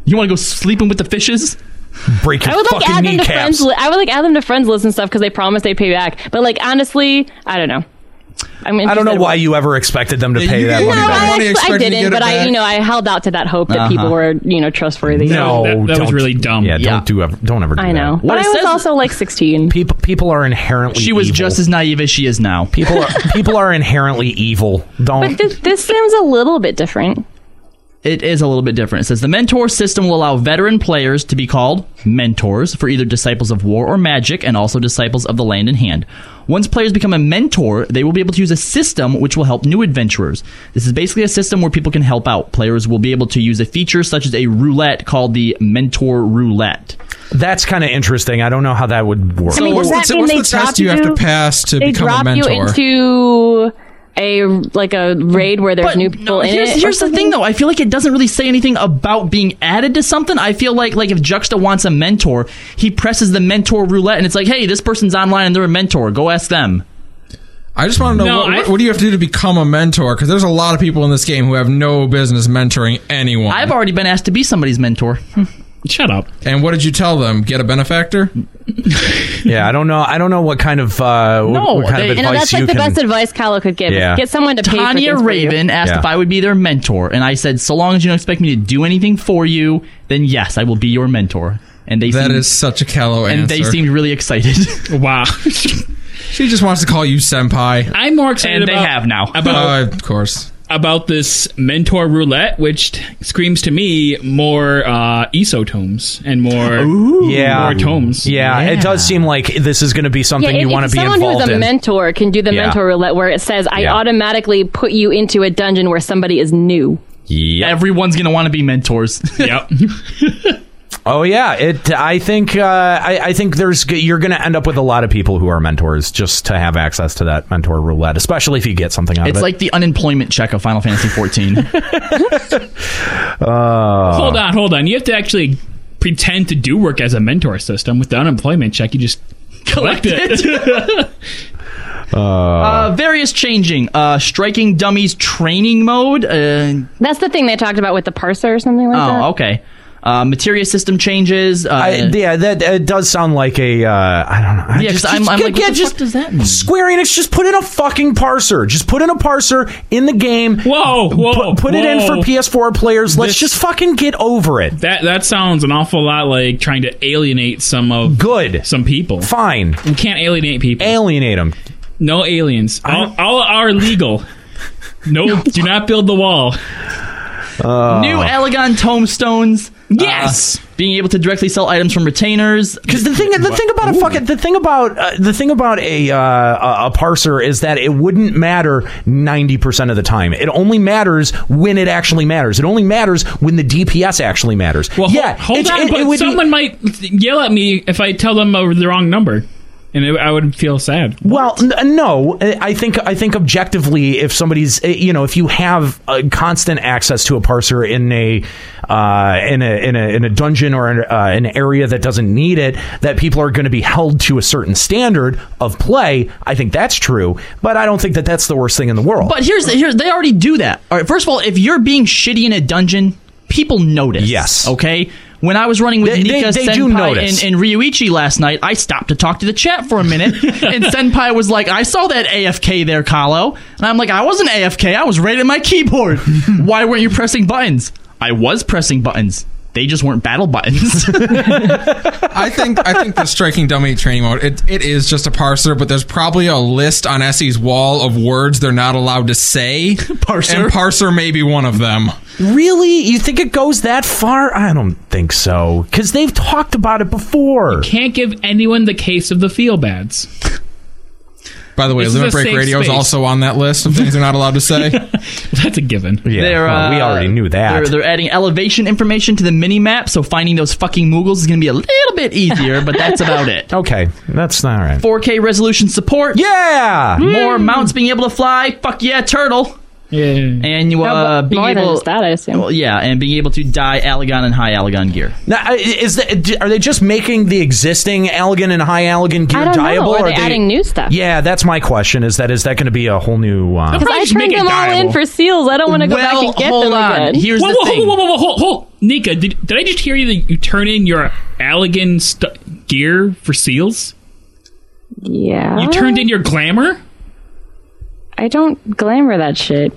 Speaker 1: You want to go sleeping with the fishes?
Speaker 9: Break your
Speaker 10: I would like
Speaker 9: fucking
Speaker 10: add them to
Speaker 9: kneecaps.
Speaker 10: friends. Li- I would like add them to friends list and stuff because they promised they'd pay back. But like honestly, I don't know. I'm
Speaker 9: I don't know
Speaker 10: interested-
Speaker 9: why you ever expected them to
Speaker 11: Yeah,
Speaker 9: pay
Speaker 11: you-
Speaker 9: that
Speaker 11: you-
Speaker 10: No,
Speaker 9: money
Speaker 10: I,
Speaker 11: Everybody
Speaker 9: back.
Speaker 11: wanna
Speaker 10: actually, I
Speaker 11: expect me to
Speaker 10: didn't,
Speaker 11: get it
Speaker 10: but I,
Speaker 11: back.
Speaker 10: you know, I held out to that hope that people
Speaker 1: Uh-huh.
Speaker 10: were, you know, trustworthy.
Speaker 9: No,
Speaker 14: That- that was
Speaker 9: don't,
Speaker 14: really dumb.
Speaker 9: Yeah,
Speaker 1: Yeah.
Speaker 9: don't do ever, don't ever. Do
Speaker 10: I know.
Speaker 9: That.
Speaker 10: But
Speaker 1: it
Speaker 10: I was
Speaker 1: says-
Speaker 10: also like 16.
Speaker 9: People, people are inherently.
Speaker 1: She was
Speaker 9: evil.
Speaker 1: just as naive as she is now.
Speaker 9: people. Are, people are inherently evil. Don't.
Speaker 10: But this, this seems a little bit different.
Speaker 1: It is a little bit different. It says the mentor system will allow veteran players to be called mentors for either disciples of war or magic and also disciples of the land in hand. Once players become a mentor, they will be able to use a system which will help new adventurers. This is basically a system where people can help out. Players will be able to use a feature such as a roulette called the mentor roulette.
Speaker 9: that's kind of interesting. I don't know how that would
Speaker 10: I
Speaker 9: work.
Speaker 10: mean, does
Speaker 11: what's
Speaker 10: that
Speaker 11: the-
Speaker 10: mean
Speaker 11: what's
Speaker 10: they
Speaker 11: the test
Speaker 10: drop
Speaker 11: you have to
Speaker 10: you-
Speaker 11: pass to
Speaker 10: They
Speaker 11: become a
Speaker 10: drop you
Speaker 11: mentor?
Speaker 10: into a like a raid where there's new people
Speaker 1: no,
Speaker 10: in
Speaker 1: here's,
Speaker 10: it. or
Speaker 1: here's the
Speaker 10: something?
Speaker 1: thing though i feel like it doesn't really say anything about being added to something i feel like like if juxta wants a mentor he presses the mentor roulette and it's like hey this person's online and they're a mentor go ask them
Speaker 11: I just want to know
Speaker 14: No,
Speaker 11: what,
Speaker 14: I-
Speaker 11: what do you have to do to become a mentor? Because there's a lot of people in this game who have no business mentoring anyone.
Speaker 1: i've already been asked to be somebody's mentor
Speaker 14: [laughs] Shut up.
Speaker 11: and what did you tell them? Get a benefactor?
Speaker 9: yeah, I don't know. I don't know what kind of uh, what-
Speaker 1: No,
Speaker 9: what kind
Speaker 1: they-
Speaker 9: of
Speaker 1: you
Speaker 10: You
Speaker 9: advice
Speaker 10: know, that's
Speaker 9: you
Speaker 10: like the
Speaker 9: can.
Speaker 10: best advice Kylo could give. is
Speaker 9: Yeah.
Speaker 10: Get someone to pay for
Speaker 1: tanya
Speaker 10: things for you.
Speaker 1: raven asked
Speaker 9: Yeah.
Speaker 1: if i would be their mentor and i said so long as you don't expect me to do anything for you then yes i will be your mentor and they
Speaker 11: That
Speaker 1: seemed,
Speaker 11: is such a callow
Speaker 1: and
Speaker 11: answer.
Speaker 1: they seemed really excited
Speaker 14: Wow.
Speaker 11: she just wants to call you senpai.
Speaker 14: I'm more excited
Speaker 1: and they
Speaker 14: about-
Speaker 1: have now
Speaker 11: [laughs]
Speaker 14: about
Speaker 11: Uh, of course.
Speaker 14: about this mentor roulette, which t- screams to me more uh, isotomes and more
Speaker 9: Yeah.
Speaker 14: more tomes.
Speaker 9: Yeah, it does seem like this is going to be
Speaker 10: Yeah,
Speaker 9: something
Speaker 10: if,
Speaker 9: you want
Speaker 10: if
Speaker 9: to be
Speaker 10: someone
Speaker 9: involved
Speaker 10: who's a
Speaker 9: in.
Speaker 10: mentor can do the
Speaker 9: Yeah.
Speaker 10: mentor roulette where it says, I
Speaker 9: Yeah.
Speaker 10: automatically put you into a dungeon where somebody is new.
Speaker 9: Yep.
Speaker 1: everyone's gonna want to be mentors
Speaker 14: Yep.
Speaker 9: Oh yeah, it. I think uh, I, I think there's you're going to end up with a lot of people who are mentors just to have access to that mentor roulette, especially if you get something out
Speaker 1: it's
Speaker 9: of it.
Speaker 1: like the unemployment check of final fantasy 14
Speaker 14: hold on, hold on. You have to actually pretend to do work as a mentor system with the unemployment check. You just [laughs] collect it.
Speaker 1: Uh, various changing. Uh, striking dummies training mode. Uh,
Speaker 10: That's the thing they talked about with the parser or something like that.
Speaker 1: oh, okay. Uh, materia system changes. Uh,
Speaker 9: I, yeah, that it does sound like a uh, I don't know. I
Speaker 1: Yeah, 'cause
Speaker 9: just-
Speaker 1: I'm-
Speaker 9: just-
Speaker 1: I'm like,
Speaker 9: yeah,
Speaker 1: what the
Speaker 9: just,
Speaker 1: fuck does that mean?
Speaker 9: Square Enix just put in a fucking parser. Just put in a parser in the game.
Speaker 14: Whoa, whoa,
Speaker 9: Put, put it in
Speaker 14: whoa.
Speaker 9: for PS4 players. Let's just fucking get over it.
Speaker 14: That that sounds an awful lot like trying to alienate some of
Speaker 9: good
Speaker 14: some people.
Speaker 9: Fine,
Speaker 14: we can't alienate people.
Speaker 9: Alienate them.
Speaker 14: No aliens. All, all are legal.
Speaker 9: [laughs]
Speaker 14: no, do not build the wall.
Speaker 1: New
Speaker 9: Oh.
Speaker 1: Elegant tombstones. Uh,
Speaker 14: Yes.
Speaker 1: being able to directly sell items from retainers.
Speaker 9: Because the thing, the thing about a fucking, the thing about uh, the thing about a uh, a- a parser is that it wouldn't matter ninety percent of the time. It only matters when it actually matters. It only matters when the DPS actually matters.
Speaker 14: Well,
Speaker 9: yeah,
Speaker 14: hold,
Speaker 9: it's-
Speaker 14: hold on,
Speaker 9: it- it
Speaker 14: but
Speaker 9: would be-
Speaker 14: someone might yell at me if I tell them uh, the wrong number, and it, I would feel sad.
Speaker 9: Well, n- uh, no, I think I think objectively, if somebody's uh, you know if you have uh, constant access to a parser in a uh, in a in a in a dungeon or in a, uh, an area that doesn't need it, that people are going to be held to a certain standard of play. I think that's true, but I don't think that that's the worst thing in the world.
Speaker 1: But here's here they already do that. All right, first of all, if you're being shitty in a dungeon, people notice. Yes. Okay. When I was running with
Speaker 9: They- they-
Speaker 1: Nika
Speaker 9: they
Speaker 1: Senpai
Speaker 9: do notice.
Speaker 1: And, and Ryuichi last night, I stopped to talk to the chat for a
Speaker 9: [laughs]
Speaker 1: minute, and Senpai was like, "I saw that AFK there, Kalo," and I'm like, "I wasn't AFK. I was right at my
Speaker 9: [laughs]
Speaker 1: keyboard. Why weren't you pressing buttons? I was pressing buttons. They just weren't battle
Speaker 9: [laughs]
Speaker 1: buttons." [laughs]
Speaker 11: I think I think the striking dummy training mode it, it is just a parser, but there's probably a list on Essie's wall of words they're not allowed to
Speaker 14: [laughs]
Speaker 11: say. Parser and parser may be one of them.
Speaker 9: really, you think it goes that far? I don't think so, because they've talked about it before.
Speaker 14: Can't give anyone the case of the feel bads.
Speaker 11: By the way,
Speaker 14: This is
Speaker 11: Limit
Speaker 14: a
Speaker 11: Break
Speaker 14: safe
Speaker 11: Radio is
Speaker 14: space.
Speaker 11: also on that list of things they're not allowed to say.
Speaker 14: [laughs] That's a given.
Speaker 9: Yeah, well, we already knew that.
Speaker 1: uh, They're, they're adding elevation information to the mini map, so finding those fucking Moogles is going to be a little bit easier, but that's about
Speaker 9: [laughs]
Speaker 1: it.
Speaker 9: Okay, that's not all right.
Speaker 1: 4K resolution support.
Speaker 9: Yeah.
Speaker 1: More mounts being able to fly. Fuck yeah, turtle.
Speaker 14: Hmm. Yeah.
Speaker 1: And you uh, being
Speaker 10: more than
Speaker 1: able
Speaker 10: just that, I assume.
Speaker 1: Well, yeah, and being able to dye Allegon and high Allegon gear.
Speaker 9: Now, I- is that are they just making the existing elegant and high elegant gear
Speaker 10: I don't know.
Speaker 9: dieable?
Speaker 10: Are they adding new stuff?
Speaker 9: Yeah, that's my question. Is that is that going to be a whole new? Uh,
Speaker 10: Because I turned them all in for seals. I don't want to go back and get them again.
Speaker 1: Here's
Speaker 14: whoa,
Speaker 1: the
Speaker 14: whoa,
Speaker 1: thing.
Speaker 14: Whoa, whoa, whoa, whoa, hold, hold. [laughs] Nika, did, did I just hear you that you turn in your Allegan st- gear for seals?
Speaker 10: Yeah.
Speaker 14: You turned in your glamour?
Speaker 10: I don't glamour that shit.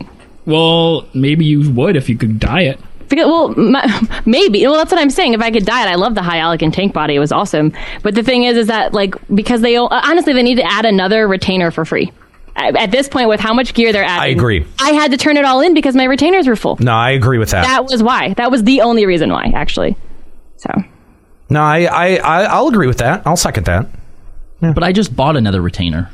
Speaker 14: Well, maybe you would if you could dye it.
Speaker 10: Because, well, my, [laughs] maybe. Well, that's what I'm saying. If I could dye it, I love the high elegant tank body. It was awesome. But the thing is, is that like because they o- honestly they need to add another retainer for free. At at this point, with how much gear they're
Speaker 9: I
Speaker 10: adding,
Speaker 9: agree.
Speaker 10: I had to turn it all in because my retainers were full.
Speaker 9: No, I agree with that.
Speaker 10: That was why. That was the only reason why, actually. So
Speaker 9: no, I, I I I'll agree with that. I'll second that.
Speaker 1: But I just bought another retainer.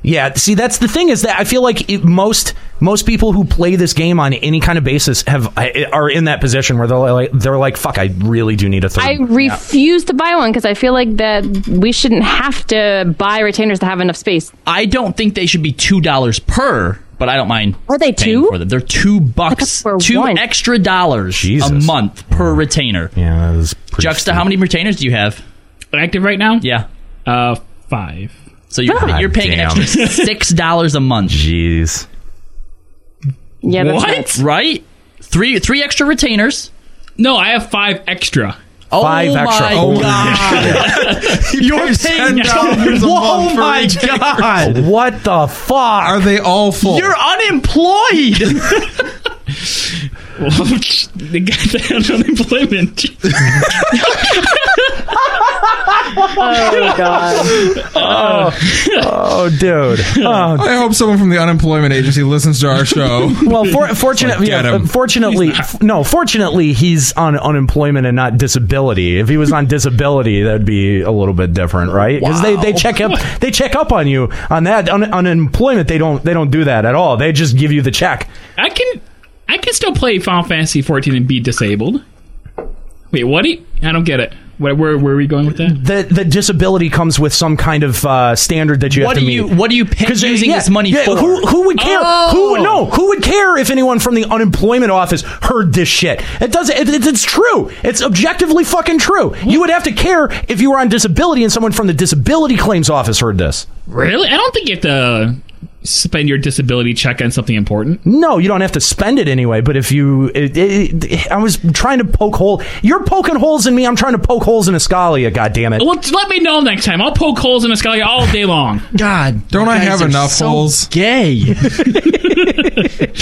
Speaker 9: Yeah, see, that's the thing is that I feel like it, most most people who play this game on any kind of basis have I- are in that position where they're like they're like fuck, I really do need a third.
Speaker 10: I refuse to buy one because I feel like that we shouldn't have to buy retainers to have enough space.
Speaker 1: I don't think they should be two dollars per, but I don't mind.
Speaker 10: Are they
Speaker 1: paying
Speaker 10: two?
Speaker 1: for them? They're two bucks, two extra dollars a month
Speaker 14: Mm.
Speaker 1: per retainer.
Speaker 9: Yeah, that is
Speaker 1: Juxta, how many retainers do you have?
Speaker 14: Active right now?
Speaker 1: Yeah,
Speaker 14: uh, five.
Speaker 1: So you're
Speaker 14: God
Speaker 1: you're paying
Speaker 14: damn.
Speaker 1: an extra [laughs] six dollars a month.
Speaker 9: Jeez.
Speaker 10: Yeah, that's
Speaker 14: What?
Speaker 9: [laughs]
Speaker 10: nuts.
Speaker 1: Right? Three three extra retainers.
Speaker 14: No, I have five extra.
Speaker 1: Oh
Speaker 14: Five
Speaker 1: my
Speaker 14: extra.
Speaker 9: [laughs]
Speaker 14: Oh,
Speaker 1: god!
Speaker 14: You're
Speaker 1: paying
Speaker 14: $10 a
Speaker 1: Oh
Speaker 14: month for
Speaker 1: my
Speaker 14: retainers.
Speaker 1: god!
Speaker 9: What the fuck? Are
Speaker 11: they all full?
Speaker 1: You're unemployed.
Speaker 14: the [laughs] goddamn unemployment.
Speaker 21: Oh, God.
Speaker 9: [laughs] oh, dude. Oh.
Speaker 11: I hope someone from the unemployment agency listens to our show.
Speaker 9: well, for, fortunately,
Speaker 11: Like, get
Speaker 9: yeah,
Speaker 11: him.
Speaker 9: fortunately, f- no, fortunately, he's on unemployment and not disability. If he was on disability, that'd be a little bit different, right? Because they, they check up they check up on you on that on unemployment. They don't they don't do that at all. They just give you the check.
Speaker 14: I can I can still play Final Fantasy 14 and be disabled. Wait, what? do you- I don't get it. Where, where, where are we going with that?
Speaker 9: The the disability comes with some kind of uh, standard that you
Speaker 1: What
Speaker 9: have to
Speaker 1: do
Speaker 9: meet.
Speaker 1: you- what do you pay-
Speaker 9: 'Cause,
Speaker 1: using this money for? Oh.
Speaker 9: Who, who would care? Who would no? Who would care if anyone from the unemployment office heard this shit? It doesn't. It, it- it's true. It's objectively fucking true. You would have to care if you were on disability and someone from the disability claims office heard this.
Speaker 14: Really? I don't think you have to spend your disability check on something important?
Speaker 9: No, you don't have to spend it anyway. But if you, it, it, I was trying to poke hole. You're poking holes in me. I'm trying to poke holes in Escalia. God damn it!
Speaker 14: Well, let me know next time. I'll poke holes in Escalia all
Speaker 9: [laughs]
Speaker 14: day long.
Speaker 9: God,
Speaker 11: Don't
Speaker 9: you
Speaker 11: I
Speaker 9: guys
Speaker 11: have
Speaker 9: are
Speaker 11: enough
Speaker 9: so
Speaker 1: [laughs]
Speaker 11: holes?
Speaker 9: Gay. uh,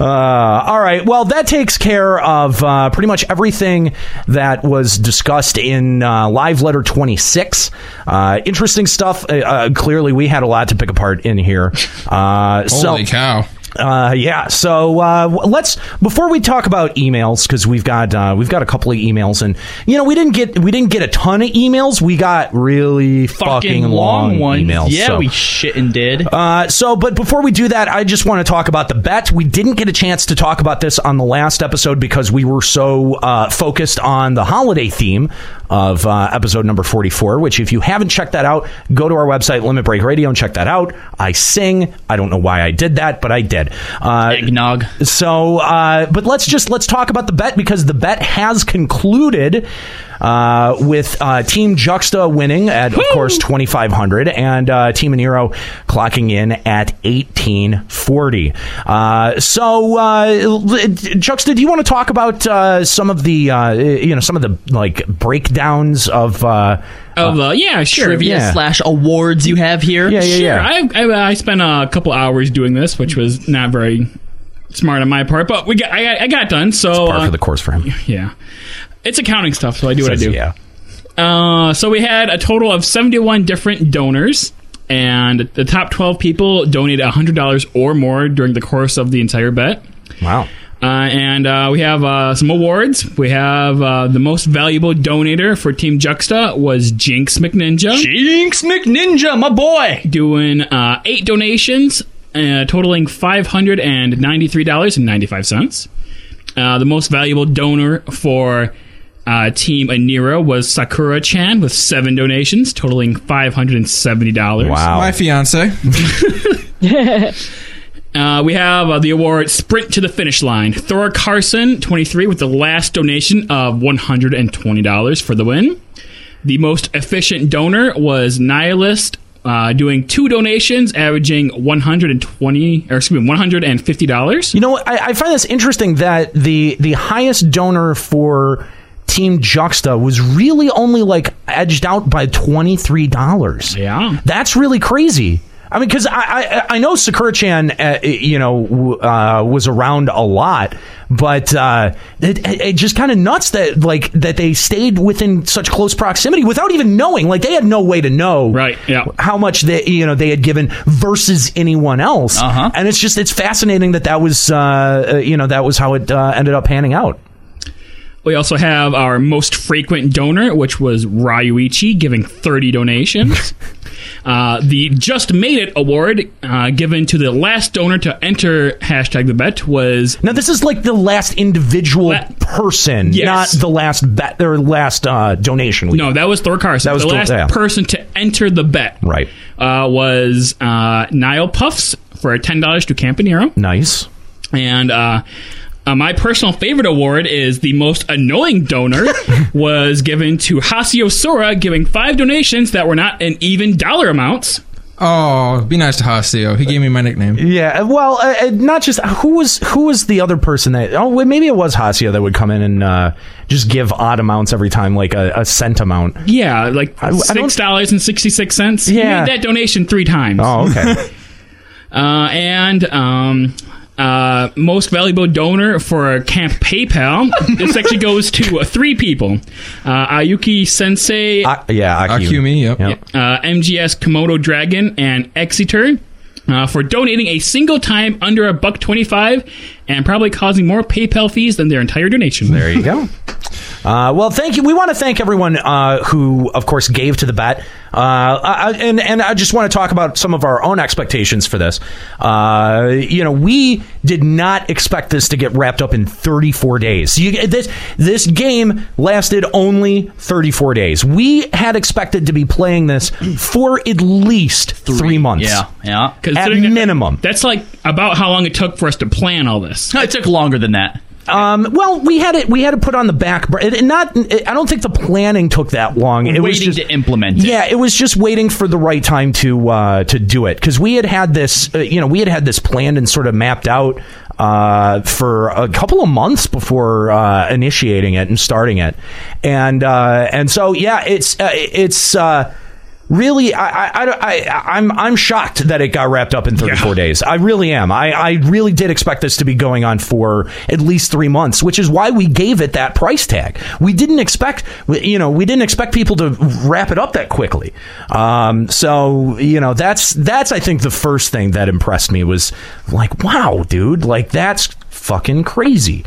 Speaker 9: all right. Well, that takes care of uh, pretty much everything that was discussed in uh, Live Letter 26. Uh, interesting stuff. Uh, uh, clearly, we had a lot to pick apart in here. Uh,
Speaker 11: Holy
Speaker 9: so, cow. Uh, yeah. So uh, w- let's before we talk about emails because we've got uh, we've got a couple of emails and you know we didn't get we didn't get a ton of emails. We got really fucking, long,
Speaker 1: ones.
Speaker 9: emails.
Speaker 1: Yeah,
Speaker 9: so.
Speaker 1: we shitting did.
Speaker 9: Uh, so, but before we do that, I just want to talk about the bet. We didn't get a chance to talk about this on the last episode because we were so uh, focused on the holiday theme of uh, episode number 44, which if you haven't checked that out, go to our website, Limit Break Radio, and check that out. I sing. I don't know why I did that, but I did. Uh,
Speaker 1: Eggnog.
Speaker 9: So, uh, but let's just, let's talk about the bet because the bet has concluded uh, with uh, Team Juxta winning at, of course, 2,500, and uh, Team Nero clocking in at 1,840. Uh, so, uh, l- Juxta, do you want to talk about uh, some of the, uh, you know, some of the like breakdowns of? Uh,
Speaker 14: Of uh, yeah, sure.
Speaker 9: Trivia Yeah. slash
Speaker 14: awards you have here.
Speaker 9: Yeah, yeah,
Speaker 14: sure.
Speaker 9: yeah.
Speaker 14: I, I I spent a couple hours doing this, which was not very smart on my part, but we got I, got- I got it done. So
Speaker 9: par
Speaker 14: uh,
Speaker 9: for the course for him.
Speaker 14: yeah, it's accounting stuff, so I do what I
Speaker 9: Says
Speaker 14: do.
Speaker 9: yeah.
Speaker 14: Uh, so we had a total of 71 different donors, and the top 12 people donated $100 or more during the course of the entire bet.
Speaker 9: Wow.
Speaker 14: Uh, and uh, we have uh, some awards. We have uh, the most valuable donator for Team Juxta was Jinx McNinja. Jinx McNinja, my boy, doing uh, eight donations uh, totaling five hundred and ninety-three dollars and ninety-five cents. Uh, the most valuable donor for uh, Team Anira was Sakura Chan with seven donations totaling five hundred and seventy dollars.
Speaker 11: My fiance.
Speaker 14: Uh, we have uh, the award Sprint to the Finish Line. Thor Carson, 23, with the last donation of $120 for the win. The most efficient donor was Nihilist, uh, doing two donations, averaging $120, or excuse me, $150.
Speaker 9: You know, what? I, I find this interesting that the the highest donor for Team Juxta was really only like edged out by twenty three dollars.
Speaker 14: Yeah,
Speaker 9: that's really crazy. I mean, because I, I I know Sakura Chan, uh, you know, w- uh, was around a lot, but uh, it, it it just kind of nuts that like that they stayed within such close proximity without even knowing. Like they had no way to know, right?
Speaker 14: Yeah.
Speaker 9: how much they you know they had given versus anyone else, uh-huh. and it's just it's fascinating that that was uh, uh, you know that was how it uh, ended up panning out.
Speaker 14: We also have our most frequent donor, which was Ryuichi, giving 30 donations. uh, the Just Made It award, uh, given to the last donor to enter hashtag the bet, was.
Speaker 9: Now this is like the last individual person,
Speaker 14: Yes.
Speaker 9: not the last bet or last uh, donation. We
Speaker 14: No, that was Thor Carson.
Speaker 9: That was
Speaker 14: the
Speaker 9: Thor-
Speaker 14: last
Speaker 9: yeah.
Speaker 14: person to enter the bet.
Speaker 9: Right.
Speaker 14: Uh, was uh, Nile Puffs for ten dollars to Campanero.
Speaker 9: Nice.
Speaker 14: And uh, uh, my personal favorite award is the most
Speaker 9: [laughs]
Speaker 14: annoying donor was given to Hasio Sora, giving five donations that were not in even dollar amounts.
Speaker 11: Oh, be nice to Hasio. He gave me my nickname.
Speaker 9: Yeah, well, uh, uh, not just who was who was the other person that oh well, maybe it was Hasia that would come in and uh, just give odd amounts every time, like a, a cent amount.
Speaker 14: Yeah, like
Speaker 9: I- I don't-
Speaker 14: six dollars and sixty six cents.
Speaker 9: Yeah.
Speaker 14: he made that donation three times.
Speaker 9: Oh, okay.
Speaker 14: uh, and um, uh, most valuable donor for Camp [laughs] PayPal. this actually goes to uh, three people: uh, Ayuki Sensei,
Speaker 9: yeah,
Speaker 11: Akumi, yep.
Speaker 14: uh, MGS Komodo Dragon, and Exeter. Uh, for donating a single time under a buck twenty five, and probably causing more PayPal fees than their entire donation.
Speaker 9: There you go. Uh, well, thank you. We want to thank everyone uh, who, of course, gave to the bet. Uh, I, I- and and I just want to talk about some of our own expectations for this. Uh, you know, we did not expect this to get wrapped up in 34 days. You, this this game lasted only 34 days. We had expected to be playing this for at least three, months.
Speaker 1: yeah.
Speaker 9: At minimum.
Speaker 14: That's like about how long it took for us to plan all this.
Speaker 1: It took longer than that.
Speaker 9: Um, well, we had it. We had to put on the back. bur- It, it not. It, I don't think the planning took that long. It was
Speaker 12: Waiting
Speaker 9: just,
Speaker 12: to implement it.
Speaker 9: Yeah, it was just waiting for the right time to uh, to do it because we had had this. Uh, you know, we had had this planned and sort of mapped out uh, for a couple of months before uh, initiating it and starting it, and uh, and so yeah, it's uh, it's. Uh, Really, I, I, I, I, am I'm shocked that it got wrapped up in 34 days. I really am. I, I really did expect this to be going on for at least three months, which is why we gave it that price tag. We didn't expect, we- you know, we didn't expect people to wrap it up that quickly. Um, so you know, that's that's I think the first thing that impressed me was like, wow, dude, like that's fucking crazy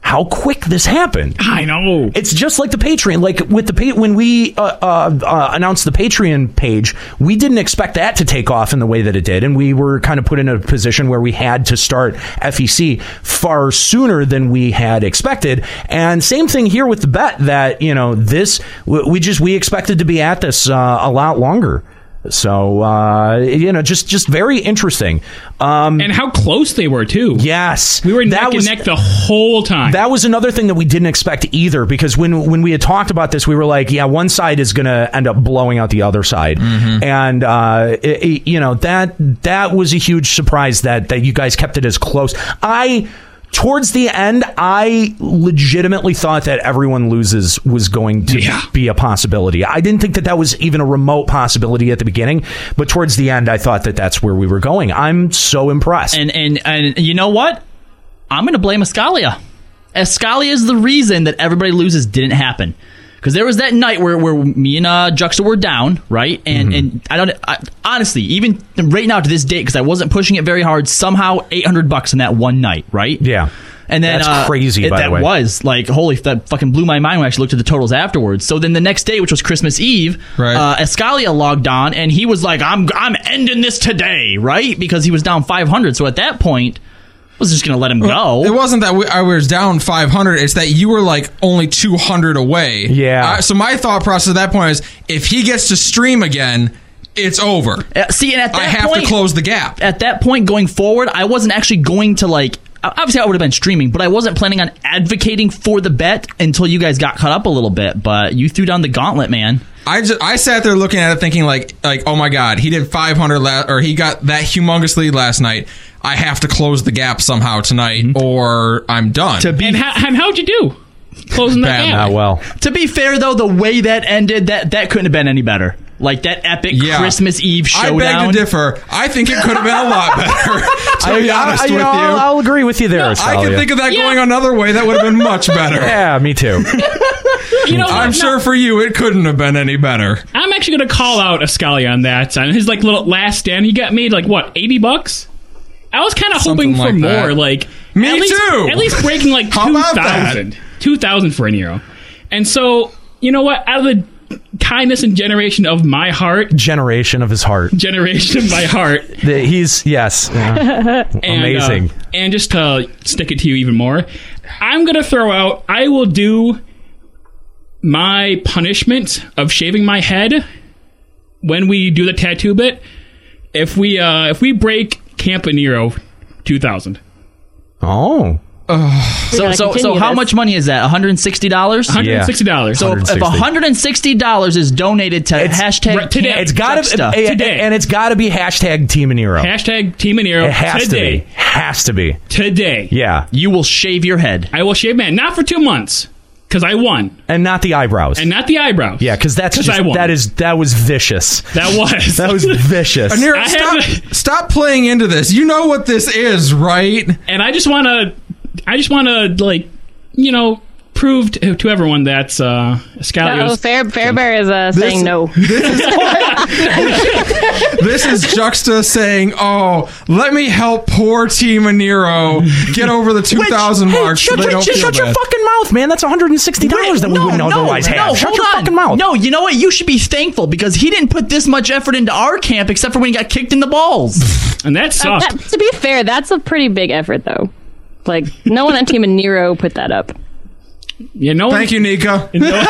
Speaker 9: how quick this happened.
Speaker 14: [laughs] I know.
Speaker 9: It's just like the Patreon. Like with the pa- when we uh, uh, uh, announced the Patreon page, we didn't expect that to take off in the way that it did, and we were kind of put in a position where we had to start FEC far sooner than we had expected. And same thing here with the bet that you know this w- we just we expected to be at this uh, a lot longer. So uh, you know, just just very interesting. Um,
Speaker 14: and how close they were too.
Speaker 9: Yes,
Speaker 14: we were neck and neck the whole time.
Speaker 9: That was another thing that we didn't expect either, because when when we had talked about this, we were like, yeah, one side is going to end up blowing out the other side, and uh, it- it- you know that that was a huge surprise that that you guys kept it as close. I. Towards the end, I legitimately thought that everyone loses was going to be a possibility. I didn't think that that was even a remote possibility at the beginning, but towards the end, I thought that that's where we were going. I'm so impressed.
Speaker 1: And and and you know what? I'm going to blame Escalia. Escalia is the reason that everybody loses didn't happen. Because there was that night where, where me and uh, Juxta were down, right? And
Speaker 9: Mm-hmm.
Speaker 1: and I don't I, honestly even right now to this date because I wasn't pushing it very hard. Somehow 800 bucks in that one night, right?
Speaker 9: Yeah.
Speaker 1: And then
Speaker 9: That's
Speaker 1: uh,
Speaker 9: crazy,
Speaker 1: it-
Speaker 9: by
Speaker 1: that
Speaker 9: the way.
Speaker 1: was like holy. That fucking blew my mind when I actually looked at the totals afterwards. So then the next day, which was Christmas Eve,
Speaker 11: Right.
Speaker 1: uh, Escalia logged on and he was like, "I'm I'm ending this today," right? Because he was down 500. So at that point, I was just gonna let him go.
Speaker 11: It wasn't that we, I was down 500. It's that you were like only 200 away. Yeah. so my thought process at that point is if he gets to stream again, it's over.
Speaker 1: Uh, see, and at
Speaker 11: I
Speaker 1: that
Speaker 11: have
Speaker 1: point-
Speaker 11: to close the gap.
Speaker 1: At that point, going forward, I wasn't actually going to like. Obviously, I would have been streaming, but I wasn't planning on advocating for the bet until you guys got caught up a little bit. But you threw down the gauntlet, man.
Speaker 11: I just I sat there looking at it, thinking like like oh my god, he did 500 la- or he got that humongous lead last night. I have to close the gap somehow tonight, or I'm done. To
Speaker 14: be and, how, and how'd you do? Closing that gap.
Speaker 9: Oh, well.
Speaker 1: To be fair, though, the way that ended, that that couldn't have been any better. Like that epic
Speaker 11: Yeah.
Speaker 1: Christmas Eve
Speaker 11: I
Speaker 1: showdown.
Speaker 11: beg to differ. I think it could have been a lot better. [laughs] to
Speaker 9: [laughs]
Speaker 11: be honest with you,
Speaker 9: I'll, I'll agree with you there.
Speaker 11: I can
Speaker 9: Astalia.
Speaker 11: think of that going another way. That would have been much
Speaker 9: [clears throat]
Speaker 11: better.
Speaker 9: Yeah, me too.
Speaker 14: You know what?
Speaker 11: I'm
Speaker 14: No.
Speaker 11: sure for you it couldn't have been any better.
Speaker 14: I'm actually gonna call out Ascalia on that. On his like little last stand, he got made like what eighty bucks. I was kind of hoping for
Speaker 11: like that.
Speaker 14: more. Like
Speaker 11: Me
Speaker 14: at least,
Speaker 11: too!
Speaker 14: At least breaking
Speaker 11: [laughs]
Speaker 14: like
Speaker 11: How
Speaker 14: two
Speaker 11: about that?
Speaker 14: thousand. Two thousand for an euro. And so you know what? Out of the kindness and generation of my heart, [laughs]
Speaker 9: generation of his heart,
Speaker 14: generation of my heart.
Speaker 9: The- he's yes, yeah.
Speaker 14: And, uh,
Speaker 9: amazing.
Speaker 14: and just to stick it to you even more, I'm gonna throw out. I will do my punishment of shaving my head when we do the tattoo bit. If we uh, if we break Campanero 2000,
Speaker 9: oh.
Speaker 1: So, so,
Speaker 14: gotta
Speaker 1: so
Speaker 14: continue
Speaker 1: how
Speaker 14: this.
Speaker 1: much money is that? $160?
Speaker 14: $160.
Speaker 1: So if, if $160 is donated to hashtag
Speaker 14: today.
Speaker 1: Camp
Speaker 14: It's gotta-
Speaker 1: Juxta,
Speaker 9: Eh, eh, and it's got to be hashtag Team Nero.
Speaker 14: hashtag Team Anero
Speaker 9: it has
Speaker 14: today.
Speaker 9: to be. Has to be.
Speaker 14: Today,
Speaker 9: Yeah.
Speaker 1: You will shave your head.
Speaker 14: I will shave man not for two months because I won
Speaker 9: and not the eyebrows
Speaker 14: and not the eyebrows.
Speaker 9: Yeah, because that's
Speaker 14: 'Cause
Speaker 9: just,
Speaker 14: I won.
Speaker 9: that is that was vicious.
Speaker 14: That
Speaker 9: [laughs]
Speaker 14: was.
Speaker 9: that
Speaker 14: [laughs]
Speaker 9: was vicious.
Speaker 11: Anira, stop, stop playing into this. You know what this is, right?
Speaker 14: and I just want to, I just want to like, you know, prove to, to everyone that's uh,
Speaker 10: Oh,
Speaker 14: Scalios.
Speaker 10: Fair, Fairbear is uh, saying
Speaker 9: [laughs]
Speaker 10: no.
Speaker 11: This is Juxta saying, "Oh, let me help poor Team Aniro get over the 2,000 mark." so
Speaker 9: Shut,
Speaker 11: they
Speaker 9: your,
Speaker 11: don't feel
Speaker 9: shut your
Speaker 11: bad."
Speaker 9: fucking mouth, man. That's $160 that we wouldn't otherwise
Speaker 1: no,
Speaker 9: have. shut
Speaker 1: hold
Speaker 9: your
Speaker 1: on.
Speaker 9: fucking mouth.
Speaker 1: No, you know what? You should be thankful because he didn't put this much effort into our camp except for when he got kicked in the
Speaker 9: [laughs]
Speaker 1: balls.
Speaker 14: and that
Speaker 10: Uh, that- [laughs] to be
Speaker 9: [laughs]
Speaker 10: fair, that's a pretty big effort, though. Like, no one on Team Nero put that up.
Speaker 14: Yeah, no.
Speaker 11: Thank you, Nika.
Speaker 14: [laughs] No,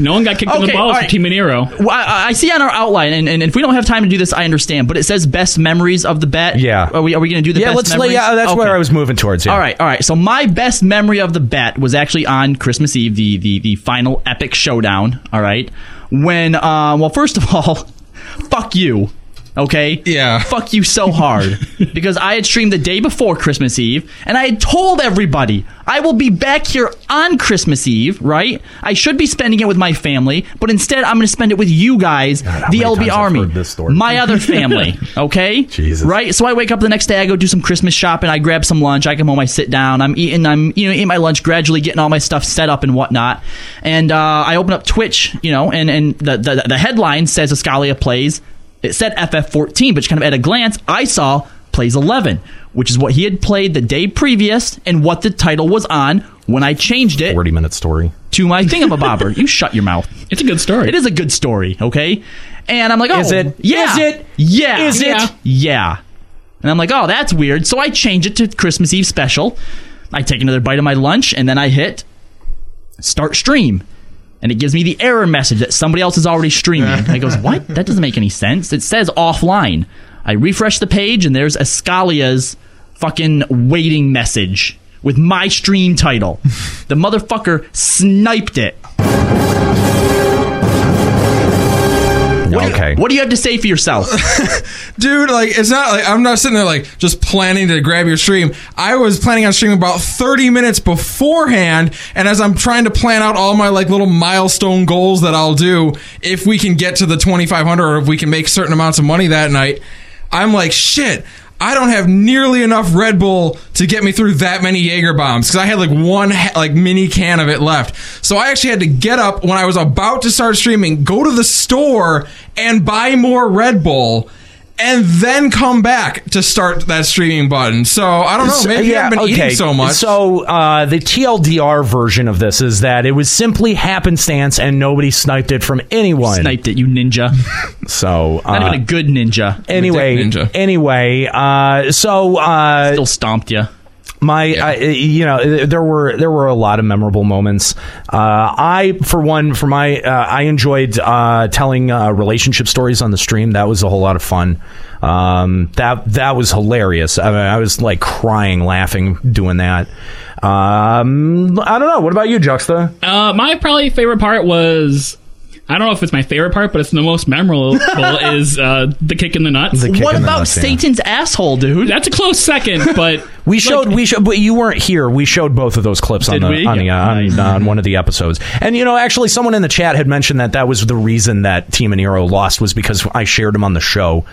Speaker 14: no one got kicked in the
Speaker 1: Okay,
Speaker 14: balls
Speaker 1: all
Speaker 14: for Team Nero.
Speaker 1: Well, I, I see on our outline, and, and if we don't have time to do this, I understand. But it says best memories of the bet. Yeah. Are we, are we going to do the
Speaker 9: yeah,
Speaker 1: best
Speaker 9: let's
Speaker 1: memories?
Speaker 9: lay out. That's
Speaker 1: Okay.
Speaker 9: where I was moving towards. Yeah.
Speaker 1: All right, all right. So my best memory of the bet was actually on Christmas Eve, the the the final epic showdown. All right, when um, well, first of [laughs] all, fuck you. Okay.
Speaker 11: Yeah.
Speaker 1: Fuck you so hard because I had streamed the day before Christmas Eve and I had told everybody I will be back here on Christmas Eve, right? I should be spending it with my family, but instead I'm going to spend it with you guys, the LB Army, my other family. Okay? Jesus. Right? So I wake up the next day, I go do some Christmas shopping, I grab some lunch, I come home, I sit down, I'm eating, I'm, you know, eating my lunch, gradually getting all my stuff set up and whatnot. And uh, I open up Twitch, you know, and, and the, the, the headline says Escalia plays. It said FF14, but kind of at a glance, I saw plays 11, which is what he had played the day previous and what the title was on when I changed it. 40
Speaker 9: minute story.
Speaker 1: To my thingamabobber. you shut your mouth.
Speaker 14: It's a good story.
Speaker 1: It is a good story, okay? And I'm like, oh,
Speaker 9: Is it?
Speaker 1: Yeah.
Speaker 9: Is it?
Speaker 1: Yeah.
Speaker 9: Is it?
Speaker 1: Yeah. Yeah. And I'm like, oh, that's weird. So I change it to Christmas Eve special. I take another bite of my lunch and then I hit start stream. And it gives me the error message that somebody else is already streaming. And I goes, what? That doesn't make any sense. It says offline. I refresh the page and there's Escalia's fucking waiting message with my stream
Speaker 9: [laughs]
Speaker 1: title. the motherfucker sniped it.
Speaker 9: okay.
Speaker 1: What do you have to say for yourself?
Speaker 11: Dude, like it's not like I'm not sitting there like just planning to grab your stream. I was planning on streaming about 30 minutes beforehand, and as I'm trying to plan out all my like little milestone goals that I'll do if we can get to the 2500 or if we can make certain amounts of money that night, I'm like, shit, I don't have nearly enough Red Bull to get me through that many Jaeger bombs because I had like one ha- like mini can of it left. So I actually had to get up when I was about to start streaming, go to the store and buy more Red Bull. And then come back to start that streaming button. So I don't know.
Speaker 9: So-
Speaker 11: Maybe I've been eating so much.
Speaker 9: So uh, the TLDR version of this is that it was simply happenstance and nobody sniped it from anyone.
Speaker 1: Sniped it, you ninja.
Speaker 9: so uh,
Speaker 1: Not even a good ninja.
Speaker 9: Anyway, anyway, uh, so uh, still
Speaker 1: stomped you.
Speaker 9: My, I- you know, there were there were a lot of memorable moments. Uh, I, for one, for my, uh, I enjoyed uh, telling uh, relationship stories on the stream. That was a whole lot of fun. Um, that that was hilarious. I, mean, I was like crying, laughing, doing that. Um, I don't know. What about you, Juxta?
Speaker 14: Uh, my probably favorite part was. I don't know if it's my favorite part, but it's the most memorable is uh, the kick in the nuts.
Speaker 1: what about Satan's asshole, dude?
Speaker 14: That's a close second, but
Speaker 9: We showed we showed, but you weren't here. We showed both of those clips on
Speaker 14: Did
Speaker 9: the,
Speaker 14: we?
Speaker 9: on, the
Speaker 14: Yeah.
Speaker 9: on,
Speaker 14: Nice.
Speaker 9: on one of the episodes. And you know, actually, someone in the chat had mentioned that that was the reason that Team and Hero lost was because I shared them on the show.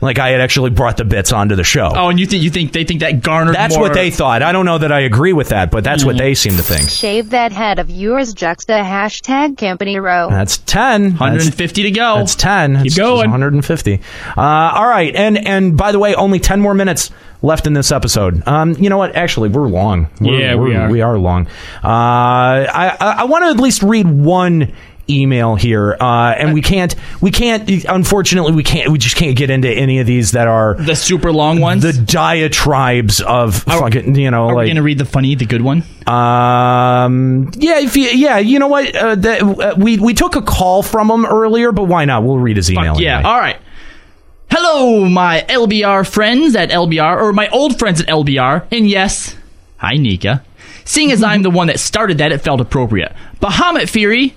Speaker 9: Like I had actually brought the bits onto the show.
Speaker 1: Oh, and you think you think they think that garnered?
Speaker 9: that's
Speaker 1: more-
Speaker 9: what they thought. I don't know that I agree with that, but that's
Speaker 14: Mm.
Speaker 9: what they seem to think.
Speaker 7: Shave that head of yours, Juxta. Hashtag Company Row.
Speaker 9: That's 10.
Speaker 1: 150 to go.
Speaker 9: That's 10. Keep going. 150. Uh, all right. And and by the way, only 10 more minutes left in this episode. Um, you know what? Actually, we're long. We're-
Speaker 14: Yeah, we
Speaker 9: we're-
Speaker 14: are.
Speaker 9: We are long. Uh, I I, I want to at least read one email here uh, and we can't we can't unfortunately we can't we just can't get into any of these that are the
Speaker 1: super long ones
Speaker 9: the diatribes of fucking you know
Speaker 1: Are
Speaker 9: like
Speaker 1: we gonna read the funny, the good one?
Speaker 9: um. Yeah. If you, yeah. You know what? Uh, that, uh, we we took a call from him earlier, but why not? We'll read his email.
Speaker 1: Yeah.
Speaker 9: anyway.
Speaker 1: All right. Hello, my LBR friends at LBR, or my old friends at LBR, and yes, hi Nika. Seeing as I'm the one that started that, it felt appropriate. Bahamut Fury.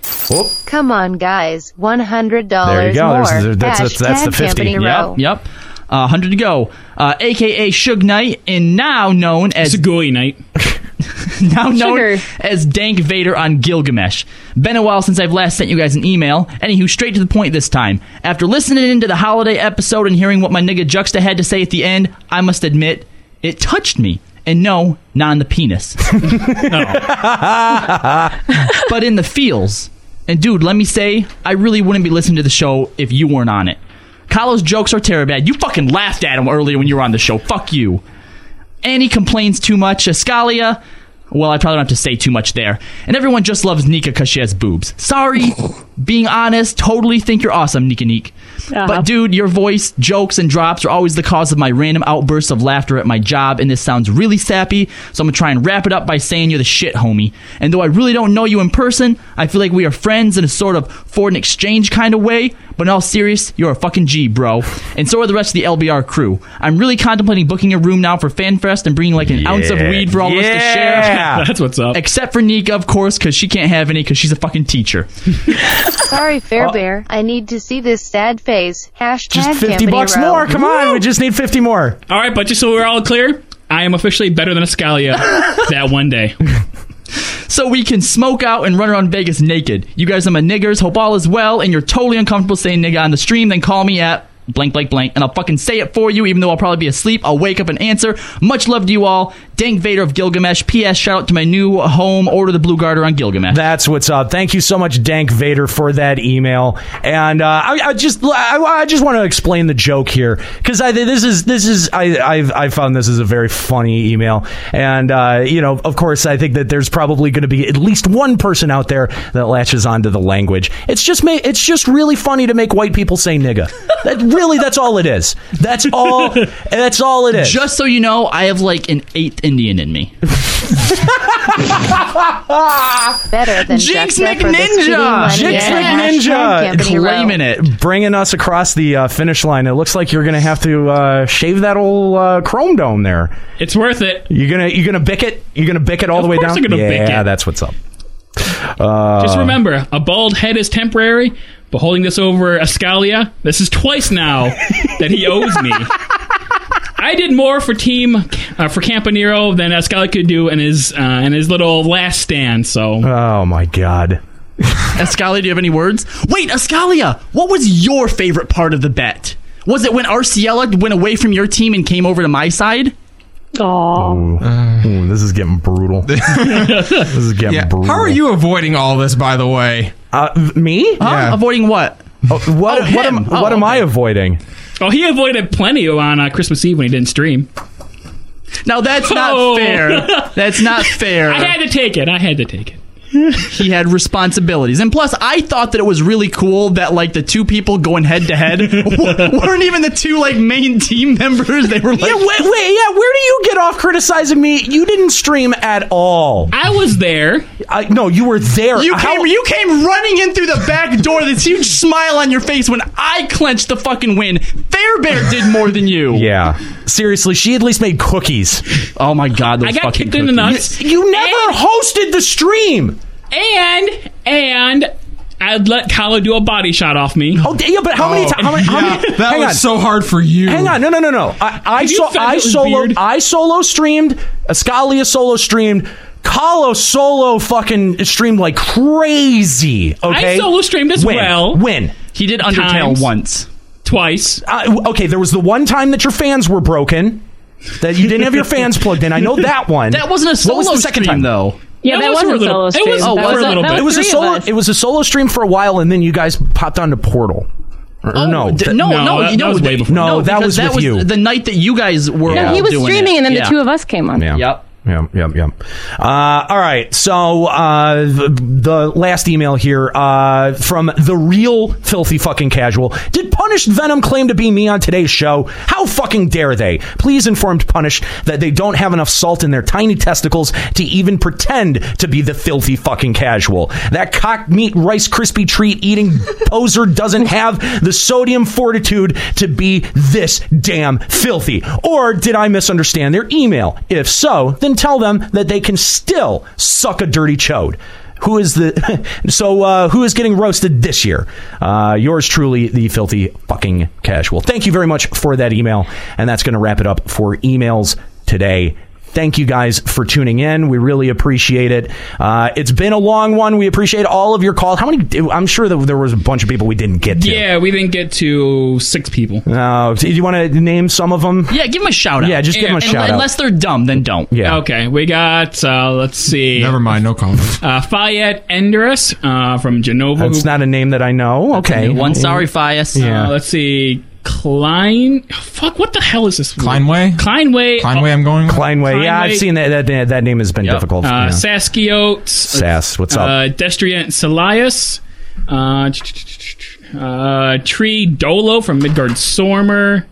Speaker 7: Come on, guys. $100 more. Hashtag Company Row.
Speaker 1: Yep. Yep. Uh, Hundred to go. Uh, AKA Suge Knight, and now known as
Speaker 14: Sugoi Knight.
Speaker 1: [laughs] now known as Dank Vader on Gilgamesh. Been a while since I've last sent you guys an email. Anywho, straight to the point this time. After listening into the holiday episode and hearing what my nigga Juxta had to say at the end, I must admit it touched me. And no, not in the penis, but in the feels. And dude, let me say, I really wouldn't be listening to the show if you weren't on it. Kylo's jokes are terrible. You fucking laughed at him earlier when you were on the show. Fuck you. Annie complains too much. Escalia, Well, I probably don't have to say too much there. And everyone just loves Nika because she has boobs. Sorry, being honest, totally think you're awesome, Nika Neek. But dude, your voice, jokes, and drops are always the cause of my random outbursts of laughter at my job, and this sounds really sappy, so I'm gonna try and wrap it up by saying you're the shit, homie. And though I really don't know you in person, I feel like we are friends in a sort of foreign exchange kind of way, but in all serious, you're a fucking G, bro. And so are the rest of the LBR crew. I'm really contemplating booking a room now for FanFest and bringing like an ounce of
Speaker 14: Yeah.
Speaker 1: weed for all of us to share.
Speaker 9: [laughs]
Speaker 14: Yeah. That's what's up.
Speaker 1: Except for Nika, of course, because she can't have any because she's a fucking teacher.
Speaker 7: Sorry, Fair Bear. I need to see this sad face. Hashtag
Speaker 14: Just 50
Speaker 7: Campany
Speaker 14: bucks
Speaker 7: Row.
Speaker 14: more, come on.
Speaker 9: I would just need 50 more.
Speaker 14: All right, but just so we're all clear, I am officially better than Escalia that one day.
Speaker 1: so we can smoke out and run around Vegas naked. You guys are my niggers. Hope all is well, and you're totally uncomfortable saying nigga on the stream. Then call me at blank blank blank, and I'll fucking say it for you. Even though I'll probably be asleep, I'll wake up and answer. Much love to you all, Dank Vader of Gilgamesh. P.S. Shout out to my new home. Order the Blue Garter on Gilgamesh.
Speaker 9: That's what's up. Thank you so much, Dank Vader, for that email. And uh, I, I just, I, I just want to explain the joke here because I this is this is I, I've I found this is a very funny email. And uh, you know, of course, I think that there's probably going to be at least one person out there that latches onto the language. It's just ma- it's just really funny to make white people say nigga. That really, that's all it is. That's all. that's all it is.
Speaker 1: Just so you know, I have like an eighth Indian in me.
Speaker 7: Better than
Speaker 21: Jinx
Speaker 7: Jeff for this
Speaker 21: McNinja!
Speaker 7: shitty money.
Speaker 9: Jinx
Speaker 7: Yeah.
Speaker 9: McNinja
Speaker 7: Hashtag Campany Row.
Speaker 9: claiming it, bringing us across the uh, finish line. It looks like you're going to have to uh, shave that old uh, chrome dome there.
Speaker 14: It's worth it.
Speaker 9: You're gonna you're gonna bick it. You're gonna bick it all the way
Speaker 14: course
Speaker 9: down.
Speaker 14: I'm gonna
Speaker 9: yeah,
Speaker 14: bick it.
Speaker 9: that's what's up. Uh,
Speaker 14: Just remember, a bald head is temporary, but holding this over Escalia, this is
Speaker 1: [laughs]
Speaker 14: twice now that he owes me. I did more for team uh, for Campanero than Escalia could do in his uh, in his little last stand. So,
Speaker 1: Uh.
Speaker 9: oh my god,
Speaker 1: Escalia, do you have any words? Wait, Escalia, what was your favorite part of the bet? Was it when Arciella went away from your team and came over to my side?
Speaker 20: Aww.
Speaker 9: Ooh. Ooh, this is getting [laughs] brutal. this is getting brutal.
Speaker 11: How are you avoiding all this, by the way?
Speaker 9: Uh, me? Uh,
Speaker 1: Avoiding what?
Speaker 9: what what am
Speaker 14: Oh,
Speaker 9: what am I avoiding?
Speaker 14: oh, he avoided plenty on uh, Christmas Eve when he didn't stream.
Speaker 1: Now that's not
Speaker 14: Oh.
Speaker 1: fair. That's not fair.
Speaker 14: I had to take it. I had to take it.
Speaker 1: he had responsibilities, and plus, I thought that it was really cool that like the two people going head to head weren't even the two like main team members. They were like,
Speaker 9: Yeah, wait, wait, yeah. Where do you get off criticizing me? You didn't stream at all.
Speaker 14: I was there.
Speaker 9: I, no, you were there.
Speaker 1: You
Speaker 9: How-
Speaker 1: came, you came running in through the back door, this huge smile on your face when I clenched the fucking win. Fairbear did more than you.
Speaker 9: Yeah. Seriously, she at least made cookies.
Speaker 1: Oh my god, those
Speaker 14: I got
Speaker 1: fucking
Speaker 14: kicked in the
Speaker 1: cookies.
Speaker 14: nuts.
Speaker 9: You, never hosted the stream.
Speaker 14: And and I'd let Kylo do a body shot off me.
Speaker 9: Oh yeah, but how many ti- how many- how many-
Speaker 11: That
Speaker 9: Hang
Speaker 11: was
Speaker 9: on.
Speaker 11: so hard for you.
Speaker 9: Hang on, no, no, no, no. I, I,
Speaker 11: You
Speaker 9: so,
Speaker 11: said
Speaker 9: I
Speaker 11: it was
Speaker 9: solo,
Speaker 11: weird.
Speaker 9: I solo streamed. Ascalia solo streamed. Kahlo solo fucking streamed like crazy. Okay,
Speaker 14: solo streamed as
Speaker 9: When?
Speaker 14: well.
Speaker 9: When
Speaker 1: he did
Speaker 14: Undertale Times.
Speaker 1: once,
Speaker 14: twice.
Speaker 9: Uh, okay, there was the one time that your fans were broken. That you didn't have your fans plugged in. I know that one.
Speaker 1: That wasn't a
Speaker 9: What was
Speaker 1: solo
Speaker 9: the second
Speaker 1: stream,
Speaker 9: time
Speaker 1: though.
Speaker 20: Yeah, that, wasn't solo stream.
Speaker 9: It was,
Speaker 20: that was that
Speaker 9: It was a
Speaker 20: three of
Speaker 9: solo.
Speaker 20: us.
Speaker 9: It was a solo stream for a while, and then you guys popped onto Portal. Or-
Speaker 20: Oh,
Speaker 9: no,
Speaker 1: D- no, no, no, th-
Speaker 9: No, that
Speaker 1: because
Speaker 9: was with you.
Speaker 1: The night that you guys were.
Speaker 10: No,
Speaker 1: all
Speaker 10: he was
Speaker 1: doing
Speaker 10: streaming,
Speaker 1: it.
Speaker 10: and then
Speaker 1: Yeah.
Speaker 10: the two of us came on.
Speaker 9: Yeah. Yep. Yep, yep, yep. Uh, all right. So uh, the, the last email here uh, from the real filthy fucking casual. Did Punished Venom claim to be me on today's show? How fucking dare they? Please informed Punished that they don't have enough salt in their tiny testicles to even pretend to be the filthy fucking casual. That cock meat Rice Krispie treat eating poser doesn't have the sodium fortitude to be this damn filthy. Or did I misunderstand their email? If so, then tell them that they can still suck a dirty chode. Who is the [laughs] so uh, who is getting roasted this year? Uh, yours truly, the filthy fucking casual. Thank you very much for that email, and that's going to wrap it up for emails today. Thank you guys for tuning in. We really appreciate it. Uh, it's been a long one. We appreciate all of your calls. How many? I'm sure that there was a bunch of people we didn't get to.
Speaker 14: Yeah, we didn't get to six people.
Speaker 9: Uh, do you want to name some of them?
Speaker 1: Yeah, give him a shout out.
Speaker 9: Yeah, just give him a
Speaker 1: Unless-
Speaker 9: shout out.
Speaker 1: Unless they're dumb, then don't.
Speaker 9: Yeah.
Speaker 14: Okay, we got. Uh, let's see.
Speaker 11: Never mind, no comment.
Speaker 14: Uh, Fayette Enderis uh, from Genova.
Speaker 9: That's not a name that I know. Okay.
Speaker 1: One sorry, Fias.
Speaker 14: Uh, let's see. Klein. Fuck, what the hell is this?
Speaker 11: Kleinway?
Speaker 14: Kleinway.
Speaker 11: Kleinway, I'm going with.
Speaker 9: Kleinway. Yeah, I've
Speaker 14: Kleinway.
Speaker 9: seen that. That, that, that name has been difficult.
Speaker 14: Uh,
Speaker 9: yeah.
Speaker 14: Saskiot.
Speaker 9: Sass, what's up?
Speaker 14: Uh, Destriant Salias. Uh, ch- ch- ch- ch- uh, Tree Dolo from Midgard Sormer.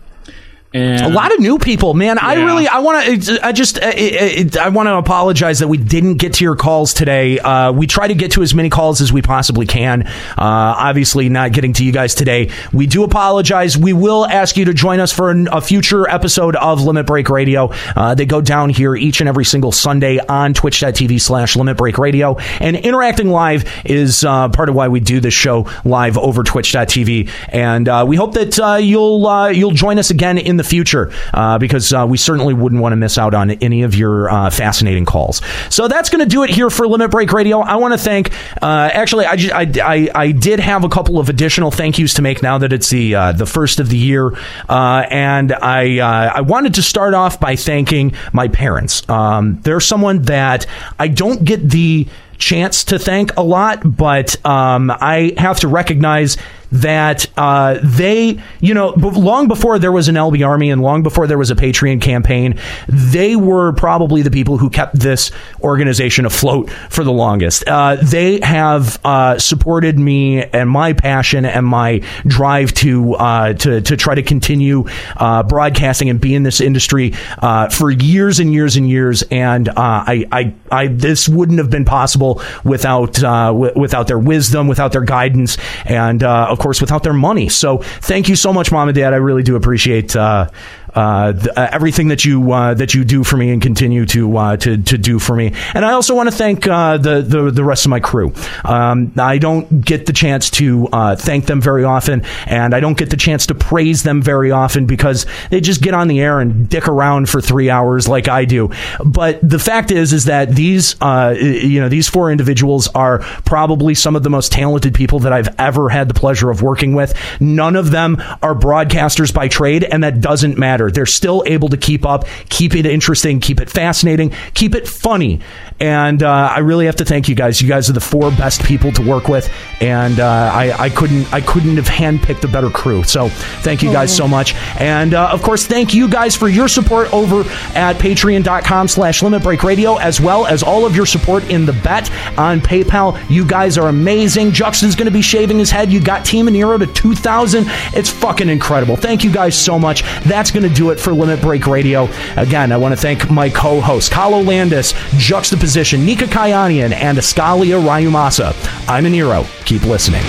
Speaker 14: And
Speaker 9: a lot of new people, man. I really, I want to, I just, uh, I, I, I want to apologize that we didn't get to your calls today. Uh, we try to get to as many calls as we possibly can. Uh, obviously, not getting to you guys today. We do apologize. We will ask you to join us for an, a future episode of Limit Break Radio. Uh, they go down here each and every single Sunday on twitch.tv slash Limit Break Radio. And interacting live is uh, part of why we do this show live over twitch.tv. And uh, we hope that uh, you'll uh, you'll join us again in the future uh, because uh, we certainly wouldn't want to miss out on any of your uh, fascinating calls. So that's going to do it here for Limit Break Radio. I want to thank, uh, actually, I, ju- I, I, I did have a couple of additional thank yous to make now that it's the uh, the first of the year, uh, and I uh, I wanted to start off by thanking my parents. Um, they're someone that I don't get the chance to thank a lot, but um, I have to recognize that uh, they, you know, b- long before there was an LB Army and long before there was a Patreon campaign, they were probably the people who kept this organization afloat for the longest. Uh, they have uh, supported me and my passion and my drive to uh, to to try to continue uh, broadcasting and be in this industry uh, for years and years and years. And uh, I, I, I, this wouldn't have been possible without uh, w- without their wisdom, without their guidance, and uh, of course without their money. So thank you so much, mom and dad. I really do appreciate. Uh, uh, th- uh, everything that you uh, that you do for me and continue to uh, to to do for me, and I also want to thank uh, the, the the rest of my crew. Um, I don't get the chance to uh, thank them very often, and I don't get the chance to praise them very often because they just get on the air and dick around for three hours like I do. But the fact is, is that these uh, y- you know these four individuals are probably some of the most talented people that I've ever had the pleasure of working with. None of them are broadcasters by trade, and that doesn't matter. They're still able to keep up, keep it interesting, keep it fascinating, keep it funny. And uh, I really have to thank you guys. You guys are the four best people to work with, and uh, I, I couldn't I couldn't have handpicked a better crew. So thank you guys so much, and uh, of course thank you guys for your support over at patreon.com slash limit break radio as well as all of your support in the bet on paypal you guys are amazing juxton's going to be shaving his head you got team and to 2000 it's fucking incredible thank you guys so much that's going to do it for limit break radio again i want to thank my co-host Kalo landis juxtaposition nika kayanian and ascalia rayumasa i'm an hero keep listening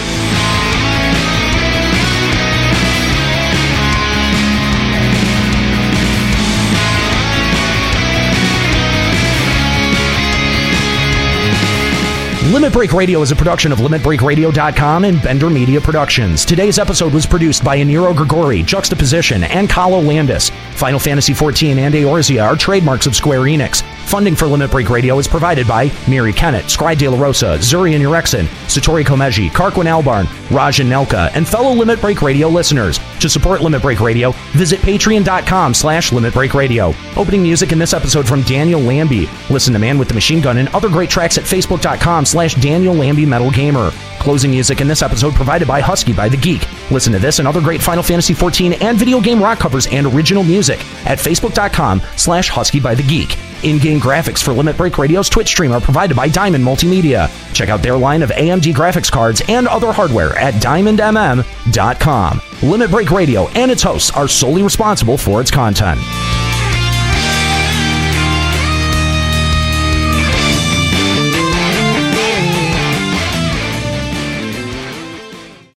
Speaker 9: Limit Break Radio is a production of LimitBreakRadio.com and Bender Media Productions. Today's episode was produced by Eniro Grigori, Juxtaposition, and Kalo Landis. Final Fantasy XIV and Eorzea are trademarks of Square Enix. Funding for Limit Break Radio is provided by Miri Kennett, Scry De La Rosa, Zurian Urexin, Satori Komeji, Karquin Albarn, Raj and Nelka, and fellow Limit Break Radio listeners. To support Limit Break Radio, visit patreon.com slash Limit Break Radio. Opening music in this episode from Daniel Lambie. Listen to Man with the Machine Gun and other great tracks at facebook.com slash Daniel Lambie Metal Gamer. Closing music in this episode provided by Husky by the Geek. Listen to this and other great Final Fantasy XIV and video game rock covers and original music at facebook.com slash Husky by the Geek. In-game graphics for Limit Break Radio's Twitch stream are provided by Diamond Multimedia. Check out their line of AMD graphics cards and other hardware at diamondmm.com. Limit Break Radio and its hosts are solely responsible for its content.